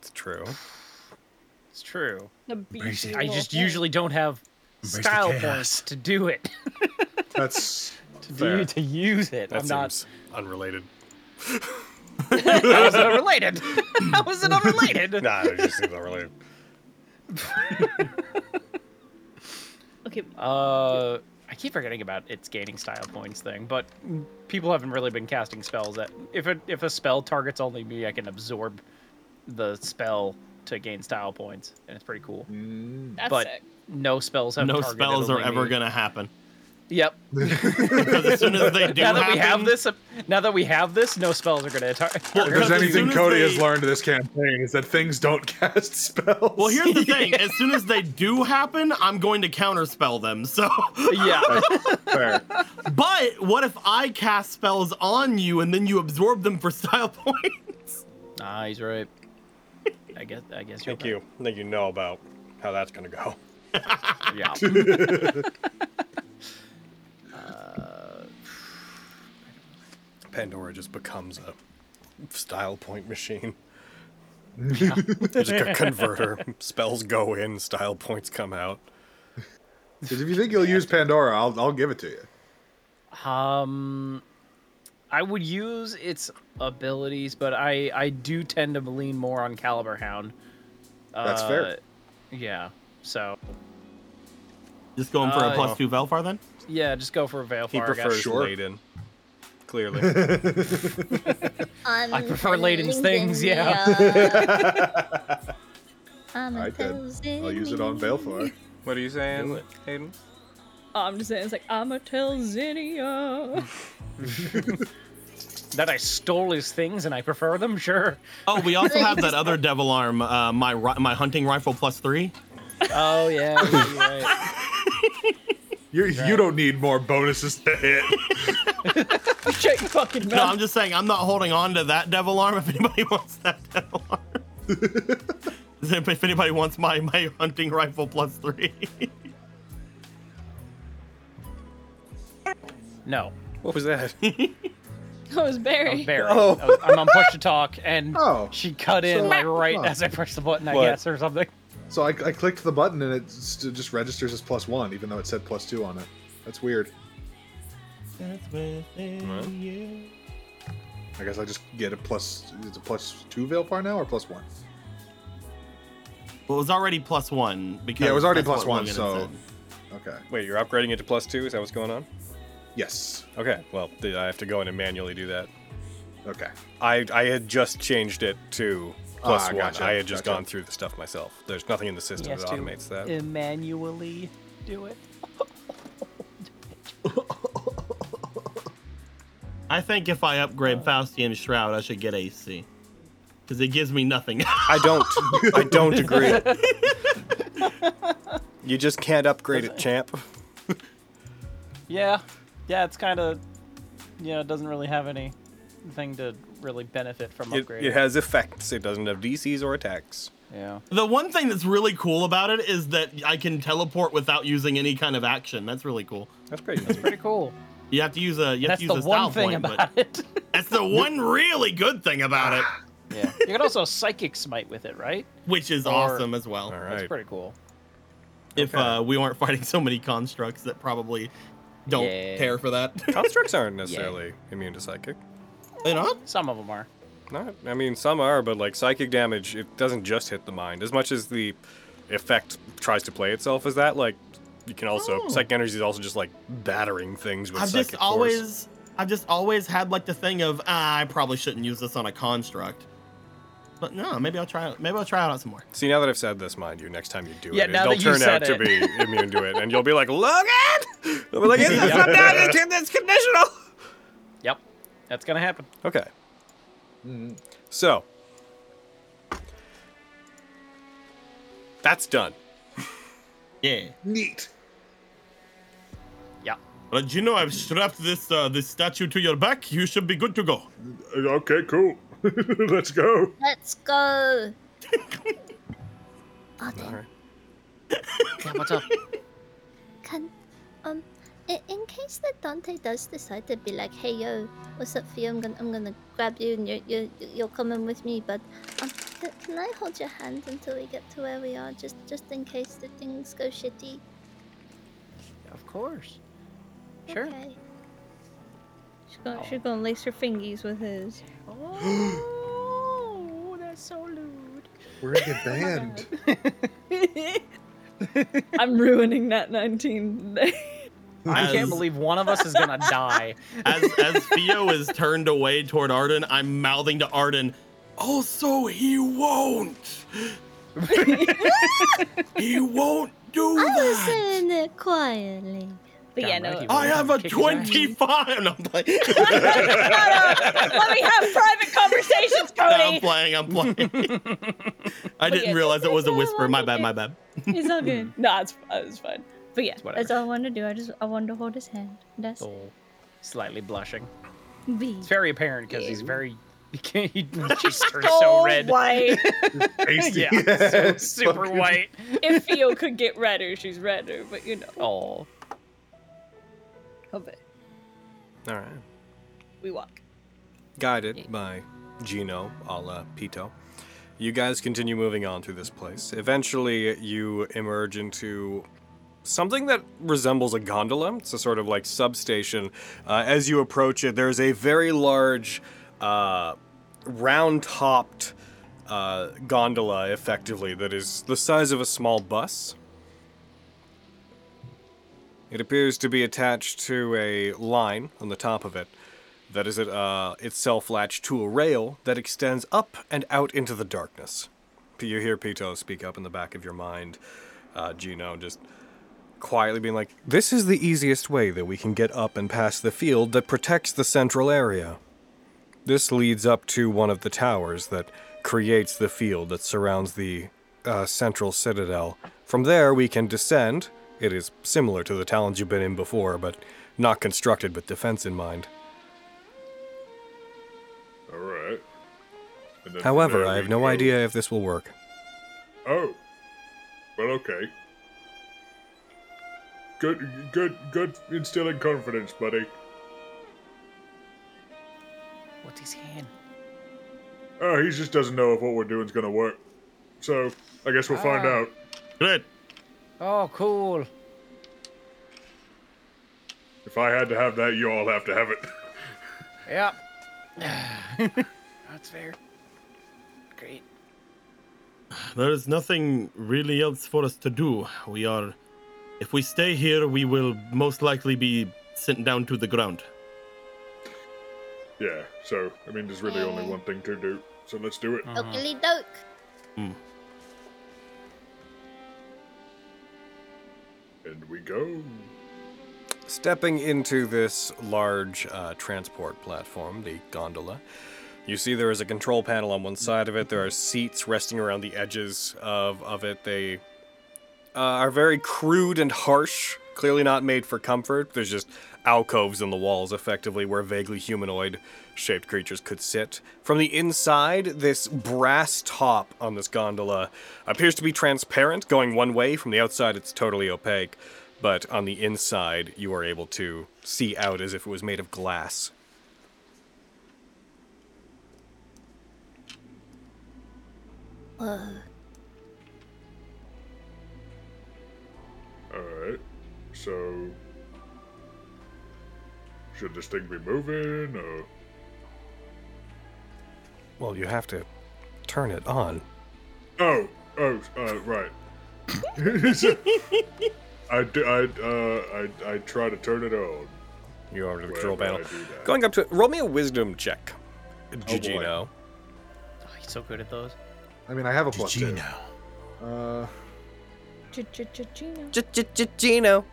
Speaker 1: It's true.
Speaker 2: it's true.
Speaker 10: the beefy
Speaker 2: I
Speaker 10: little
Speaker 2: just
Speaker 10: thing.
Speaker 2: usually don't have
Speaker 4: the
Speaker 2: style
Speaker 4: chaos.
Speaker 2: points to do it.
Speaker 7: That's
Speaker 2: to,
Speaker 7: Fair.
Speaker 2: do, to use it.
Speaker 1: That
Speaker 2: I'm not.
Speaker 1: seems unrelated.
Speaker 2: How is it unrelated? How is it unrelated?
Speaker 1: Nah, it just seems unrelated.
Speaker 10: Okay.
Speaker 2: Uh, I keep forgetting about its gaining style points thing, but people haven't really been casting spells. That if a if a spell targets only me, I can absorb the spell to gain style points, and it's pretty cool.
Speaker 10: That's
Speaker 2: but
Speaker 10: sick.
Speaker 2: no spells have
Speaker 3: no
Speaker 2: targeted
Speaker 3: spells are
Speaker 2: only
Speaker 3: ever
Speaker 2: me.
Speaker 3: gonna happen.
Speaker 2: Yep.
Speaker 3: Because as soon as they do
Speaker 2: now that
Speaker 3: happen,
Speaker 2: we have this, uh, now that we have this, no spells are gonna tar-
Speaker 3: Well,
Speaker 2: target.
Speaker 7: If there's
Speaker 3: Because as soon
Speaker 7: anything
Speaker 3: as
Speaker 7: Cody
Speaker 3: they-
Speaker 7: has learned this campaign is that things don't cast spells.
Speaker 3: Well, here's the thing: as soon as they do happen, I'm going to counterspell them. So,
Speaker 2: yeah.
Speaker 7: Fair.
Speaker 3: but what if I cast spells on you and then you absorb them for style points?
Speaker 2: Nah, Ah, he's right. I guess. I guess.
Speaker 1: Thank
Speaker 2: you're
Speaker 1: you. I think you know about how that's gonna go.
Speaker 2: right. Yeah.
Speaker 1: Uh, Pandora just becomes a style point machine. There's a converter. Spells go in, style points come out.
Speaker 7: 'Cause if you think you'll use Pandora, I'll I'll give it to you.
Speaker 2: Um, I would use its abilities, but I I do tend to lean more on Caliber Hound. Uh,
Speaker 7: That's fair.
Speaker 2: Yeah. So
Speaker 3: Just going for
Speaker 2: Uh,
Speaker 3: a
Speaker 7: Oh.
Speaker 3: plus two Velfar then.
Speaker 2: yeah, just go for a Veilfar.
Speaker 1: He
Speaker 2: I guess.
Speaker 1: prefers
Speaker 7: Sure.
Speaker 1: Layden. Clearly.
Speaker 5: I'm,
Speaker 2: I prefer Layden's
Speaker 5: losing
Speaker 2: things,
Speaker 5: the,
Speaker 2: yeah.
Speaker 5: uh, I'm
Speaker 7: I did.
Speaker 5: losing
Speaker 7: I'll use it on
Speaker 5: the-
Speaker 7: Balefar.
Speaker 1: what are you saying, Hayden?
Speaker 10: Oh, I'm just saying, it's like I'm a Telzinia.
Speaker 2: That I stole his things and I prefer them. Sure.
Speaker 3: Oh, we also have that other devil arm, uh, my ri- my hunting rifle plus three.
Speaker 2: Oh yeah. you're right.
Speaker 7: You you don't need more bonuses to hit.
Speaker 10: Shut your fucking
Speaker 3: No,
Speaker 10: mouth.
Speaker 3: I'm just saying I'm not holding on to that devil arm. If anybody wants that devil arm, if if anybody wants my my hunting rifle plus three,
Speaker 2: No.
Speaker 1: What was that?
Speaker 10: That was
Speaker 2: I was
Speaker 10: Barry.
Speaker 2: Barry.
Speaker 1: Oh.
Speaker 2: I was, I'm on push to talk, and
Speaker 7: Oh.
Speaker 2: she cut in like right
Speaker 7: Oh.
Speaker 2: as I pressed the button, I
Speaker 1: What?
Speaker 2: guess, or something.
Speaker 7: So I, I clicked the button and it s- just registers as plus one, even though it said plus two on it. That's weird. I guess I just get a plus. It's a plus two Veilfar now, or plus one?
Speaker 3: well, it was already plus one because
Speaker 7: Yeah, it was already
Speaker 3: that's
Speaker 7: plus
Speaker 3: what
Speaker 7: one.
Speaker 3: Logan had
Speaker 7: So,
Speaker 3: said.
Speaker 7: okay.
Speaker 1: Wait, you're upgrading it to plus two? Is that what's going on?
Speaker 7: Yes.
Speaker 1: Okay, well, th- I have to go in and manually do that.
Speaker 7: Okay.
Speaker 1: I, I had just changed it to plus
Speaker 7: Ah,
Speaker 1: one.
Speaker 7: gotcha,
Speaker 1: I had just
Speaker 7: gotcha.
Speaker 1: gone through the stuff myself. There's nothing in the system that automates that.
Speaker 2: manually do it.
Speaker 3: I think if I upgrade Faustian Shroud, I should get AC because it gives me nothing.
Speaker 1: I don't. I don't agree. you just can't upgrade it, champ.
Speaker 2: Yeah, yeah, it's kind of, you know, it doesn't really have any thing to really benefit from
Speaker 1: It,
Speaker 2: upgrading.
Speaker 1: it has effects. It doesn't have DCs or attacks.
Speaker 2: Yeah.
Speaker 3: The one thing that's really cool about it is that I can teleport without using any kind of action. That's really cool.
Speaker 1: That's pretty.
Speaker 2: It's pretty cool.
Speaker 3: You have to use a you have
Speaker 2: That's
Speaker 3: to use
Speaker 2: the
Speaker 3: a style
Speaker 2: one thing
Speaker 3: point,
Speaker 2: about
Speaker 3: but
Speaker 2: it.
Speaker 3: that's the one really good thing about it,
Speaker 2: yeah. You can also psychic smite with it, right?
Speaker 3: which is
Speaker 2: Or-
Speaker 3: awesome as well.
Speaker 1: All
Speaker 2: That's
Speaker 1: right.
Speaker 2: pretty cool.
Speaker 3: If uh, we weren't fighting so many constructs that probably don't
Speaker 2: Yeah.
Speaker 3: care for that.
Speaker 1: Constructs aren't necessarily immune to psychic.
Speaker 3: They not?
Speaker 2: Some of them are.
Speaker 1: Not, I mean, some are, but like psychic damage, it doesn't just hit the mind. As much as the effect tries to play itself as that, like you can also
Speaker 2: Hmm.
Speaker 1: psychic energy is also just like battering things with
Speaker 3: I've
Speaker 1: psychic
Speaker 3: just always I've just always had like the thing of ah, I probably shouldn't use this on a construct. But no, maybe I'll try it. Maybe I'll try it out some more.
Speaker 1: See, now that I've said this, mind you, next time you do
Speaker 2: Yeah,
Speaker 1: it,
Speaker 2: now
Speaker 1: it'll
Speaker 2: that you
Speaker 1: turn
Speaker 2: said
Speaker 1: out to
Speaker 2: it.
Speaker 1: be immune to it, and you'll be like, "Look at!" I'll be like, "It's it's not bad. It's, it's conditional."
Speaker 2: Yep. That's gonna happen. Mm-hmm.
Speaker 1: Okay. So that's done.
Speaker 3: Yeah.
Speaker 7: Neat.
Speaker 2: Yeah.
Speaker 3: But you know, I've strapped this uh, this statue to your back. You should be good to go.
Speaker 7: Uh, Okay, cool. Let's go.
Speaker 5: Let's go.
Speaker 1: All right.
Speaker 2: Yeah, what's up?
Speaker 5: Can um, i- in case that Dante does decide to be like, "Hey yo, what's up for you? I'm gonna I'm gonna grab you and you're you're you're coming with me." But um, c- can I hold your hand until we get to where we are, just just in case the things go shitty?
Speaker 2: Of course. Sure.
Speaker 5: Okay.
Speaker 10: She's gonna, she's gonna lace her fingies with his.
Speaker 2: Oh, that's so lewd.
Speaker 7: We're in the band.
Speaker 10: I'm ruining that 19 today.
Speaker 2: I
Speaker 3: As-
Speaker 2: can't believe one of us is gonna die.
Speaker 3: As as Theo is turned away toward Arden, I'm mouthing to Arden. Also, he won't. he won't do
Speaker 5: I was
Speaker 3: that.
Speaker 5: saying it quietly.
Speaker 10: But yeah,
Speaker 2: Damn
Speaker 10: no.
Speaker 2: right, he
Speaker 3: I have a
Speaker 2: Kick his ass.
Speaker 3: 25. And I'm like,
Speaker 10: Let me have private conversations,
Speaker 3: I'm
Speaker 10: Cody.
Speaker 3: playing. I'm playing. I
Speaker 10: yeah,
Speaker 3: didn't realize it was a
Speaker 10: that's
Speaker 3: whisper.
Speaker 10: all
Speaker 3: My
Speaker 10: I
Speaker 3: bad.
Speaker 10: wanted.
Speaker 3: My bad.
Speaker 10: It's all good. No, it's, uh, it's fine. But yeah,
Speaker 2: whatever.
Speaker 10: that's all I want to do. I just I wanted to hold his hand. That's
Speaker 2: Oh, slightly blushing.
Speaker 10: B.
Speaker 2: It's very apparent because he's very. He can't, he, she's turned
Speaker 10: So
Speaker 2: so red.
Speaker 10: white.
Speaker 7: Tasty.
Speaker 2: yeah, so super
Speaker 7: Fucking-
Speaker 2: white.
Speaker 10: if Theo could get redder, she's redder. But you know,
Speaker 2: Oh,
Speaker 10: oh, but
Speaker 1: All right.
Speaker 10: we walk.
Speaker 1: guided by Gino a la Pito. You guys continue moving on through this place. Eventually, you emerge into something that resembles a gondola. It's a sort of like substation. Uh, as you approach it, there's a very large, uh, round topped uh, gondola, effectively, that is the size of a small bus. It appears to be attached to a line on the top of it that is it, uh, itself latched to a rail that extends up and out into the darkness. P- You hear Pito speak up in the back of your mind, uh, Gino just quietly being like, This is the easiest way that we can get up and past the field that protects the central area. This leads up to one of the towers that creates the field that surrounds the uh, central citadel. From there, we can descend. It is similar to the talons you've been in before, but not constructed with defense in mind.
Speaker 7: All right. And then from
Speaker 1: However,
Speaker 7: there
Speaker 1: I
Speaker 7: we
Speaker 1: have no
Speaker 7: go-
Speaker 1: idea if this will work.
Speaker 7: Oh. Well, okay. Good, good, good. Instilling confidence, buddy.
Speaker 2: what's his hand?
Speaker 7: Oh, he just doesn't know if what we're doing's gonna work. So I guess we'll find
Speaker 2: Ah.
Speaker 7: out.
Speaker 3: Good.
Speaker 2: Oh, cool.
Speaker 7: If I had to have that, you all have to have it.
Speaker 2: Yep. That's fair. Great.
Speaker 3: There is nothing really else for us to do. We are. If we stay here, we will most likely be sent down to the ground.
Speaker 7: Yeah. So I mean, there's really only one thing to do. So let's do it.
Speaker 2: Uh-huh.
Speaker 5: Okey doke.
Speaker 7: And we go.
Speaker 1: Stepping into this large uh, transport platform, the gondola, you see there is a control panel on one side of it. There are seats resting around the edges of, of it. They uh, are very crude and harsh, clearly not made for comfort. There's just alcoves in the walls, effectively, where vaguely humanoid shaped creatures could sit. From the inside, this brass top on this gondola appears to be transparent, going one way. From the outside, it's totally opaque. But on the inside, you are able to see out as if it was made of glass.
Speaker 7: All right. So, should this thing be moving? Or
Speaker 1: Well, you have to turn it on.
Speaker 7: oh, oh, uh, right.
Speaker 2: Oh,
Speaker 7: I do, I uh I I try to turn it on.
Speaker 1: You are the
Speaker 7: Where
Speaker 1: control
Speaker 7: would I
Speaker 1: panel.
Speaker 7: do that?
Speaker 1: Going up to it, roll me a wisdom check, Gigino.
Speaker 2: Oh, he's so good at those.
Speaker 6: I mean, I have a plus two. Uh,
Speaker 10: Gino.
Speaker 1: Gigino.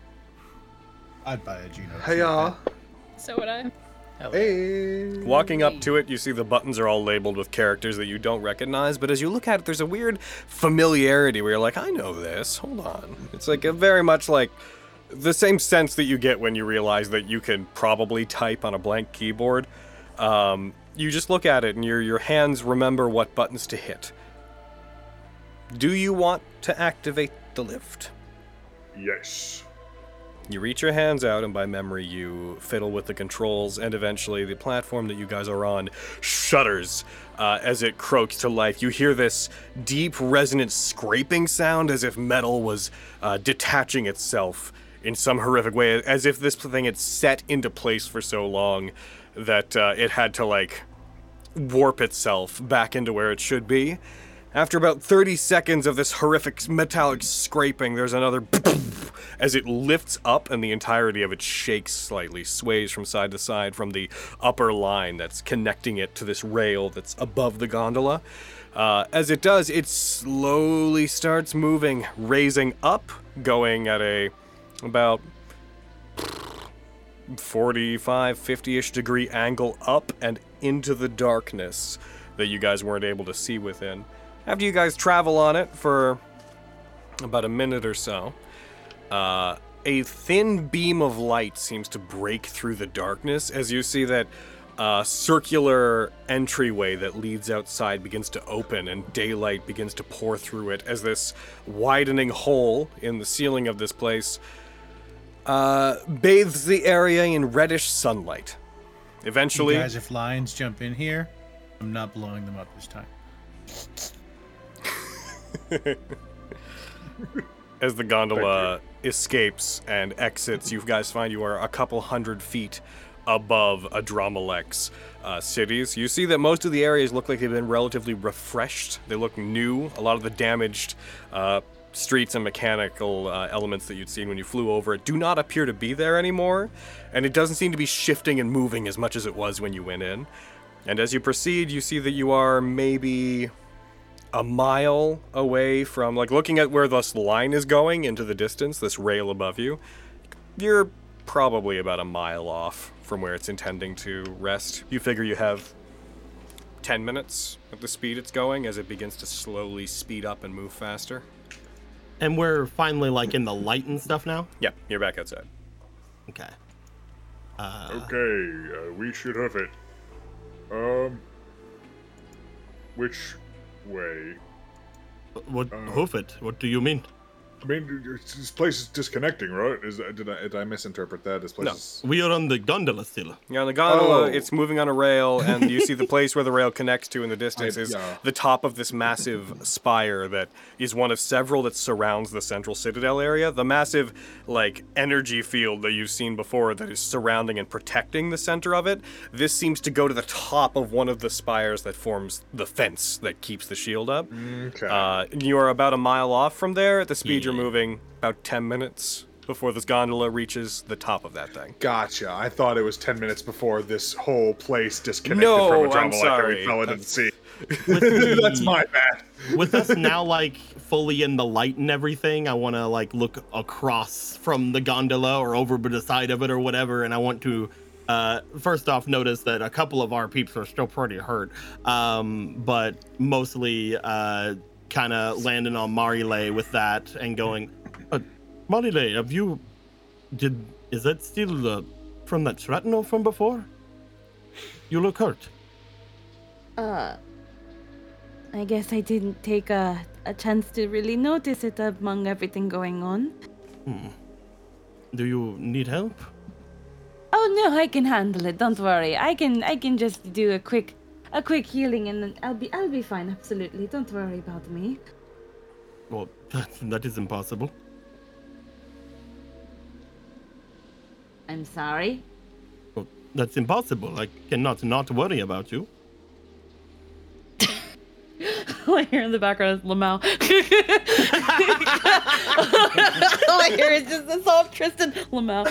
Speaker 4: I'd buy a Geno.
Speaker 6: hey y'all.
Speaker 10: So would I.
Speaker 2: Hell yeah.
Speaker 6: Hey.
Speaker 1: Walking up to it, you see the buttons are all labeled with characters that you don't recognize, but as you look at it, there's a weird familiarity where you're like, I know this. Hold on. It's like a very much like the same sense that you get when you realize that you can probably type on a blank keyboard. Um, you just look at it and your your hands remember what buttons to hit. Do you want to activate the lift?
Speaker 7: Yes.
Speaker 1: You reach your hands out, and by memory, you fiddle with the controls, and eventually, the platform that you guys are on shudders uh, as it croaks to life. You hear this deep, resonant scraping sound as if metal was uh, detaching itself in some horrific way, as if this thing had set into place for so long that uh, it had to, like, warp itself back into where it should be. After about 30 seconds of this horrific metallic scraping, there's another as it lifts up and the entirety of it shakes slightly, sways from side to side from the upper line that's connecting it to this rail that's above the gondola. Uh, as it does, it slowly starts moving, raising up, going at a about 45, 50 ish degree angle up and into the darkness that you guys weren't able to see within. After you guys travel on it for about a minute or so, uh, a thin beam of light seems to break through the darkness as you see that uh, circular entryway that leads outside begins to open and daylight begins to pour through it as this widening hole in the ceiling of this place uh, bathes the area in reddish sunlight.
Speaker 4: You
Speaker 1: Eventually,
Speaker 4: guys, if lions jump in here, I'm not blowing them up this time.
Speaker 1: as the gondola escapes and exits, you guys find you are a couple hundred feet above Adramalex uh, cities. You see that most of the areas look like they've been relatively refreshed. They look new. A lot of the damaged uh, streets and mechanical uh, elements that you'd seen when you flew over it do not appear to be there anymore, and it doesn't seem to be shifting and moving as much as it was when you went in. And as you proceed, you see that you are maybe a mile away from like looking at where this line is going into the distance this rail above you you're probably about a mile off from where it's intending to rest you figure you have 10 minutes at the speed it's going as it begins to slowly speed up and move faster
Speaker 3: And we're finally like in the light and stuff now.
Speaker 1: yeah you're back outside
Speaker 3: Okay.
Speaker 7: Okay, uh, we should have it. Um, which way?
Speaker 3: What
Speaker 7: Uh,
Speaker 3: hoof it? What do you mean?
Speaker 7: I mean, this place is disconnecting, right? Is did I, did I misinterpret that? This place
Speaker 1: No.
Speaker 7: is
Speaker 3: We are on the gondola still.
Speaker 1: you're on the gondola
Speaker 7: Oh.
Speaker 1: it's moving on a rail and you see the place where the rail connects to in the distance
Speaker 7: I-
Speaker 1: is
Speaker 7: yeah.
Speaker 1: the top of this massive spire that is one of several that surrounds the central citadel area. The massive, like, energy field that you've seen before that is surrounding and protecting the center of it. This seems to go to the top of one of the spires that forms the fence that keeps the shield up.
Speaker 7: okay.
Speaker 1: Uh, you are about a mile off from there at the speed you're moving, about 10 minutes before this gondola reaches the top of that thing.
Speaker 7: Gotcha. I thought it was ten minutes before this whole place disconnected
Speaker 1: No,
Speaker 7: from a
Speaker 1: I'm
Speaker 7: drama like
Speaker 1: sorry.
Speaker 7: we fell into the sea.
Speaker 3: With
Speaker 7: That's
Speaker 3: the-
Speaker 7: my bad.
Speaker 3: With us now like fully in the light and everything, I want to like look across from the gondola or over by the side of it or whatever, and I want to. Uh, first off, notice that a couple of our peeps are still pretty hurt, um, but mostly uh, kind of landing on Marile with that and going, Molly, have you? Did is that still uh, from that shrapnel from before? You look hurt.
Speaker 8: Uh, I guess I didn't take a, a chance to really notice it among everything going on.
Speaker 3: Hmm. Do you need help?
Speaker 8: Oh no, I can handle it. Don't worry. I can I can just do a quick a quick healing and then I'll be I'll be fine. Absolutely. Don't worry about me.
Speaker 3: Well, that, that is impossible.
Speaker 8: I'm sorry.
Speaker 3: Well, that's impossible. I cannot not worry about you.
Speaker 8: All I hear in the background is Lamau. All I hear is just the song Tristan Lamau.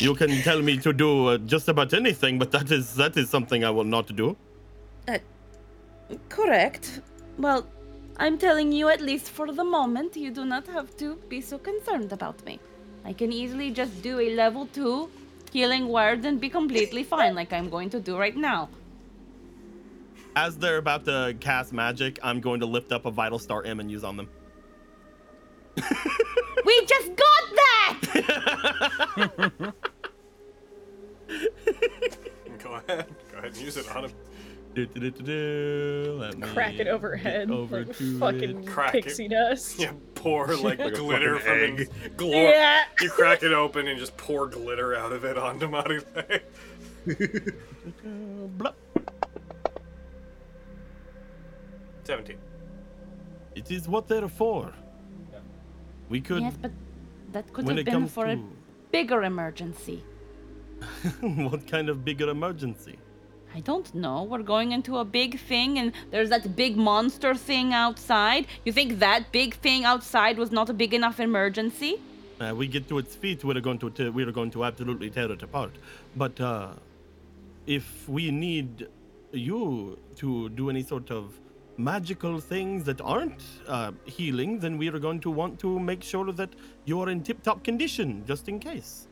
Speaker 3: You can tell me to do uh, just about anything, but that is that is something I will not do.
Speaker 8: Uh, Correct. Well, I'm telling you, at least for the moment, you do not have to be so concerned about me. I can easily just do a level 2 healing word and be completely fine, like I'm going to do right now.
Speaker 3: As they're about to cast magic, I'm going to lift up a vital star M and use on them.
Speaker 8: We just got that!
Speaker 1: Go ahead. Go ahead and use it on him.
Speaker 3: Do-do-do-do-do. Let me
Speaker 10: Crack it overhead.
Speaker 3: over
Speaker 10: like
Speaker 3: to
Speaker 10: fucking
Speaker 3: it.
Speaker 1: Crack it.
Speaker 10: pixie dust.
Speaker 1: Yeah, pour like,
Speaker 6: Like a
Speaker 1: glitter
Speaker 6: fucking
Speaker 1: from
Speaker 6: egg.
Speaker 1: his glory.
Speaker 10: Yeah.
Speaker 1: You crack it open and just pour glitter out of it onto Marute.
Speaker 3: Blup.
Speaker 1: 17.
Speaker 3: It is what they're for. We could,
Speaker 8: Yes, but that could
Speaker 3: when
Speaker 8: have
Speaker 3: it
Speaker 8: been
Speaker 3: comes
Speaker 8: for
Speaker 3: to
Speaker 8: a bigger emergency.
Speaker 3: what kind of bigger emergency?
Speaker 8: I don't know. We're going into a big thing, and there's that big monster thing outside. You think that big thing outside was not a big enough emergency?
Speaker 3: Uh, we get to its feet, we're going to te- we're going to absolutely tear it apart. But uh, if we need you to do any sort of magical things that aren't uh, healing, then we are going to want to make sure that you're in tip-top condition, just in case.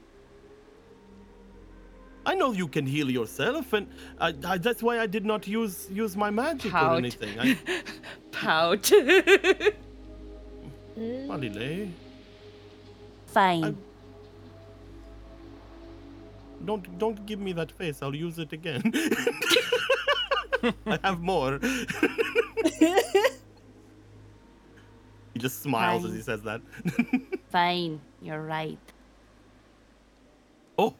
Speaker 3: I know you can heal yourself, and uh, I, that's why I did not use use my magic or
Speaker 8: Pout.
Speaker 3: anything. I,
Speaker 8: Pout.
Speaker 3: Malile,
Speaker 8: Fine.
Speaker 3: I- don't don't give me that face. I'll use it again. I have more. he just smiles as he says that.
Speaker 8: Fine. You're right.
Speaker 3: oh,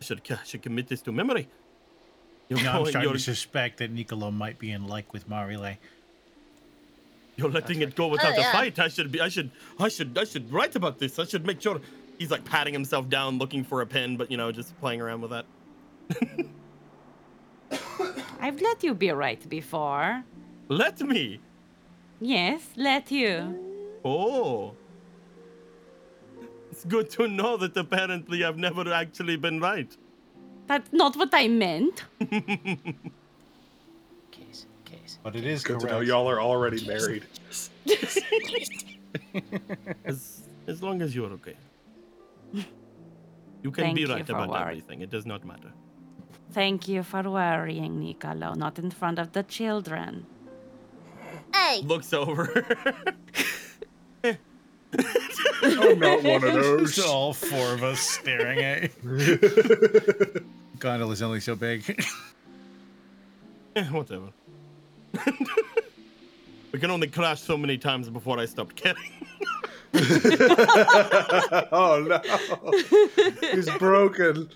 Speaker 3: I should ca- I should commit this to memory. You're
Speaker 4: Now I'm
Speaker 3: going,
Speaker 4: starting
Speaker 3: you're,
Speaker 4: to suspect that Niccolo might be in like with Marile.
Speaker 3: you're letting it go without
Speaker 5: yeah.
Speaker 3: a fight. I should be. I should. I should. I should write about this. I should make sure. He's like patting himself down, looking for a pen, but you know, just playing around with that.
Speaker 8: I've let you be right before.
Speaker 3: Let me.
Speaker 8: Yes, let you.
Speaker 3: Oh. It's good to know that apparently I've never actually been right.
Speaker 8: That's not what I meant.
Speaker 2: Case, case.
Speaker 4: But it is
Speaker 6: Good to know
Speaker 4: correct.
Speaker 6: y'all are already married.
Speaker 3: As as long as you're okay. You can
Speaker 8: Thank
Speaker 3: be
Speaker 8: you
Speaker 3: right
Speaker 8: for
Speaker 3: about
Speaker 8: worry.
Speaker 3: everything. It does not matter.
Speaker 8: Thank you for worrying, Niccolo. Not in front of the children.
Speaker 5: Hey,
Speaker 3: Looks over.
Speaker 6: I'm not one of
Speaker 4: There's
Speaker 6: those.
Speaker 4: all four of us staring at you. Gondola's only so big.
Speaker 3: Eh, Whatever. we can only crash so many times before I stopped caring.
Speaker 6: oh no, he's broken.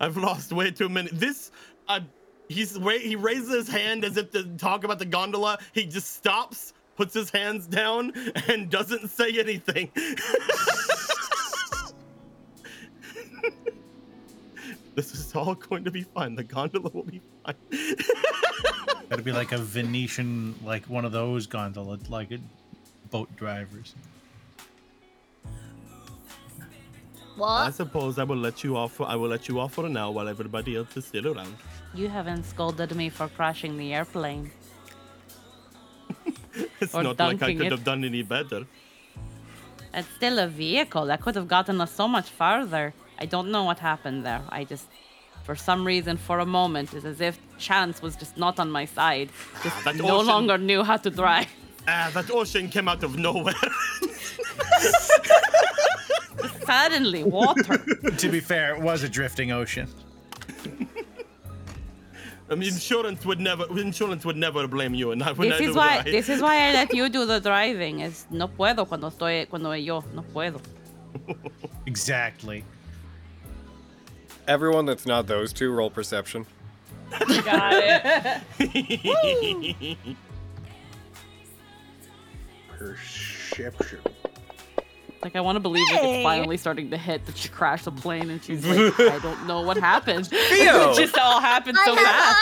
Speaker 3: I've lost way too many. This, I, he's wait. He raises his hand as if to talk about the gondola. He just stops, puts his hands down, and doesn't say anything. this is all going to be fine. The gondola will be fine.
Speaker 4: That'd be like a Venetian, like one of those gondola, like a boat drivers.
Speaker 3: I
Speaker 5: what?
Speaker 3: suppose I will let you off. I will let you off for now while everybody else is still around.
Speaker 8: You haven't scolded me for crashing the airplane.
Speaker 3: It's
Speaker 8: Or
Speaker 3: not like I
Speaker 8: dunking
Speaker 3: could
Speaker 8: it.
Speaker 3: have done any better.
Speaker 8: It's still a vehicle. That could have gotten us so much farther. I don't know what happened there. I just, for some reason, for a moment, it's as if chance was just not on my side. Just
Speaker 3: That
Speaker 8: no
Speaker 3: ocean-
Speaker 8: longer knew how to drive.
Speaker 3: Ah, that ocean came out of nowhere.
Speaker 8: Suddenly, water.
Speaker 4: to be fair, it was a drifting ocean.
Speaker 3: I mean, insurance would never insurance would never blame you, and I would
Speaker 8: this
Speaker 3: neither
Speaker 8: is
Speaker 3: would
Speaker 8: why.
Speaker 3: I.
Speaker 8: This is why I let you do the driving. Es no puedo cuando estoy cuando yo no puedo.
Speaker 4: Exactly.
Speaker 1: Everyone that's not those two, roll perception.
Speaker 10: Got it.
Speaker 7: Perception.
Speaker 8: Like I want to believe like it's finally starting to hit that she crashed the plane and she's like, I don't know what happened.
Speaker 1: Theo!
Speaker 8: it just all happened
Speaker 5: I
Speaker 8: so fast.
Speaker 5: have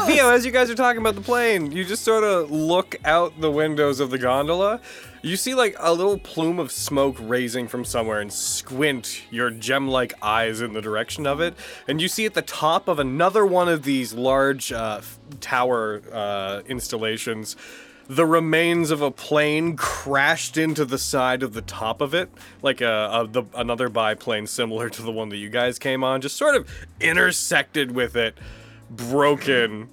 Speaker 5: eyeballs.
Speaker 1: Theo, as you guys are talking about the plane, you just sort of look out the windows of the gondola. You see like a little plume of smoke raising from somewhere and squint your gem like eyes in the direction of it. And you see at the top of another one of these large uh, f- tower uh, installations the remains of a plane crashed into the side of the top of it, like a, a the, another biplane similar to the one that you guys came on, just sort of intersected with it, broken,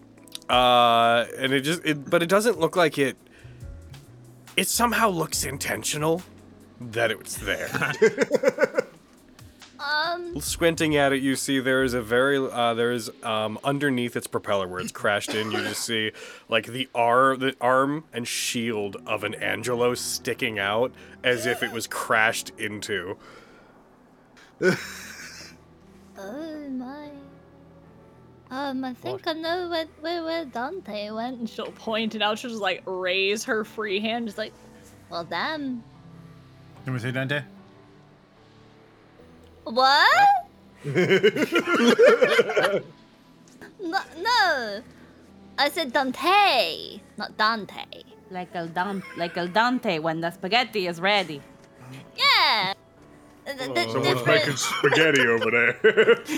Speaker 1: uh, and it just, it, but it doesn't look like it. It somehow looks intentional that it was there.
Speaker 5: Um,
Speaker 1: Squinting at it, you see there is a very uh, there is um, underneath its propeller where it's crashed in. You just see like the ar the arm and shield of an Angelo sticking out as if it was crashed into.
Speaker 5: oh my. Um, I think I know where, where, where Dante went.
Speaker 10: She'll point and out. She'll just like raise her free hand, just like
Speaker 5: Well, damn.
Speaker 4: Can we say Dante?
Speaker 5: What? no, no. I said Dante, not Dante.
Speaker 8: Like El Dante, like El Dante when the spaghetti is ready.
Speaker 5: Yeah. Th- th- th-
Speaker 7: Oh. Someone's
Speaker 5: th-
Speaker 7: making spaghetti over there.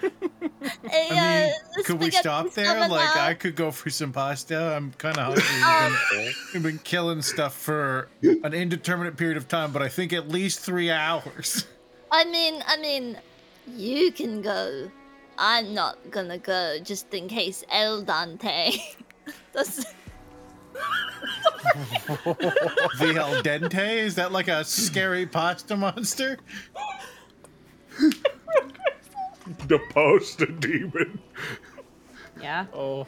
Speaker 5: Hey,
Speaker 4: I mean,
Speaker 5: uh,
Speaker 4: could we
Speaker 5: spaghetti
Speaker 4: stop there?
Speaker 5: stomach
Speaker 4: Like,
Speaker 5: now.
Speaker 4: I could go for some pasta. I'm kind of hungry. We've been, we've been killing stuff for an indeterminate period of time, but I think at least three hours.
Speaker 5: I mean, I mean, you can go. I'm not gonna go just in case El Dante. does
Speaker 4: The El Dente? Is that like a scary pasta monster?
Speaker 7: the poster demon.
Speaker 8: Yeah.
Speaker 2: Oh,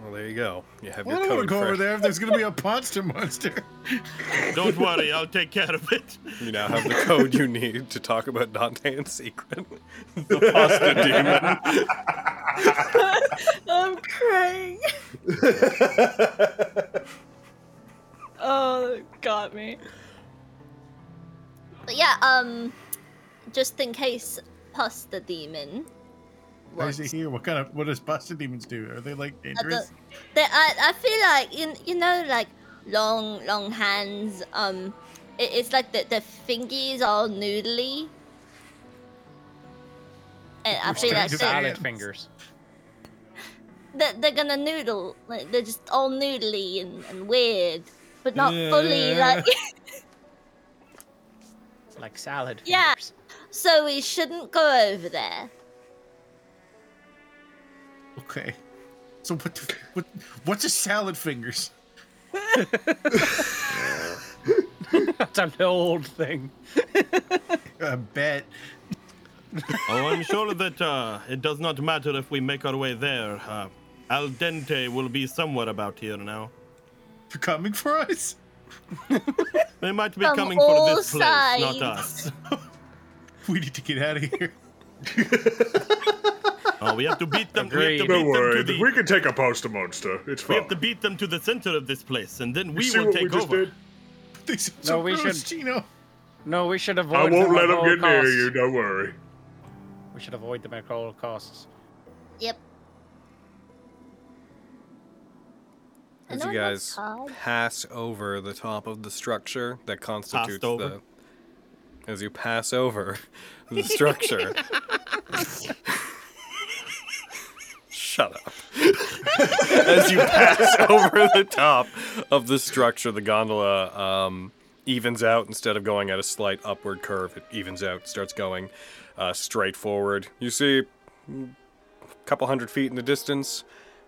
Speaker 1: Well, there you go. You have
Speaker 4: Well, I
Speaker 1: your
Speaker 4: don't want to
Speaker 1: code
Speaker 4: go over
Speaker 1: fresh.
Speaker 4: there if there's going to be a pasta monster.
Speaker 3: Don't worry, I'll take care of it.
Speaker 1: You now have the code you need to talk about Dante in secret. the pasta demon.
Speaker 10: I'm crying. oh, that got me.
Speaker 5: But yeah, um, just in case pasta demon.
Speaker 4: Why is
Speaker 5: was-
Speaker 4: it here? What kind of what does pasta demons do? Are they like
Speaker 5: I don't-
Speaker 4: dangerous?
Speaker 5: They, I, I feel like you, you know like long long hands. Um, it, it's like the the fingers are noodly. And I feel like
Speaker 4: Restrictive
Speaker 5: they,
Speaker 2: salad fingers.
Speaker 5: they're, they're gonna noodle. Like they're just all noodly and, and weird, but not fully
Speaker 4: Yeah.
Speaker 5: like.
Speaker 2: Like salad
Speaker 5: Yeah.
Speaker 2: fingers.
Speaker 5: so we shouldn't go over there.
Speaker 4: Okay. So what, the, what what's a salad fingers?
Speaker 2: That's an old thing.
Speaker 4: I bet.
Speaker 3: Oh, I'm sure that uh, it does not matter if we make our way there. Uh, Al dente will be somewhere about here now.
Speaker 4: They're coming for us?
Speaker 3: They might be
Speaker 5: From
Speaker 3: coming for
Speaker 5: all
Speaker 3: this place,
Speaker 5: sides.
Speaker 3: not us.
Speaker 4: We need to get out of here.
Speaker 3: Oh, we have to beat them. We
Speaker 2: Agreed.
Speaker 3: have to beat
Speaker 7: Don't
Speaker 3: them to
Speaker 7: worry,
Speaker 3: the.
Speaker 7: we can take a poster monster. It's
Speaker 3: we
Speaker 7: fine.
Speaker 3: have to beat them to the center of this place, and then we
Speaker 7: See
Speaker 3: will
Speaker 7: what
Speaker 3: take
Speaker 7: we just
Speaker 3: over.
Speaker 7: did?
Speaker 4: They sound
Speaker 2: No,
Speaker 4: so
Speaker 2: we
Speaker 4: gross,
Speaker 2: should-
Speaker 4: Gino.
Speaker 2: No, we should avoid
Speaker 7: I won't
Speaker 2: them
Speaker 7: let
Speaker 2: at
Speaker 7: them
Speaker 2: all
Speaker 7: get near
Speaker 2: costs.
Speaker 7: you. Don't worry.
Speaker 2: We should avoid them at all costs.
Speaker 5: Yep. I
Speaker 1: As
Speaker 5: know
Speaker 1: you
Speaker 5: I love
Speaker 1: guys
Speaker 5: cod.
Speaker 1: pass over the top of the structure that constitutes
Speaker 3: over.
Speaker 1: the. As you pass over the structure. Shut up. as you pass over the top of the structure, the gondola um, evens out. Instead of going at a slight upward curve, it evens out, starts going uh, straight forward. You see a couple hundred feet in the distance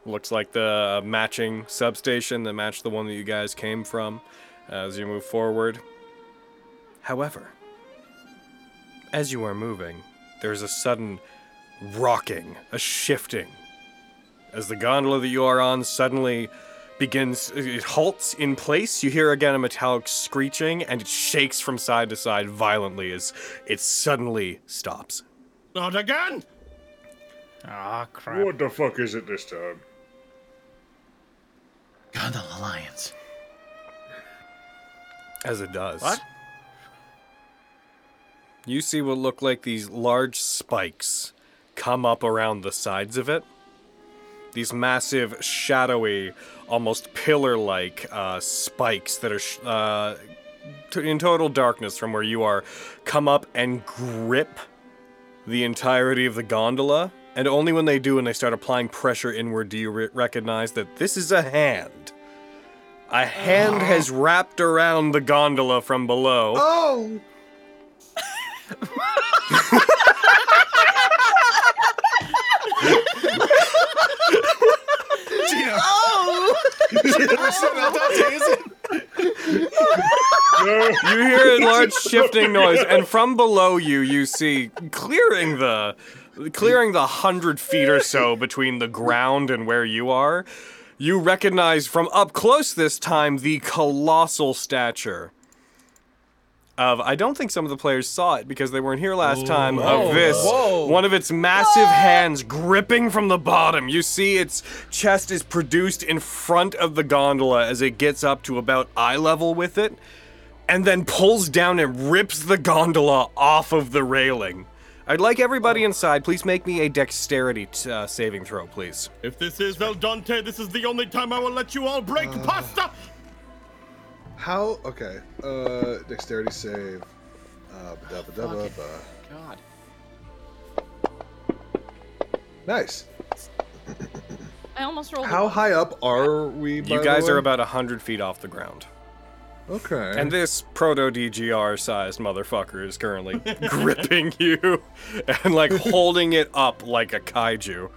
Speaker 1: Looks like the matching substation that matched the one that you guys came from uh, as you move forward. However, as you are moving, there's a sudden rocking, a shifting, as the gondola that you are on suddenly begins, it halts in place. You hear again a metallic screeching, and it shakes from side to side violently as it suddenly stops.
Speaker 3: Not again!
Speaker 4: Ah, crap.
Speaker 6: What the fuck is it this time?
Speaker 2: Gondel Alliance.
Speaker 1: As it does.
Speaker 4: What?
Speaker 1: You see what look like these large spikes come up around the sides of it. These massive, shadowy, almost pillar like uh, spikes that are sh- uh, t- in total darkness from where you are come up and grip the entirety of the gondola. And only when they do and they start applying pressure inward do you re- recognize that this is a hand. A hand has wrapped around the gondola from below.
Speaker 7: Oh!
Speaker 2: Gino,
Speaker 1: You hear a large shifting noise, and from below you, you see clearing the clearing the hundred feet or so between the ground and where you are. You recognize from up close this time the colossal stature of I don't think some of the players saw it because they weren't here last time of this
Speaker 4: Whoa.
Speaker 1: one of its massive hands gripping from the bottom. You see its chest is produced in front of the gondola as it gets up to about eye level with it and then pulls down and rips the gondola off of the railing. I'd like everybody
Speaker 7: Oh.
Speaker 1: inside, please make me a dexterity t- uh, saving throw, please.
Speaker 3: If this is El Dante, this is the only time I will let you all break
Speaker 7: Uh.
Speaker 3: pasta!
Speaker 7: How? Okay. Uh, dexterity save. Uh, ba-da-ba-da-ba-ba.
Speaker 4: God.
Speaker 7: nice.
Speaker 9: I almost rolled. a
Speaker 7: How
Speaker 9: one.
Speaker 7: high up are we? by
Speaker 1: You
Speaker 7: the
Speaker 1: guys are
Speaker 7: way?
Speaker 1: about 100 feet off the ground.
Speaker 7: Okay.
Speaker 1: And this proto DGR sized motherfucker is currently gripping you and like holding it up like a kaiju.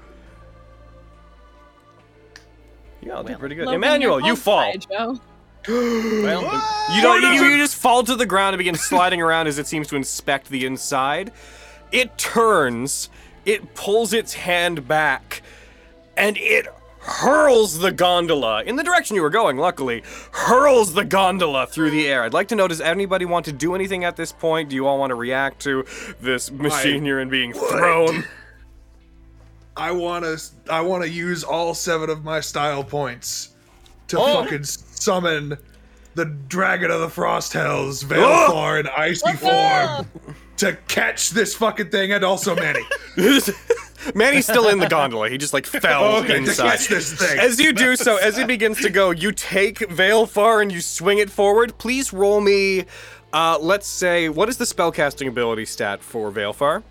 Speaker 1: You all did pretty good.
Speaker 9: Logan,
Speaker 1: Emmanuel,
Speaker 9: you're
Speaker 1: you
Speaker 9: called
Speaker 1: fall.
Speaker 9: Kaijo.
Speaker 1: You don't. You, you just fall to the ground and begin sliding around as it seems to inspect the inside. It turns. It pulls its hand back, and it hurls the gondola in the direction you were going. Luckily, hurls the gondola through the air. I'd like to know: Does anybody want to do anything at this point? Do you all want to react to this machine you're in being thrown?
Speaker 7: I want to. I want to use all seven of my style points to
Speaker 1: Oh!
Speaker 7: fucking summon the dragon of the frost hells,
Speaker 1: Oh!
Speaker 7: Veilfar in icy form, to catch this fucking thing and also Manny.
Speaker 1: Manny's still in the gondola. He just like fell
Speaker 7: okay, to
Speaker 1: inside.
Speaker 7: catch this thing.
Speaker 1: As you do so, as it begins to go, you take Veilfar and you swing it forward. Please roll me. Uh, let's say, what is the spellcasting ability stat for Veilfar?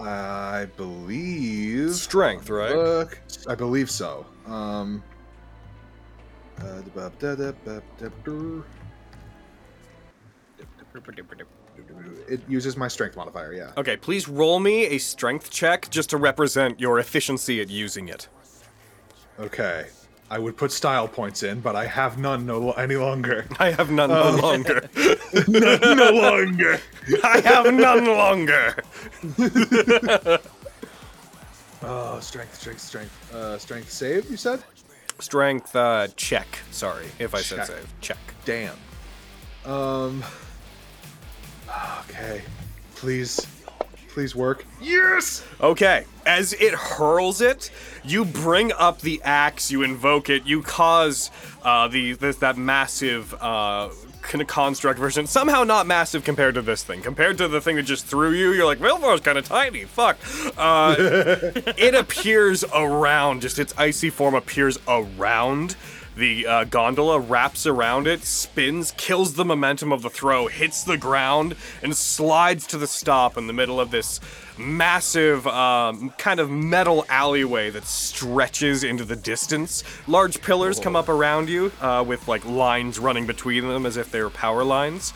Speaker 7: I believe.
Speaker 1: Strength, right?
Speaker 7: Look, I believe so. Um. uh, da-ba-da-da-ba-da-brr. It uses my strength modifier. Yeah.
Speaker 1: Okay, please roll me a strength check just to represent your efficiency at using it.
Speaker 7: Okay. I would put style points in, but I have none no any longer. Um,
Speaker 1: I have none no longer.
Speaker 7: no longer.
Speaker 1: I have none longer.
Speaker 7: Oh, strength, strength, strength. Uh, strength save. You said.
Speaker 1: Strength uh, check. Sorry if I said
Speaker 7: Check.
Speaker 1: save. Check.
Speaker 7: Damn. Um. Okay. Please, please work. Yes.
Speaker 1: Okay. As it hurls it, you bring up the axe, you invoke it, you cause uh, the this, that massive uh, kind of construct version. Somehow not massive compared to this thing. Compared to the thing that just threw you, you're like, Vilvar's kind of tiny. Fuck. Uh, it appears around, just its icy form appears around. The uh, gondola wraps around it, spins, kills the momentum of the throw, hits the ground, and slides to the stop in the middle of this massive um, kind of metal alleyway that stretches into the distance. Large pillars come up around you uh, with like lines running between them as if they were power lines.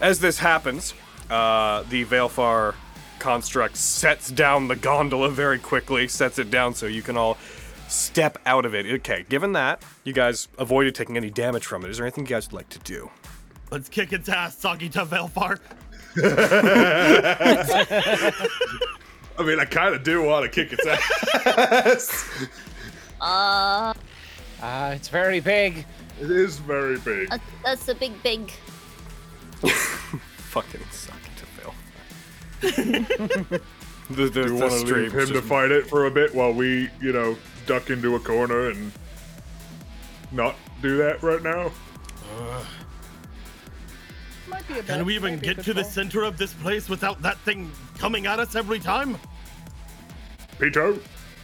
Speaker 1: As this happens, uh, the Veilfar construct sets down the gondola very quickly, sets it down so you can all step out of it. Okay, given that, you guys avoided taking any damage from it. Is there anything you guys would like to do?
Speaker 3: Let's kick its ass, Sagita Velfar.
Speaker 7: I mean, I kind of do want to kick its ass.
Speaker 5: Ah,
Speaker 2: Uh, it's very big.
Speaker 7: it is very big.
Speaker 8: Uh,
Speaker 5: that's, that's a big, big.
Speaker 1: Fucking suck it to fail. the the,
Speaker 7: Do
Speaker 1: the
Speaker 7: you want to
Speaker 1: stream
Speaker 7: leave him to
Speaker 1: just-
Speaker 7: fight it for a bit while we, you know, duck into a corner and not do that right now?
Speaker 2: Uh,
Speaker 3: Can we even get to the center of this place without that thing coming at us every time?
Speaker 7: Peter,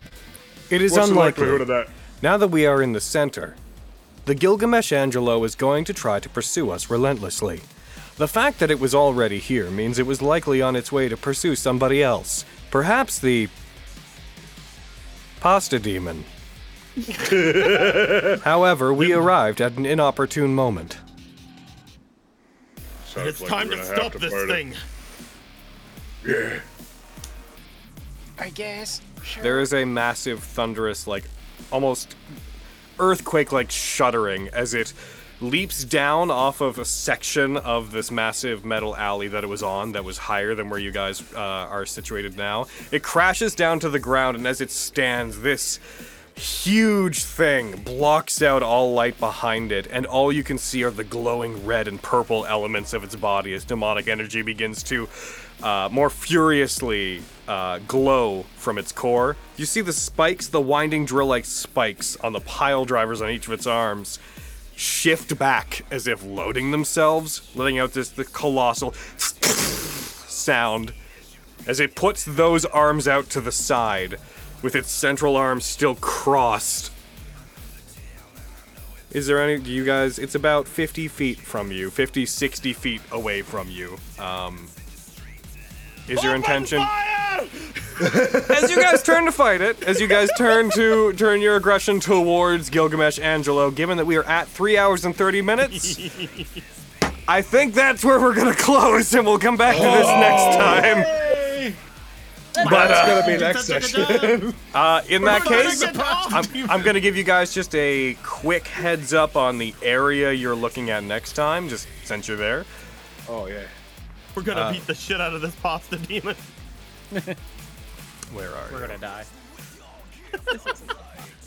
Speaker 1: It is
Speaker 7: what's the
Speaker 1: unlikely.
Speaker 7: likelihood of that?
Speaker 1: Now that we are in the center, the Gilgamesh Angelo is going to try to pursue us relentlessly. The fact that it was already here means it was likely on its way to pursue somebody else. Perhaps the. Pasta Demon. However, we arrived at an inopportune moment.
Speaker 7: Sounds
Speaker 3: it's
Speaker 7: like
Speaker 3: time
Speaker 7: we're
Speaker 3: to
Speaker 7: gonna have
Speaker 3: stop this
Speaker 7: fight
Speaker 3: thing.
Speaker 7: it. Yeah.
Speaker 2: I guess.
Speaker 1: There is a massive, thunderous, like almost earthquake like shuddering as it leaps down off of a section of this massive metal alley that it was on that was higher than where you guys uh, are situated now. It crashes down to the ground, and as it stands, this huge thing blocks out all light behind it, and all you can see are the glowing red and purple elements of its body as demonic energy begins to uh, more furiously uh, glow from its core. You see the spikes, the winding drill like spikes on the pile drivers on each of its arms. Shift back as if loading themselves, letting out this the colossal sound as it puts those arms out to the side, with its central arm still crossed. Is there any, do you guys, it's about 50 feet from you, 50, 60 feet away from you. Um, is your intention. as you guys turn to fight it, as you guys turn to turn your aggression towards Gilgamesh Angelo, given that we are at three hours and 30 minutes, I think that's where we're gonna close and we'll come back to this next time.
Speaker 7: Oh. But uh, that's gonna be next session.
Speaker 1: Uh, in that case,
Speaker 3: Get off!
Speaker 1: I'm, I'm going to give you guys just a quick heads up on the area you're looking at next time, just since you're there. Uh,
Speaker 7: oh yeah.
Speaker 3: We're gonna
Speaker 2: Uh.
Speaker 3: beat the shit out of this pasta demon.
Speaker 1: Where are
Speaker 2: We're
Speaker 1: you?
Speaker 2: gonna die.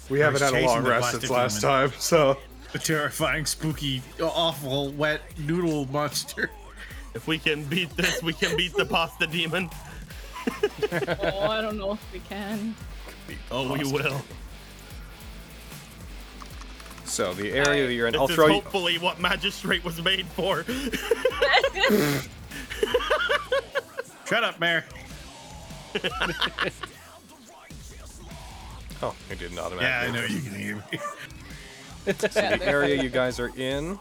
Speaker 7: We haven't had a
Speaker 4: chasing
Speaker 7: long
Speaker 4: the
Speaker 7: rest
Speaker 4: plastic
Speaker 7: since last
Speaker 4: woman.
Speaker 7: time, so
Speaker 4: The terrifying, spooky, awful, wet noodle monster.
Speaker 3: If we can beat this, we can beat the pasta demon.
Speaker 10: Oh, I don't know if we can.
Speaker 3: Oh, we will.
Speaker 1: So the area that you're in,
Speaker 3: This
Speaker 1: I'll
Speaker 3: is
Speaker 1: throw you.
Speaker 3: hopefully what magistrate was made for.
Speaker 4: Shut up, Mayor.
Speaker 1: Oh, I didn't automatically.
Speaker 4: Yeah, I know you can hear me.
Speaker 1: So the area you guys are in.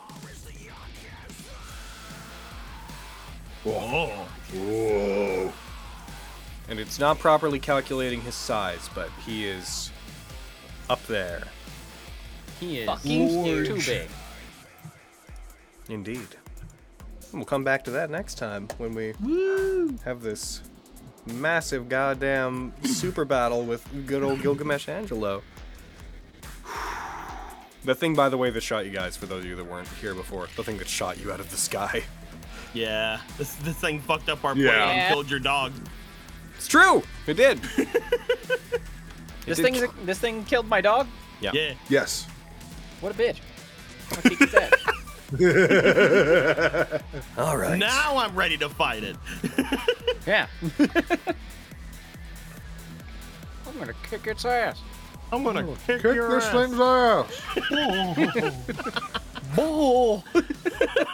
Speaker 3: oh,
Speaker 7: Whoa.
Speaker 1: and it's not properly calculating his size, but he is up there.
Speaker 2: He is
Speaker 9: Fucking
Speaker 2: too big.
Speaker 1: Indeed. And we'll come back to that next time when we have this massive goddamn super battle with good old Gilgamesh Angelo. The thing, by the way, that shot you guys, for those of you that weren't here before, the thing that shot you out of the sky.
Speaker 3: yeah. This this thing fucked up our plan
Speaker 7: Yeah.
Speaker 3: and killed your dog.
Speaker 1: It's true! It did!
Speaker 2: This
Speaker 1: did
Speaker 2: thing,
Speaker 1: ki-
Speaker 2: this thing killed my dog.
Speaker 1: yeah.
Speaker 3: Yeah.
Speaker 7: Yes.
Speaker 2: What a bitch. I'm gonna kick its ass.
Speaker 1: All right.
Speaker 3: Now I'm ready to fight it.
Speaker 2: Yeah. I'm gonna kick its ass.
Speaker 3: I'm gonna kick,
Speaker 7: Kick
Speaker 3: your
Speaker 7: this
Speaker 3: ass.
Speaker 7: thing's ass.
Speaker 2: Bull.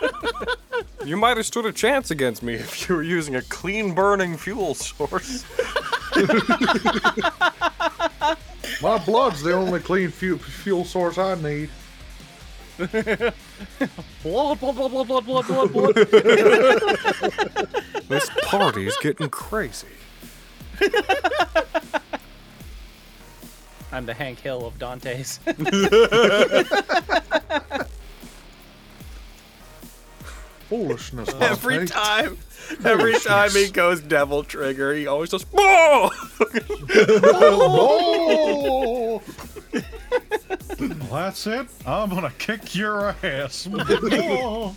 Speaker 1: You might have stood a chance against me if you were using a clean burning fuel source.
Speaker 7: My blood's the only clean fuel, fuel source I need.
Speaker 2: Blood, blood, blood, blood, blood, blood, blood, blood.
Speaker 1: this party's getting crazy.
Speaker 2: I'm the Hank Hill of Dante's.
Speaker 7: foolishness.
Speaker 1: Every time, every time he goes devil trigger, he always goes, Whoa!
Speaker 7: oh!
Speaker 4: Well, that's it. I'm gonna kick your ass. Oh.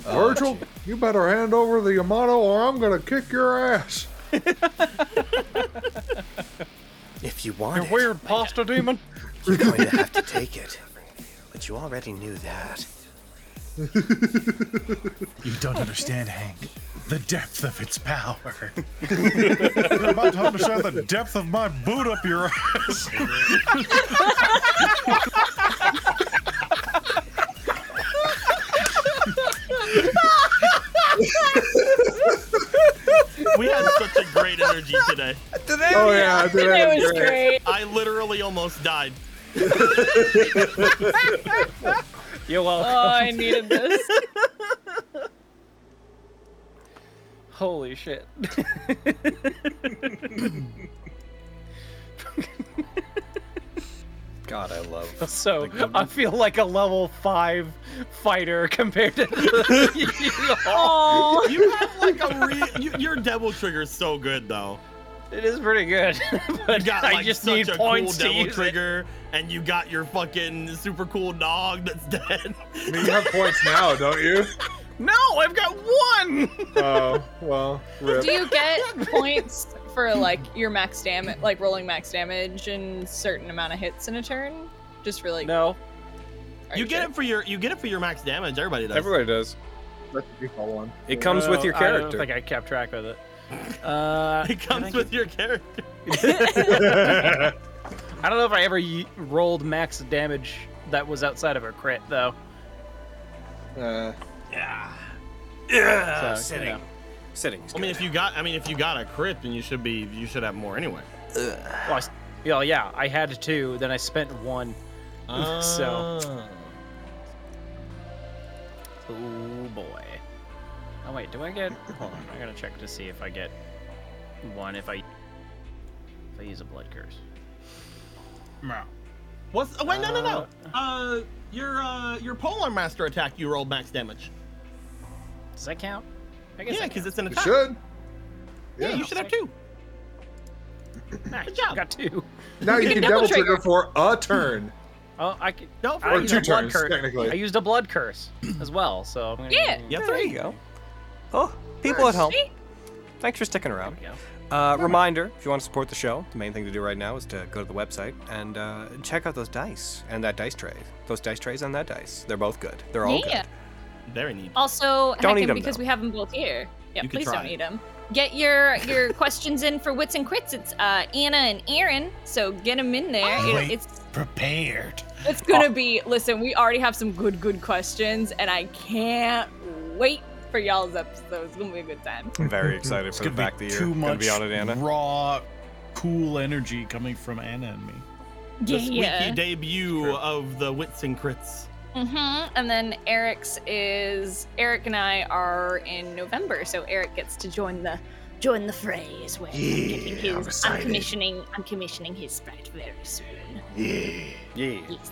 Speaker 7: Virgil, you better hand over the Yamato or I'm gonna kick your ass.
Speaker 5: If you want it,
Speaker 13: Weird pasta demon.
Speaker 5: you're going to have to take it. But you already knew that.
Speaker 4: you don't understand, Hank. The depth of its power. You're about to understand the depth of my boot up your ass.
Speaker 3: We had such a great energy today.
Speaker 13: Oh yeah, I did that.
Speaker 9: It was great.
Speaker 3: I literally almost died.
Speaker 2: You're welcome.
Speaker 9: Oh, I needed this.
Speaker 2: Holy shit.
Speaker 1: God, I love.
Speaker 2: So
Speaker 1: The
Speaker 2: I feel like a level five fighter compared to. The...
Speaker 9: Oh,
Speaker 3: You have like a re- you, your devil trigger is so good though.
Speaker 2: it is pretty good,
Speaker 3: You
Speaker 2: but
Speaker 3: got
Speaker 2: I
Speaker 3: like
Speaker 2: just
Speaker 3: such
Speaker 2: need
Speaker 3: a cool
Speaker 2: points to
Speaker 3: devil
Speaker 2: use it.
Speaker 3: trigger, and you got your fucking super cool dog that's dead.
Speaker 7: I mean, you have points now, don't you?
Speaker 2: No, I've got one.
Speaker 7: Oh, well, rip.
Speaker 9: do you get points for like your max damage, like rolling max damage and certain amount of hits in a turn? Just for like
Speaker 2: No,
Speaker 9: are
Speaker 3: You get
Speaker 9: sure?
Speaker 3: it for your you get it for your max damage. Everybody does.
Speaker 1: Everybody does.
Speaker 7: That's the default one.
Speaker 1: It comes with
Speaker 2: No,
Speaker 1: your
Speaker 2: I don't
Speaker 1: character.
Speaker 2: think I kept track of it. Uh,
Speaker 3: it comes with your character.
Speaker 2: I don't know if I ever y- rolled max damage that was outside of a crit though.
Speaker 7: Uh,
Speaker 1: yeah.
Speaker 2: So,
Speaker 1: Yeah.
Speaker 2: you
Speaker 1: sitting.
Speaker 2: know.
Speaker 1: Sitting.
Speaker 3: I mean, if you got I mean if you got a crit, then you should be you should have more anyway.
Speaker 2: Well, I s- yeah, yeah, I had two, then I spent one.
Speaker 3: Uh.
Speaker 9: Ah.
Speaker 2: So. Oh boy. Oh wait, do I get? Hold on, I gotta check to see if I get one. If I if I use a blood curse.
Speaker 3: What's oh, wait no no no. Uh, your uh your polar master attack you rolled max damage.
Speaker 2: Does that count? I guess
Speaker 3: Yeah,
Speaker 2: that
Speaker 3: because it's an
Speaker 7: you
Speaker 3: attack.
Speaker 7: should.
Speaker 3: Yeah,
Speaker 7: Yeah.
Speaker 3: you should have two.
Speaker 2: counts. Nice,
Speaker 3: Good job.
Speaker 2: Got two.
Speaker 7: Now you can
Speaker 9: double
Speaker 7: double trigger for a turn.
Speaker 2: Oh, I could.
Speaker 3: No,
Speaker 2: I
Speaker 7: Or
Speaker 2: used
Speaker 7: two
Speaker 2: a blood
Speaker 7: turns,
Speaker 2: curse.
Speaker 7: technically.
Speaker 2: I used a blood curse as well, so. I'm gonna,
Speaker 9: Yeah.
Speaker 3: Yeah,
Speaker 1: there
Speaker 3: three.
Speaker 1: you go. Oh, people at home. Thanks for sticking
Speaker 2: There
Speaker 1: around.
Speaker 2: we go.
Speaker 1: Uh, reminder if you want to support the show, the main thing to do right now is to go to the website and uh, check out those dice and that dice tray. Those dice trays and that dice. They're both good. They're all
Speaker 9: Yeah.
Speaker 3: Very neat.
Speaker 9: Also,
Speaker 1: Don't
Speaker 9: heck,
Speaker 1: eat
Speaker 9: and
Speaker 1: 'em,
Speaker 9: because
Speaker 1: though.
Speaker 9: we have them both here. Yeah,
Speaker 3: You could
Speaker 9: please
Speaker 3: try.
Speaker 9: don't eat them. Get your your questions in for wits and crits. It's uh, Anna and Aaron, so get them in there. It-
Speaker 4: Wait.
Speaker 9: it's
Speaker 4: Prepared.
Speaker 9: it's gonna be. Listen, we already have some good good questions, and I can't wait for y'all's episode. It's gonna be a good time.
Speaker 1: good. Very excited
Speaker 4: It's
Speaker 1: for the
Speaker 4: gonna be
Speaker 1: fact that you're
Speaker 4: too
Speaker 1: going to
Speaker 4: much
Speaker 1: be on it, Anna.
Speaker 4: raw, cool energy coming from Anna and me.
Speaker 3: the squeaky
Speaker 9: yeah.
Speaker 3: debut of the Wits and Crits.
Speaker 9: Mm-hmm. And then Eric's is Eric and I are in November, so Eric gets to join the join the fray as well.
Speaker 5: Yeah,
Speaker 9: his,
Speaker 5: I'm excited.
Speaker 9: commissioning I'm commissioning his sprite very soon.
Speaker 5: Yeah.
Speaker 1: Yeah.
Speaker 9: Yes.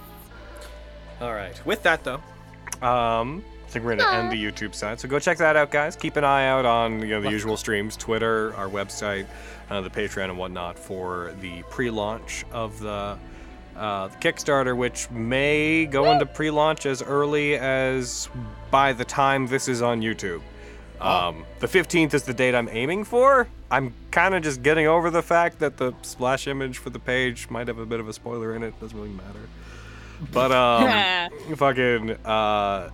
Speaker 1: All right. With that, though, um, I think we're going to end the YouTube side. So go check that out, guys. Keep an eye out on you know the usual streams, Twitter, our website, uh, the Patreon, and whatnot for the pre-launch of the, uh, the Kickstarter, which may go into pre-launch as early as by the time this is on YouTube. Um, the 15th is the date I'm aiming for. I'm kind of just getting over the fact that the splash image for the page might have a bit of a spoiler in it. Doesn't really matter. But um, fucking uh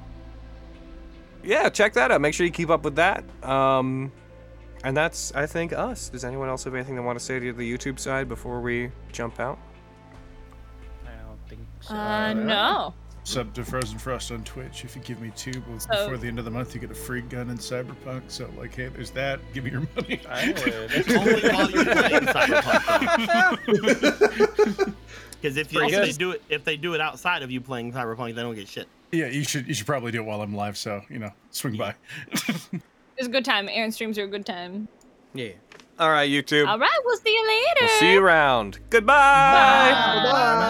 Speaker 1: yeah check that out make sure you keep up with that um and that's i think us does anyone else have anything they want to say to the youtube side before we jump out
Speaker 2: I don't think so.
Speaker 9: Uh, no.
Speaker 4: Sub to Frozen Frost on Twitch. If you give me two both
Speaker 9: So-
Speaker 4: before the end of the month, you get a free gun in Cyberpunk. So, like, hey, there's that. Give me your money.
Speaker 2: I would.
Speaker 3: Only while you're playing Cyberpunk. Because if, you, if
Speaker 2: Pretty
Speaker 3: they
Speaker 2: good.
Speaker 3: do it, if they do it outside of you playing Cyberpunk, they don't get shit.
Speaker 4: yeah, you should. You should probably do it while I'm live. So, you know, swing by.
Speaker 9: It was a good time. Aaron streams are a good time.
Speaker 1: yeah all right youtube
Speaker 9: All right, we'll see you later.
Speaker 1: we'll see you around goodbye
Speaker 9: Bye.